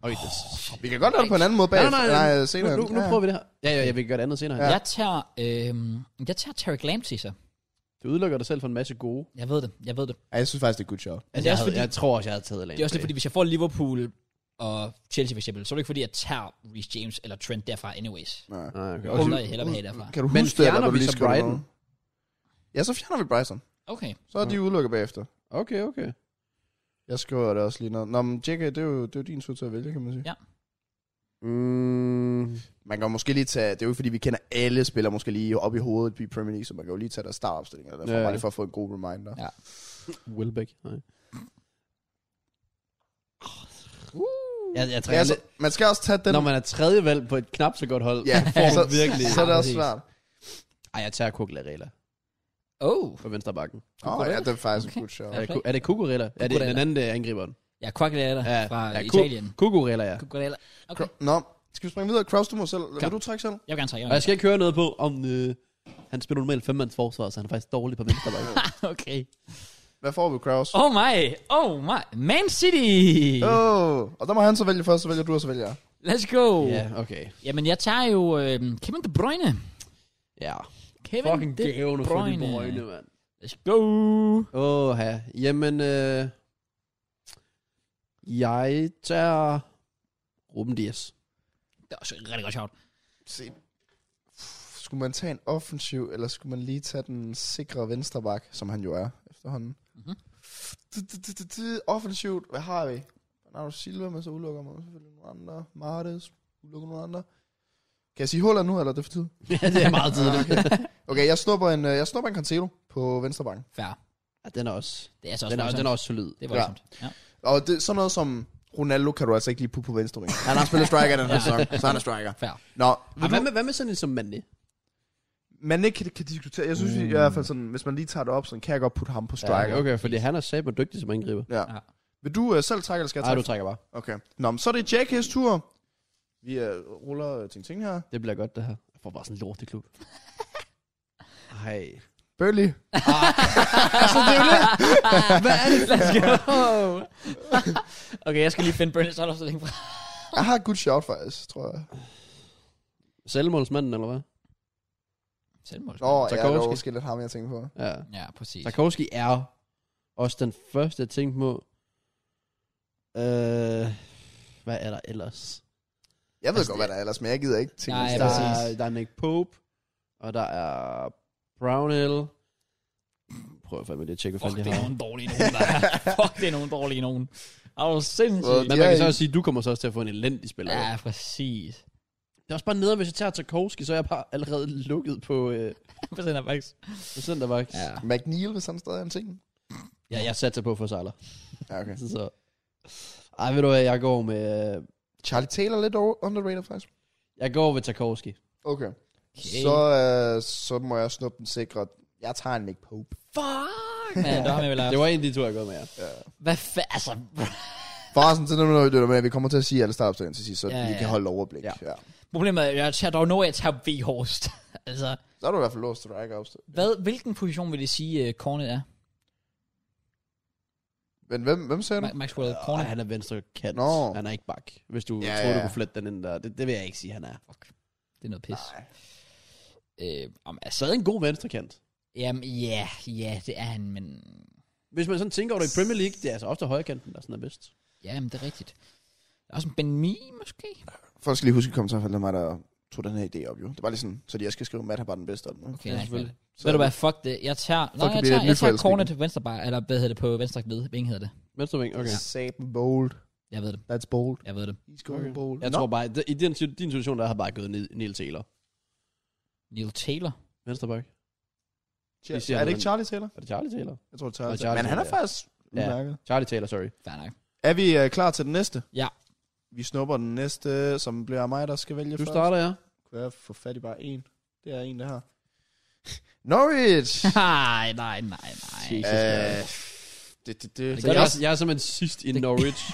Okay, det,
Vi kan godt lave det på en anden måde bag.
nej, nej, nej,
nej senere.
nu, nu, nu
Ja.
prøver vi det her. Ja, ja, jeg vil gøre det andet senere. Ja.
Jeg tager... Øhm, jeg tager Tarek Lamptey så.
Du udelukker dig selv for en masse gode.
Jeg ved det, jeg ved det.
Ja, jeg synes faktisk, det er et good shot.
Men Altså, det er
jeg,
også
havde,
fordi,
jeg tror også, jeg havde taget Lane.
det er også lidt fordi, hvis jeg får Liverpool og Chelsea for eksempel, så er det ikke fordi, jeg tager Reece James eller Trent derfra anyways.
Nej.
Nej, okay.
Og så hellere vil have derfra.
Kan du
Men
huske det, eller
fjerner
var du
vi
lige
så
skrev
Brighton?
noget? Ja, så fjerner vi Bryson.
Okay.
Så er de udelukket bagefter.
Okay, okay.
Jeg skriver det også lige noget. Nå, men JK, det er jo, det er jo din tur til at vælge, kan man sige.
Ja.
Mm, man kan jo måske lige tage, det er jo ikke fordi, vi kender alle spillere måske lige op i hovedet i Premier League, så man kan jo lige tage deres startopstillinger, derfor,
Ja.
ja. bare lige for at få en god reminder.
Ja.
Wilbeck. Nej. Jeg, jeg
Ja,
trænger
altså,
lidt.
man skal også tage den...
Når man er tredje valg på et knap så godt hold,
ja,
får
så,
man virkelig...
så er det
Præcis.
også svært.
Ej, jeg tager Kukurella
Oh.
på venstre bakken.
Åh, oh, ja, det er
Okay.
faktisk okay. en god shot.
Ja.
Er det, Ku- er det Kukurella? Er det den
Cucurella.
anden øh, angriberen?
Jeg er Quagliata ja, fra ja,
Ku-
Italien.
Cucurella, ja.
Quagliata. Okay.
Kro- Nå, skal vi springe videre? Kraus, du må selv. Vil du trække selv?
Jeg vil gerne tage. Jeg
Og
vil
jeg skal ikke høre noget på, om øh, han spiller normalt femmands forsvar, så han er faktisk dårlig på venstre bakken.
gerne. okay.
Hvad får vi, Kraus?
Oh my. Oh my. Man City.
Åh, oh, og der må han så vælge først, så vælger du, og så vælger jeg.
Let's go.
Oh.
ja, okay.
Jamen, jeg tager jo øh, Kevin De Bruyne.
Ja.
Kevin
Fucking
De
gave nu for de
Bruyne.
brøgne, mand.
Let's go.
Åh, oh, ja. Jamen, øh, jeg tager Ruben Dias.
Det var så rigtig godt sjovt.
Se. Skulle man tage en offensiv, eller skulle man lige tage den sikre venstreback, som han jo er efterhånden?
Mhm.
Mm-hmm. Offensivt, hvad har vi? Bernardo Silva, men så udelukker man selvfølgelig nogle andre. Martes, udelukker nogle andre. Kan jeg sige Holland nu, eller er det for tid?
ja, det er meget tidligt.
Okay, jeg snupper en, øh, jeg snupper en Cancelo på venstrebakken.
Fair.
Ja, den er også,
Det er altså også
den er,
voldsomt.
den er også solid.
Det var voldsomt. Ja.
Og det, sådan noget som Ronaldo kan du altså ikke lige putte på venstre wing. Han har spillet striker den her sæson, så han er striker.
Fair.
Nå,
Ja, hvad, med, hvad med sådan en som Mané?
man ikke kan, kan diskutere. Jeg synes mm. i hvert fald sådan, hvis man lige tager det op, så kan jeg godt putte ham på striker.
Ja, okay, fordi han er sabre dygtig som angriber.
Ja.
Ja.
ja. Vil du øh, selv trække, eller skal jeg
Nej, du
trække?
trækker bare.
Okay. Nå, men så er det JK's tur. Vi øh, ruller øh, ting ting her.
Det bliver godt, det her. Jeg får bare sådan en lorteklub. Ej.
Burnley.
altså, det er jo det.
Ah,
Hvad er det?
Let's go. okay, jeg skal lige finde Burnley Sanders længe fra.
Jeg har et good shout faktisk, tror jeg.
Selvmålsmanden, eller hvad?
Selvmål.
Nå, ja, det var
Tarkowski.
måske lidt ham, jeg tænker på.
Ja.
Ja, præcis.
Tarkovski er også den første, jeg tænkte på. Øh, hvad er der ellers?
Jeg ved
Altså,
godt, hvad der er ellers, men jeg gider ikke tænke.
Nej,
Nej,
der,
der...
præcis.
er, der er Nick Pope, og der er Brownell. Prøv fandme lige at tjekke, hvad
Fuck,
fanden
det
de
er
har.
nogen dårlige nogen, der er. Fuck, det er nogen dårlige nogen. Er du sindssygt?
Men
Ja,
man kan så
ikke?
også sige, at du kommer så også til at få en elendig spiller.
Ja,
Ja.
præcis.
Det er også bare nederen, hvis jeg tager Tarkovski, så er jeg bare allerede lukket på, øh,
Procent er faktisk.
på centerback. Ja.
McNeil, hvis han stadig er en ting.
ja, jeg satte på for Salah. Altså,
Ja, okay.
Så. Ej, ved du hvad, jeg går med, øh,
Charlie Taylor er lidt over- underrated, faktisk.
jeg går ved Tarkovski.
Okay.
Okay.
Så, øh, så må jeg snuppe den sikre. Jeg tager en Nick Pope.
Fuck, man. Der har man vel
Det var en af de to, jeg går med, ja.
Hvad fa... Altså,
Forresten, til dem, der lytter med, vi kommer til at sige alle startopstillingen til sidst, så
Ja,
ja, vi
ja,
kan
ja.
holde overblik.
Ja.
Ja. ja.
problemet er, jeg tager dog når jeg tager V-Horst. altså,
Så er du i hvert fald låst striker opstilling.
hvad, hvilken position vil det sige, uh, Cornet er?
Men hvem, hvem sagde du?
Ma- Max Cornet.
Ej,
Cornet.
Øh,
han er venstre kant.
Nå.
Han er ikke bak. Hvis du
Ja,
ja, tror,
ja,
du
ja.
kunne flette den ind der. Det, det vil jeg ikke sige, han er.
Fuck. Det er noget pis.
Nej.
Øh, om, altså,
Stadig en god venstre kant.
jamen, ja, ja, det er han, men...
Hvis man sådan tænker over det i Premier League, det er altså ofte højre kanten, der sådan er bedst.
Ja, men det er rigtigt. Der er også en Ben Mi, måske?
Folk skal lige huske i kommentarfeltet, det var mig, der tog den her idé op, jo. Det var lige sådan, så de jeg skal skrive, Matt har bare den bedste af dem. ikke?
Okay,
Ja,
nej,
selvfølgelig.
Så Ved du hvad, fuck det. Jeg tager, nej,
det
jeg
bliver
tager,
et
jeg
nyt
tager
forelskelse.
corner til venstre bare, eller hvad hedder det på venstre ved, ving hedder det.
Venstre wing, okay.
Satan bold.
Jeg ved det,
That's bold.
jeg ved det.
He's going okay. bold.
Jeg
Nå.
tror bare, at i din, din situation, der har bare gået Ni- Neil Taylor.
Neil Taylor.
Venstre bak.
Ja,
vi siger
er det
noget
ikke Charlie Taylor?
Er det Charlie Taylor?
Jeg tror, det er Charlie.
Og Charlie
Men han er
Taylor.
faktisk
Ja.
udmærket.
Charlie Taylor, sorry.
Fair nok.
Er vi øh, klar til den næste?
Ja.
Vi snupper den næste, som bliver mig, der skal vælge
Du
først.
starter, ja.
Kunne jeg få fat i bare en? Det er en, det her. Norwich!
nej, nej, nej, nej.
Øh, det, det, det.
Så jeg, er, jeg er simpelthen sidst i Norwich.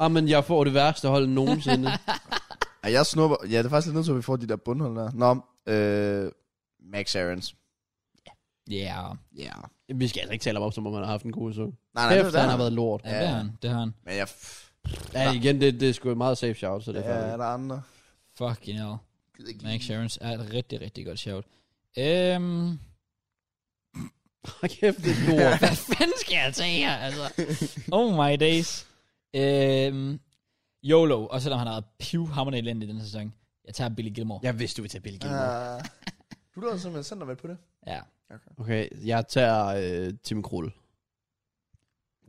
Jamen, jeg får det værste hold nogensinde.
Ej, jeg snupper. Ja, det er faktisk lidt nødt til, at vi får de der bundhold der. Nå, øh, Max Aarons.
Ja.
Ja. Yeah.
Vi skal altså ikke tale om, op, som om han har haft en god sæson.
Nej, nej, det
Efter han
er
har
der.
været lort.
Ja, det har han. Det har han.
Men jeg...
Ja, igen, det, det er sgu et meget safe shout, så det
Ja,
er
er
ja.
der andre?
Fucking hell.
Gid ikke
Max
lige.
Sharons er et rigtig, rigtig godt shout. Øhm,
Kæft, det er lort.
hvad fanden skal jeg tage her, altså? Oh my days. Øhm, YOLO, og selvom han har været pivhammerende elendig i den her sæson, jeg tager Billy Gilmore.
jeg vidste, du ville tage Billy Gilmore.
Ah. Du lavede simpelthen sendt dig på det.
Ja.
Okay, jeg tager øh, Tim Krul.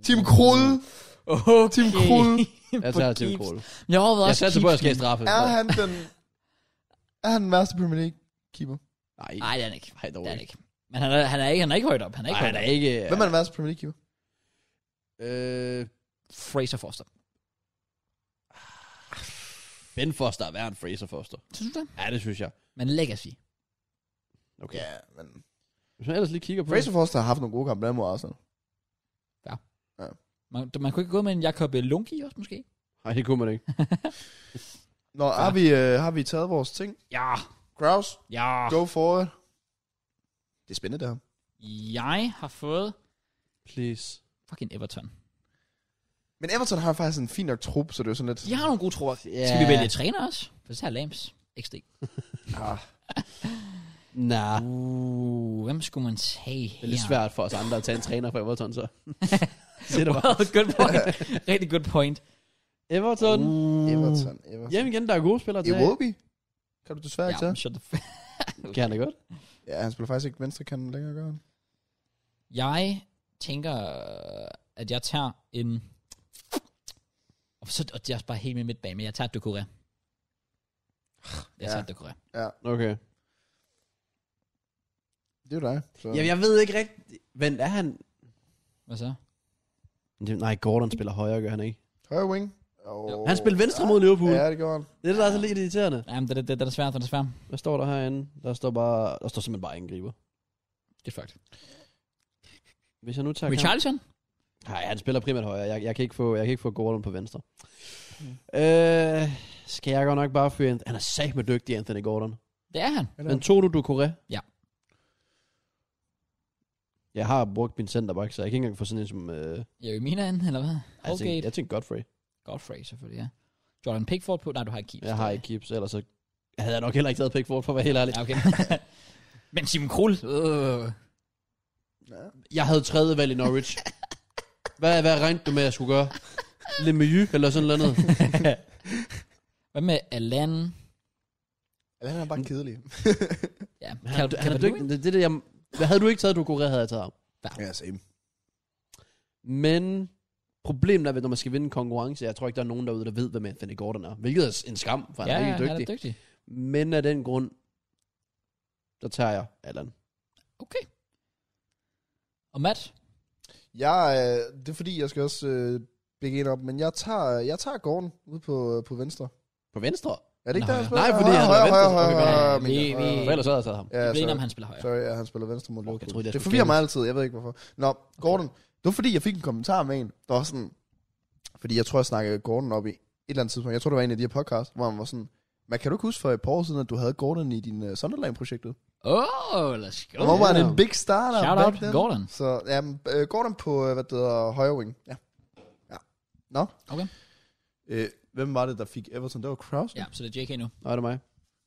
Team Krull!
Okay.
Tim Krul.
Jeg tager Tim Krul.
Jeg overvejede
Jeg
også
satte på, at jeg skal i
Keeps,
straffe.
Er han den... Er han den værste Premier League keeper?
Nej,
men- Nej, det er han ikke.
nej, dog
Det er han
ikke.
ikke. Men han er, han er ikke, han er ikke højt op. Han er ikke
Nej,
højt
der
op.
er ikke...
Hvem er den værste Premier League keeper?
Øh,
Fraser Foster.
ben Foster er værre end Fraser Foster.
Synes du det?
Ja, det synes jeg.
Men Legacy.
Okay. Mm.
Ja, men...
Hvis man ellers lige kigger på
Fraser Forster har haft nogle gode kampe blandt mod Arsenal.
Man, man kunne ikke gå med en Jakob Lunki også, måske?
det. Nej, det kunne man ikke.
Nå, har vi, øh, har vi taget vores ting?
Ja.
Kraus,
Ja.
Ah.
go for it. Det er spændende, det her.
Jeg har fået
Please.
fucking Everton.
Men Everton har faktisk en fin nok trup, så det er jo sådan lidt...
De har nogle gode tror.
Ja.
Yeah. Skal vi vælge træner også? For så tager Lams. XD.
Ah,
Nej.
Uh, hvem skulle man tage
Ah. Det er lidt
her?
svært for os andre at tage en træner for Everton, så. det er bare.
Well, good point. Rigtig good point.
Everton.
Uh. Everton, Everton.
Jamen igen, der er gode spillere til.
Iwobi? Kan du desværre ikke
Ja,
tage?
men shut the f-
Kan han det godt?
Ja, han spiller faktisk ikke venstre kan længere gøre.
Jeg tænker, øh, at jeg tager en... Og, så, og det er også bare helt med midtbane, men jeg tager Dukure. Jeg
Ja.
tager ja. Dukure.
Okay.
Det er jo dig. Så.
Jamen, jeg ved ikke rigtigt. Vent, er han...
Hvad så?
Nej, Gordon spiller højre, gør han ikke.
Højre wing. Oh.
Han spillede venstre mod Liverpool.
Ja, det gjorde han.
Det er det, der er så lidt irriterende.
Jamen, det, det, det, det er svært, det er svært.
Hvad står der herinde? Der står bare... Der står simpelthen bare angriber.
Det er fucked.
Hvis jeg nu tager...
Richarlison?
Nej, han spiller primært højre. Jeg, jeg, kan ikke få, jeg kan ikke få Gordon på venstre. Mm. Øh, skal jeg godt nok bare fyre... en- Han er sagt med dygtig, Anthony Gordon.
Det er han.
Men tog du Ducoré?
Ja.
Jeg har brugt min centerback, så jeg kan ikke engang få sådan en som... Øh,
Jeg er Mina ind, eller hvad?
jeg, tænkte,
Holgate.
Altså, jeg tænkte Godfrey.
Godfrey, selvfølgelig, ja. Jordan Pickford på? Nej, du har ikke keeps.
Jeg har ikke Gibbs, ellers så havde jeg nok heller ikke taget Pickford, for at være helt ærlig.
Ja, okay. men Simon Krul. Øh.
Ja.
Jeg havde tredje valg i Norwich. hvad, hvad regnede du med, at jeg skulle gøre? Lemieux eller sådan noget.
Hvad med Alan?
Eller han er bare kedelig.
Ja,
Han, han, han er dygtig. Det, det, er det, jeg, hvad havde du ikke taget, du kunne havde jeg taget ham.
ja, same.
Men problemet er, at når man skal vinde en konkurrence, jeg tror ikke, der er nogen derude, der ved, hvem Anthony Gordon er. Hvilket er en skam, for han
ja,
er rigtig
han
dygtig.
er dygtig.
Men af den grund, der tager jeg Allan.
Okay. Og Matt?
Jeg, øh, det er fordi, jeg skal også øh, begge en op, men jeg tager, jeg tager Gordon ude på, på venstre.
På venstre?
Er det ikke
Nej,
der, han
højre.
spiller? Ah,
Nej, fordi han
højre, højre,
er venstre, så
højre,
kan vi
højre,
godt-
højre,
Vi-
mener jeg.
vi-
højre.
For ellers havde jeg taget ham.
Ja,
Ja,
vi bliver enige om,
sorry.
han spiller højere.
Sorry, ja, han spiller venstre mod Liverpool.
troede, jeg
det
skulle
forvirrer
kende
mig altid, jeg ved ikke hvorfor. Nå, Gordon. Det var fordi, jeg fik en kommentar med en, der var sådan... Fordi jeg tror, jeg snakkede Gordon op i et eller andet tidspunkt. Jeg tror, det var en af de her podcasts, hvor han var sådan... Men kan du ikke huske for et par år siden, at du havde Gordon i din uh, Sunderland-projektet?
Åh, oh, let's go.
Og hvor var
ja.
han en big starter?
Shout out
back then.
Gordon.
Så ja, men, øh, Gordon på, øh, hvad det hedder, højre wing. Ja. ja. Nå.
Okay.
Øh, hvem var det, der fik Everton? Det var Kraus.
Ja, så det er JK nu.
Nå, er det mig.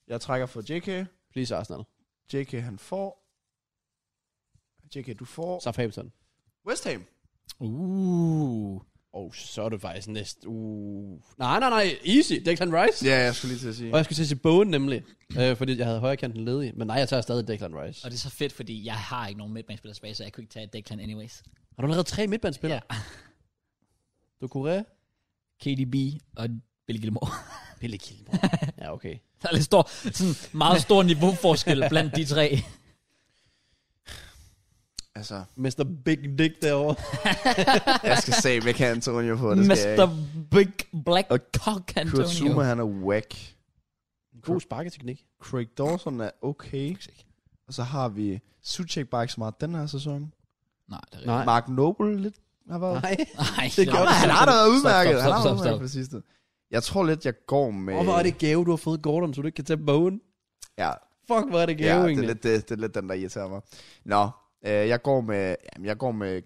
Jeg trækker for JK.
Please Arsenal.
JK, han får. JK, du får.
Southampton.
West Ham.
Uh.
Åh, oh, så er det faktisk næste. Uh. Nej, nej, nej. Easy. Declan Rice.
Ja, jeg skulle lige til at sige.
Og jeg skulle til at sige Bowen nemlig. Øh, fordi jeg havde højrekanten ledig. Men nej, jeg tager stadig Declan Rice.
Og det er så fedt, fordi jeg har ikke nogen midtbanespiller tilbage, så jeg kunne ikke tage Declan anyways.
Har du allerede tre midtbandspillere? Ja. Du kunne
KDB og Bill Gilmore.
Pelle Kilmer. ja, okay.
Der er lidt stor, sådan meget stor niveauforskel blandt de tre.
Altså,
Mr. Big Dick derovre.
jeg skal se, hvad kan Antonio på, det skal jeg
Mr.
ikke.
Big Black
Og
Cock
Kurt
Antonio.
Zuma, han er whack.
God sparketeknik.
Craig Dawson er okay. Og så har vi Suchek bare ikke så meget den her sæson.
Nej, det er
Nej. Ah.
rigtigt.
Mark Noble lidt har været.
Nej.
Nej,
Det
nej.
gjorde
Nej, han har da været
Stop,
udmærket.
stop,
Han har
stop,
været
stop,
udmærket på det sidste. Jeg tror lidt, jeg går med...
Og hvor er det gave, du har fået Gordon, så du ikke kan tage bogen?
Ja,
Fuck, hvor er det gave,
ja det, er
egentlig.
lidt, det, det er lidt den, der irriterer mig. Nå, øh, jeg går med... Jamen, jeg går med...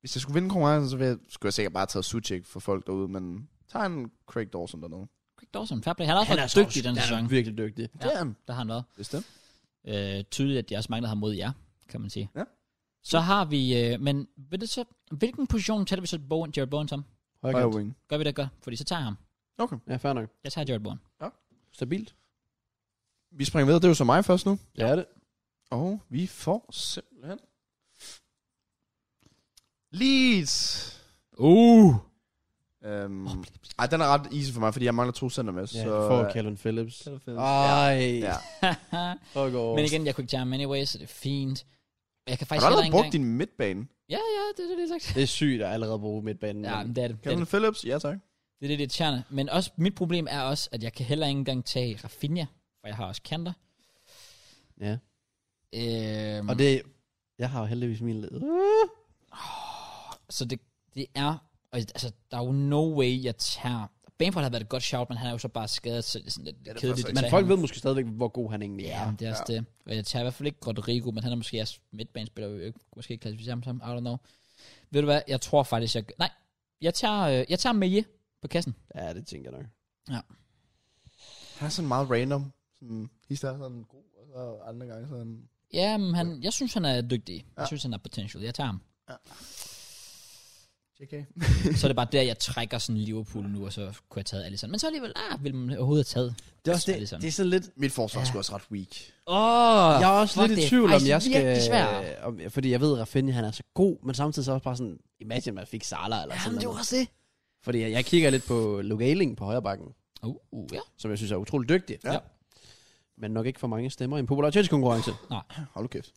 Hvis jeg skulle vinde konkurrencen, så ville jeg, skulle jeg sikkert bare have taget Suchek for folk derude, men tag en Craig Dawson dernede.
Craig Dawson, fair play. Han har også været
så
dygtig
også-
den
han er
sæson.
virkelig dygtig.
Ja.
Det er han.
Der har han været.
Bestemt.
øh, tydeligt, at de også manglede ham mod jer, kan man sige.
Ja.
Så har vi, øh, men ved det så, hvilken position tæller vi så Bowen, Jared Bowen som?
Højkant.
Højre wing.
Gør vi det godt, fordi så tager jeg ham.
Okay.
Ja, fair nok.
Jeg tager Jared Bowen.
Stabilt.
Vi springer videre. Det er jo så mig først nu.
Det er det.
Og vi får simpelthen... Leeds!
Uh!
Øhm, ej, den er ret easy for mig, fordi jeg mangler to center med.
Ja,
så, øh,
du
øh,
får Calvin Phillips. Ej,
ja.
ja. fuck over.
men igen, jeg kunne ikke tage ham anyway, så det er fint. Jeg kan
Har
faktisk
du
heller
allerede
ikke
brugt
engang...
din midtbane?
Ja, ja, det er det, det er sagt.
Det er sygt at allerede bruge midtbanen.
Ja, men det er det. Det er
Calvin
det,
Phillips? Ja, tak.
det, er det, det er tjerne. Men også, mit problem er også, at jeg kan heller ikke engang tage Rafinha, for jeg har også kanter.
ja.
Øhm,
Og det... Jeg har jo heldigvis min led.
Så det, det er... Og, altså, der er jo no way, jeg tager... Bamford har været et godt shout, men han er jo så bare skadet, så det er sådan lidt ja,
det er
kedeligt.
faktisk
at
ikke-
Men
tage
folk
ham.
ved måske stadigvæk, hvor god han egentlig er.
Ja, det er også ja. det. Og Jeg tager i hvert fald ikke Rodrigo, men han er måske også midtbanespiller, vi ikke- måske ikke klassificerer ham som, I don't know. Ved du hvad, jeg tror faktisk, jeg... Nej, jeg tager, øh, jeg tager Meje på kassen.
Ja, det tænker jeg nok.
Han er sådan meget random. Sådan, hist er sådan god, og så andre gange sådan...
Ja, men han, jeg synes, han er dygtig. Jeg
Ja.
synes, han er potential. Jeg tager ham.
JK.
så er det bare der, jeg trækker sådan Liverpool nu, og så kunne jeg tage Alisson. Men så alligevel, ah, ville man overhovedet have taget
Det er også det,
Alisson.
det er sådan lidt...
Mit forsvar
Ja.
er sgu også ret weak.
Åh,
Jeg er også
fuck,
lidt
det
i
er
tvivl, om
faktisk
jeg skal...
virkelig svært.
øh, om- Fordi jeg ved, at Rafinha han er så god, men samtidig så er jeg også bare sådan... Imagine, man fik Salah eller sådan
Jamen, det var
noget.
også det.
Fordi jeg, jeg kigger lidt på Luke Ayling på højre bakken,
Uh, uh, ja.
som jeg synes er utrolig dygtig.
Ja.
Men nok ikke for mange stemmer i en popularitetskonkurrence.
Hold nu kæft.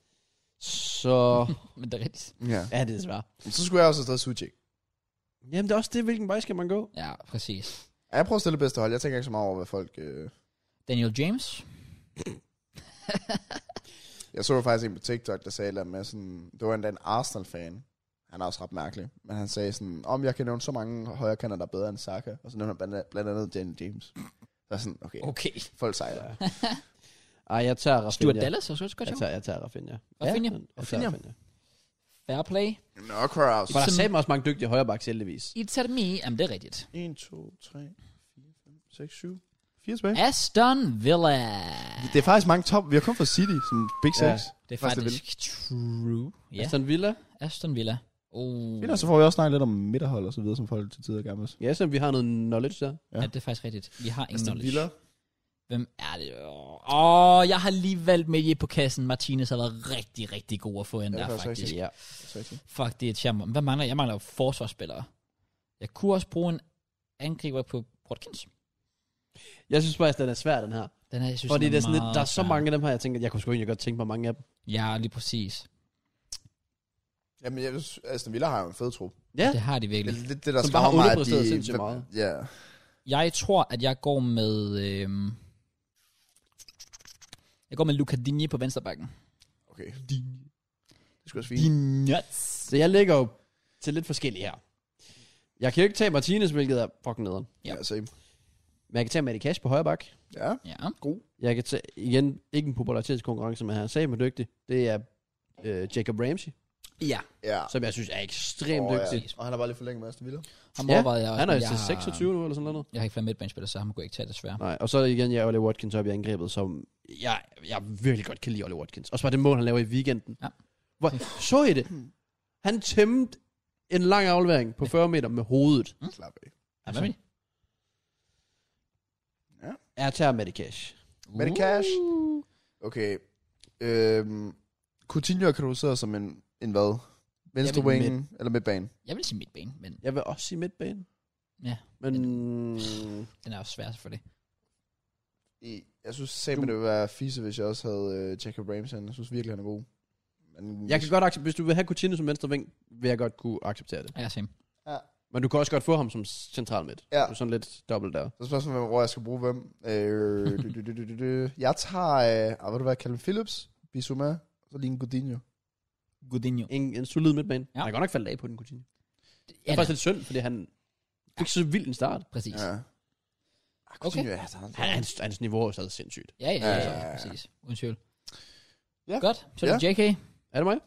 Så
Men det er rigtigt.
Ja.
ja, det er svært.
Så skulle jeg også have taget Suchik.
Jamen, det er også det, hvilken vej skal man gå?
Ja, præcis.
Ja, jeg prøver at stille det bedste hold. Jeg tænker ikke så meget over, hvad folk... Øh...
Daniel James.
Jeg så jo faktisk en på TikTok, der sagde et eller andet med sådan... Det var endda en Arsenal-fan. Han er også ret mærkelig. Men han sagde sådan... Om jeg kan nævne så mange højre kanter, der er bedre end Saka. Og så nævner han blandt- blandt andet Daniel James. Så er jeg sådan, okay,
Okay.
folk sejler.
Ej, jeg tager Rafinha.
Stuart Dallas, så også godt
Jeg
Altså-
sjovt.
tager, jeg tager Rafinha.
Rafinha?
Ja, jeg tager Rafinha.
Fair play.
Nå, Kraus.
For der
Som-
sagde også mange dygtige højrebacks heldigvis.
It's at me. Jamen, det er rigtigt.
1, 2, 3, 4, 5, 6, 7. 4 tilbage.
Aston Villa.
Det er faktisk mange top. Vi har kun fra City, som Big Six.
Ja.
Ja.
Det er
Aston
faktisk true. Ja,
Aston Villa.
Aston Villa. Oh.
Ellers så får vi også snakket lidt om midterhold og så videre, som folk til tider gerne vil.
Ja, så vi har noget knowledge der.
Ja, det er faktisk rigtigt. Vi har ingen knowledge.
Mm. Villa.
Hvem er det? Åh, oh, jeg har lige valgt med på kassen. Martinez har været rigtig, rigtig god at få ind
det
der,
er faktisk
faktisk.
Ja.
Fuck, det er et charm. Hvad mangler jeg? Jeg mangler jo forsvarsspillere. Jeg kunne også bruge en angriber på Watkins.
Jeg synes faktisk, den er svær, den her.
Den her, jeg synes,
Fordi
den
det er sådan lidt,
meget
der er så
svær.
mange af dem her, jeg tænker, jeg kunne sgu egentlig godt tænke mig mange af dem.
Ja, lige præcis.
Jamen, jeg, synes, Aston Villa har jo en fed trup.
Ja.
Det har de
Det
virkelig.
er lidt det, der
Som bare
skræmmer mig,
har
at
underpresteret
de-
sindssygt meget.
Ja.
Jeg tror, at jeg går med... Øhm, jeg går med Luca Digne på venstrebakken.
Okay,
Digne.
det skulle også fint.
Digne.
Så jeg ligger jo til lidt forskellige her. Jeg kan jo ikke tage Martinez, hvilket er fucking nederen.
Ja.
Ja, same.
Men jeg kan tage Matty Cash på højre bak.
Ja.
Ja.
Jeg kan tage, igen, ikke en popularitetskonkurrence, men han er sagde dygtig. Det er øh, Jacob Ramsey,
Ja.
Ja.
som jeg synes er ekstremt oh,
Åh,
dygtig.
ja. Og han har bare lige forlænget med Aston Villa.
Ham
Ja,
overvejede jeg
Ja.
også.
Han er
men
jo til
jeg har-
26 nu, eller sådan noget.
Jeg har ikke flere midtbanespillere, så ham kunne jeg ikke tage, desværre.
Nej, og så igen, jeg er Ollie Watkins op i angrebet, som jeg, jeg virkelig godt kan lide Ollie Watkins. Også bare det mål, han laver i weekenden.
Ja.
Hvor, så I det? Han tæmmede en lang aflevering på 40 meter med hovedet.
Slap af.
Ja, hvad med det?
Jeg tager Matty Cash.
Med det cash. Okay. Øhm, Coutinho er kategoriseret som en, en hvad? Venstre
Jamen,
wing, eller midtbane.
Jeg vil sige midtbane, men
Jeg vil også sige midtbanen.
Ja.
Men
den er også svær selvfølgelig.
I, jeg synes simpelthen, det ville være fise, hvis jeg også havde øh, Jacob Ramsey. Jeg synes virkelig, han er god. Men anden
Jeg kan godt acceptere, hvis du vil have Coutinho som venstre ving, vil jeg godt kunne acceptere det.
Ja, same.
Men du kan også godt få ham som central midt.
Ja.
Du er sådan lidt dobbelt der.
Så er spørgsmålet, hvem- hvor jeg skal bruge hvem. Øh, du, du, du, du, du, du. Jeg tager, øh, ah, ved du hvad, Callum Phillips, Bissouma, og så lige en Godinho.
Godinho.
En, en solid midtbane. Ja.
Ja.
Han er godt nok faldet af på den, Coutinho. Det
Ja,
er
da,
faktisk lidt synd, fordi han fik så vild en start.
præcis. Ja,
Ah, Godinho,
Okay.
ja, der er-
Han, hans, hans niveau er stadig sindssygt.
ja, ja, ja,
Ja, ja,
ja.
ja.
præcis. Uden tvivl.
Ja.
Godt, så er det JK.
Er det mig?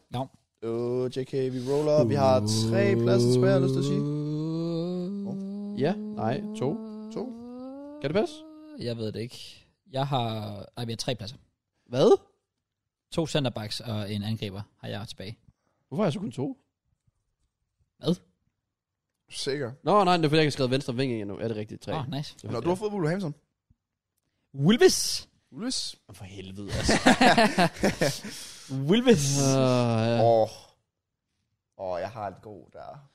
Åh, JK, vi roller. Vi har tre pladser tilbage, har jeg lyst til at sige.
Oh.
Ja, nej, to.
To.
Kan det passe?
Jeg ved det ikke. Jeg har, nej, vi har tre pladser.
Hvad?
To centerbacks og en angriber har jeg tilbage.
Hvorfor har jeg så kun to?
Sikker.
Nå, nej, det er fordi, jeg ikke har skrevet venstre ving endnu. Er det rigtigt? Tre.
Åh, oh, nice.
Så-
Nå, du har fået Wolverhampton.
Wilvis.
Ulvis.
Åh, For helvede, altså.
Wilvis.
uh, ja.
Åh. Åh, jeg har et god der.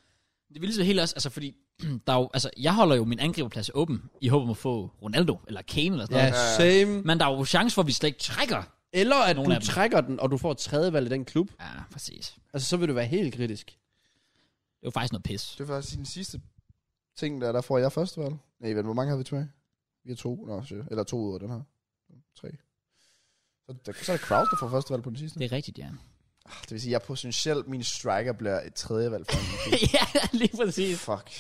Det vil ligesom helt også, altså fordi, der er jo, altså, jeg holder jo min angriberplads åben, i håb om at få Ronaldo, eller Kane, eller sådan
ja,
noget.
same.
Men der er jo chance for, at vi slet ikke trækker.
Eller at
Nogle
du
af dem.
trækker den, og du får et tredje valg i den klub.
Ja, præcis.
Altså, så vil du være helt kritisk.
Det var faktisk noget pis.
Det var faktisk den sidste ting, der, der får jeg første valg. Nej, vent, hvor mange har vi tilbage? Vi har to, Nå, shit. eller to ud af den her. Tre. Så, der, så er det Kraus, der får første valg på den sidste.
Det er rigtigt, ja.
Ah, Det vil sige, at jeg potentielt, min striker bliver et tredje valg for en.
ja, lige præcis.
Fuck.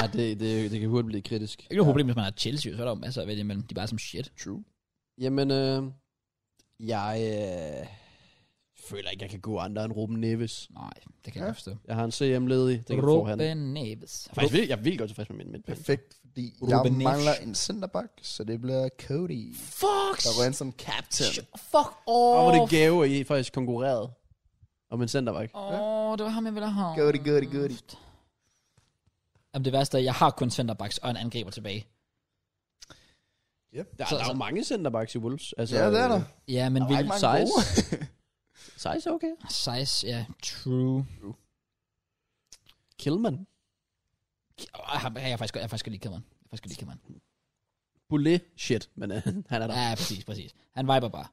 Ja, det, det, det kan hurtigt blive kritisk.
Ikke noget problem, hvis man har Chelsea, så er der jo masser at vælge imellem. De er bare som shit.
True.
Jamen, øh, jeg øh, føler ikke, jeg kan gå andre end Ruben Neves.
Nej, det kan jeg
Ja.
forstå.
Jeg har en CM ledig, det kan Ruben. få han. Jeg
Ruben Neves.
er faktisk vildt, jeg er vildt godt tilfreds med min midtbane.
Perfekt, fordi
Ruben
jeg
Neves.
mangler en centerback, så det bliver Cody.
Fuck!
Der går ind som captain.
Fuck off!
Og hvor det gave, at I faktisk konkurrerede om en centerback.
Åh, det var ham, jeg ville have.
Goody, goody, goody.
Jamen det værste er, jeg har kun centerbacks og en angriber tilbage.
Der,
Så-
så, der er jo mange centerbacks i Wolves. Altså,
Ja, det er der.
Ja, men vi...
ikke mange
size.
gode.
size er okay.
Size, ja, true.
Killman.
Åh, Jeg har, jeg har faktisk, jeg har faktisk godt lige Kidman. Jeg har faktisk godt lige Kidman.
Bullet. Shit, men øh, han er der.
Ja, præcis, præcis. Han viber bare.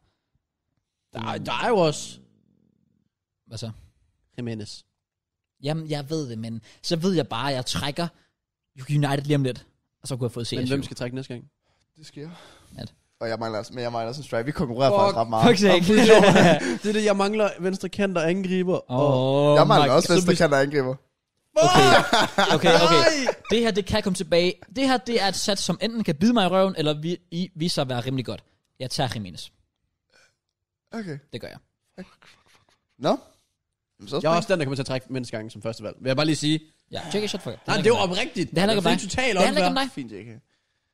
Der, er- der er jo også
Hvad så?
Jimenez.
Jamen, jeg ved det, men så ved jeg bare, at jeg trækker United lige om lidt. Og så kunne jeg få CS.
Men hvem skal trække næste gang?
Det sker.
At-
Og jeg mangler også, men jeg mangler også en striker. Vi konkurrerer
Fuck,
faktisk ret meget.
Fuck sake.
det er det, jeg mangler venstre kant og angriber.
oh,
jeg
altså-
mangler
my-
også venstre kant og angriber.
Okay, okay, okay. Det her, det kan komme tilbage. Det her, det er et sats, som enten kan bide mig i røven, eller vi, i, vise sig at være rimelig godt. Jeg tager Jimenez.
Okay.
Det gør jeg.
Nå. Jamen, så
Jeg er også den, der kommer til at trække næste gang som første valg. Vil jeg bare lige sige.
Ja, check it, shut fuck up.
Nej, det var oprigtigt.
Det handler ikke om dig.
Det er totalt
Det handler ikke om
unfair.
dig.
Fint, JK.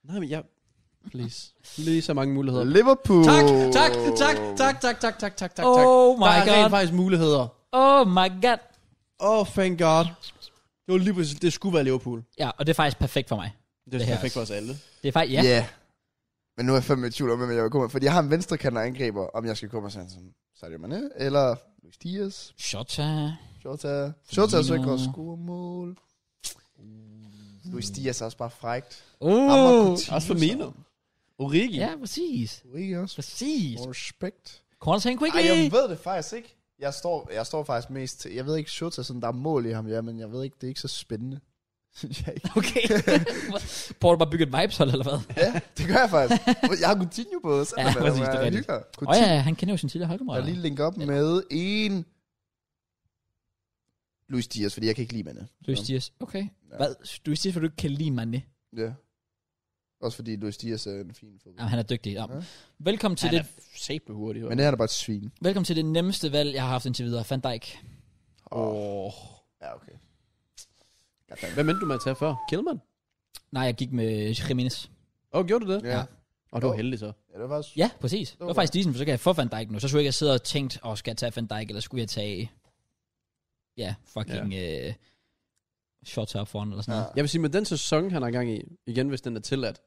Nej, men jeg... Please. Lige så mange muligheder.
Liverpool.
Tak, tak, tak, tak, tak, tak, tak, tak, tak. tak.
Oh my
der er altså
god.
rent faktisk muligheder.
Oh my god.
Oh, thank God. Det var lige præcis, det skulle være Liverpool.
Ja, og det er faktisk perfekt for mig.
Det er
Det her
perfekt for os alle.
Det er faktisk, ja.
Ja. Yeah. Men nu er jeg fandme i tvivl om, hvem jeg vil komme med, Fordi jeg har en venstre kant og angriber, om jeg skal komme sådan som Sadio Mane, eller Luis Diaz,
Shota.
Jota. Jota er så ikke
Firmino.
også score mål. Luis Diaz er også bare frækt.
Uh.
Også for Mino. Origi.
Ja, præcis.
Ikke også?
Præcis.
More respect.
Corners hand
Ej,
quickly.
jeg ved det faktisk ikke. Jeg står, jeg står faktisk mest til, jeg ved ikke, Shota, sådan, der er mål i ham, ja, men jeg ved ikke, det er ikke så spændende. Synes jeg ikke.
Okay. Prøver du bare at bygge et vibeshold, eller hvad?
ja, det gør jeg faktisk. Jeg har Coutinho på, så
Ja, præcis, det er rigtigt. Åh
Coutinho,
ja, han kender jo sin tidligere
der
holdkammerater.
lige linker op med en... Luis Diaz, fordi jeg kan ikke lide mande.
Luis Diaz. Okay. Hvad? Luis Diaz, for du ikke kan lide Mané.
Ja. Også fordi Luis Diaz er en fin fodbold.
Jamen, han er dygtig. Ja.
Ja.
Velkommen til
Han
det.
er sæbe hurtig.
Men det her er da bare et svin.
Velkommen til det nemmeste valg, jeg har haft indtil videre. Van Dijk.
Åh.
Ja, okay.
Hvad mente du med at tage før? Killman?
Nej, jeg gik med Jimenez.
Åh, oh, gjorde du det?
Ja.
Og du var heldig så.
ja det var faktisk...
Ja, præcis. Det var faktisk decent, for så kan jeg få Van Dijk nu. Så skulle jeg ikke have siddet og tænkt, åh, skal jeg tage Van Dijk, eller skulle jeg tage... Ja, fucking... Yeah. Øh, shots up foran, eller sådan
Ja.
noget.
Jeg vil sige, med den sæson, han har gang i, igen hvis den er tilladt,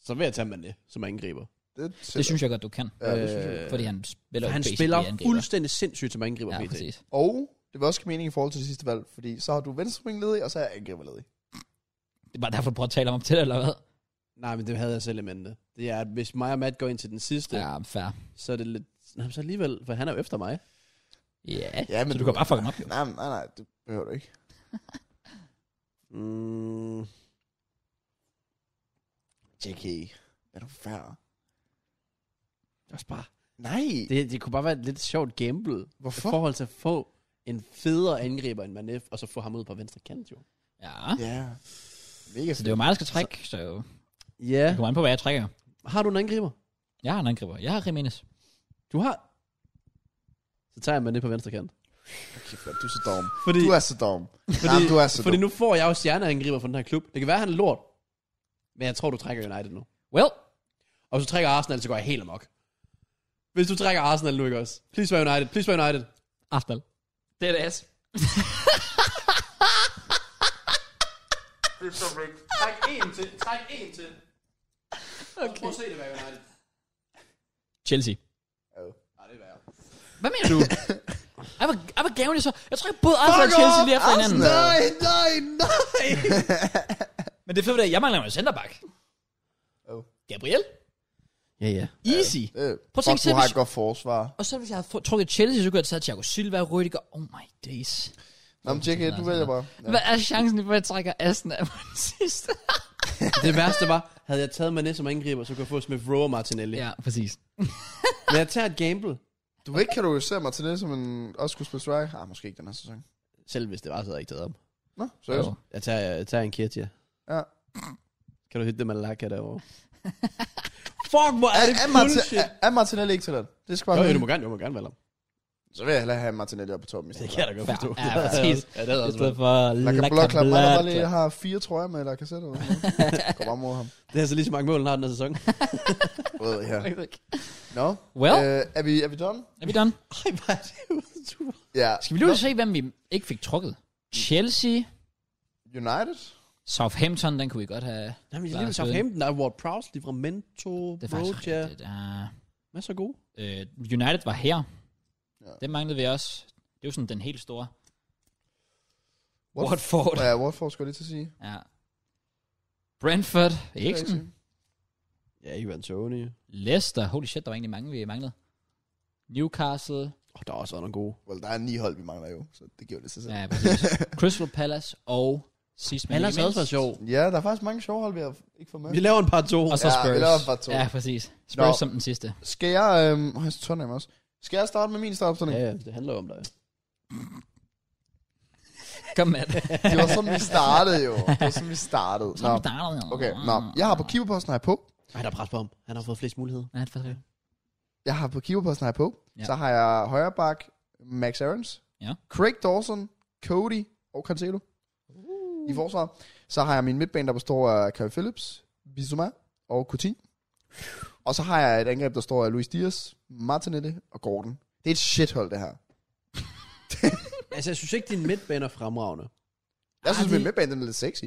så vil jeg tage Mané som angriber.
Det,
Det synes jeg godt, du kan.
Ja, det synes jeg.
Øh,
Fordi han spiller jo
han
basically
spiller
angriber.
fuldstændig sindssygt som angriber.
Ja,
PT.
præcis.
Og det var også give mening i forhold til det sidste valg, fordi så har du venstre wing ledig, og så er jeg angriber ledig.
Det er bare derfor, du prøver at tale om ham til det, eller hvad?
Nej, men det havde jeg selv i mente. Det er, at hvis mig og Matt går ind til den sidste, ja.
Ja, fair.
så er det lidt... Nå, men så alligevel, for han er jo efter mig.
Ja,
Ja, men
så du
du-
kan bare fuck ham op, jo.
Nej, nej, nej, det behøver du ikke.
Mm,
JK, er du fair?
Det, var bare,
Nej,
det, det kunne bare være et lidt sjovt gamble. I
hvorfor?
forhold til at få en federe angriber end Manef, og så få ham ud på venstre kant, jo.
Ja.
Ja. Mega
Så det er jo mig, der skal trække, så
Ja.
det kommer an på, hvad jeg trækker.
Har du en angriber?
Jeg har en angriber. Jeg har Jimenez.
Du har... Så tager jeg Manef på venstre kant.
fedt. Du er så dum.
Fordi,
Du er så dum.
fordi,
Nej, du er så
fordi
dum.
nu får jeg jo stjerneangriber fra den her klub. Det kan være, han er lort. Men jeg tror, du trækker United nu.
Well,
Og hvis du trækker Arsenal, så går jeg helt amok. Hvis du trækker Arsenal nu, ikke også? Please være United. Please være United.
Arsenal. Det er det ass.
Det er så vigtigt. Træk en til. Træk en til. Okay. Prøv at se det være United.
Chelsea.
Nej, det er værre.
Hvad mener du? jeg var, jeg var gavnlig så. Jeg trækker både Arsenal og Chelsea lige efter hinanden.
Nej, nej, nej.
Men det er fedt, at jeg mangler jo en centerback.
Oh.
Gabriel.
Ja, ja.
Easy.
Øh,
Prøv at
fuck,
tænke
du
selv,
har
hvis-
et godt forsvar.
Og så hvis jeg havde fået- trukket Chelsea, så kunne jeg tage Thiago Silva, Rüdiger. Oh my days.
Nå, men JK, du vælger bare. Ja.
Hvad er chancen for, at jeg trækker Aston af den sidste?
Det værste var, havde jeg taget Mané som angriber, så kunne jeg få Smith Rowe og Martinelli. Ja.
ja, præcis.
Men jeg tager et gamble,
Du vil ikke kategorisere mig til det, som en også kunne spille strike? Ah, måske ikke den her sæson.
selv hvis det var, så havde jeg ikke taget ham.
Nå, seriøst?
Oh.
Jeg tager, jeg tager en Kirtia.
Ja.
Kan du hitte det Malaka derovre? Fuck, hvor er
Er,
det
er,
bullshit!
Martin, er, er Martinelli ikke til den? Det skal bare
Jo,
være-
jo, du må gerne, du må gerne valge ham.
Så vil jeg hellere have Martinelli oppe på toppen i stedet.
da godt
Fair. forstå. Ja, præcis.
ja, det havde
I
også
stedet for
været.
Jeg kan
Laka
blot klappe mig, der
Blad-
bare lige har fire trøjer med, eller kassetter. Eller sådan noget. Går bare mod ham.
Det er så lige så mange mål, han har den her sæson.
Rød her. Nå,
Well,
øh, er, vi, er vi done?
er vi done?
Ej, hvor er det udsur.
Ja.
Skal vi lige se, hvem vi ikke fik trukket? Chelsea,
United?
Southampton, den kunne vi godt have.
Jamen, jeg
Klar,
lige ved
søde.
Southampton, der er Ward Prowse, Livramento,
Det er faktisk
Broja.
rigtigt. Uh,
Masser af gode.
øh, United var her.
Ja.
Det manglede vi også. Det er jo sådan den helt store.
Watford.
Watford.
Ja, Watford skulle jeg lige til at sige.
Ja. Brentford,
Det kan jeg
Eriksen,
sige.
Ja, Ivan Tony.
Leicester. Holy shit, der var egentlig mange, vi manglede. Newcastle.
Åh, oh, der har også været nogle gode.
Well, der er ni hold, vi mangler jo, så det giver jo lidt sig selv.
Ja, præcis. Crystal Palace og sidst men
Ellers
ikke
har
mindst.
også været sjov.
Ja, der er faktisk mange sjove hold, vi har ikke fået med.
Vi laver en par to.
Og så
Ja,
Spurs.
vi laver bare to.
Ja, præcis. Spurs
Nå.
som den sidste.
Skal jeg... Øhm, oh, jeg Tottenham også. Skal jeg starte med min startopstilling?
Ja,
Ja.
ja, det handler jo om dig.
Kom med det.
Det var sådan, vi startede jo. Det var sådan, vi startede.
Så
Nå.
er vi startet.
Okay, nå. Jeg har på keeperposten her på.
Ej, der er pres på ham. Han har fået flest muligheder.
Ja, det er faktisk
Jeg har på keeperposten her på.
Ja.
Ja. Så har jeg højre bak Max Aarons.
Ja.
Craig Dawson, Cody og Cancelo. Uh. I forsvaret. Så har jeg min midtbane, der består af Kyle Phillips, Bissouma og Coutinho. Og så har jeg et angreb, der står af Luis Diaz, Martinelli og Gordon. Det er et shithold, det her.
Altså, jeg synes ikke, din midtbane er fremragende.
Jeg synes,
det-
min midtbane den er lidt sexy.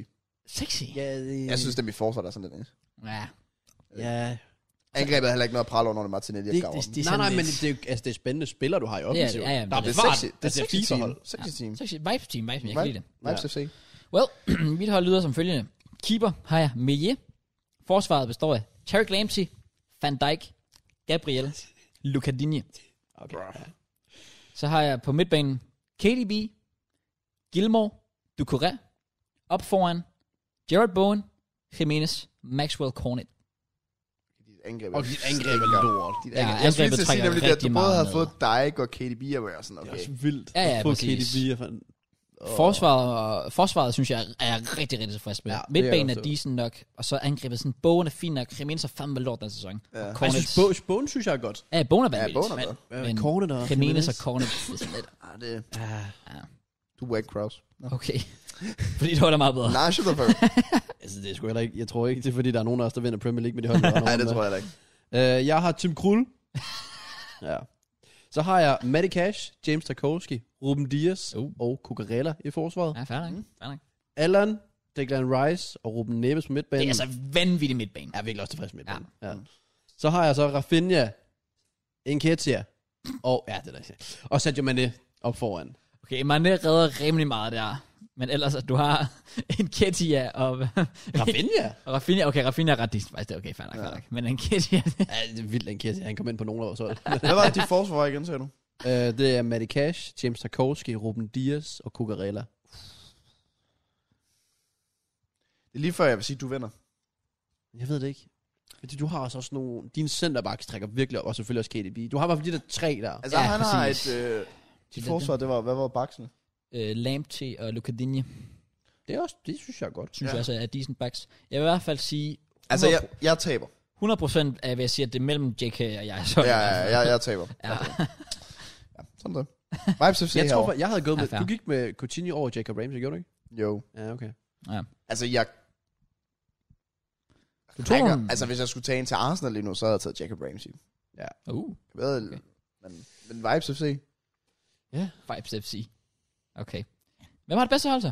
Sexy.
Ja, det...
Jeg synes, det er mit forsvar, der er sådan lidt. eh.
Ja.
Ja.
Angrebet er heller ikke noget at prale over, når det er Martinelli og
Det-
Gordon.
det-
Det,
er
Nej,
sådan
nej, men
lidt-
det er, jo- altså, det er spændende spillere, du har i offensiv.
ja, ja, men
der
det
er
bevart.
sexy. Det
Altså,
er
det er
sexy
FIFA-hold.
team. Sexy team.
Sexy. Vibes team, vibes team. Jeg kan lide det.
Vibes FC.
Well, mit hold lyder som følgende. Keeper har jeg Meje. Forsvaret består af Tarek Lamptey, Van Dijk, Gabriel, Lucadini.
Okay.
Så har jeg på midtbanen KDB, Gilmore, Ducouré, op foran, Jared Bowen, Jimenez, Maxwell Cornet.
Dit angreb
Og dit angreb er lort.
Dit
Ja,
angreb. jeg skulle lige
angrebet
til at sige
trækker
nemlig, det, at du
rigtig
både
meget
havde
ned.
fået Dijk og KDB, og hvor jeg var sådan, okay.
vildt.
Ja, ja,
Få
præcis.
KDB og fanden. Åh.
Forsvaret, forsvaret synes jeg er rigtig, rigtig tilfreds med.
Ja,
Ja,
det er
Midtbanen
jeg
er
også.
decent nok, og så angrebet sådan, Bowen er fin nok, Jimenez er fandme lort den sæson.
Ja.
Og
Ej, Jeg
Cornet,
synes, Bo, Bogen synes jeg er godt. Øh,
ja, Bowen er
Ja,
vanvittigt.
Bowen er med.
Men
Kornet og
Jimenez og Cornet, det er sådan lidt,
Ja, det
Ah,
Du er ikke Kraus.
Okay. Fordi det var da meget bedre.
Nej, shit, for.
altså, det er sgu heller ikke, jeg tror ikke, det er fordi, der er nogen af os, der vinder Premier League med de hold, der er
Nej, det tror jeg heller ikke.
jeg. Øh, jeg har Tim Krul. ja. Så har jeg Matty Cash, James Tarkowski, Ruben Dias
Uh.
uh. og Cucurella i forsvaret.
Ja, fair nok. Fair nok.
Allan, Declan Rice og Ruben Neves på
Det
midtbanen.
er altså vanvittig midtbane.
Jeg er virkelig også tilfreds med midtbanen. Ja. ja.
Mm.
Så har jeg så Rafinha, Enketia og, ja, det er der, og Sergio Mané op foran.
Okay, Mané redder rimelig meget der. Men ellers, at du har en Ketia og...
Rafinha?
og Rafinha, okay, Rafinha er ret decent faktisk. Det er okay, fair nok, fair nok. Men en Ketia...
Ja, det er vildt, Enketia. Han kom ind på nogle af os hold.
Hvad var det, dit forsvar var igen, sagde du?
Øh, det er Matty Cash, James Tarkovsky, Ruben Dias og Cucurella.
Det er lige før, jeg vil sige, at du vinder.
Jeg ved det ikke. Fordi du har også, også nogle... Din centerbacks trækker virkelig op, og selvfølgelig også KDB. Du har i hvert fald de der tre der.
Altså,
Ja,
ja, han har
præcis.
et... Øh,
Det
dit
er
forsvar, det var... Hvad var baksen?
Øh, Lamptey og Lucadinje,
Det, er også, det synes jeg er godt.
synes ja.
Ja.
jeg også er decent backs. Jeg vil i hvert fald sige,
Altså, jeg, jeg taber.
100% af, hvad jeg siger, at det er mellem JK og jeg. Så
Ja, ja, ja, jeg, jeg taber.
ja.
Ja, sådan det. Vibes FC
Jeg tror,
herovre.
for, jeg havde gået
Ja,
med...
fair.
Du gik med Coutinho over Jacob Ramsey, gjorde du ikke?
Jo.
Ja, okay.
Altså, jeg...
Du tog
Rækker-
den.
Altså, hvis jeg skulle tage en til Arsenal lige nu, så havde jeg taget Jacob Ramsey.
Uh,
Jeg ved,
Okay.
okay. men, men Vibes FC.
Vibes FC. Okay. Hvem har det bedste hold så?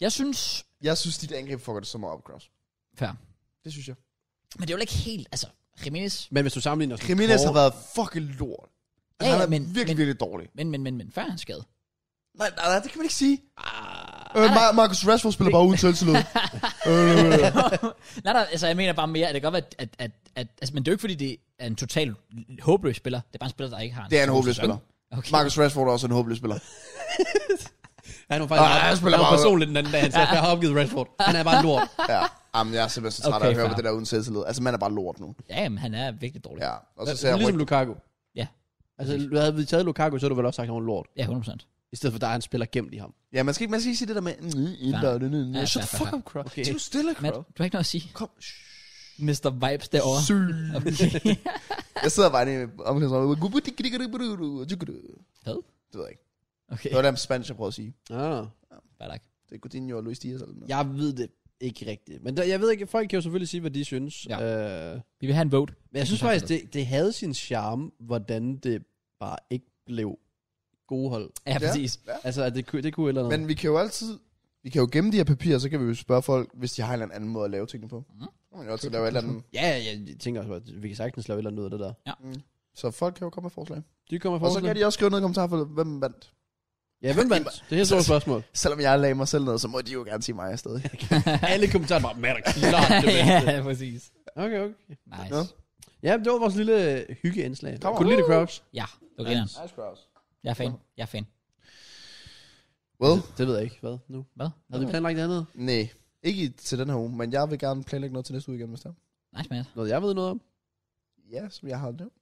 Jeg synes...
Jeg synes, dit angreb fucker det så meget op, Kraus.
Fair.
Det synes jeg.
Men det er jo ikke helt... Altså, Jimenez...
Men hvis du sammenligner... os med
Jimenez har
Kåre-
været fucking lort.
Ja,
Altså, ja,
ja,
han er
men-
men, virkelig,
men-
men... virkelig dårlig.
Men, men, men, men, før han skade.
Nej, nej, nej, det kan man ikke sige.
Ah,
Øh,
nej, nej.
Mar- Marcus Rashford spiller bare uden selvtillid. øh,
nej, nej, altså jeg mener bare mere, at det kan godt være, at, at, at, altså, men det er jo ikke fordi, det er en total håbløs spiller. Det er bare en spiller, der ikke har en
det er en
stor
håbløs
sæson.
spiller.
Okay.
Marcus Rashford er også en håbløs spiller.
Han var faktisk...
Ah,
han
jeg spiller
spiller bare...
bare-
personligt den anden dag, han sagde, jeg har opgivet Rashford. Han er bare lort.
Ja. Jamen, jeg er simpelthen så træt af
Okay,
at høre
fair.
på det der uden selvtillid. Altså, man er bare lort nu.
Ja, men han er virkelig dårlig. Ja,
Ja. Og så
Altså,
ser jeg
ligesom
ryg-
Lukaku.
Ja.
Altså, havde vi taget Lukaku, så havde du vel også sagt, at han var lort.
ja 100%.
I stedet for dig, han spiller gemt i ham.
Ja, man skal ikke, man skal ikke sige det der med... "Mm,
Ja,
Shut the
fair,
fuck
fair,
up, Crow.
Okay.
Okay. Det er stille,
Matt,
Crow.
du har ikke noget at sige.
Kom.
Mr. Vibes derovre.
Syg.
Okay.
Jeg sidder bare inde i omklædningsrummet.
Hvad?
Det ved jeg ikke.
Okay.
Det var der Spanish, jeg prøvede at sige.
Ah.
Bare tak.
Det er Coutinho og Luis Diaz eller noget.
Jeg ved det ikke rigtigt. Men der, jeg ved ikke, folk kan jo selvfølgelig sige, hvad de synes.
Ja.
Øh,
Vi vil have en vote.
men jeg synes faktisk, det, det havde sin charme, hvordan det bare ikke blev gode hold.
Ja, præcis.
Altså, at det, kunne- det kunne et eller andet.
Men vi kan jo altid... Vi kan jo gemme de her papirer, så kan vi jo spørge folk, hvis de har en eller anden måde at lave tingene på.
Mhm.
Mm. Så kan man jo altid lave et eller andet.
Ja, ja, jeg tænker også, at vi kan sagtens lave et eller andet ud af det der.
Så folk kan jo komme med forslag.
De kommer fra
Og så kan de også skrive ned i kommentarer for, hvem vandt.
Ja, hvem vandt? Det er et stort spørgsmål.
Selvom jeg lagde mig selv ned, så må de jo gerne sige mig afsted.
Alle kommentarer bare, man er klart det bedste.
ja, præcis.
Okay, okay.
Nice.
Ja.
Ja, det var vores lille øh, hyggeindslag.
Kom on.
Kunne du lide det, Crouch?
Ja, du griner.
Nice, Kraus.
Jeg er fan. Jeg er fan.
Well,
Det ved jeg ikke. Hvad nu?
Hvad?
Havde vi planlagt andet?
nej. Ikke i- til den her uge, men jeg vil gerne planlægge noget til næste uge igen, hvis det er.
Nice, man.
Noget, jeg ved noget om?
Ja, som jeg har nævnt.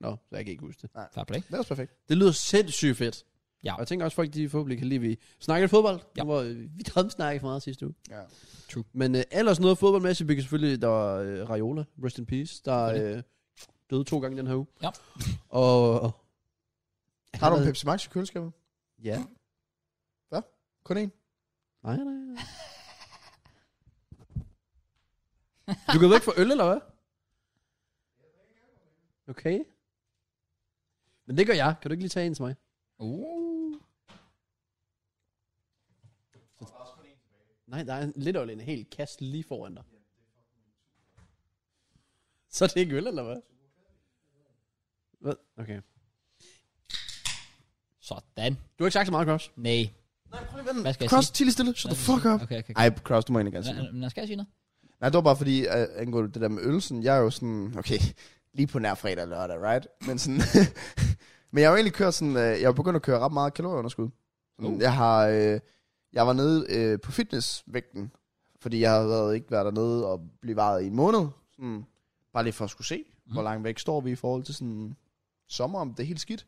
Nå, så jeg kan ikke huske det.
Fair play.
Det er også perfekt.
Det lyder sindssygt fedt.
Ja.
Og jeg tænker også, folk de forhåbentlig kan lide, vi snakker lidt fodbold.
Ja.
Ja. Hvor, øh, vi drømsnakkede for meget sidste uge.
Ja.
True.
Men øh, ellers noget fodboldmæssigt, vi kan selvfølgelig, der var øh, Raiola, rest in peace, der øh, døde to gange den her uge.
Ja.
Og, og
Har du en Pepsi Max i køleskabet?
Ja.
Kun én?
Nej, nej, nej. Du kan væk for øl, eller hvad? Okay. Men det gør jeg. Kan du ikke lige tage en til mig?
Uh.
Nej, der er en- lidt over en hel kast lige foran dig. Så er det ikke øl, eller hvad? Hvad? Okay.
Sådan.
Du har ikke sagt så meget, Cross.
Nej.
Nej, prøv lige at
Hvad skal jeg
Cross,
sige?
til lige stille. Shut the fuck up.
Okay, okay. okay.
Ej, Kraus, du må egentlig gerne
altså.
sige noget.
Nå, Nå, skal jeg sige noget?
Nej, det var bare fordi, at angående det der med ølsen, jeg er jo sådan, okay, lige på nær fredag og lørdag, right? Men sådan, men jeg har jo egentlig kørt sådan, øh, jeg har begyndt at køre ret meget kalorieunderskud. Sådan,
Uh.
Jeg har, øh, jeg var nede øh, på fitnessvægten, fordi jeg havde været, ikke været dernede og blive varet i en måned. Sådan, bare lige for at skulle se, mm. hvor langt væk står vi i forhold til sådan sommer, om det er helt skidt.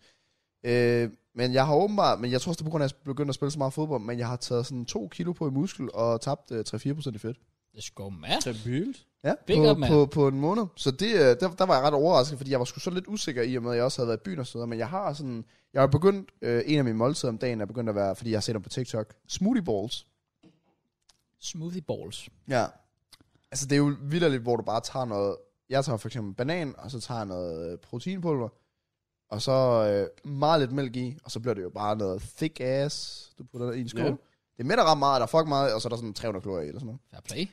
Øh, men jeg har åbenbart, men jeg tror også, det er på grund af, at jeg begyndte at spille så meget fodbold, men jeg har taget sådan to kilo på i muskel og tabt øh, 3-4% i fedt.
Let's go, man.
Det er vildt.
Ja,
Big
på,
up, mand.
på, på en måned. Så det, øh, der, der var jeg ret overrasket, fordi jeg var sgu så lidt usikker i, og med at jeg også havde været i byen og sådan noget. Men jeg har sådan... Jeg har begyndt... Øh, en af mine måltider om dagen er begyndt at være, fordi jeg har set dem på TikTok, smoothie balls.
Smoothie balls.
Ja. Altså, det er jo vildt hvor du bare tager noget... Jeg tager for eksempel banan, og så tager jeg noget øh, proteinpulver, og så øh, meget lidt mælk i, og så bliver det jo bare noget thick ass, du putter i en skål.
Ja.
Yeah. Det mætter ret meget, der er fuck meget, og så er der sådan 300 kalorier i, eller sådan noget.
Fair play.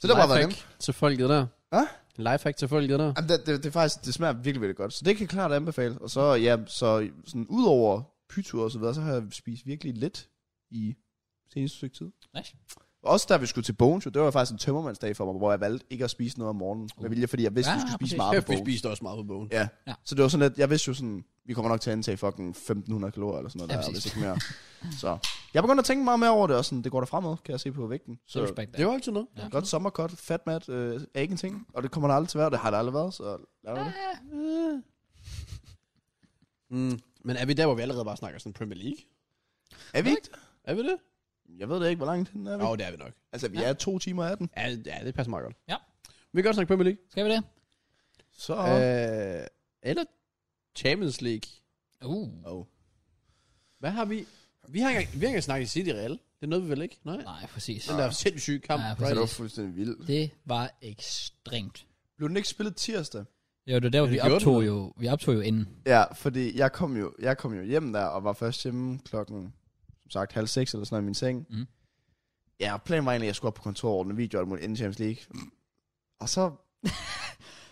Så det har bare været nemt.
Lifehack til folket der.
Hva?
En lifehack til folket der.
Jamen, det, det, det, er faktisk, det smager virkelig, virkelig godt. Så det kan jeg klart anbefale. Og så, ja, så sådan udover pytur og så videre, så har jeg spist virkelig lidt i seneste stykke tid.
Nice.
Også da vi skulle til Bones, jo, det var faktisk en tømmermandsdag for mig, hvor jeg valgte ikke at spise noget om morgenen. Med vilje, fordi jeg vidste,
Ja,
at vi
Ah, ja,
skulle spise
præcis.
meget
Kæft,
på
vi
Bones.
spiste også meget på bogen.
Ja.
Ja.
ja. Så det var sådan lidt, jeg vidste jo sådan, vi kommer nok til at indtage fucking 1500 kalorier eller sådan noget
Ja,
der,
præcis.
hvis ikke mere. Så jeg begyndte at tænke meget mere over det, og sådan, det går der fremad, kan jeg se på vægten.
Så
Så
respekt
Det var altid noget.
Ja.
godt sommerkort, fat mat, øh, er ikke en ting, og det kommer der aldrig til at være, og det har det aldrig været, så lad det.
Mm. Men er vi der, hvor vi allerede bare snakker sådan Premier League?
Er vi ikke?
Er vi det?
Jeg ved det ikke, hvor langt den er vi.
Jo, oh, det er vi nok.
Altså, vi er to timer af den,
Ja, ja, det passer meget godt.
Ja.
Vi kan godt snakke Premier League.
Skal vi det?
så...
Øh, eller Champions League.
Uh.
oh.
Hvad har vi? Vi har ikke, vi har ikke engang snakket City Real. Det nåede vi vel ikke? Nej.
Nej, præcis.
Den der sindssyge kamp.
Ja,
Ja,
præcis.
Det var
right?
fuldstændig vildt.
Det var ekstremt.
Blev den ikke spillet tirsdag?
Jo, det var der, hvor
Ja,
vi
det gjorde
optog
den.
jo, vi optog jo inden.
Ja, fordi jeg kom jo, jeg kom jo hjem der, og var først hjemme klokken, som sagt, halv seks eller sådan noget i min seng.
Mm.
Ja, planen var egentlig, at jeg skulle op på kontoret og ordne videoer mod inden Champions League. Og så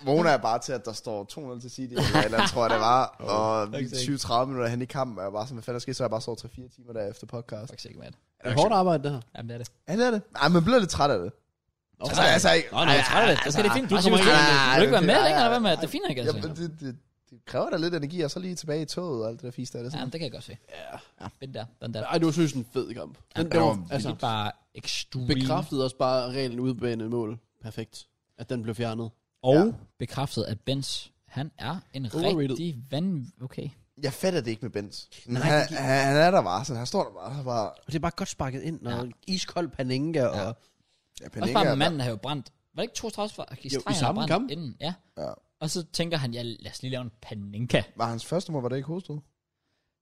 vågner jeg bare til, at der står 2-0 til City, eller et eller andet, tror jeg, det var. Og vi er 20-30 minutter hen i kampen, og jeg var sådan, hvad fanden der skete, så jeg bare sov 3-4 timer der efter podcast.
Fuck sikkert, hvad det
Det er hårdt arbejde, det her.
Jamen, det er det.
Ja, det er det. Ej, man bliver lidt træt af det.
Nå,
Altså, altså,
Nå, nej, jeg er træt af det.
Så skal det fint. Du
Altså,
kommer
hvis
ikke
du-
med. Vil du ikke være med
Ej, ej,
længere, eller hvad med?
ej.
Det er fint, ikke?
Ja,
Altså.
det, det, det, det kræver da lidt energi, og så lige tilbage i toget og alt det der fisk der. Det er
Ja,
sådan,
det kan jeg godt se. Ja. Den der, den der.
Ej, det var synes en fed kamp. Den,
det
den var,
var vildt.
altså,
Altså, bare ekstremt.
bekræftede også bare reglen ude på en mål. Perfekt. At den blev fjernet.
Og
Ja.
bekræftet, at Benz, han er en
Overrated.
rigtig vanv... Okay.
Jeg fatter det ikke med Benz. Nej, han, han, han, er der bare, sådan, han står der bare, så bare...
Og det er bare godt sparket ind, når ja. iskold paninka og... Ja.
Ja,
Også
Penninga er
bare,
der.
manden har jo brændt. Var det ikke 32 for? Okay,
Jo, i samme
brændt
kamp.
Inden, ja.
Ja.
Og så tænker han, ja, lad os lige lave en paninka.
Var hans første mål, var det ikke hovedstød?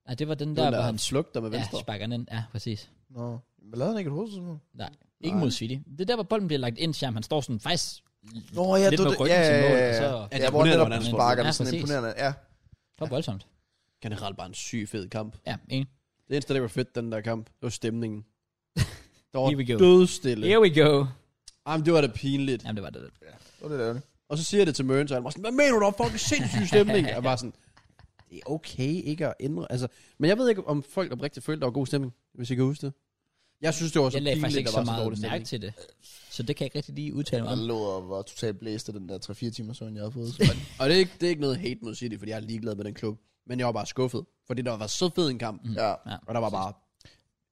Ja, det var den
Der,
der,
der
hvor
han
han
slugter med
ja,
venstre.
sparker den ind. Ja, præcis.
Nå, men lavede han ikke et hovedstød?
Nej, ikke mod City. Det er der, hvor bolden bliver lagt ind, Sham. Han står sådan faktisk
Nå, ja,
lidt
du,
med
det-
ryggen
ja,
til
ja,
mål,
ja,
og så
ja.
det
Ja,
er
hvor
imponerende,
netop
hvordan
han
han
får
sparker den
den.
sådan
Ja, præcis.
imponerende. Ja,
for voldsomt.
Generelt bare en syg fed kamp.
Ja, enig.
Det eneste, der var fedt, den der kamp, det var stemningen. Der var
Here we go.
dødstille.
Here we go.
Jamen, det var da pinligt.
Jamen, det var det. lidt.
det var det der.
Og så siger jeg det til Mørens, og han var sådan, hvad mener du, der er fucking sindssyg stemning? Jeg var sådan, det er okay ikke at ændre. Altså, men jeg ved ikke, om folk oprigtigt følte, der var god stemning, hvis jeg kan huske det. Jeg synes, det var så
Jeg lagde
pinligt,
faktisk ikke
der var
så
så,
meget
dårlig
mærke
stemning.
til det. Så det kan jeg ikke rigtig lige udtale mig
Jeg
om.
lå og var totalt blæst af den der 3-4 timer søvn, jeg havde fået.
Og det er, ikke, det er ikke noget hate mod City, fordi jeg er ligeglad med den klub. Men jeg var bare skuffet, fordi der var så fed en kamp, mm.
Ja.
Ja.
og der var bare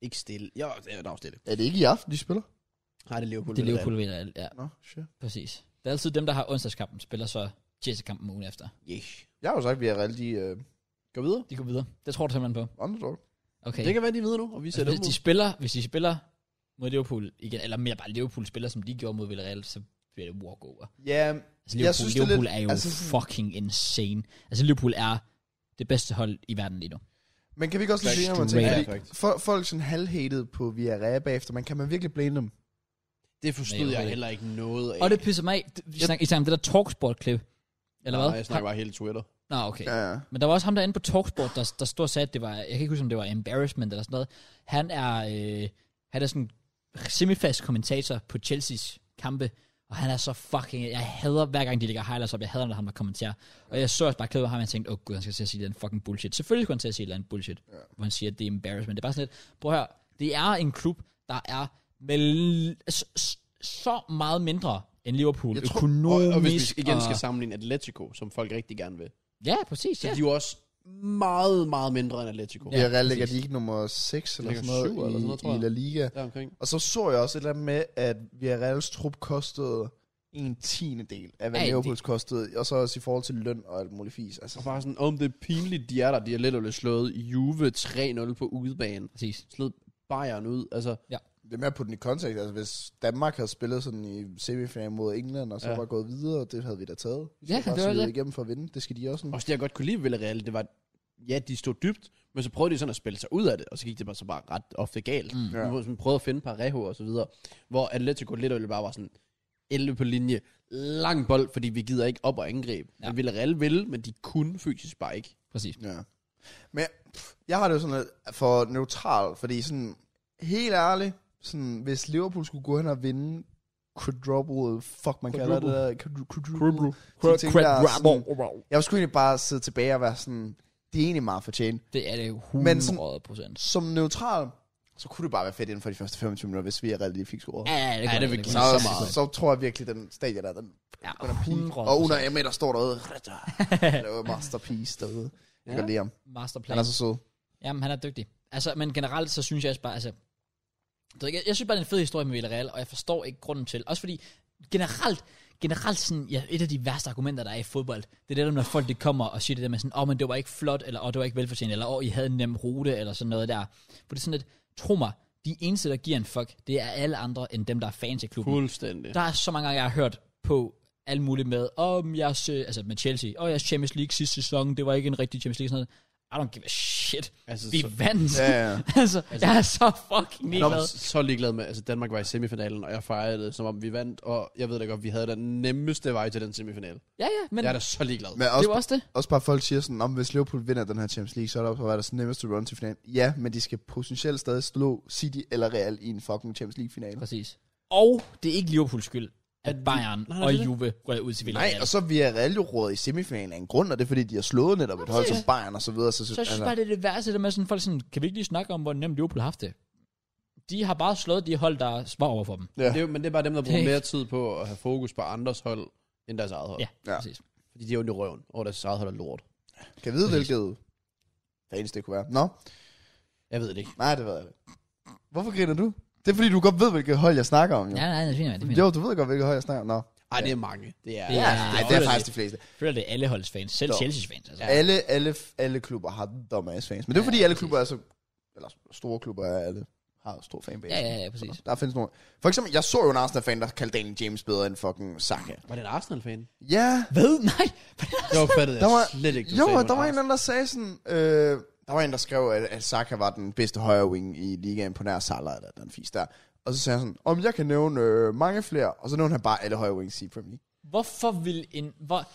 ikke stille. Jo, der var stille.
Er det ikke i aften, de spiller?
Nej, det er Liverpool.
Det er
der
Liverpool, ved jeg. Ja,
Nå, shit.
præcis. Det er altid dem, der har onsdagskampen, spiller så Chelsea-kampen ugen efter.
Yeah.
Jeg har jo sagt, at vi er rigtig øh,
Gå videre.
De går videre. Det tror du simpelthen på.
underdog.
Okay.
Det kan være, de ved nu, og vi ser
Altså,
det
hvis de spiller, hvis de spiller mod Liverpool igen, eller mere bare Liverpool spiller, som de gjorde mod Villarreal, så bliver det walk over.
Ja,
Altså
Jeg
Liverpool,
synes, det er
Liverpool
lidt-
er, jo
altså sådan-
fucking insane. Altså Liverpool er det bedste hold i verden lige nu.
men kan vi ikke også lige sige noget, man
Straight
tænker?
up.
Fordi fol- Folk sådan halvhated på Villarreal bagefter, men kan man virkelig blame dem?
Det forstod
Nej,
jeg
okay.
heller ikke noget af.
Og det pisser mig af.
Øh,
D- Vi snakker, I snakker om det der Talksport-klip. Eller hvad?
Nej, jeg snakker bare hele Twitter.
Nå, okay.
Ja, ja.
Men der var også ham derinde på Talksport, der, der stod og sagde, at det var, jeg kan ikke huske, om det var embarrassment eller sådan noget. Han er, øh, han er sådan semifast kommentator på Chelsea's kampe, og han er så fucking, jeg hader hver gang de lægger highlights op, jeg hader, når han der kommenterer. Og jeg så også bare klæder ham, og jeg tænkte, åh oh, gud, han skal til at sige den fucking bullshit. Selvfølgelig skulle han til at sige den bullshit, ja. hvor han siger, at det er embarrassment. Det er bare sådan lidt, prøv at høre, det er en klub, der er med l- s- s- så meget mindre end Liverpool,
Jeg tror-
Og,
økonomisk.
og hvis vi igen
og-
skal sammenligne Atletico, som folk rigtig gerne vil,
Ja, præcis.
så
Ja.
de er jo også meget, meget mindre end Atletico.
Ja,
Villarreal ligger
præcis.
de ikke nummer 6 eller
Ligger
sådan noget,
syv eller sådan noget, tror
i, i
jeg.
La Liga.
Der omkring.
Og så så jeg også et eller andet med, at Villarreals trup kostede en tiende del af, hvad
Ja,
Liverpools kostede. Og så også i forhold til løn og alt muligt fis. Altså,
Og bare sådan, om det er pinligt, de er der. De er lidt slået Juve 3-0 på udebane.
Præcis.
Slået Bayern ud. Altså,
det er med at putte den i kontekst. Altså, hvis Danmark havde spillet sådan i semifinalen mod England, og så
Ja.
ja. var gået videre, det havde vi da taget. Vi
Ja,
skal bare
det var
smide
det.
igennem for at vinde. Det skal de også. Nu.
også det, jeg godt kunne lide ved Villarreal, det var, ja, de stod dybt, men så prøvede de sådan at spille sig ud af det, og så gik det bare så bare ret ofte galt. Mm.
Ja.
Ja. Man prøvede at finde Parejo og så videre, hvor Atletico lidt bare var sådan 11 på linje, lang bold, fordi vi gider ikke op og angribe. Ja.
Ja.
Men Villarreal ville, men de kunne fysisk bare ikke.
Præcis.
Ja. Men jeg, pff, jeg har det jo sådan lidt for neutral, fordi sådan, helt ærligt, sådan, hvis Liverpool skulle gå hen og vinde quadruple, fuck man kalder det
Quadruple.
der, quadru- quadruple, så tænker jeg sådan,
Crab
Jeg skulle egentlig bare sidde tilbage og være sådan, det er egentlig meget fortjent.
Det er det
Men sådan-
100 procent.
Som neutral, så kunne det bare være fedt inden for de første 25 minutter, hvis vi er relativt fik scoret.
Ja, ja, det,
Ja, det vil
godt.
give
så,
så
så,
meget.
så, så, tror jeg virkelig, den stadie der, den
Ja,
under peak.
100%.
Og under Emma, der står derude. Det var masterpiece derude. Jeg kan
Ja.
godt lide ham.
Masterplan.
Han er Altså- så sød.
Jamen, han er dygtig. Altså, men generelt, så synes jeg også bare, altså... det ved Jeg, ikke, jeg synes bare, det er en fed historie med Villarreal, og jeg forstår ikke grunden til. Også fordi, generelt, generelt sådan, ja, et af de værste argumenter, der er i fodbold, det er det der, når folk de kommer og siger det der med sådan, åh, oh, men det var ikke flot, eller åh, oh, det var ikke velfortjent, eller åh, oh, I havde en nem rute, eller sådan noget der. For det er sådan lidt, tro mig, de eneste, der giver en fuck, det er alle andre, end dem, der er fans af klubben.
Fuldstændig.
Der er så mange gange, jeg har hørt på alt muligt med, om jeres, øh, altså med Chelsea, og jeres Champions League sidste sæson, det var ikke en rigtig Champions League, sådan noget. I don't give a shit.
Altså,
Vi
så,
vandt.
Ja, ja.
altså, jeg er så fucking
Nå, men
ligeglad.
så ligeglad med, altså Danmark var i semifinalen, og jeg fejrede det, som om vi vandt, og jeg ved da godt, vi havde den nemmeste vej til den semifinal.
Ja, ja, men
Jeg er
ja,
da så ligeglad.
Men
det
også,
er jo også det.
også bare folk siger sådan, om hvis Liverpool vinder den her Champions League, så er der så deres nemmeste run til finalen. Ja, men de skal potentielt stadig slå City eller Real i en fucking Champions League finale.
Præcis. Og det er ikke Liverpools skyld, at
At vi-
Bayern
Nej, nej,
og
det er det.
Juve røg ud til
Nej,
Villarreal.
og så vi er Real jo rådet i semifinalen af en grund, og det er fordi, de har slået netop et hold som Bayern og så videre. Så, altså,
Så jeg synes bare, det er det værste, det med sådan, folk sådan, kan vi ikke lige snakke om, hvor nemt Liverpool har haft det? De har bare slået de hold, der var over for dem.
ja.
Det er, jo- men det er bare dem, der bruger
Det er
mere tid på at have fokus på andres hold, end deres eget hold.
Ja, ja.
Ja.
præcis.
Fordi de er jo i røven, og deres eget hold er lort.
Kan jeg vide, hvilket fans det kunne være? Nå,
Jeg ved det ikke.
nej, det ved jeg ikke. Hvorfor griner du? Det er fordi, du godt ved, hvilket hold jeg snakker om, jo.
Ja, nej, det er fint, man, det er fint.
jo, du ved godt, hvilket hold jeg snakker om. Nå.
Ej, det er mange. Det er,
Det er-
ja.
Nej, det er
underligt.
faktisk de fleste.
Jeg føler, det er alle holds fans, selv
Nå.
Chelsea's fans. Altså.
Alle, alle, alle klubber har dumbass fans. Men det er
Ja,
fordi, alle
præcis.
klubber er så... Eller store klubber er alle har stor fanbase.
Ja, ja, ja, præcis.
Der findes nogle... For eksempel, jeg så jo en Arsenal-fan, der kaldte Daniel James bedre end fucking Saka.
Var det en Arsenal-fan?
Ja,
Hvad? Nej.
Det opfattede
Der
jeg
var-
slet ikke, du
Jo,
sagde,
der var
det
en eller anden, der sagde sådan... Øh, der var en, der skrev, at, at Saka var den bedste højre wing i ligaen på nær Salah, eller den fisk der. Og så sagde han sådan, om jeg kan nævne øh, mange flere, og så nævnte han bare alle højre wings i Premier League.
Hvorfor vil en... Hvor,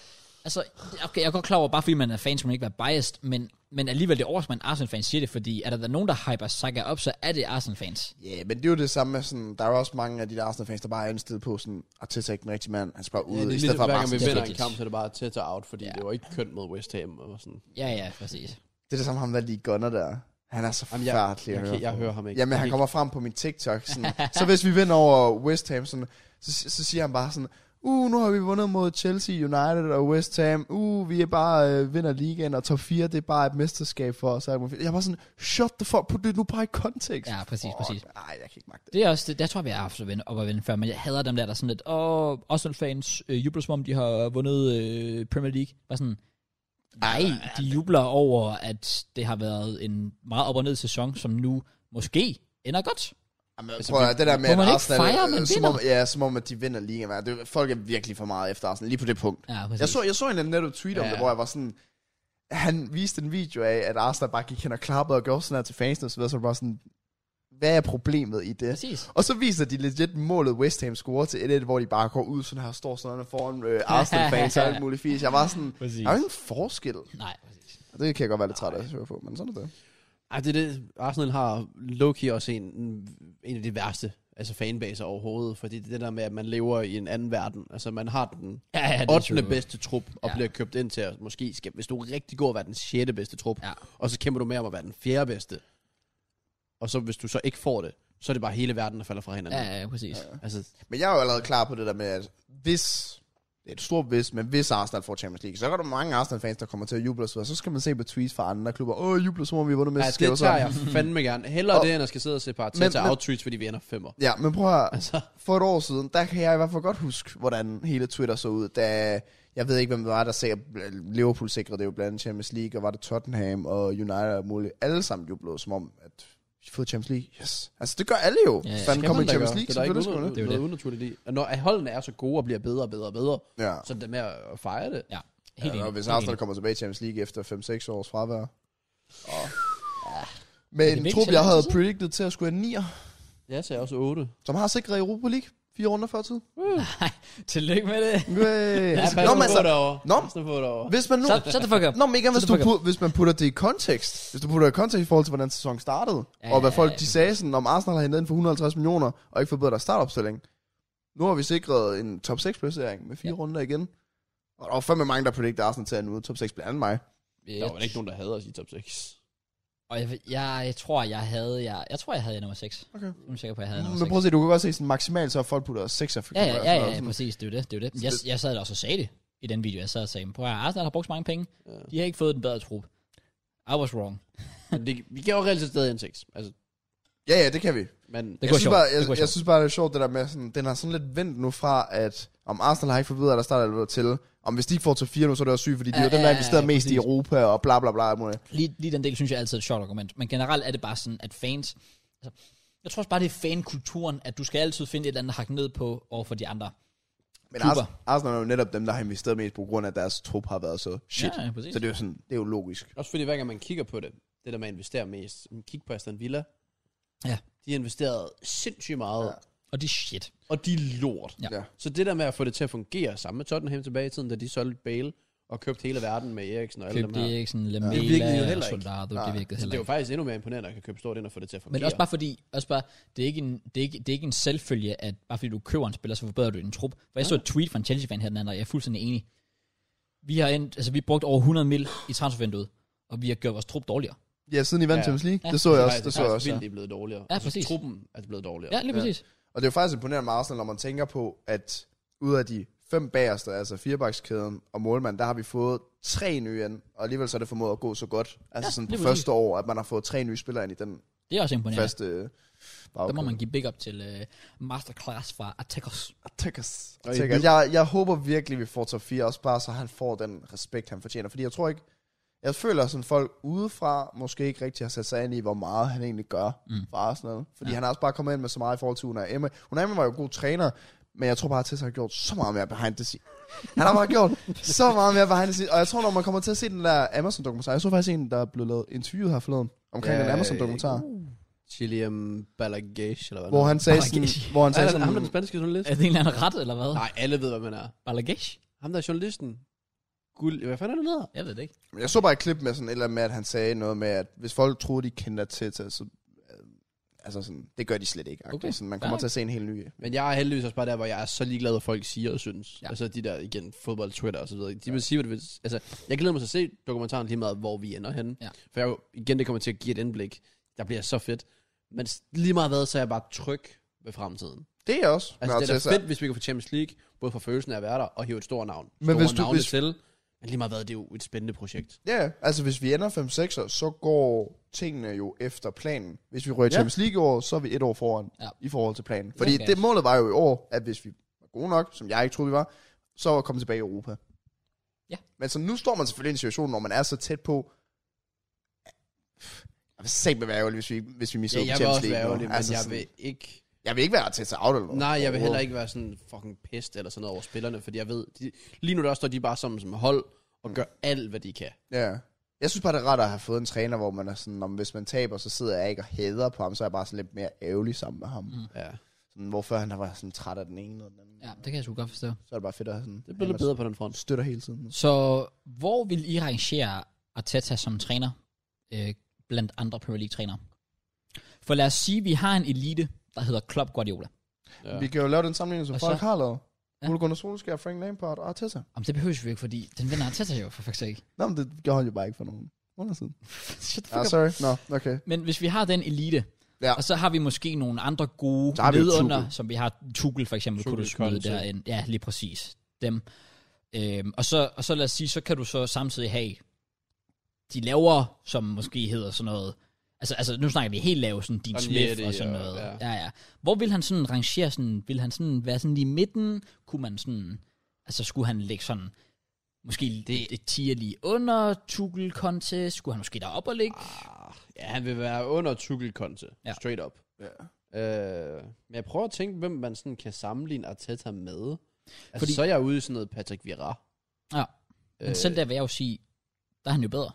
altså, okay, jeg er godt klar over, bare fordi man er fan, skal man ikke være biased, men, men alligevel det års, man Arsenal-fans siger det, fordi er der, der nogen, der hyper Saka op, så er det Arsenal-fans.
Ja, yeah, men det er jo det samme med sådan, der er jo også mange af de der Arsenal-fans, der bare er indstillet på sådan, Arteta er ikke den rigtige mand, han sparer
Ja,
ude,
det er
i
lidt,
stedet for
hver
at bare
gang vi
sådan,
sådan-
vinder en
Præcis.
kamp, så er det bare tæt og out, fordi
Ja.
det var ikke kønt mod West Ham. Og sådan.
Ja, ja, præcis.
det er det samme ham, der lige gunner der. Han er så
Jamen,
færdelig
jeg, jeg,
at høre
jeg, jeg,
på.
hører ham ikke.
Jamen,
Jeg
han
kan
kommer frem på min TikTok. Sådan, så hvis vi vinder over West Ham, sådan, så, så siger han bare sådan, uh, nu har vi vundet mod Chelsea, United og West Ham. Uh, vi er bare øh, vinder ligaen, og top 4, det er bare et mesterskab for os. Jeg er bare sådan, shut the fuck, put det nu bare i kontekst.
Ja, præcis, præcis.
Nej, jeg kan ikke magte det.
Det er også det, der tror jeg, vi har haft at vende, op at vende før, men jeg hader dem der, der er sådan lidt, og Arsenal-fans øh, jubler som om, de har vundet øh, Premier League. Bare sådan, nej, de jubler over, at det har været en meget op- og ned-sæson, som nu måske ender godt.
Jamen,
Altså,
prøv at høre, det der med,
må
at
man ikke
Arsenal,
fejre,
øh,
man
som
vinder?
om, ja, som om, at de vinder ligaen. mand. Det, folk er virkelig for meget efter Arsenal, lige på det punkt.
Ja, præcis.
Jeg så, jeg så en netop tweet om
Ja.
det, hvor jeg var sådan, han viste en video af, at Arsenal bare gik hen og klappede og gjorde sådan her til fansene, og så videre, så var jeg bare sådan, hvad er problemet i det?
Præcis.
Og så viser de legit målet West Ham scorer til 1-1, hvor de bare går ud sådan her og står sådan her foran øh, Arsenal-fans og alt muligt fisk. Jeg var sådan,
Præcis.
der er jo ingen forskel.
Nej, præcis.
Og det kan jeg godt være lidt træt af at høre på, men sådan er det.
Ej, det er det. Arsenal har Loki også en, en af de værste altså fanbaser overhovedet, fordi det er det der med, at man lever i en anden verden. Altså, man har den
Ja, ja, det er
8.
true.
bedste trup, og
Ja.
ja. bliver købt ind til, at måske skal, hvis du er rigtig god at være den 6. bedste trup,
Ja.
og så kæmper du med om at være den 4. bedste, og så hvis du så ikke får det, så er det bare hele verden, der falder fra hinanden.
Ja, ja, præcis. Ja,
Altså,
Men jeg er jo allerede klar på det der med, at hvis, det er et stort hvis, men hvis Arsenal får Champions League, så er der mange Arsenal-fans, der kommer til at juble og så, videre. så skal man se på tweets fra andre klubber, åh, jubler som om vi har vundet
ja,
mesterskabet.
det
så-
tager jeg fandme gerne. Hellere
Og-
det, end at skal sidde og se par til
Men-
til
men-
outtreats, fordi vi ender femmer.
Ja, men prøv at høre,
Altså,
for et år siden, der kan jeg i hvert fald godt huske, hvordan hele Twitter så ud, da jeg ved ikke, hvem det var, der sagde, at Liverpool sikrede det jo blandt andet Champions League, og var det Tottenham og United og muligt. Alle sammen jublede, som om, at vi har fået Champions League. Yes. Altså, det gør alle jo.
Ja, ja.
Ja,
Skal
Fanden kommer i
da
Champions
gøre.
League,
det er
selvfølgelig
der ikke
skulle
noget,
man det.
det.
noget unaturligt i. Og når holdene er så gode og bliver bedre og bedre og bedre,
Ja.
så er det med at fejre det.
ja. helt
Ja, og
enig,
hvis
helt
Arsenal
enig.
kommer tilbage i Champions League efter 5-6 års fravær. Og...
det
Men
vigtigt,
en trup,
så
jeg
lang
havde
tid siden?
predicted til at skulle have 9'er,
Jeg sagde også 8.
som har sikret Europa League fire runder før tid.
Tillykke med det.
Yay.
Ja, pas
Nå,
nu
men
på
altså,
derovre.
Nå.
Pas nu på derovre.
hvis man nu...
Så, så the fuck up.
Nå, men ikke, hvis
Så
du,
det fucker-
pu- hvis man putter det i kontekst. Hvis du putter det i kontekst i forhold til, hvordan sæsonen startede.
Ja,
Ja, og hvad
ja,
folk
ja,
de sagde sådan, om Arsenal har hentet ind for 150 millioner, og ikke forbedret deres startopstilling. Nu har vi sikret en top 6 placering med fire
Ja.
ja. runder igen. Og der var fandme mange, der predicted Arsenal til at nå top 6, blandt andet mig.
Ja,
Der var ikke nogen, der havde os i top 6.
Og jeg, jeg, jeg tror, jeg havde, jeg, jeg tror, jeg havde nummer 6. Okay. Jeg er sikker på, at jeg havde
Men prøv
nummer 6.
at se, du kan godt se, sådan maksimalt så har folk puttet 6 for
Ja, ja,
eksempel, og
ja,
sådan
ja,
noget.
ja, præcis, det er jo det, det er jo det. Jeg, jeg sad der også og sagde det i den video, jeg sad og sagde, prøv at høre, Arsenal har brugt så mange penge, de har ikke fået den bedre trup. I was wrong.
Men det, vi kan jo reelt set stadig en 6. Altså,
Ja, ja, det kan vi.
men
Det
jeg,
går
synes
sjovt.
bare,
Det går
jeg, jeg,
sjovt.
synes bare, det er sjovt, det der med, sådan, den har sådan lidt vendt nu fra, at om Arsenal har ikke forbedret deres startalver til, om hvis de ikke får til 4 nu, så er det også sygt, fordi de
Ja,
er jo dem,
ja,
der
ja,
investerer
ja,
mest i
præcis.
Europa og bla bla bla. alt muligt.
Lige, lige den del synes jeg altid er et sjovt argument. Men generelt er det bare sådan, at fans... Altså, jeg tror også bare, det er fankulturen, at du skal altid finde et eller andet at hakke ned på over for de andre.
Men
Klubber.
Ars- Arsenal er jo netop dem, der har investeret mest på grund af, at deres trup har været så shit.
Ja, ja, præcis.
så det er jo sådan, det er jo logisk.
også fordi hver gang man kigger på det, det der man investerer mest. Kig på Aston Villa.
Ja.
De investerede sindssygt meget. Ja.
Ja.
Og det er shit.
Og de er lort.
Ja.
Ja.
Så det der med at få det til at fungere sammen med Tottenham tilbage i tiden, da de solgte Bale og købte hele verden med Eriksen og alle dem
Købte
her. Det,
Eriksen, Lamela
Det virkede jo
og
heller ikke.
Soldado, det virkede
så det
heller
er jo
ikke.
faktisk endnu mere imponerende at kan købe stort ind og få det til at fungere.
Men også bare fordi, også bare, det, er ikke en, det, er ikke, det er ikke en selvfølge, at bare fordi du køber en spiller, så forbedrer du din trup. For jeg så et tweet fra en Chelsea-fan her den anden, og jeg er fuldstændig enig. Vi har, endt, altså, vi har brugt over 100 mil i transfervinduet, og vi har gjort vores trup dårligere.
Ja, siden I vandt
Ja.
ja. Champions League,
Ja.
det så jeg også.
faktisk-
Det så jeg
faktisk
også, ja.
vildt, de er blevet dårligere.
Ja,
altså,
præcis.
Truppen er blevet dårligere.
Ja, lige præcis.
Og det er jo faktisk imponerende med Arsenal, når man tænker på, at ud af de fem bagerste, altså firebakskæden og målmand, der har vi fået tre nye ind, og alligevel så er det formået at gå så godt. Altså
Ja,
ja, sådan på
lige præcis.
første år, at man har fået tre nye spillere ind i den
Det er også imponerende.
faste øh, bagkæde.
Der må man give big up til uh, Masterclass fra Attackers.
Tækkes.
Og i
Tækkes.
Lyb-
Jeg, jeg håber virkelig, vi får top 4, også bare så han får den respekt, han fortjener. Fordi jeg tror ikke, jeg føler sådan folk udefra måske ikke rigtig har sat sig ind i, hvor meget han egentlig gør mm. for Arsenal. Fordi ja. han er også bare kommet ind med så meget i forhold til Una Emery. Una Emery var jo god træner, men jeg tror bare, at Tess har gjort så meget mere behind the scenes. Han har bare gjort så meget mere behind the scenes. Og jeg tror, når man kommer til at se den der Amazon-dokumentar, jeg så faktisk en, der er blevet lavet interviewet her forleden, omkring
Ja, Uh.
ja, den Amazon-dokumentar, uh,
Chilium Balagash, eller hvad
hvor han sagde
Ej,
sådan...
okay.
Hvor han
er
sagde
han, ham, der er
sådan
den spanske journalist?
Er det en eller anden ret, eller hvad?
Nej, alle ved, hvad man er.
Balagash?
Ham der er journalisten. Guld, hvad fanden er det, han hedder?
Jeg ved det ikke.
Jeg så bare et klip med sådan et eller andet med, at han sagde noget med, at hvis folk troede, de kendte Arteta, så... øh, Altså sådan, det gør de slet ikke.
Okay.
Okay. Sådan, man kommer
Ja.
ja. til at se en helt ny.
Men jeg er heldigvis også bare der, hvor jeg er så ligeglad, hvad folk siger og synes.
Ja.
Ja. Altså de der, igen, fodbold, Twitter og så videre. De vil sige, hvad de vil. Altså, jeg glæder mig til at se dokumentaren lige meget, hvor vi ender henne.
Ja.
For jeg, er jo- igen, det kommer til at give et indblik. Der bliver så fedt. Men s- lige meget hvad, så er jeg bare tryg ved fremtiden.
Det er jeg også.
Altså, det er da
Arteta.
fedt, hvis vi kan få Champions League, både for følelsen af at være der, og hive et stort navn.
Men
Store
hvis du-
navne
hvis-
til. Men lige meget hvad, det er jo et spændende projekt.
Ja, ja. altså hvis vi ender 5-6'er, så går tingene jo efter planen. Hvis vi rører
Ja.
ja. Champions League i år, så er vi et år foran
Ja.
ja. i forhold til planen. Fordi
Okay.
okay. det målet var jo i år, at hvis vi var gode nok, som jeg ikke troede, vi var, så var at komme tilbage i Europa.
Ja.
Men så nu står man selvfølgelig i en situation, hvor man er så tæt på... Jeg vil sætte være ærgerlig, hvis vi, hvis vi misser
Ja,
ja,
jeg vil
Champions
også
League. nu.
være ærgerlig, men
Altså
jeg
sådan-
vil ikke...
Jeg vil ikke være til at out eller noget.
Nej, jeg vil
overhovedet.
heller ikke være sådan fucking pest eller sådan noget over spillerne, fordi jeg ved, de, lige nu der står de bare sammen som hold og gør alt, hvad de kan.
Ja. Jeg synes bare, det er rart at have fået en træner, hvor man er sådan, om hvis man taber, så sidder jeg ikke og hader på ham, så er jeg bare sådan lidt mere ærgerlig sammen med ham. Mm.
Ja.
Sådan, hvorfor han var sådan træt af den ene og den anden.
Ja, det kan jeg sgu godt forstå.
Så er det bare fedt at have sådan...
Det bliver lidt bedre på den front.
Støtter hele tiden.
Så hvor vil I rangere Arteta som træner øh, blandt andre Premier League-trænere? For lad os sige, vi har en elite, der hedder Klopp Guardiola.
Ja.
Vi kan jo lave den sammenligning, som
Og
folk
så-
har lavet.
Ja.
Ja. Ole Gunnar Solskjaer, Frank Lampard og Arteta.
Om det behøver vi jo ikke, fordi den vinder Arteta jo for faktisk ikke.
Nå, men det gjorde han jo bare ikke for nogen. Under siden.
Shut the fuck
Ah,
up.
sorry. Nå, no, okay.
Men hvis vi har den elite, ja.
Ja.
og så har vi måske nogle andre gode
Så har vi jo
nedunder,
Tuchel.
som vi har Tuchel for eksempel,
Tuchel,
kunne du smide
Conte.
derind. Ja, lige præcis. Dem. Øhm, og, så, og så lad os sige, så kan du så samtidig have de lavere, som måske hedder sådan noget, altså, altså nu snakker vi helt lave, sådan din
Og
Smith
Nieti
og sådan
og-
noget.
ja.
Ja. ja, ja. Hvor vil han sådan rangere sådan, vil han sådan være sådan lige i midten? Kunne man sådan, altså skulle han ligge sådan, måske det, et, et tier lige under Tuchel Conte? Skulle han måske derop og ligge?
Ah, ja, han vil være under Tuchel-konte.
Ja.
Ja. Straight up.
Ja.
Øh, men jeg prøver at tænke, hvem man sådan kan sammenligne Arteta med. Altså,
Fordi-
Fordi... så er jeg ude i sådan noget Patrick Vieira.
Ja. Men øh, selv der vil jeg jo sige, der er han jo bedre.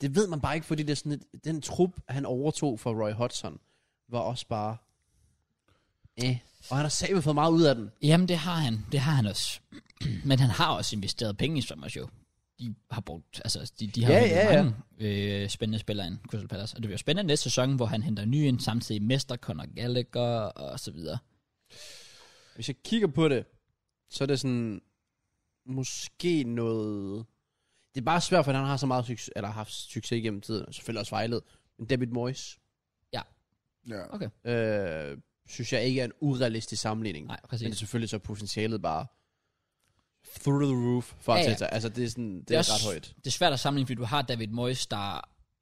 Det ved man bare ikke, fordi det er sådan et, den trup, han overtog fra Roy Hodgson, var også bare... Eh. Og han har sammen fået meget ud af den.
Jamen, det har han. Det har han også. Men han har også investeret penge i Summers jo. De har brugt, altså, de, de har
Ja,
hentet
ja, ja.
mange øh, spændende spillere ind, Crystal Palace. Og det bliver spændende næste sæson, hvor han henter nye ind, samtidig mester Conor Gallagher og så videre.
Hvis jeg kigger på det, så er det sådan... Måske noget... Det er bare svært, for han har så meget succes, eller har haft succes gennem tiden, og selvfølgelig også fejlet. Men David Moyes,
Ja.
øh, synes jeg ikke er en urealistisk sammenligning.
Nej,
Men
præcis.
selvfølgelig så er potentialet bare through the roof for
Ja, ja.
Arteta. Altså, det er, sådan, det
Det er
er
også-
ret højt.
Det er svært at sammenligne, fordi du har David Moyes, der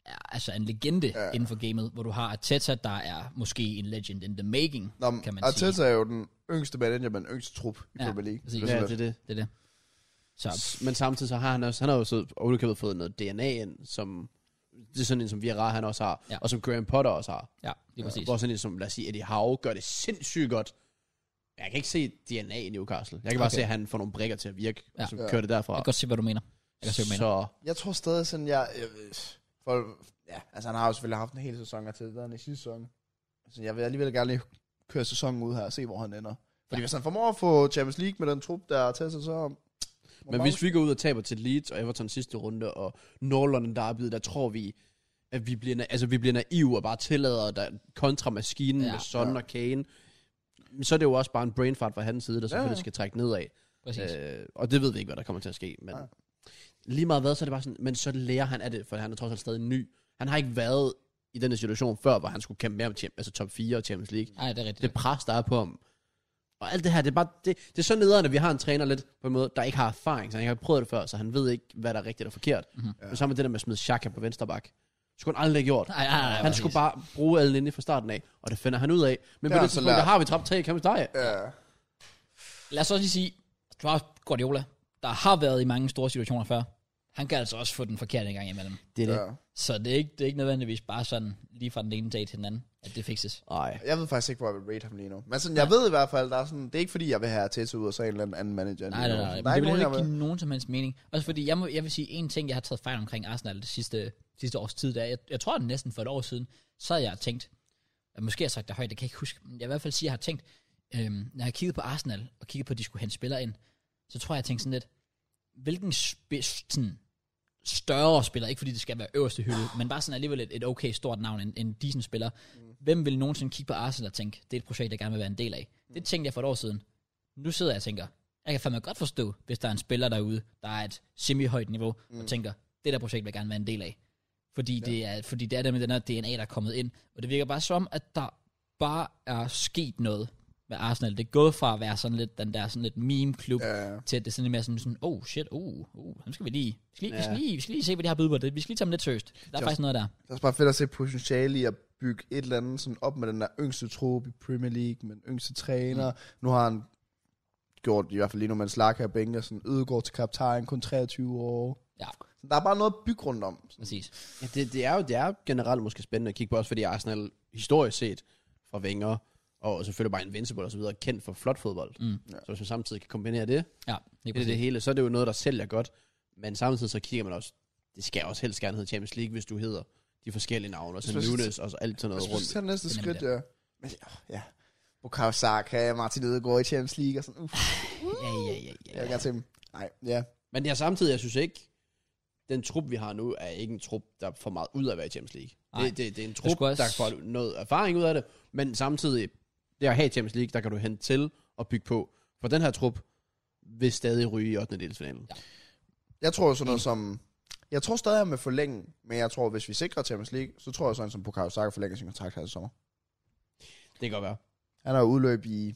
er altså en legende ja. inden for gamet, hvor du har Arteta, der er måske en legend in the making,
Nå,
kan man sige.
Arteta er jo den yngste manager med den yngste trup i
Ja,
Premier League.
præcis.
Det er
Ja,
sådan
det er det.
Det er det. Så
Men samtidig så har han også, han har jo så ovenikøbet fået noget DNA ind, som, det er sådan en, som Vieira han også har,
Ja.
ja. og som Graham Potter også har.
ja, lige præcis.
Hvor sådan en som, lad os sige, Eddie Howe gør det sindssygt godt. Jeg kan ikke se DNA i Newcastle. Jeg kan bare
Okay.
okay. se, at han får nogle brikker til at virke,
Ja.
ja. som
Ja.
kører det derfra.
Jeg kan godt se, hvad du mener. Jeg kan se, hvad du mener.
så
Jeg tror stadig sådan, jeg... Øh, folk, ja, altså han har jo selvfølgelig haft en hel sæson og til den i sidste sæson. Så jeg vil alligevel gerne lige køre sæsonen ud her og se, hvor han ender. Fordi
Ja.
ja. hvis han formår at få Champions League med den trup, der er til sig, så...
Men hvis vi går ud og taber til Leeds og Everton sidste runde, og Norlund der er der tror vi, at vi bliver, na- altså, vi bliver naive og bare tillader der kontra maskinen
Ja.
ja, med Son ja. og Kane. Men Så er det jo også bare en brain fart fra hans side, der selvfølgelig ja. skal trække nedad.
Præcis.
Øh, og det ved vi ikke, hvad der kommer til at ske. Men ja. lige meget hvad, så er det bare sådan, men så lærer han af det, for han er trods alt stadig ny. Han har ikke været i den her situation før, hvor han skulle kæmpe mere om champ- altså top 4 og Champions League
Nej, det er rigtigt.
det pres, der er på ham. Og alt det her, det er bare, det, det er så nederen, at vi har en træner lidt på en måde, der ikke har erfaring, så han ikke har prøvet det før, så han ved ikke, hvad der er rigtigt og forkert.
Mhm.
Mm-hmm. Men sammen med det der med at smide Xhaka på venstre bak, skulle han aldrig have gjort.
Nej, nej, nej,
han
præcis.
skulle bare bruge alle linjer fra starten af, og det finder han ud af. Men
har
på
han
det
så
tidspunkt,
lært.
der har vi trappet tag i Kamps Dage.
Ja.
Lad os også lige sige, du har Guardiola, der har været i mange store situationer før. Han kan altså også få den forkerte en gang imellem.
Det er det.
ja.
Så det er ikke, det er ikke nødvendigvis bare sådan, lige fra den ene dag til den anden, at det fikses.
Nej.
Jeg ved faktisk ikke, hvor jeg vil rate ham lige nu. Men sådan, jeg ved i hvert fald, der er sådan, det er ikke fordi, jeg vil have Arteta ud og så en eller anden anden manager.
Nej, nej, nej.
Der
nej. Det
er ikke
vil
nogen,
heller
jeg
ikke
vil.
give nogen som helst mening. Også fordi, jeg, må, jeg vil sige en ting, jeg har taget fejl omkring Arsenal det sidste, sidste års tid. Der. Jeg, jeg tror at næsten for et år siden, så havde jeg tænkt, at måske har jeg sagt det højt, det kan jeg ikke huske, men jeg vil i hvert fald sige, at jeg har tænkt, øhm, når jeg kiggede på Arsenal, og kiggede på, at de skulle hente spillere ind, så tror jeg, jeg tænkte sådan lidt, hvilken spids, sådan, større spiller, ikke fordi det skal være øverste hylde, men bare sådan alligevel et, et okay stort navn, en, en decent spiller. Hvem vil nogensinde kigge på Arsenal og tænke, det er et projekt, jeg gerne vil være en del af? Det tænkte jeg for et år siden. Nu sidder jeg og tænker, jeg kan fandme godt forstå, hvis der er en spiller derude, der er et semi-højt niveau, mm. og tænker, det der projekt vil jeg gerne være en del af. Fordi, ja. det er, fordi det er der med den her DNA, der er kommet ind. Og det virker bare som, at der bare er sket noget med Arsenal. Det er gået fra at være sådan lidt den der sådan lidt meme-klub,
Ja.
til at det er sådan lidt mere sådan, sådan oh shit, oh, oh, nu skal vi lige, vi skal lige, vi skal lige, vi skal lige se, hvad de har byde på det. Vi skal lige tage dem lidt seriøst. Der er faktisk noget der.
Det er også bare fedt at se potentiale i at bygge et eller andet sådan op med den der yngste trup i Premier League, med den yngste træner. Mm. Nu har han gjort, i hvert fald lige nu, man slakker og bænker, sådan Ødegård til kaptajn, kun 23 år.
Ja,
Så der er bare noget at bygge rundt om.
præcis.
Ja, det, det, er jo det er generelt måske spændende at kigge på, også fordi Arsenal historisk set fra Wenger, og selvfølgelig bare Invincible og så videre, er kendt for flot fodbold.
Mm.
Så hvis man samtidig kan kombinere det,
Ja, lige
det er
præcis.
det hele, så er det jo noget, der sælger godt. Men samtidig så kigger man også, det skal også helst gerne hedde Champions League, hvis du hedder de forskellige navne, og så
Specielt-
Nunes og så alt sådan noget
Hvis vi
rundt.
tager næste
Det er
skridt,
nemlig
ja. Men ja, ja. Bukayo Saka, Martin Ødegaard i Champions League og sådan, uff,
Ja, ja, ja, ja.
jeg vil gerne se dem. Nej, ja.
Men ja, samtidig, jeg synes ikke, den trup, vi har nu, er ikke en trup, der får meget ud af at være i Champions League.
Nej.
Det, det, det, er en
skulle
trup,
også-
også... der får noget erfaring ud af det, men samtidig, det at have Champions League, der kan du hente til og bygge på. For den her trup vil stadig ryge i 8. delsfinalen.
Ja.
Ja.
Jeg tror jo sådan noget som... Jeg tror stadig, at med forlænge, men jeg tror, hvis vi sikrer Champions League, så tror jeg sådan, som Bukayo Saka forlænger sin kontrakt her i sommer.
Det kan godt være.
Han har jo udløb i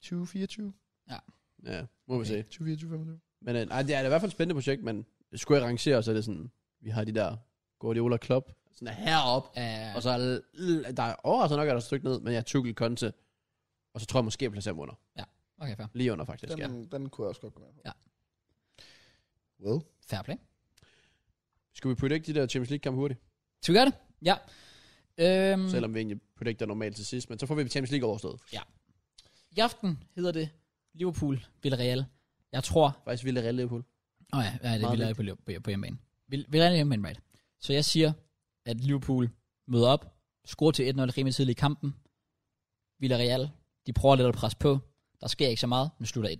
2024.
Ja, må vi se.
2024, 25.
Men øh, nej, det er da i hvert fald et spændende projekt, men skulle jeg rangere, så er det sådan, vi har de der Guardiola Klopp, sådan er heroppe,
Uh,
og så er l- der er overraskende nok, at der er et stykke ned, men jeg er Tuchel Conte, og så tror jeg måske, jeg placerer dem under.
okay, fair.
Lige under faktisk, ja.
Den, den kunne jeg også godt gå med på.
Ja.
Well.
Fair play.
Skal vi predict de der Champions League kampe hurtigt?
Skal vi gøre det? Ja. Øhm,
Mm. Selvom vi egentlig predicter normalt til sidst, men så får vi Champions League overstået.
I aften hedder det Liverpool Villarreal. Jeg tror...
Faktisk ville Real Liverpool.
Åh oh ja, ja, det er
Meget
Villarreal på, på, på hjemmebane. Vil- Villarreal er hjemmebane, right? Så jeg siger, at Liverpool møder op, scorer til 1-0 rimelig tidligt i kampen. Villarreal, de prøver lidt at presse på. Der sker ikke så meget, men slutter 1-0.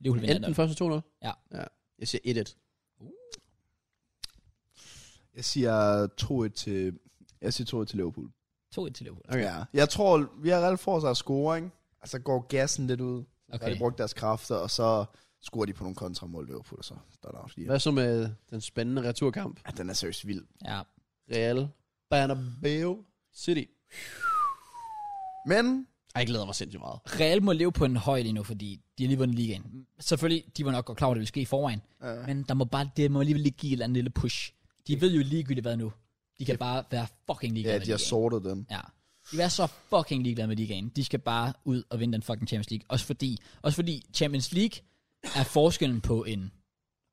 Liverpool vinder 1-0.
Enten første 2-0.
Ja.
ja. Jeg siger 1-1.
Jeg siger 2-1 til, jeg siger 2-1 til Liverpool.
2-1 til Liverpool.
Okay.
Ja. Jeg tror, vi har reelt for sig at score, ikke? Altså går gassen lidt ud. Så har
Okay.
de brugt deres kræfter, og så scorer de på nogle kontramål Liverpool, og så der er der
Hvad så med den spændende returkamp?
ja, den er seriøst vild.
Ja.
Real Bernabeu City.
Men
Ej, jeg glæder mig sindssygt meget.
Real må leve på en høj lige nu, fordi de har lige vundet ligaen. Selvfølgelig, de var nok godt klar over, at det ville ske i forvejen.
Ja.
Men der må bare, det må alligevel lige give et eller andet lille push. De ved jo ligegyldigt hvad nu. De kan bare være fucking ligeglade
ja,
med
de har
ligaen.
sortet den.
Ja. De er så fucking ligeglade med ligaen. De skal bare ud og vinde den fucking Champions League. Også fordi, også fordi Champions League er forskellen på en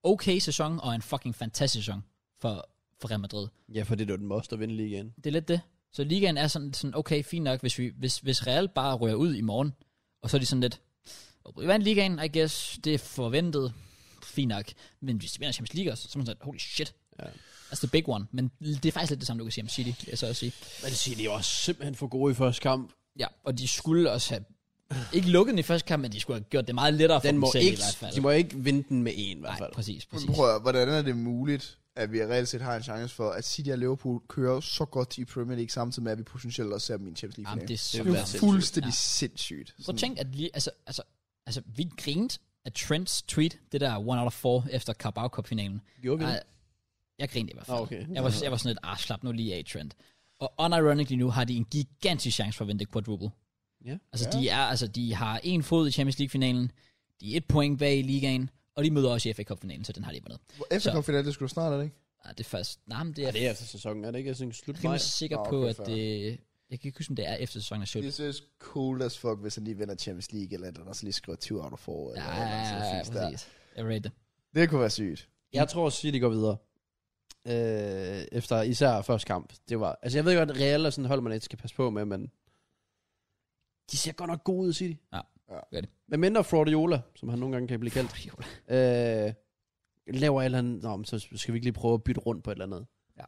okay sæson og en fucking fantastisk sæson for, for Real Madrid.
Ja, for det er jo den must at vinde lige igen.
Det er lidt det. Så ligaen er sådan, sådan okay, fint nok, hvis, vi, hvis, hvis Real bare rører ud i morgen, og så er de sådan lidt, vi vandt ligaen, I guess, det er forventet, fint nok. Men hvis de vinder Champions League også, så er man sådan, holy shit.
Ja.
Altså the big one. Men det er faktisk lidt det samme, du kan sige om City, vil jeg så også sige.
Men City var simpelthen for gode i første kamp.
Ja, og de skulle også have, ikke lukket den i første kamp, men de skulle have gjort det meget lettere for
Den
dem
må
selv i
ikke,
hvert fald.
de må ikke vinde den med en i hvert
Nej,
fald.
præcis, præcis.
Men prøv at, høre, hvordan er det muligt, at vi reelt set har en chance for, at City og Liverpool kører så godt i Premier League, samtidig med, at vi potentielt også ser dem i en Champions league
Jamen, det er så
det er
vildt.
jo fuldstændig sindssygt.
Prøv at tænk, at lige, altså, altså, altså, vi grinte af Trents tweet, det der one out of four efter Carabao Cup-finalen.
Gjorde vi det?
Ej, jeg grinede i hvert fald.
Ah, okay.
jeg, var, jeg var sådan lidt, ah, slap nu lige af, Trent. Og unironically nu har de en gigantisk chance for at vinde det quadruple.
Ja.
Altså, de er, altså, de har en fod i Champions League-finalen, de er et point bag i ligaen, og de møder også i FA Cup-finalen, så den har de vundet.
Efter konfinalen, det skulle du snart, er det ikke?
Ah, det er først, nej, men det er,
Ja, det er efter sæsonen, er det ikke? Jeg synes, slut
jeg er
maj.
rimelig sikker
Nå, okay,
på, at
fair.
det, jeg kan ikke huske, om det er efter sæsonen er slut.
Det er seriøst cool as fuck, hvis han lige vinder Champions League, eller andet, og så lige skriver 20 out of 4.
Ja,
Eller
ja, ja, ja,
der.
præcis. Jeg rate det.
Det kunne være sygt.
Jeg tror, City går videre. Øh, efter især første kamp. Det var, altså jeg ved godt, at Real er sådan et hold, man ikke skal passe på med, men de ser godt nok gode ud, City.
Ja.
Ja.
Gør de.
Med mindre Fraudiola, som han nogle gange kan blive kaldt, øh, laver et eller andet, Nå, men så skal vi ikke lige prøve at bytte rundt på et eller andet.
Ja.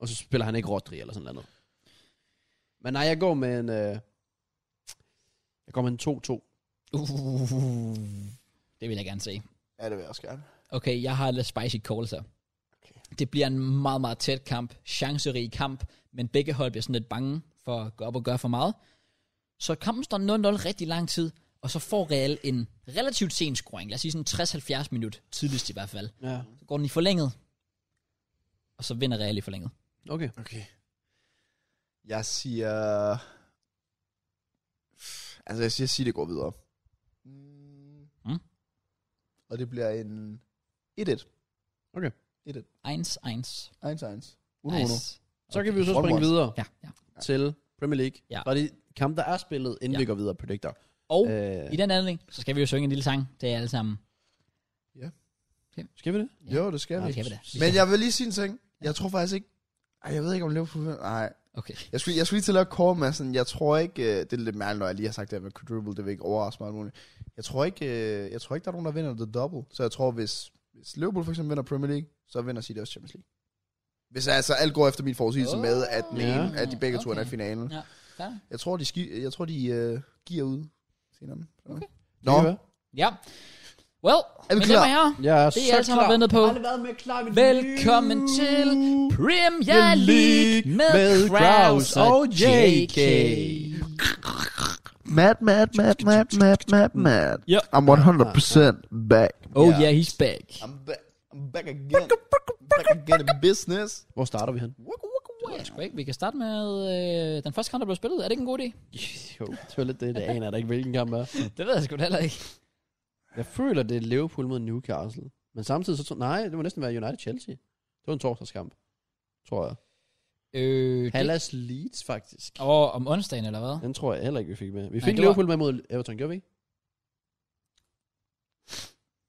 Og så spiller han ikke Rodri eller sådan noget. Men nej, jeg går med en, øh, jeg går med en 2-2.
Uh, det vil jeg gerne se.
Ja, det vil jeg også gerne.
Okay, jeg har lidt spicy calls her. Okay. Det bliver en meget, meget tæt kamp. Chancerig kamp. Men begge hold bliver sådan lidt bange for at gå op og gøre for meget. Så kampen står 0-0 rigtig lang tid. Og så får Real en relativt sen scoring. Lad os sige sådan 60-70 minut. Tidligst i hvert fald.
Ja.
Så går den i forlænget. Og så vinder Real i forlænget.
Okay.
Okay. Jeg siger... Altså, jeg siger, at City går videre.
Mm.
Mm. Og det bliver en 1-1.
Okay.
1-1.
Eins, eins.
1-1. Uno, uno.
Nice.
Så kan vi jo så
One more.
springe videre.
Ja, ja.
til Premier League.
Ja.
Og det er kamp, der er spillet, inden
Ja.
ja. vi går videre predictor.
Og
Øh,
i den anledning, så skal vi jo synge en lille sang. Det er alle sammen.
skal vi det?
Jo, det skal
Ja,
vi.
det skal vi da.
Men jeg vil lige sige en ting. Jeg tror faktisk ikke... Ej, jeg ved ikke, om Liverpool... Nej,
Okay.
Jeg skulle, jeg skulle lige til at lave et call, men sådan, jeg tror ikke, øh, det er lidt mærkeligt, når jeg lige har sagt det her med quadruple, det vil ikke overraske mig alt muligt. Jeg tror ikke, øh, jeg tror ikke der er nogen, der vinder the double. Så jeg tror, hvis, hvis Liverpool for eksempel vinder Premier League, så vinder City også Champions League. Hvis altså alt går efter min forudsigelse
Oh,
oh, med, at, den
ja.
ene, at de begge to er i
Okay.
finalen.
Ja, klar.
Jeg tror, de, ski, jeg tror, de øh, giver ud senere. Så.
Okay.
Nå,
Det kan være.
Ja. Well,
Er vi
men
klar?
dem her.
Jeg er
Det er
så
alt, som
klar.
har ventet på.
Jeg har aldrig været med klar i mit
Velkommen
liv.
til Premier League med, med Kraus og JK.
mad, mad, mad, mad, mad, mad, mad.
Ja.
I'm 100% back.
Oh yeah, he's back.
I'm back. I'm back again. Back again in business.
Hvor starter vi hen?
Det ved jeg sgu ikke. Vi kan starte med øh, den første kamp, der blev spillet. Er det ikke en god idé?
Jo, det var lidt det, det aner der ikke, hvilken kamp er.
Det ved jeg sgu da heller ikke.
Jeg føler, det er Liverpool mod Newcastle. Men samtidig så tror Nej, det må næsten være United-Chelsea. Det var en torsdagskamp, tror jeg.
Øh, det-
Palace Leeds, faktisk.
Åh, om onsdagen eller hvad?
Den tror jeg heller ikke, vi fik med. Vi
Nej, det
fik
var-
Liverpool med mod Everton, gjorde vi ikke?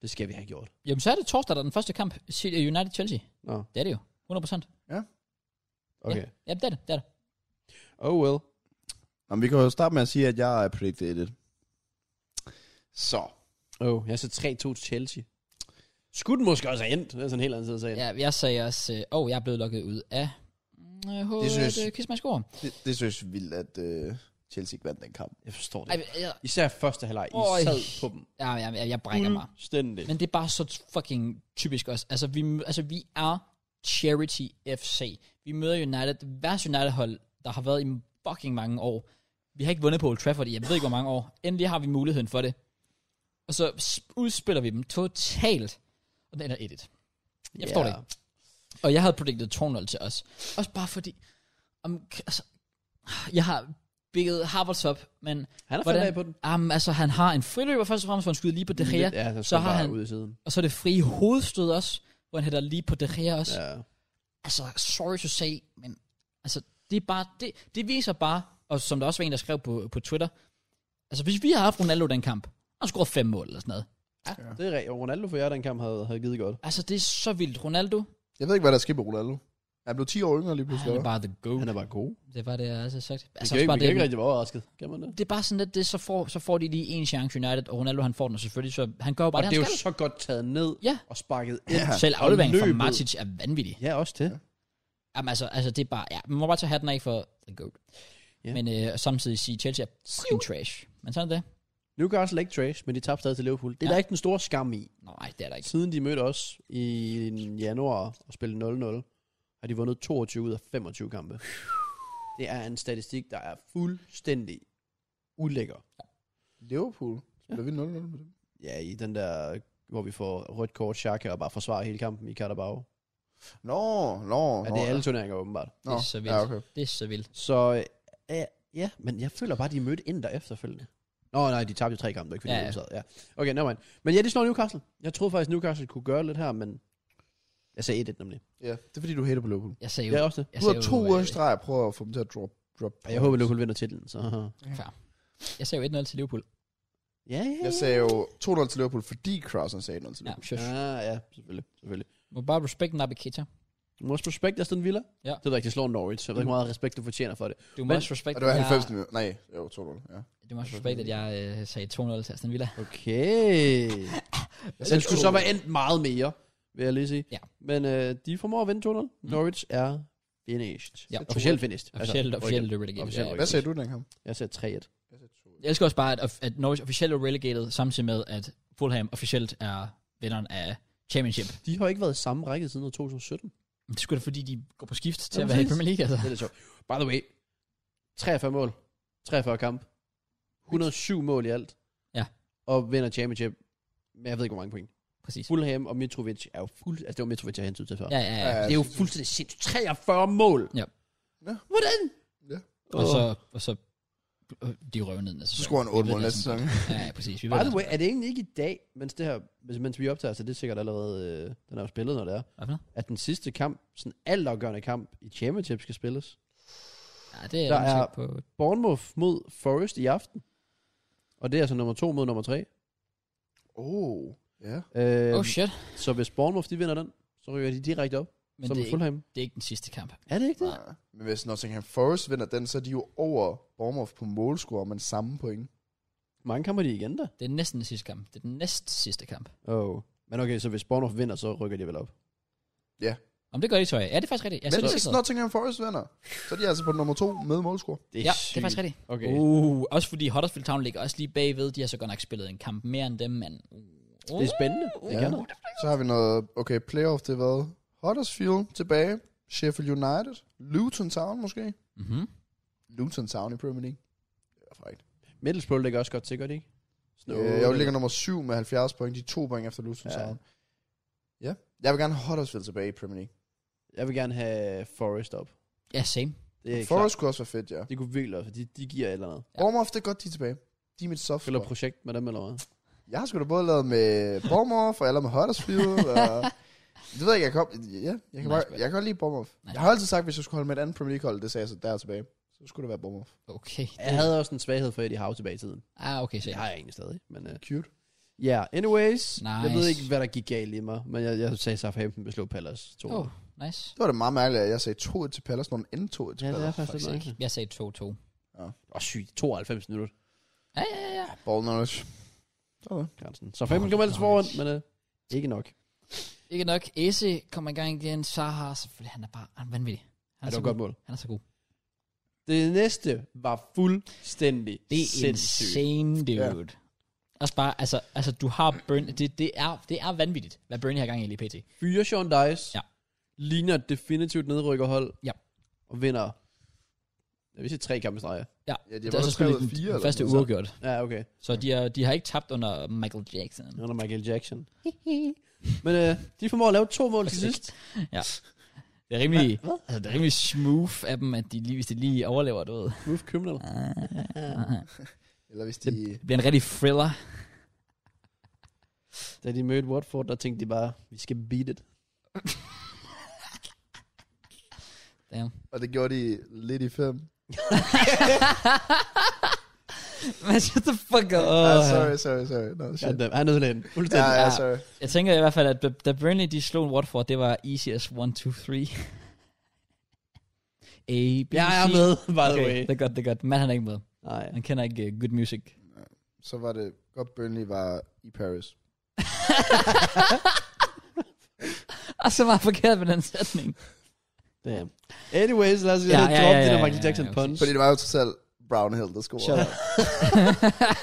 Det skal vi have gjort.
Jamen, så er det torsdag, der er den første kamp. United-Chelsea.
Nå,
Det er det jo. 100%.
okay.
Ja, det er det. Det er det.
Oh well.
Nå, men vi kan jo starte med at sige, at jeg er predicted 1 Så.
Oh, jeg så 3-2 til Chelsea. Skulle den måske også have endt, det er sådan en helt anden side af sagen.
Ja, jeg sagde også, øh, åh, jeg er blevet lukket ud af... Øh, hovedet,
synes-
øh, Kiss My Score.
Det, det synes jeg er vildt, at øh, Chelsea ikke vandt den kamp.
Jeg forstår det.
Ej,
Ej,
jeg,
Især første halvleg, I
Øj.
sad på dem.
jeg, jeg, jeg, jeg brækker mig.
Stændig.
Men det er bare så fucking typisk også. Altså, vi, altså, vi er Charity FC. Vi møder United, det værste United-hold, der har været i fucking mange år. Vi har ikke vundet på Old Trafford i, jeg ved ikke, hvor mange år. Endelig har vi muligheden for det. Og så s- udspiller vi dem totalt. Og den er 1 Jeg forstår det ikke. Og jeg havde predicted 2-0 til os. Også bare fordi... Om, altså, jeg har bygget Harvards op, men...
Han er
Hvordan-
faldet af på den.
Um, altså, han har en friløber først og fremmest, hvor han skyder lige på De Gea.
ja, så,
så har han-
ud i siden.
Og så er det frie hovedstød også, hvor han hætter lige på De Gea også. Ja.
Ja.
Altså, sorry to say, men... Altså, det er bare... Det, det viser bare, og som der også var en, der skrev på, på Twitter, altså, hvis vi har haft Ronaldo i den kamp, og scoret fem mål eller sådan noget.
Det er rigtigt. Ronaldo for jer, den kamp havde, havde givet godt.
Altså, det er så vildt. Ronaldo,
Jeg ved ikke, hvad der sker på Ronaldo. Han blev 10 år yngre lige pludselig.
han er
hva'?
bare the goat.
Han er bare god.
Det var det, jeg altså sagt.
Vi
Altså,
kan,
også
ikke,
bare
vi kan ikke
det,
rigtig være overrasket. Kan man det?
det er bare sådan lidt, det, så, får, så får de lige en chance United, og Ronaldo han får den og selvfølgelig, så han gør jo
Og
bare det,
det er
han
jo så godt taget ned
Ja.
og sparket ind.
skal. Selv
og
afleveringen fra
løbet.
Matic er vanvittig.
Ja, også det.
Jamen altså, altså det er bare, ja, man må bare tage hatten af for the goat.
Ja.
Men øh, og samtidig sige, Chelsea er fucking trash. Men sådan er det.
Newcastle ikke trash, men de tabte stadig til Liverpool. Det er
Ja.
ja. der ikke den store skam i.
Nej, det er der ikke.
Siden de mødte os i januar og spillede 0-0, har de vundet 22 ud af 25 kampe. Det er en statistik, der er fuldstændig ulækker.
Liverpool. Spiller vi 0-0 med dem?
Ja, i den der, hvor vi får rødt kort, Xhaka og bare forsvarer hele kampen i Carabao.
Nå, nå,
Ja,
nå,
det er alle turneringer åbenbart.
Nå,
Det er så vildt.
Ja, okay.
Det er så vildt.
Så ja, ja, men jeg føler bare, de mødte ind der efterfølgende. Nå nej, de tabte jo tre kampe, det var ikke fordi,
Ja,
ja,
ja.
ja. Sad. ja. Okay, nevermind. Men ja, de slår Newcastle. Jeg troede faktisk, Newcastle kunne gøre lidt her, men jeg sagde 1-1 nemlig.
Ja, det er fordi, du hater på Liverpool.
Jeg sagde jo,
Jeg er også det.
jeg
Du
sagde
har
jo,
to
øh,
uger i streg og prøver at få dem til at drop. drop
Og jeg håber, Liverpool vinder titlen, så...
fair. Jeg sagde jo 1-0 til Liverpool.
Ja, ja,
Jeg sagde jo 2-0 til Liverpool, fordi Krausen sagde 0 til
Ja,
Liverpool.
shush. Ja.
Ja, ja, selvfølgelig. selvfølgelig.
Må bare respekte Nabi Keita.
Du må også respekte Aston Villa.
Ja.
Det ved jeg ikke, de slår Norwich, så jeg ved ikke, hvor meget respekt du fortjener for det.
Du må
Men-
også
Ja.
respekte,
Og det var
at
90
jeg,
minutter. Nej, jo, 2-0. Ja.
du må også respekte, at jeg øh, sagde 2-0 til Aston Villa.
Okay. Den skulle så være endt meget mere, vil jeg lige sige.
Ja.
Men øh, de formår at vinde 2-0. Norwich er finished.
Ja.
Officielt finished.
Officielt,
Altså,
officielt
rykker.
relegated.
Officielt
Ja,
Hvad sagde du den kamp?
Jeg sagde 3-1.
Jeg elsker også bare, at, at Norwich officielt er relegated, samtidig med, at Fulham officielt er vinderen af Championship.
De har ikke været i samme række siden år 2017.
Men Det skulle da, fordi de går på skift til
Ja,
at være i
præcis.
Premier League, altså.
Det er lidt sjovt. By the way, 43 mål, 43 kamp, 107 mål i alt.
Ja.
Og vinder championship med, jeg ved ikke, hvor mange point.
Præcis.
Fulham og Mitrovic er jo fuld... Altså, det var Mitrovic, jeg hentede til før.
Ja, ja, ja.
Ja,
Det er jo
sindssygt.
fuldstændig sindssygt. 43 mål!
Ja.
Ja.
Hvordan?
Ja.
Og
Åh.
så, og så øh, de røver ned. Altså,
Så scorer han 8
Vi ved
mål
det
næste
sådan
sæson.
godt. Ja, ja, præcis. Vi ved
By
det.
the way, er det egentlig ikke i dag, mens, det her, hvis- mens vi optager, så det er sikkert allerede, øh, den er jo spillet, når det er,
Hvad for noget?
at den sidste kamp, sådan altafgørende kamp i championship skal spilles.
Ja, det er
Der
der er...
er-
på.
Bournemouth mod Forest i aften. Og det er altså nummer to mod nummer tre.
Oh, ja.
Øh,
Oh shit.
så hvis Bournemouth de vinder den, så ryger de direkte op.
Men det
som det
er, ikke,
Fulham.
det er ikke den sidste kamp.
Er det ikke det?
Nej.
Men hvis Nottingham Forest vinder den, så er de jo over Bournemouth på målscore, men samme point.
Mange kamper de igen da.
Det er næsten den sidste kamp. Det er den næst sidste kamp.
Oh. Men okay, så hvis Bournemouth vinder, så rykker de vel op.
Om det gør de, tror jeg. Ja, det er faktisk rigtigt. Ja,
Men
så er det
hvis
sådan noget.
Nottingham Forest vinder, så er de altså på nummer to med målscore.
Det
Ja, det er faktisk rigtigt.
Okay.
Okay. Uh, også fordi Huddersfield Town ligger også lige bagved. De har så godt nok spillet en kamp mere end dem, men... Uh,
Det er spændende. Det
Ja.
ja. gerne.
Så har vi noget, okay, playoff, det har været Huddersfield tilbage, Sheffield United, Luton Town måske.
Mm-hmm.
Mhm.
Luton Town i Premier League. Det er frækt.
Middlesbrough ligger også godt til, gør de ikke? Snow.
Øh, jeg ligger nummer 7 med 70 point, de er to point efter Luton
Ja.
Town. Ja. Jeg vil gerne have Huddersfield tilbage i Premier League.
jeg vil gerne have Forest op.
Ja, same.
Det er
Forest
Forest.
kunne også være fedt, ja.
Klart. Det kunne virkelig også, de, de giver et eller andet.
Ja.
Bournemouth, det er godt, de er tilbage. De er mit soft
Spiller
spot.
projekt med dem eller hvad?
Jeg har sgu da både lavet med Bournemouth, og eller med Huddersfield, og... Det ved jeg ikke, jeg kan, ja, jeg kan,
Nice
bare,
spil.
jeg kan godt lide Bournemouth.
Nice.
Jeg har altid sagt, hvis jeg skulle holde med et andet Premier League-hold, det sagde jeg så der er tilbage. Så skulle det være Bournemouth.
Okay.
Jeg havde også en svaghed for Eddie Howe tilbage i tiden.
Ah, okay,
Det
same.
har jeg egentlig stadig. Men, uh,
Cute.
yeah, anyways.
Nice.
Jeg ved ikke, hvad der gik galt i mig, men jeg, jeg sagde Southampton beslå Palace 2.
Åh, oh, nice.
Det var da meget mærkeligt, at jeg sagde 2 til Palace, når den endte 2 til
Ja, det
Palace.
er faktisk
Fuck's
lidt
sake.
mærkeligt.
Jeg sagde 2-2.
Og sygt, 92 minutter.
Ja, ja, ja, ja.
Ball knowledge.
Grænsen. Så 15 kom altså
nice. Altså,
foran, men uh, ikke nok.
Ikke nok. Eze kommer i gang igen. Zaha, selvfølgelig, han er bare han er vanvittig. Han
Ja,
er,
det
så
var
god.
godt mål.
Han er så god.
Det næste var fuldstændig
Det er
sindssygt.
insane, dude. Ja. Også bare, altså, altså du har Burn, det, det, er, det er vanvittigt, hvad Burnley har gang i lige pt.
Fyre Sean Dice.
Ja.
Ligner et definitivt nedrykkerhold.
Ja.
Og vinder Vi siger tre kampe streger.
Ja, de har
det er så
vundet tre ud af
selvfølgelig den,
fire,
den
eller
første
sådan noget.
uafgjort.
Ja, okay.
Så de, er, de har ikke tabt under Michael Jackson.
Under Michael Jackson. Men øh, de formår at lave to mål til sidst.
ja. Det er rimelig, altså, det er rimelig smooth af dem, at de lige, hvis de lige overlever, du ved.
Move criminal.
Eller hvis de...
Det bliver en rigtig thriller.
Da de mødte Watford, der tænkte de bare, vi skal beat it.
Damn.
Og det gjorde de lidt i fem.
Man, shut the fuck up.
Oh, ah,
Åh,
sorry, sorry, sorry. No, shit.
Goddamn, Han ødelagde den.
Ja,
Fuldstændig.
ja,
ja.
sorry.
Jeg tænker i hvert fald, at da- da Burnley de slog Watford, det var easy as 1, 2, 3. A, B,
Jeg er
C.
med, by the
Okay,
way.
det er godt, det er godt. Matt han er ikke med.
Nej.
Han kender ikke uh, good music.
Så var det godt, Burnley var i Paris.
Og så var jeg forkert med den sætning.
Damn. Anyways, lad os
Ja,
ja,
ja,
droppe
ja,
det der
ja,
Michael
ja,
Jackson
ja,
punch.
Fordi det var jo til selv Brownhill, der scorede.
Shut up.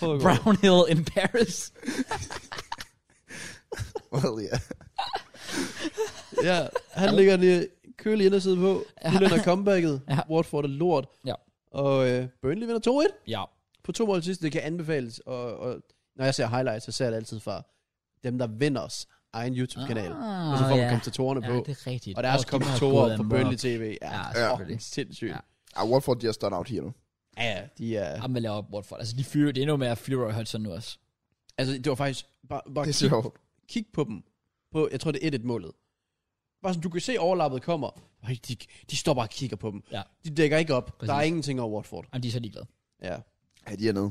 Brown Hill in Paris.
Well, yeah.
ja, han ligger lige kølig inderside på. De lønner comebacket.
Ja.
Watford er lort.
Ja.
Og øh, Burnley vinder 2-1.
Ja.
på to mål til sidst, det kan anbefales, og, og når jeg ser highlights, så ser jeg det altid fra dem, der vinder os egen YouTube-kanal. Ah, og så får man kommentatorerne
ja,
på.
det er rigtigt.
og der er også
Åh, de har
kommentatorer
gået
på
amok.
Burnley TV. Ja,
Ja,
ja
selvfølgelig.
oh, sindssygt.
Ja.
Ja.
Ah, Watford, de har stået out here nu.
ja, de er...
Ham vil lave op Watford. Altså, de fyrer, det er endnu mere at fyre Roy Hodgson nu også.
Altså, det var faktisk... Bare, bare
Det er
kig,
sjovt.
kig på dem. På, jeg tror, det er 1-1-målet. Bare sådan, du kan se overlappet kommer. Ej, de, de står bare og kigger på dem.
Ja.
De dækker ikke op. Præcis. Der er
Præcis.
ingenting over Watford.
Jamen, de er så ligeglade.
Ja.
Ja, de er nede.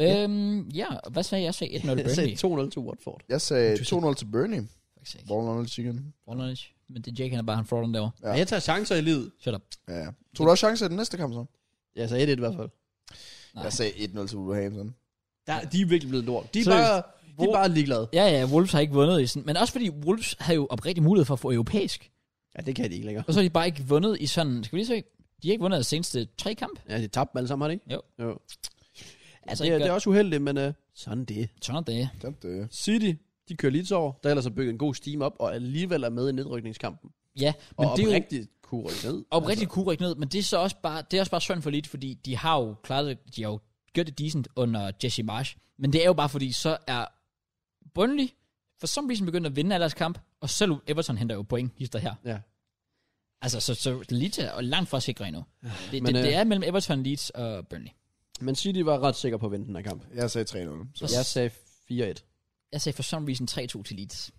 Øhm, ja, hvad sagde jeg? Jeg sagde 1-0
Jeg sagde
Burnley.
2-0 til Watford.
Jeg sagde
Du
2-0 til Burnley.
Faktisk ikke.
Ball on chicken.
Ronald, men det er Jake, han er bare han fraud derovre.
Ja.
Ja. Jeg tager chancer i livet.
Shut up.
Ja, ja. Tog du også chance i den næste kamp så?
Jeg sagde 1-1 i hvert fald.
Nej.
Jeg sagde 1-0 til Wolverhampton.
Der, de er virkelig blevet lort. De er,
Seriøst.
bare, de
Hvor-
er bare ligeglade.
Ja, ja, Wolves har ikke vundet i sådan... Men også fordi Wolves havde jo oprigtig mulighed for at få europæisk.
Ja, det kan de ikke længere.
Og så har de bare ikke vundet i sådan... Skal vi lige se? De har ikke vundet de seneste tre kamp.
Ja, de tabte dem alle sammen, har de ikke?
Jo.
jo.
Altså,
Altså, det, er, det er også uheldigt, men uh, sådan det.
Sådan det.
Den øh, det.
City, de kører lige over, der ellers har bygget en god steam op, og alligevel er med i nedrykningskampen.
Ja,
Og
men det er jo
oprigtigt kunne rykke ned.
oprigtigt altså. kurigt ned, men det er så også bare, det er også bare synd for lidt, fordi de har jo klaret det, de har jo gjort det decent under Jesse Marsh, men det er jo bare fordi, så er Burnley for some reason begyndt at vinde alle deres kamp, og selv Everton henter jo point, hister her.
Ja.
Altså, så, så Leeds er og langt fra sikre endnu. Det,
men,
det, det,
øh,
er mellem Everton, Leeds og Burnley.
Altså, men City var ret sikker på at vinde den her kamp.
Jeg sagde 3-0. Så.
Så-
Jeg sagde 4-1.
Jeg sagde for some reason 3-2 til Leeds.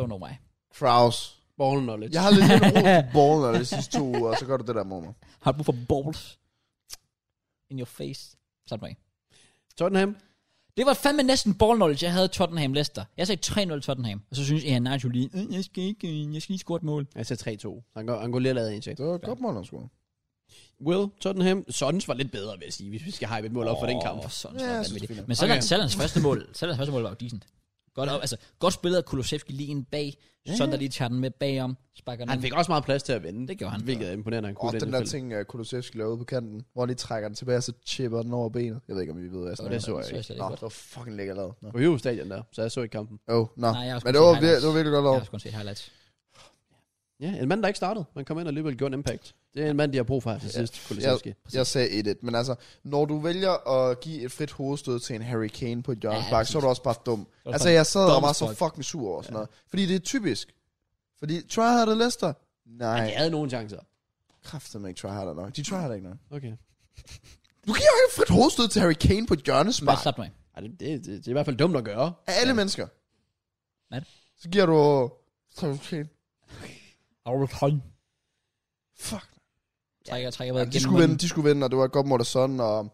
Don't know why.
Kraus.
Ball knowledge.
Jeg har lidt lidt ro til ballen de sidste to uger, og så gør du det der mod mig.
Har du brug for balls? In your face. Sådan mig.
Tottenham.
Det var fandme næsten ball knowledge, jeg havde Tottenham Leicester. Jeg sagde 3-0 Tottenham, og så synes jeg, at Nigel lige, "Øh, jeg skal ikke, øh, jeg skal lige score et mål.
Jeg sagde 3-2. Så han går, han går lige og lavede en check.
Det var et godt mål, han skulle.
Will, Tottenham. Sons var lidt bedre, vil jeg sige, hvis vi skal hype et mål op oh. for den kamp.
Åh, Sådan,
Ja,
sådan,
jeg
ja,
synes, det er
det.
fint.
Men selv,
Okay.
okay. selv hans første mål, selv hans første mål var jo decent. Godt, op, altså, godt spillet af Kulusevski lige en bag, sådan der lige tager den med bagom, sparker den.
Han fik også meget plads til at vinde.
Det gjorde han.
Hvilket er imponerende, han
Og
kunne i
den der
tilfælde.
ting, uh, Kulusevski lavede ude på kanten, hvor han lige trækker den tilbage, og så chipper den over benet. Jeg ved ikke, om I ved, hvad jeg snakker
det så
om.
jeg ikke.
slet
Nå,
ikke.
det var fucking lækkert lavet. Nå.
På Hero Stadion der, så jeg så ikke kampen.
Oh, nå.
Nej, jeg har også
Men
kun set
det var, vir-
highlights.
det var virkelig
Jeg
godt lavet.
har også kun set highlights.
Ja, en mand, der ikke startede, men kom ind og alligevel gjorde en impact. Det er en mand, de har brug for her til sidst, Kulisevski.
Jeg sagde 1-1, men altså, når du vælger at give et frit hovedstød til en Harry Kane på et hjørnespark, ja,
præcis.
så er du også bare dum.
er
Altså,
bare
jeg sad og
dumt
var så
folk.
fucking sur over sådan noget. Fordi det er typisk. Fordi tryharder Leicester?
Han
Nej,
havde nogle chancer.
kræfter ikke tryharder nok. De tryharder ikke nok.
Okay.
Du giver jo ikke et frit hovedstød til Harry Kane på et
Mads,
hjørnespark.
slap mig.
Ej, det, det, det, det, er i hvert fald dumt at gøre.
Af alle mennesker.
Hvad?
Så giver du... Harry Kane. Fuck.
Trækker, trækker
Ja,
vejret
de,
gennem
skulle vinde,
munden.
de skulle vinde, og det var et godt mod sådan, og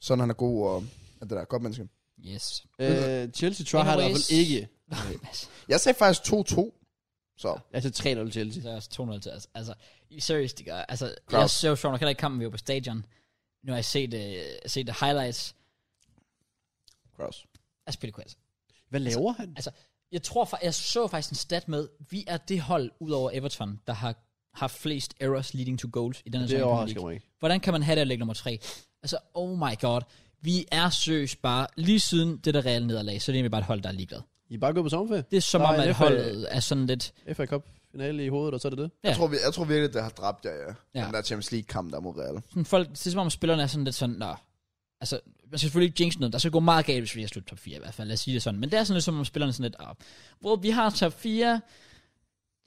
sådan han er god, og at det der godt menneske.
Yes.
Øh, Chelsea tror har i hvert fald
Anyways.
ikke.
Nej, Mads.
Jeg sagde faktisk 2-2. Så.
Altså 3-0 Chelsea.
Så er også 200 til os. Altså, i- seriøst, det gør. Altså,
Klart.
jeg så jo sjovt nok heller ikke kampen, vi var på stadion. Nu har jeg set, uh, set highlights
Cross.
af Spiliquiz.
Hvad laver han?
Altså, jeg tror, fa- jeg så faktisk en stat med, vi er det hold ud over Everton, der har haft flest errors leading to goals i den her
Det
sæson i Premier
overrasker
League.
mig Altså, ikke.
Hvordan kan man have det at ligge nummer tre? Altså, oh my god. Vi er seriøst bare, lige siden det der reelle nederlag, så er det egentlig bare et hold, der er ligeglad.
I er bare gået på sommerferie.
Det er som
Nej,
om,
det
at
er for-
holdet er sådan lidt,
FA Cup finale i hovedet, og så er det det.
Ja.
Jeg, tror, vi, jeg tror virkelig, det har dræbt jer, ja.
Ja.
ja. Den der Champions League-kamp, der mod Real.
Sådan folk, det er som om spillerne er sådan lidt sådan, nå, altså, man skal selvfølgelig ikke jinx noget, der skal gå meget galt, hvis vi har slut top 4 i hvert fald, lad os sige det sådan, men det er sådan lidt som om spillerne er sådan lidt, op. hvor vi har top 4,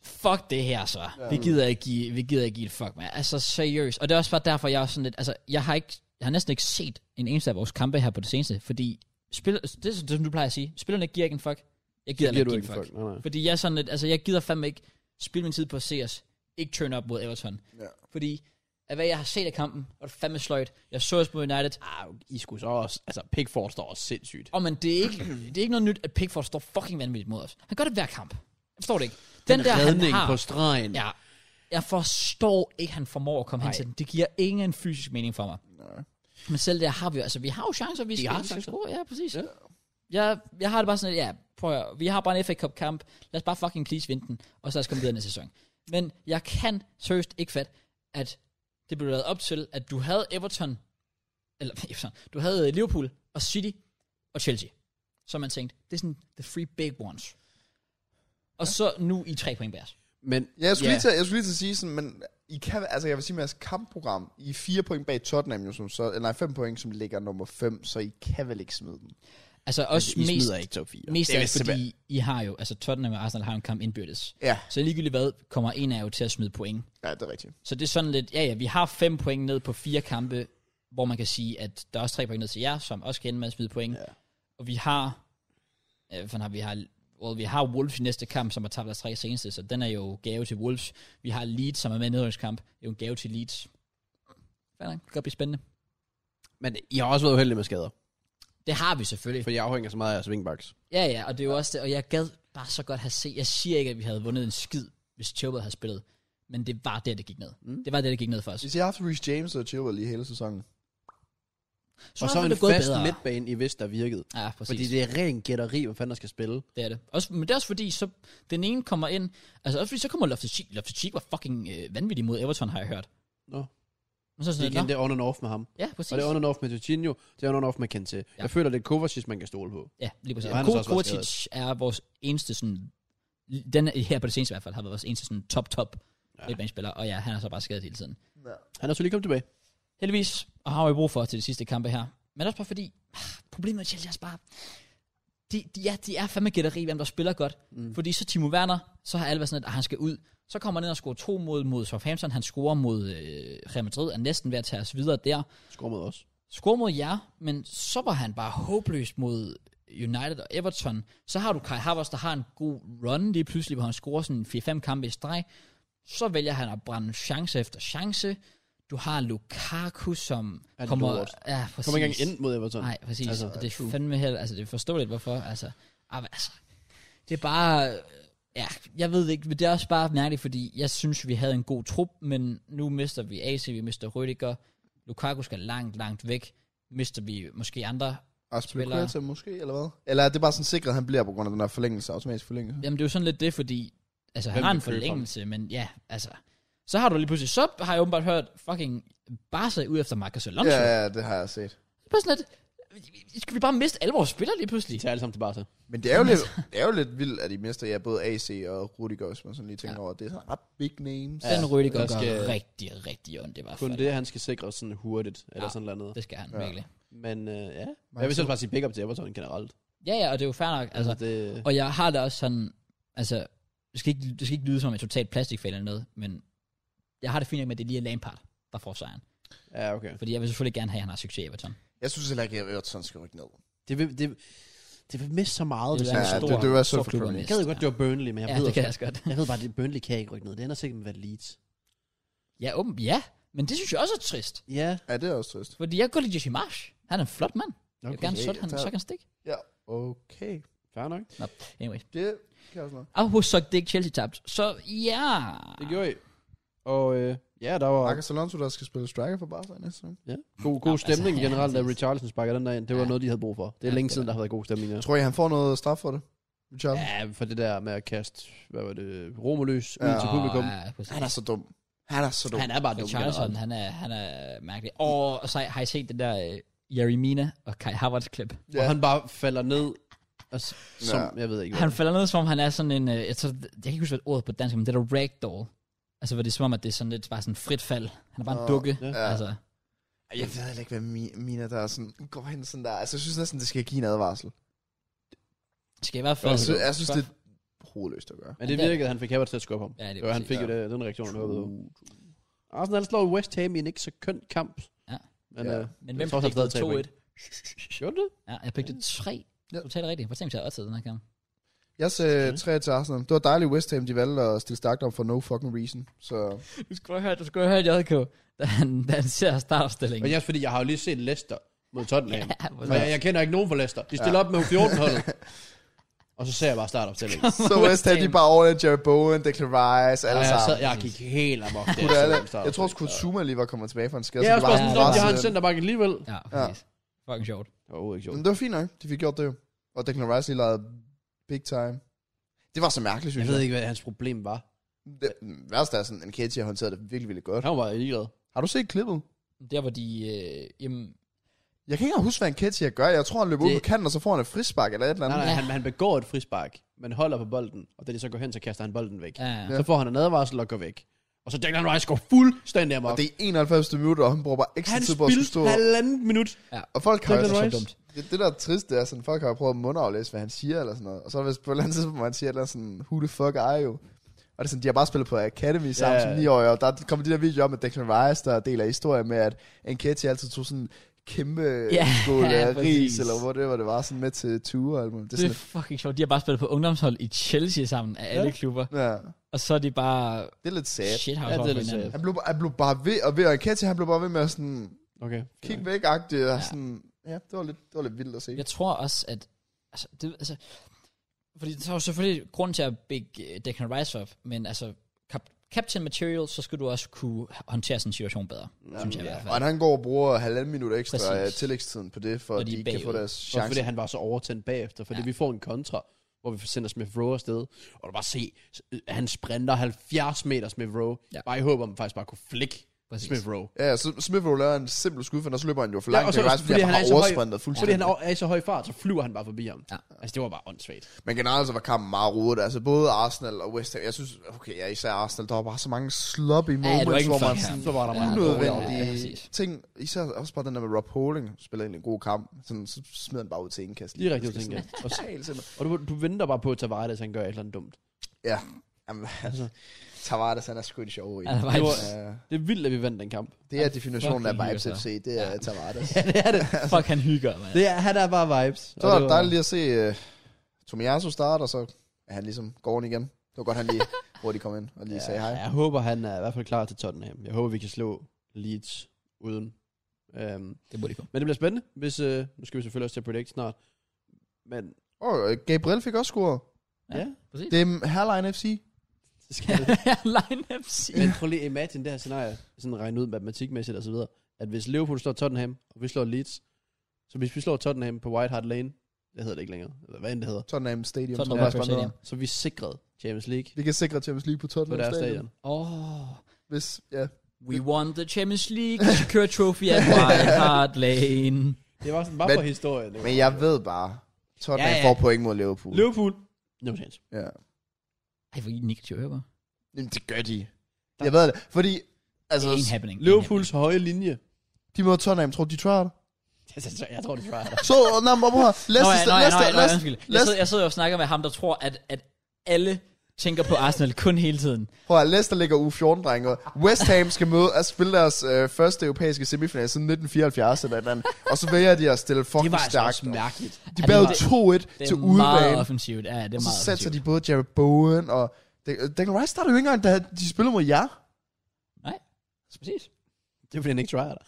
fuck det her så, vi gider ikke give, vi gider ikke give et fuck, med. altså seriøst, og det er også bare derfor, jeg er sådan lidt, altså, jeg har ikke, jeg har næsten ikke set en eneste af vores kampe her på det seneste, fordi, spiller, det, er, det, er, som du plejer at sige, spillerne giver ikke en fuck, jeg gider ikke give en fuck. fuck.
Nej, nej.
Fordi jeg er sådan lidt, altså jeg gider fandme ikke spille min tid på at se os ikke turn up mod Everton.
Ja.
Fordi af hvad jeg har set af kampen, var det fandme sløjt. Jeg så os mod United.
Ah, I skulle så også... Altså, Pickford står også sindssygt.
Og men det er, ikke, det er ikke noget nyt, at Pickford står fucking vanvittigt mod os. Han gør det hver kamp. Jeg forstår det ikke. Den, der han
redning
har,
på stregen.
ja, jeg forstår ikke, at han formår at komme hen
Nej.
til den. Det giver ingen fysisk mening for mig.
Nej.
Men selv der har vi jo, altså vi har jo chancer, vi skal,
har
vi skal
chancer.
score. Ja, præcis.
Ja.
Ja. Jeg, jeg har det bare sådan, lidt, ja, prøv at, høre, vi har bare en FA Cup kamp, lad os bare fucking please vinde den, og så lad os komme videre næste sæson. Men jeg kan seriøst ikke fat, at det blev lavet op til, at du havde Everton, eller Everton, du havde øh, Liverpool og City og Chelsea. Så man tænkte, det er sådan the three big ones. Og så nu i tre point bærs.
Men,
Ja, jeg skulle, yeah. lige til, jeg skulle lige til at sige sådan, men I kan, altså jeg vil sige med jeres kampprogram, I er fire point bag Tottenham, jo, som så, eller nej, fem point, som ligger nummer 5, så I kan vel ikke smide dem.
Altså også
I
mest,
smider ikke top 4.
mest
Det er
af,
vist
fordi I har jo, altså Tottenham og Arsenal har jo en kamp indbyrdes.
Ja,
Så ligegyldigt hvad, kommer en af jer jo til at smide point.
ja det er rigtigt.
Så det er sådan lidt, ja ja, vi har fem point ned på fire kampe, hvor man kan sige, at der er også tre point ned til jer, som også kan ende med at smide point. Ja. Og vi har, øh, hvad fanden har vi vi har, well, vi har Wolves i næste kamp, som har tabt deres tre seneste, så den er jo gave til Wolves. Vi har Leeds, som er med i nedrykningskamp, det er jo en gave til Leeds. Fair nok, Det kan godt blive spændende.
Men I har også været uheldige med skader.
Det har vi selvfølgelig.
For jeg afhænger så meget af jeres wingbacks.
Ja, ja, og det er jo også det, og jeg gad bare så godt have set, jeg siger ikke, at vi havde vundet en skid, hvis Chilwell havde spillet, men det var der, det gik ned. Mm. Det var der, det gik ned for os.
Hvis I har haft Reece James og Chilwell i hele sæsonen.
Så
Og
har
så
det
en
gået
fast
bedre.
midtbane, I vidste, der virkede.
Ja, præcis.
Fordi det er ren gætteri, hvad fanden der skal spille.
Det er det. Også, men det er også fordi, så den ene kommer ind, altså også fordi, så kommer Loftus Cheek. Loftus Cheek var fucking øh, vanvittig mod Everton, har jeg hørt.
Nå.
Men så er
Det er
sådan,
igen
det,
det on and off med ham.
ja, præcis.
Og det er on and off med Jorginho, det er on and off med Kante. Ja. Jeg føler, det er Kovacic, man kan stole på.
ja, lige præcis.
Og han
Ja,
har så også været
Kovacic er vores eneste sådan, den er- her på det seneste i hvert fald, har været vores eneste sådan top, top
Ja.
ja. spiller og ja, han er så bare skadet hele tiden.
Han er så lige kommet tilbage.
Heldigvis, og har vi brug for til de sidste kampe her. Men også bare fordi, ah, problemet med Chelsea er også bare, de, de, ja, de er fandme gætteri, hvem der spiller godt. Mm. Fordi så Timo Werner, så har alle været sådan, at ah, han skal ud. Så kommer han ind og scorer to mod, mod Southampton. Han scorer mod øh, Real Madrid, er næsten ved at tage os videre der.
Skår mod os.
Scorer mod jer, men så var han bare håbløs mod United og Everton. Så har du Kai Havertz, der har en god run lige pludselig, hvor han scorer sådan 4-5 kampe i streg. Så vælger han at brænde chance efter chance. Du har Lukaku, som
Er det
kommer...
lort?
Ja, præcis.
Kommer ikke engang ind mod Everton.
Nej, præcis.
Altså,
Altså, og det er fandme heller, altså det er forståeligt, hvorfor. Altså, ah, men altså, det er bare, øh, ja, jeg ved det ikke, men det er også bare mærkeligt, fordi jeg synes, vi havde en god trup, men nu mister vi AC, vi mister Rüdiger, Lukaku skal langt, langt væk, mister vi måske andre.
Og spiller
Spiller-
Kureta måske, eller hvad? Eller er det bare sådan sikret, at han bliver på grund af den der forlængelse, automatisk forlængelse?
Jamen det er jo sådan lidt det, fordi, altså han
Hvem
har
vil
en
købe ham?
forlængelse, men ja, altså. Så har du lige pludselig, så har jeg åbenbart hørt fucking Barca ud efter Marcus Alonso.
Ja,
Yeah.
ja, det har jeg set.
Bare sådan lidt, skal vi bare miste alle vores spillere lige
De
pludselig?
tager alle sammen til Barca.
Men det er jo, lidt, det er jo lidt vildt, at I mister ja, både AC og Rudiger, hvis man sådan lige tænker
Ja.
ja. over. Det er sådan ret big names.
Den Rüdiger
der skal-
gør rigtig, rigtig ondt, det var
Kun det, han skal sikre sådan hurtigt, eller
Ja.
sådan noget andet.
Det skal han, ja.
Ja.
virkelig.
Men øh, ja, jeg vil så bare sige big up til Everton generelt.
Ja, ja, og det er jo fair nok. Altså,
Altså, det,
og jeg har det også sådan, altså, det skal ikke, det skal ikke lyde som en total plastikfælde eller noget, men jeg har det fint nok med, at det lige er Lampard, der får sejren.
ja, okay.
Fordi jeg vil selvfølgelig gerne have, at han har succes i Everton.
Jeg synes heller ikke, at Everton skal rykke ned.
Det vil, det, det vil miste så
Det
meget. hvis
vil være
han-
en
Ja,
stor,
det- det var så
stor
for
klub at
Premier
Jeg
miste.
gad jo godt, det var Burnley, men jeg
Ja,
ved
det kan
også,
jeg også godt.
jeg ved bare, at Burnley kan ikke rykke ned. Det ender sikkert med at være Leeds.
Ja, åben, ja, men det synes jeg også er trist.
Ja.
Ja, det er også trist.
Fordi jeg går lige Jesse Marsh. Han er en flot mand. Jeg vil gerne
ja,
slå han,
tak.
så kan han stikke.
Ja, okay.
Fair nok.
Nå, anyway.
Det kan jeg også noget.
Apropos så det ikke Chelsea tabt. Så ja.
Det gjorde I. Og øh, ja, der var
Marcus Alonso, der skal spille striker for Barca i næste sæson.
god, god
Nå,
stemning
altså, ja,
generelt, da
præcis.
Richarlison sparker den der ind. Det var
Ja.
noget, de havde brug for. Det er
Ja,
længe
det
siden,
var
der har været god stemning. Ja.
Tror I, han får noget straf for det? Richard? Ja.
Ja, for det der med at kaste, hvad var det, romerløs ud
Ja.
til publikum.
Ja, præcis.
Han er så dum. Han er så dum.
Han er bare dum
Richardson,
generelt.
han er, han er mærkelig. Og, øh, og så har I set den der uh, Jerry Mina og Kai Havertz klip?
Og han bare falder ned Og s- som, ja.
Ja.
jeg ved ikke
Han
hvad.
falder ned, som om han er sådan en... øh, Jeg, tror, jeg kan ikke huske, hvad ordet på dansk er, men det er der ragdoll. Altså, hvor det er som om, at det er sådan lidt bare sådan frit fald. Han er bare en
Nå,
dukke.
ja.
Ja. Altså,
Jeg ved heller ikke, hvad Mi- Mina der er sådan, går hen sådan der. Altså, jeg synes næsten, det skal give en advarsel.
skal i hvert fald...
Jeg synes, jeg synes det er hovedløst at gøre.
Men det
Ja.
virkede, at han fik Havertz til at skubbe ham.
Ja, det
Det
er
var, han
præcis.
fik jo det, den reaktion, han håbede på. Arsenal slår West Ham i en ikke så køn kamp.
Ja.
Men,
Ja.
øh,
Men
jeg
hvem
tror, han
fik
stadig taber en.
2-1?
Gjorde det?
Ja, jeg fik det 3.
Ja.
Du taler rigtigt. Hvor tænkte jeg også den her kamp?
Jeg sagde 3 til Arsenal. Det var dejligt, West Ham de valgte at stille stærkt op for no fucking reason. Så
Du skulle have hørt, du skulle have hørt JK, da han, da han ser
Men
startopstillingen.
ja, fordi jeg har jo lige set Leicester mod Tottenham.
Ja, hvor
For jeg, jeg kender ikke nogen fra Leicester. De stiller ja. op med 14 holdet Og så ser jeg bare startopstillingen.
Så West Ham, de
Ham.
bare over Jerry Bowen, Declan Rice,
Og
alle
jeg, sad,
sammen.
jeg gik helt amok. da jeg
Kunne det
så
alle-
den startopstilling.
Jeg tror også, Kutsuma lige var kommet tilbage fra en skade.
Ja,
så
jeg
det
er også
var
bare
presset.
sådan, om de har en centerback alligevel.
Ja, præcis. Fucking sjovt.
Overhovedet ikke sjovt.
Men det var fint nok, de fik gjort det jo. Og Declan Rice lige lavede big time. Det var så mærkeligt,
Jeg
synes
ved
jeg.
ikke, hvad hans problem var.
Det værste er sådan, at har håndteret det virkelig, virkelig godt.
Han var bare ligeglad.
Har du set klippet?
Der hvor de... Øh, jamen,
Jeg kan ikke engang huske, hvad en Ketchia gør. Jeg tror, han løber ud
Det-
på kanten, og så får han et frispark eller et eller
Nej,
andet.
nej,
Ja.
han, han begår et frispark, men holder på bolden, og da de så går hen, så kaster han bolden væk.
ja, ja.
Så får han en advarsel og går væk. Og så Declan Rice går fuldstændig amok.
Og det er 91. minut, og han bruger bare ekstra
han
tid på at skulle
spildte
stå.
halvandet minut.
Og folk har
Det
jo
er
Declan
så
Rice.
dumt.
Det, det der er trist, det er sådan, folk har jo prøvet at mundaflæse, hvad han siger, eller sådan noget. Og så hvis på et eller andet tidspunkt, hvor han siger, et eller andet sådan, who the fuck are you? Og det er sådan, de har bare spillet på Academy sammen
Ja.
yeah. som 9 år, og der kommer de der videoer med Declan Rice, der deler historier med, at Enketti altid tog sådan en kæmpe
Ja,
yeah, skål af
præcis.
ris, eller hvor det var, det var sådan med til ture og alt muligt. Det
Det
er
er fucking sjovt. De har bare spillet på ungdomshold i Chelsea sammen af alle klubber.
sådan, ja,
Og så er de bare
det er lidt sad.
shit
Ja,
house
det er
over
lidt
hinanden.
sad.
Han blev, han blev bare ved, og ved, og Enketti, han blev bare ved med at sådan,
Okay.
kigge væk-agtigt, og
Ja.
sådan, ja, det var lidt, det var lidt vildt at se.
Jeg tror også, at... Altså, det, altså, fordi der er jo selvfølgelig grund til at bække øh, Declan Rice op, men altså, kap, captain material, så skal du også kunne håndtere sådan en situation bedre, ja, synes jeg i hvert fald.
Og han går og bruger halvanden minut ekstra
Præcis.
af tillægstiden på det, for
Og
at
de
de
er
ikke kan få
bagud.
deres
Chance.
chance.
Fordi han var så overtændt bagefter, fordi
Ja.
ja. vi får en kontra, hvor vi sender Smith Rowe afsted, og du bare se, øh, han sprinter 70 meter Smith Rowe,
Ja.
ja. bare i håb om, at han faktisk bare kunne flikke
Præcis.
Smith Rowe.
Ja, så Smith Rowe laver en simpel skud, for ellers løber han jo for
Ja,
langt.
og
Ja,
så-
så, fordi, fordi han
er
bare
i så høj-
har oversprintet
Fordi
fuldstændig.
han er, er i så høj fart, så flyver han bare forbi ham.
Ja.
Altså, det var bare åndssvagt.
Men generelt så var kampen meget rodet. Altså både Arsenal og West Ham. Jeg synes, okay, ja, især Arsenal, der var bare så mange sloppy
Ja, det var
moments,
ikke
hvor
en
man
flot
sådan
kamp.
så var der
Ja,
mange
det var rodet. Ja,
unødvendige
præcis.
ting. Især også bare den der med Rob Holding, spiller egentlig en god kamp. Sådan, så smider han bare ud til indkast.
Lige rigtigt, tænker jeg. Og, så-
Helt simpelthen.
og du, du venter bare på, at Tavares, han gør et eller andet dumt.
Ja, Jamen, altså, Tavares, han er sgu en sjov en.
Han er
Det var,
vibes.
Ja.
det er vildt, at vi vandt den kamp.
Det er definitionen af
fucking
Vibes
hygger sig.
FC, det er Tavares.
Ja, det er det.
Fuck, han hygger, mand.
det er, han er bare vibes.
Så var det dejligt lige at se uh, Tomiyasu starte, og så er han ligesom gården igen. Det var godt, han lige hurtigt kom ind og lige ja, sagde hej.
Jeg håber, han er i hvert fald klar til Tottenham. Jeg håber, vi kan slå Leeds uden. Øhm,
Det burde de få.
men det bliver spændende, hvis... Øh, nu skal vi selvfølgelig også til Predict snart. Men
Og øh, Gabriel fik også scoret.
Ja.
ja,
Præcis.
Det er Herline FC.
det skal det.
Line FC.
Men prøv lige at imagine det her scenarie, sådan regnet ud matematikmæssigt og så videre, at hvis Liverpool slår Tottenham, og vi slår Leeds, så hvis vi slår Tottenham på White Hart Lane, det hedder det ikke længere, eller hvad end det hedder,
Tottenham Stadium.
Tottenham
som faktisk
Hotspur
var noget.
Stadium.
så er vi sikret Champions League
Vi kan sikre Champions League på
på
Tottenham
deres
Stadium.
stadion.
Åh,
Hvis, ja.
we won the Champions League, secure trophy at White Hart Lane.
Det var sådan bare
Men-
for historien.
Men jeg ved bare, Tottenham
Ja,
ja,
ja.
ja. får point mod Liverpool.
Liverpool, no chance.
ja.
Ej, hvor I er negativ hører bare.
Jamen, det gør de. Jeg ved det, fordi altså,
Det er en happening.
Liverpools høje linje.
de møder Tottenham, tror du, de tryder det?
Jeg tror, det tror jeg.
Så, nej, men prøv at høre.
Nå ja,
Leicester,
nå ja, nå
Leicester,
ja, nå ja,
Leicester.
undskyld. Jeg
Leicester-
sidder, jeg sidder og snakker med ham, der tror, at, at alle tænker på Arsenal kun hele tiden.
Prøv at høre, Leicester ligger u 14, drenge. West Ham skal møde at spille deres øh, første europæiske semifinal siden 1974 eller et eller andet. Og så vælger de at stille
Det
fucking
var altså
stærkt.
også mærkeligt.
De
Ja, det
bærer
var-
2-1
Det er
til
meget
udebane.
offensivt. Ja, det er
Og så
meget
satser
offensivt.
de både Jared Bowen og... De- Declan Rice starter jo ikke engang, da de spillede mod jer.
Præcis.
Det er fordi, han ikke tryder dig.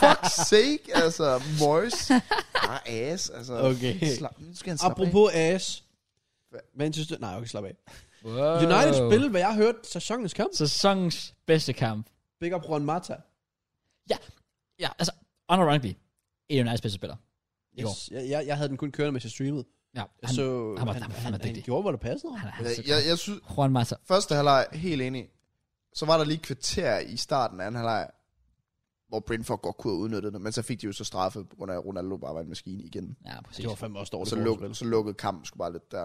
Fuck sake, altså. Moyes. Bare ass, altså.
Okay.
Slap, nu skal han slappe
Apropos ass.
Hvad?
Manchester... Nej, okay, slap af.
Wow.
United spillede, hvad jeg hørte, sæsonens kamp.
Sæsonens bedste kamp.
Big up Juan Mata.
Ja, altså, unironically, en af Uniteds bedste spiller. Jo.
Yes. Jeg, jeg, jeg, havde den kun kørende, mens jeg streamede.
Ja,
Jeg
han,
så,
han var-
han,
han var
han,
fandme
han,
dygtig.
gjorde, hvor det passede.
han, han,
af.
er så
Jeg, jeg, jeg synes,
god. Juan Mata.
første halvleg, helt enig. Så var der lige et kvarter i starten af anden halvleg, hvor Brentford godt kunne have udnyttet det, men så fik de jo så straffe, på grund af at Ronaldo bare var en maskine igen.
Ja, præcis.
Det var fandme også dårligt.
Så,
forspil.
luk, så lukkede kampen sgu bare lidt der.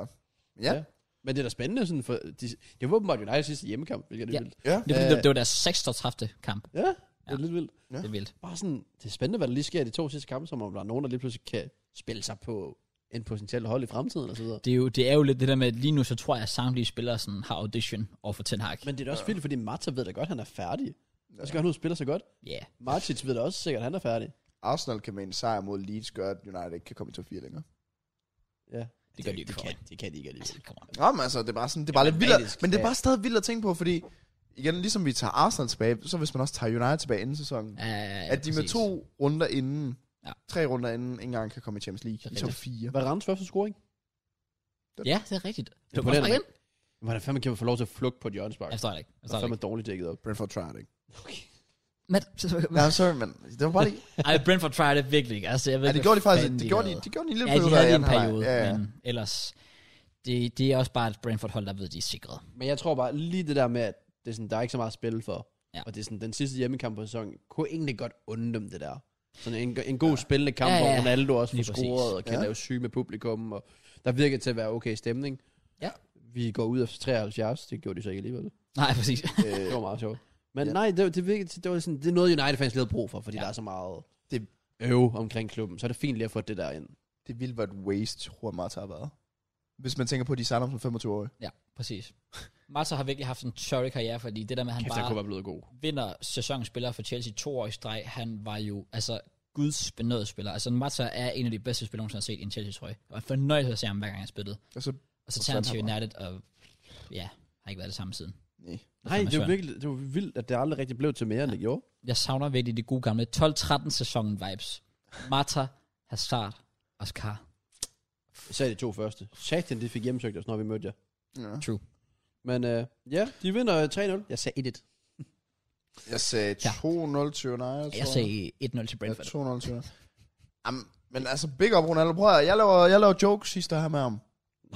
Men Ja,
Ja. Men det er da spændende, sådan, for de, det var åbenbart United sidste hjemmekamp, hvilket er
Ja.
ja. vildt.
ja.
Det, er fordi,
Øh,
det, det var deres seks, der tabte kamp.
Ja, det er
Ja.
lidt vildt.
Ja. Det er vildt.
Bare sådan, det er spændende, hvad der lige sker i de to sidste kampe, som om der er nogen, der lige pludselig kan spille sig på en potentiel hold i fremtiden og så videre.
Det er, jo, det er jo lidt det der med, at lige nu, så tror jeg, at samtlige spillere sådan, har audition over for Ten Hag.
Men det er da også vildt, fordi Marta ved da godt, at han er færdig. Ja. Og så går han ud og spiller så godt.
Ja.
Martic ved da også sikkert, at han er færdig.
Arsenal kan med en sejr mod Leeds gøre, at United ikke kan komme i top 4 længere.
Ja.
Det gør de ikke
det,
for
kan, det kan de ikke
Altså,
alligevel.
come on.
Jamen altså, det er bare sådan, det er bare
Ja,
lidt vildt, at-
matematisk,
men det er
ja.
bare stadig vildt at tænke på, fordi igen, ligesom vi tager Arsenal tilbage, så hvis man også tager United tilbage inden sæsonen,
Ja, ja, ja,
at de med
præcis.
to runder inden,
Ja.
tre runder inden, ikke engang kan komme i Champions League.
er
I top
rigtigt.
4.
Hvad er Randers første scoring?
Ja, det er rigtigt. Det var
Imponerende.
bare ind.
Hvordan fanden kan man få lov til at flugte på et hjørnespark?
Jeg
Det
forstår det ikke. Jeg
er
forstår det
fandme
ikke.
dårligt dækket op.
Brentford try det ikke.
Men,
Ja, sorry, men det var bare lige...
ej, Brentford try det virkelig ikke. Altså, jeg ved
Ja, det
ikke,
gjorde de
hvad
faktisk...
fanden
Det gjorde de,
lavede.
det gjorde de en lille
Ja, de havde
periode. der
lige en
i anden halvleg.
periode,
Ja, ja.
men ellers... Det, det er også bare et Brentford-hold, der ved, at de er sikret.
Men jeg tror bare lige det der med, at det er sådan, der er ikke så meget at spille for.
Ja.
Ja. Og det er sådan, den sidste hjemmekamp på sæsonen, kunne egentlig godt unde dem det der. Sådan en, en god ja. spillende kamp,
Ja,
ja,
ja,
ja.
ja.
hvor Ronaldo også får
Lige præcis.
scoret, og kan
Ja.
ja. lave syge med publikum, og der virker til at være okay stemning.
Ja.
Vi går ud af 73, det gjorde de så ikke alligevel.
Nej, præcis.
Det
øh,
var meget sjovt. Men
Ja.
ja. nej, det, det, virkede, til- det, var sådan, det er noget, United fans lige havde brug for, fordi ja. der er så meget
Det-
det øve omkring klubben. Så er det fint lige at få det der ind.
Det ville være et waste, tror jeg, Marta har været. Hvis man tænker på, at de signer ham som 25 år.
Ja, præcis. Marta har virkelig haft en tørre karriere, fordi det der med, at han
Kæft, han
bare
kunne være blevet god.
vinder sæsonspiller for Chelsea to år i streg, han var jo altså guds benådede spiller. Altså Mata er en af de bedste spillere, jeg har set i en Chelsea-trøje. Og en fornøjelse at se ham, hver gang han spillede.
Og så...
Og så
Og
tager han
fandt
til
han
United, og ja, har ikke været det samme siden.
Nej.
Nej,
fandme
det var
svært.
virkelig det var vildt, at det aldrig rigtig blev til mere, end det gjorde.
Jeg savner virkelig de gode gamle 12-13 sæsonen vibes. Mata, Hazard, Oscar.
Især de to første. Satan, de fik hjemsøgt os, når vi mødte jer.
Ja.
Men øh, ja, de vinder øh, 3-0. Jeg sagde 1-1.
Jeg sagde
Ja.
2-0 til United,
Jeg
tror
sagde 1-0 til
Ja,
Brentford.
2-0 til United. Jamen, men altså, big up Ronaldo. Prøv at, høre, jeg laver, jeg laver jokes sidste her med ham.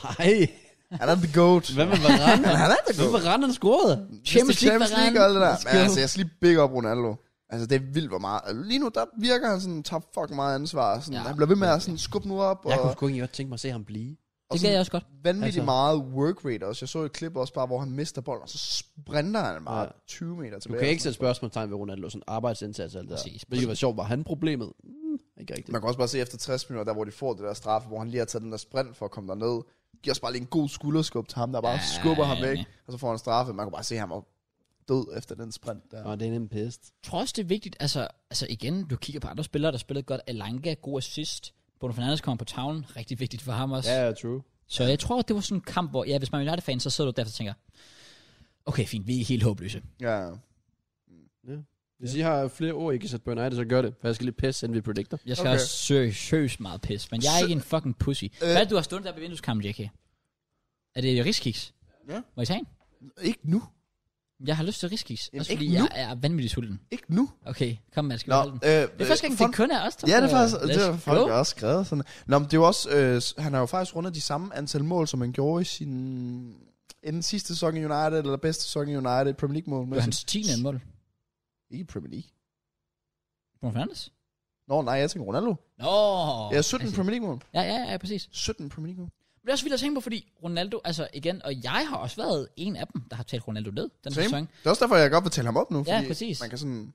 Nej.
Han er the goat.
Hvad med Varane?
Men han er the
Hvad
goat.
med Varane, han scorede?
Champions
Mr. Champions
League-Varane.
League og alt det der.
Let's
Men
go.
altså, jeg skal lige big up Ronaldo. Altså, det er vildt, hvor meget... altså, Lige nu, der virker han sådan, tager fucking meget ansvar. Sådan,
Ja.
ja. Han bliver ved med at sådan, skubbe nu op.
Jeg kunne
og,
sgu ikke godt tænke mig at se ham blive.
og
Det
sådan,
gad jeg også godt.
vanvittigt altså.
Altså-
meget work rate også. Jeg så et klip også bare, hvor han mister bolden, og så sprinter han bare ja.
Ja.
20 meter
Du
tilbage.
kan ikke sætte spørgsmålstegn ved Ronaldo, sådan arbejdsindsats og alt det der.
Præcis.
Hvilket var sjovt, var han problemet? Mm, ikke rigtigt.
Man kan også bare se efter 60 minutter, der hvor de får det der straf, hvor han lige har taget den der sprint for at komme derned. Giver også bare lige en god skulderskub til ham, der bare
Ja,
ja, skubber ham væk,
ja.
og så får han straffe. Man kan bare se ham og død efter den sprint der.
Nå, det er en pest.
Jeg tror også, det er vigtigt, altså, altså igen, du kigger på andre spillere, der spillede godt. Alanga, god assist. Bruno Fernandes kommer på tavlen, rigtig vigtigt for ham også.
Ja, ja, true.
Så jeg tror, det var sådan en kamp, hvor, ja, hvis man er United-fan, så sidder du der og tænker, okay, fint, vi er helt håbløse.
Ja, ja.
Hvis I har flere ord, I kan sætte på United, så gør det. For jeg skal lige pisse, inden vi predicter.
Jeg skal
Okay.
okay. også seriøst meget pis, men jeg er
Så-
ikke en fucking pussy. Øh. Hvad er det, du har stået der ved vindueskampen, JK? Er det riskiks?
Ja.
Må I tage en?
Ikke nu.
Jeg har lyst til riskiks,
Jamen,
også
ikke
fordi
nu.
jeg er vanvittigt sulten.
Ikke nu.
Okay, kom man, skal vi
Nå,
holde den?
øh, det
Det er faktisk ikke, det kun er os, der
Ja, det er
får-
faktisk, det
Let's
har folk
go.
også skrevet sådan. Nå, men det er jo også, øh, s- han har jo faktisk rundet de samme antal mål, som han gjorde i sin enten sidste sæson i United, eller bedste sæson i United, Premier League mål.
Det var hans 10. mål.
Ikke i Premier League.
Bruno Fernandes?
Nå, nej, jeg tænker Ronaldo.
Nå. altså,
Jeg er 17 Premier League mål.
Ja, ja, ja, præcis.
17 Premier League mål.
Men det er også vildt at tænke på, fordi Ronaldo, altså igen, og jeg har også været en af dem, der har talt Ronaldo ned den
Same.
sæson.
Det er også derfor, jeg godt vil tale ham op nu.
Ja,
fordi
præcis.
Man kan sådan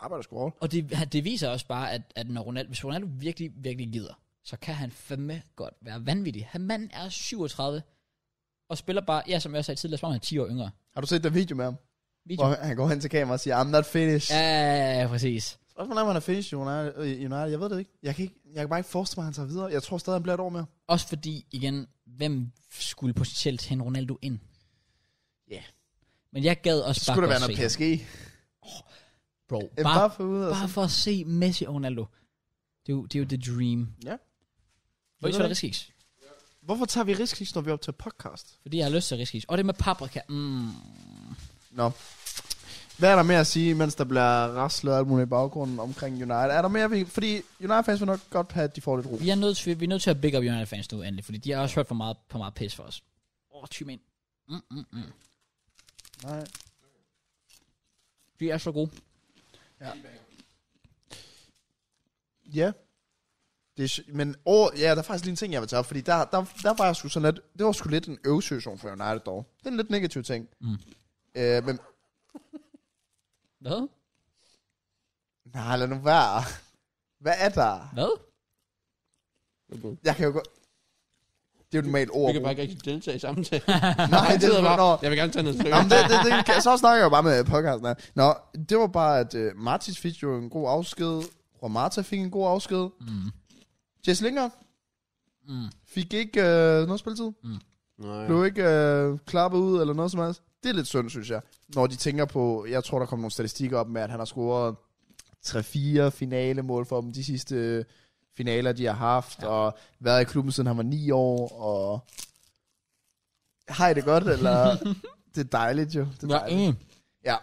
arbejde og score over.
Og det, han- det viser også bare, at, at når Ronaldo, hvis Ronaldo virkelig, virkelig gider, så kan han fandme godt være vanvittig. Han mand er 37, og spiller bare, ja, som jeg sagde tidligere, som om han er 10 år yngre.
Har du set den video med ham?
Video.
Hvor han går hen til kameraet og siger, I'm not finished.
Ja, ja, ja, præcis.
Også hvornår han er finished i United, øh, i United, jeg ved det ikke. Jeg kan, ikke, jeg kan bare ikke forestille mig, at han tager videre. Jeg tror stadig, han bliver et år mere.
Også fordi, igen, hvem skulle potentielt hente Ronaldo ind?
Ja.
Men jeg gad også
Så
bare
skulle det
godt
være noget
se ham.
PSG.
Bro,
Øh,
bare,
Bare for ude. og
bare for at se Messi og Ronaldo. Det er jo, det er jo the dream.
Ja.
Hvor er det, så er der riskiks?
Hvorfor tager vi risk, når vi er op til podcast?
Fordi jeg har lyst til riskis. Og det med paprika. Mm.
Nå. Hvad er der mere at sige, mens der bliver raslet alt muligt i baggrunden omkring United? Er der mere, vi... Fordi United fans vil nok godt have, at de får lidt ro.
Vi, er nødt til, vi er nødt til at big up United fans nu endelig, fordi de har også hørt for meget, for meget pis for os. Åh, oh, tyk ind. Mm, mm, mm.
Nej.
De er så gode.
Ja. Det er, sj- men over, ja, der er faktisk lige en ting, jeg vil tage op, fordi der, der, der var jeg sgu sådan lidt, det var sgu lidt en øvesituation for United dog. Det er en lidt negativ ting.
Mm.
Øh, men,
Hvad?
nej, lad nu være. Hvad er der?
Hvad?
Jeg kan jo godt... Det er jo et normalt
Vi
ord.
kan bare ikke rigtig deltage i samtalen.
Nej, det er bare...
Jeg vil gerne tage noget
Nå, men
seriøst.
det, det, det, kan- så snakker jeg jo bare med podcasten her. Nå, det var bare, at uh, Martis fik jo en god afsked. Romata fik en god afsked.
Mm.
Jess Lingard
Mm.
fik ikke uh, noget spilletid.
Nej.
Blev ikke øh, klappet ud eller noget som helst. Det er lidt synd, synes jeg. Når de tænker på, jeg tror, der kom nogle statistikker op med, at han har scoret 3-4 finalemål for dem de sidste øh, finaler, de har haft, ja. og været i klubben, siden han var 9 år, og har I det godt, eller? det er dejligt jo. Det er
Jeg er
dejligt.
enig.
Ja.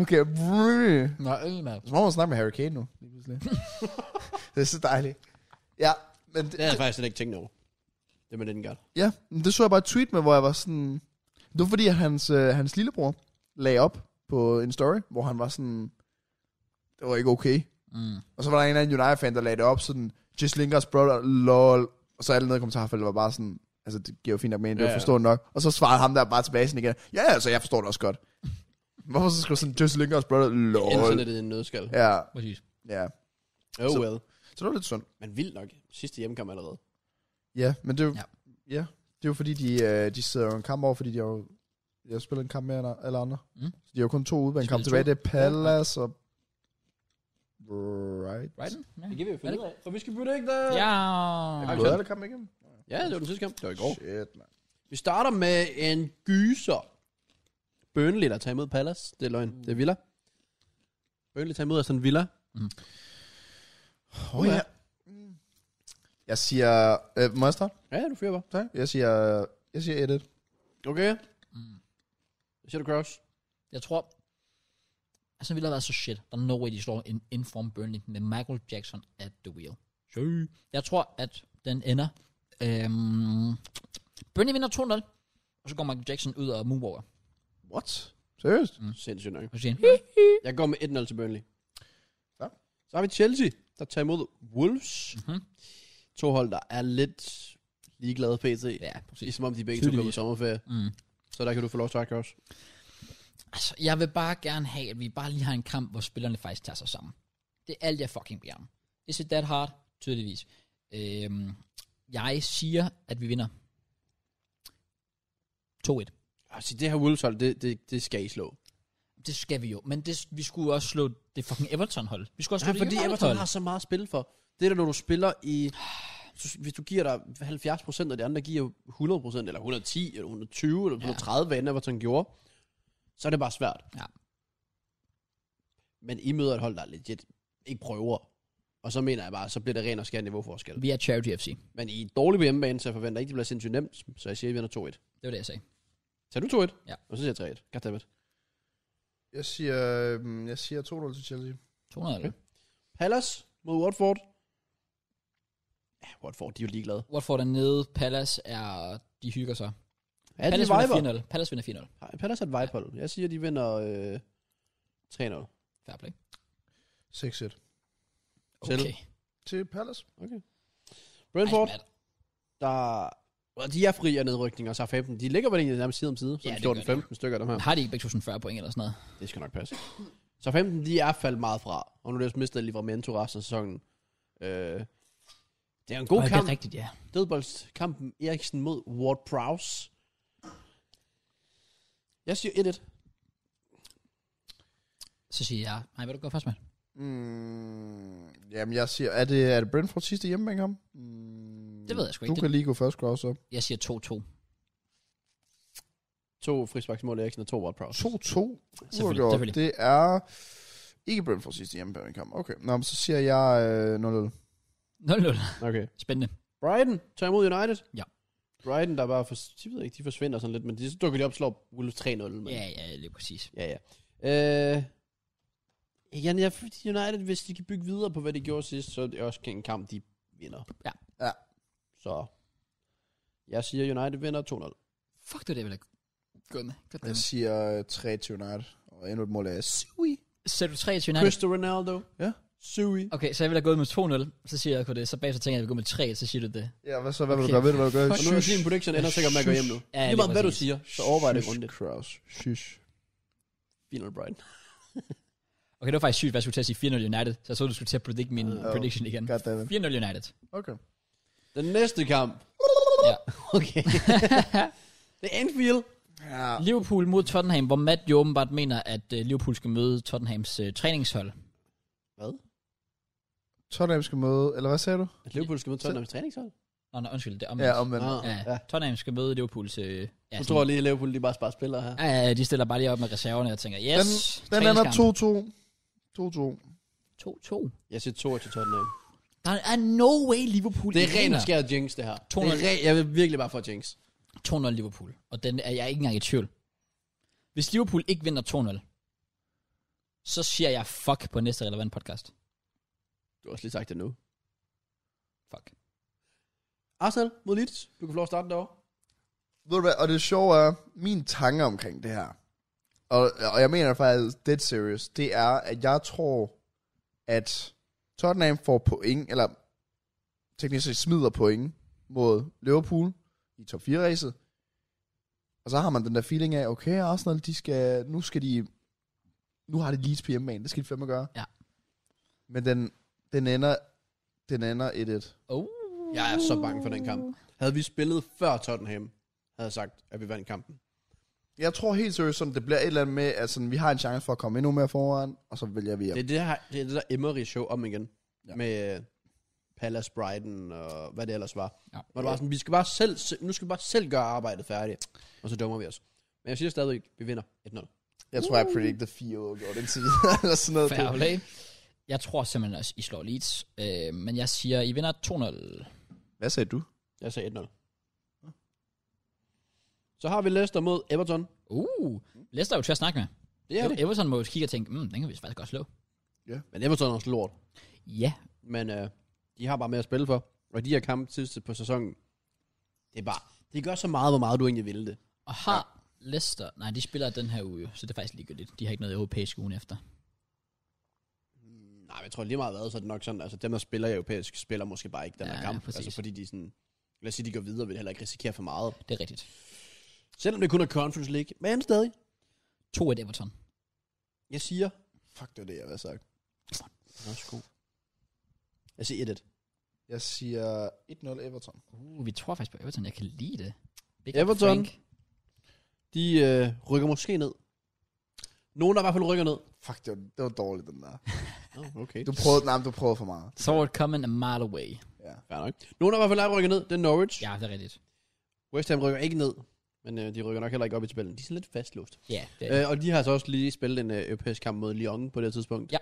Okay. Brrr.
Jeg er enig, mand.
Som om man snakker med Harry Kane nu, lige pludselig. det er så dejligt. Ja, men
Det havde jeg faktisk slet ikke tænkt over. Det med den gør.
Ja, men det så jeg bare et tweet med, hvor jeg var sådan... Det var fordi, at hans, øh, hans lillebror lagde op på en story, hvor han var sådan... Det var ikke okay.
Mm.
Og så var der en anden United-fan, der lagde det op sådan... Just Lingers brother, lol. Og så alle nede i kommentarfeltet var bare sådan... Altså, det giver jo fint nok mening, det
Ja,
ja,
ja.
forstår nok. Og så svarede ham der bare tilbage sådan igen. Ja, altså, jeg forstår det også godt. Hvorfor så skrive sådan, Just Lingers brother, lol.
Internettet er en nødskal.
Ja,
Præcis.
ja.
Oh
Så-
well.
Så det var lidt sundt.
Men vildt nok. Sidste hjemmekamp allerede.
Ja, men det er jo...
Ja.
Ja. ja. Det er jo fordi, de, øh, de sidder jo en kamp over, fordi de har jo de har spillet en kamp mere end alle andre.
Mm.
Mm. Så de har jo kun to udvalgte
Spillet
kampe tilbage.
to.
Det er Palace og... Right.
Brighton? Ja.
Det kan vi jo
finde
finde ud af. For vi skal bytte ikke der.
Ja.
Har vi gået alle kampe igennem?
ja, det var den sidste kamp. Det var i går.
Shit, man.
Vi starter med en gyser. Burnley, der tager imod Palace. Det er løgn. Det er Villa. Burnley tager imod Aston Villa.
Oh, ja. Mm. Jeg siger... Øh, må jeg starte?
Ja, du fyrer bare.
Tak. Jeg siger... Jeg siger 1-1.
Okay.
Mm.
Hvad siger du, Kraus?
Jeg tror... Altså, ville have været så shit. Der er no way, de slår en inform Burnley med Michael Jackson at the wheel. Sure. Jeg tror, at den ender. Øhm, Burnley vinder 2-0. Og så går Michael Jackson ud og moonwalker.
What? Seriøst?
Sindssygt nok.
Og så siger han, Mm.
Jeg går med 1-0 til Burnley.
Ja.
Så har vi Chelsea, der tager imod Wolves.
Mhm.
To hold, der er lidt ligeglade pt. Ja.
ja, præcis.
Ligesom om de begge to går på
Tydeligvis.
sommerferie.
Mm.
Så der kan du få lov til at trække også.
Altså, jeg vil bare gerne have, at vi bare lige har en kamp, hvor spillerne faktisk tager sig sammen. Det er alt, jeg fucking beder om. Is it that hard? Tydeligvis. Øhm, jeg siger, at vi vinder. 2-1.
Altså, det her Wolves hold, det, det, det skal I slå.
Det skal vi jo. Men det, vi skulle også slå det fucking Everton-hold. Vi skulle også slå
Nej,
det
fordi Everton
Everton-hold.
har så meget at spille for. Det er da, når du spiller i... du- Hvis du giver dig 70%, og de andre giver 100%, eller 110, eller 120, eller
Ja.
130, hvad end Everton gjorde, så er det bare svært.
Ja.
Men I møder et hold, der legit ikke prøver. Og så mener jeg bare, så bliver det ren og skær niveauforskel.
Vi er Charity FC.
Men I er dårlige på hjemmebane, så jeg forventer ikke, det bliver sindssygt nemt. Så jeg siger, at I vinder 2-1.
Det var det, jeg sagde.
Tager du 2-1?
Ja.
Og så siger jeg 3-1. Goddammit.
Jeg siger... øhm, Jeg siger 2-0 til Chelsea.
200 okay.
Palace mod Watford. Ja, Watford, de er jo ligeglade.
Watford er nede. Palace er... De hygger sig.
Ja,
Palace
de viber.
vinder 4-0. Palace vinder 4-0.
Nej, Palace er et vejpol. Jeg siger, de vinder øh, 3-0.
Fair play.
6-1.
Selv.
Okay.
Til Palace.
Brentford,
Ej, mand.
der... Og de er fri af nedrykning, og Southampton, de ligger vel egentlig nærmest side om side.
Ja,
Sådan
det gør de.
14-15 stykker, dem her.
Har de ikke begge 1040 point eller sådan noget?
Det skal nok passe. Southampton, de er faldet meget fra. Og nu er de også mistet Livramento resten af sæsonen. Øh, det er en god
Ej,
kamp.
Det er rigtigt, ja.
Dødboldskampen Eriksen mod Ward Prowse. Jeg siger 1-1.
Så siger jeg... Nej, hvad du går først med?
Mm, jamen, jeg siger, er det, er det Brentford sidste hjemmebanekamp? Mm,
Det ved jeg sgu
Du
ikke.
kan lige gå først, Klaus, op.
Jeg siger 2-2.
To frisbaksmål Eriksen og to Ward Prowse.
2-2
Selvfølgelig,
uafgjort.
selvfølgelig.
Det er ikke Brentford sidste hjemmebanekamp. Okay, Nå, men så siger jeg øh, 0-0.
0-0.
Okay.
Spændende.
Brighton tager imod United.
Ja.
Brighton, der bare, for, de ved ikke, de forsvinder sådan lidt, men de, så dukker de op og slår Wolves 3-0. Men,
Ja, ja, lige præcis.
ja. ja. Øh, igen, jeg, United, hvis de kan bygge videre på, hvad de gjorde sidst, så er det også en kamp, de vinder.
Ja.
Ja.
Så jeg siger, United vinder 2-0.
Fuck, det var det, jeg ville have gået med. Godt
Jeg
yes.
siger øh, 3 til United. Og endnu et mål af Sui.
Sætter du 3 til United?
Cristiano Ronaldo.
Ja.
Sui.
Okay, så jeg vil have gået med 2-0, så siger jeg okay, det. Så bagefter tænker jeg, at jeg vil gå med 3, så siger du det.
Ja, hvad så? Hvad vil du
Okay.
gøre? Ved du, hvad du gør?
Og nu er din prediction ender sikkert med at gå hjem nu.
Ja,
Ja, lige
lige
meget hvad du
præcis.
siger, så overvej det grundigt.
Kraus. Shush.
Final Brighton.
Okay, det var faktisk sygt, hvad jeg skulle til at sige 4-0 United, så jeg så, du skulle til at predict min
Oh.
prediction igen.
God damn it.
4-0 United.
Okay.
Den næste kamp.
Ja.
Okay. det er Anfield.
Ja.
Liverpool mod Tottenham, hvor Matt jo åbenbart mener, at øh, Liverpool skal møde Tottenhams øh, træningshold.
Hvad?
Tottenham skal møde... Eller hvad sagde du?
At Liverpool skal møde Tottenham i træningshold?
Nå, nej, undskyld, det er
Ja,
omvendt.
omvendt.
Ah,
Ja,
ja.
ja. Tottenham skal møde Liverpools... Øh, ja,
Nu
sådan-
tror jeg lige, at Liverpool de bare sparer spillere her.
Ja, ja, de stiller bare lige op med reserverne og tænker, yes,
Den ender 2-2. 2-2.
2-2.
Jeg siger 2 til Tottenham.
Der er no way Liverpool
Det er
ikke
ren og
vinder.
skær jinx, det her. Det er
200.
re- jeg vil virkelig bare få jinx.
2-0 Liverpool. Og den er jeg ikke engang i tvivl. Hvis Liverpool ikke vinder 2-0, så siger jeg fuck på næste relevant podcast.
Du har også lige sagt det nu.
Fuck.
Arsenal mod Leeds. Du kan få lov at starte derovre.
Ved du hvad? Og det sjove er, min tanke omkring det her, og, og jeg mener faktisk dead serious, det er, at jeg tror, at Tottenham får point, eller teknisk set smider point mod Liverpool i top 4-ræset. Og så har man den der feeling af, okay, Arsenal, de skal, nu skal de, nu har de Leeds på hjemmebane, det skal de fandme gøre.
Ja.
Men den, den ender, den ender 1-1.
Oh.
Jeg er så bange for den kamp. Havde vi spillet før Tottenham, havde jeg sagt, at vi vandt kampen.
Jeg tror helt seriøst, sådan, det bliver et eller andet med, at sådan, vi har en chance for at komme endnu mere foran, og så vælger vi
Det
at...
er det, her, det, er det der Emery-show om igen.
Ja.
Ja. Med øh, Palace Brighton og hvad det ellers var.
Ja.
Ja. Hvor det var sådan, vi skal bare selv, se- nu skal vi bare selv gøre arbejdet færdigt. Og så dummer vi os. Men jeg siger stadig, vi vinder 1-0.
Jeg tror,
Uh.
jeg predicted 4 år gjort indtil videre, eller sådan noget.
Fair play. Jeg tror simpelthen også, I slår Leeds. Øh, men jeg siger, I vinder 2-0.
Hvad sagde du?
Jeg sagde 1-0. Så har vi Leicester mod Everton.
Uh, Leicester er jo til at snakke med.
Det er det.
Everton må jo kigge og tænke, mm, den kan vi faktisk godt slå.
Men Everton er også lort.
Ja,
Men øh, de har bare mere at spille for. Og de her kampe sidste på sæsonen, det er bare, det gør så meget, hvor meget du egentlig ville det.
og har ja. Leicester... Nej, de spiller den her uge, jo, så det er faktisk ligegyldigt. De har ikke noget europæisk ugen efter.
Nej, men jeg tror lige meget hvad, så er det nok sådan, altså dem, der spiller europæisk, spiller måske bare ikke den her
Ja,
kamp.
præcis.
Altså fordi de sådan, lad os sige, de går videre, vil heller ikke risikere for meget.
Det er rigtigt.
Selvom det kun er Conference League, men stadig.
2-1 Everton.
Jeg siger,
Fuck, det var det, jeg havde sagt.
Værsgo. Jeg siger 1-1.
Jeg siger 1-0 Everton.
Uh, vi tror faktisk på Everton. Jeg kan lide det. Big up
Everton.
Frank.
De øh, rykker måske ned. Nogen, der i hvert fald rykker ned.
Fuck, det var, det var dårligt, den der.
Oh, okay.
Du prøvede, nej, men du prøvede for meget.
Saw it coming a mile away.
Ja.
Fair nok. Nogen, der i hvert fald er rykket ned, det er Norwich.
Ja, det er rigtigt.
West Ham rykker ikke ned, men øh, de rykker nok heller ikke op i tabellen. De er sådan lidt fastlåst.
Ja, det er
Øh, og de har så også lige spillet en øh, europæisk kamp mod Lyon på det her tidspunkt.
Ja.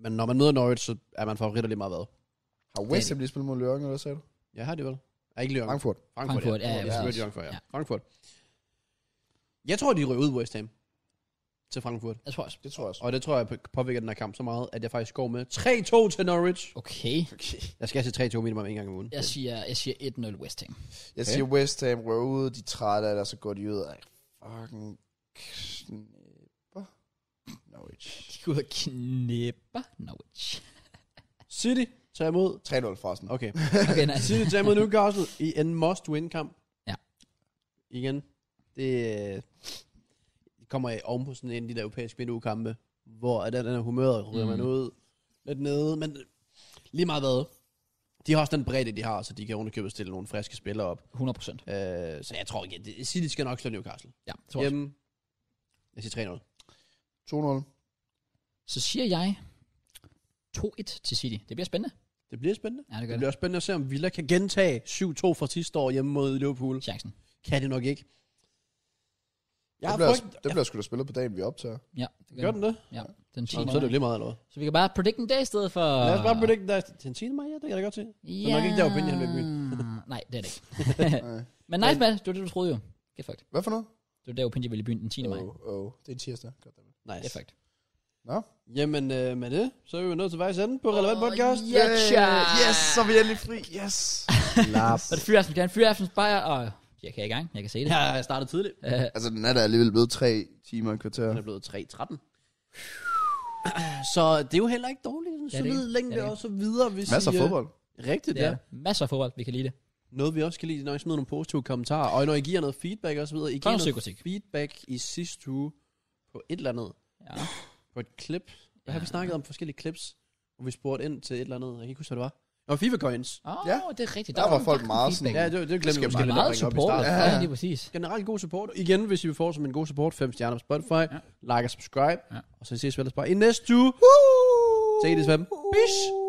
Men når man møder Norwich, så er man favoritter lige meget hvad.
Har
Det er
West Ham lige spillet mod Løring, eller hvad sagde du?
Ja, har det vel. Er ikke Lyon.
Frankfurt.
Frankfurt,
Frankfurt, ja,
ja.
ja,
Jeg
præcis.
spurgte Frankfurt, ja.
Ja.
Frankfurt. Jeg tror, de ryger ud West Ham til Frankfurt.
jeg tror også.
Det tror jeg også.
Og det tror jeg på- påvirker den her kamp så meget, at jeg faktisk går med 3-2 til Norwich.
Okay.
Okay.
Jeg skal se 3-2 minimum en gang om ugen.
Jeg siger, jeg siger 1-0 West Ham.
Jeg siger West Ham røver ud, de er trætte, eller så går de ud og fucking knæpper. Norwich.
De går ud og knipper Norwich.
City tager imod.
3-0 forresten.
Okay.
Okay, nej.
City tager imod Newcastle i en must-win-kamp.
Ja.
Igen. Det øh, kommer jeg oven på sådan en af de der europæiske midtugekampe, hvor at den her humøret ryger mm. man
Mm.
ud lidt nede, men lige meget hvad. De har også den bredde, de har, så de kan underkøbe stille nogle friske spillere op.
100 procent.
Øh, så jeg tror ikke, det- City skal nok slå Newcastle.
Ja, jeg tror jeg.
Hjemme. Jeg siger 3-0.
2-0.
Så siger jeg 2-1 til City. Det bliver spændende.
Det bliver spændende.
Ja, det gør
Det
det.
bliver også spændende at se, om Villa kan gentage 7-2 fra sidste år hjemme mod Liverpool.
Chancen.
Kan det nok ikke. Jeg
Det
har
bliver,
frygt...
det bliver sgu da spillet på dagen, vi optager.
Ja, det
Gør den det?
Ja, den 10.
Så, så er det jo
maj.
lige meget, eller hvad?
Så vi kan bare predict en dag i stedet for...
Lad os bare predict der den 10. maj, ja, det kan jeg da godt se.
Ja.
nok ikke der, hvor Benjamin vil begynde.
Nej, det er det ikke.
Nej.
Men nej, Mads, det var det, du troede jo. Get fucked.
Hvad for noget?
Det var der, hvor Pinja ville i byen den 10. maj.
Oh, oh. Det er en tirsdag. Goddammit.
Nice.
Get fucked.
Jamen øh, med det, så er vi jo nået til vejs ende på Relevant Podcast.
Ja, yeah,
Øh, yes, så er vi endelig fri. Yes.
Så er det fyraften, kan fyraften bare, og jeg kan i gang, jeg kan se det.
Ja, jeg startede tidligt.
Øh,
altså, den er da alligevel blevet tre timer og en kvarter.
Den er blevet 3-13. Så det er jo heller ikke dårligt. skud,
Ja,
ja,
det-
solid
ja,
længde
det-
og så videre. Hvis
Masser
I,
af
øh,
fodbold.
Rigtigt,
Ja.
ja.
Masser af fodbold, vi kan lide det.
Noget vi også kan lide, når I smider nogle positive kommentarer, og når I giver noget feedback og så videre. I
Sådan
giver noget
psykotik.
feedback i sidste uge på et eller andet,
Ja.
på et klip. Hvad har vi
Ja.
snakket om forskellige clips, hvor vi spurgte ind til et eller andet, jeg kan ikke huske, hvad det var. Og FIFA Coins.
Åh,
Ja.
oh, det er rigtigt.
Der var folk meget sådan-
Ja, det, det glemte
skal
vi måske
Det
lidt
er meget
at bringe op i
support.
starten.
Ja,
Ja, ja.
lige præcis.
Generelt god support. Igen, hvis I vil få som en god support, 5 stjerner på Spotify, ja. like og subscribe.
Ja.
Ja. Og så ses vi ellers bare i næste uge. Se I det, Svend. Peace.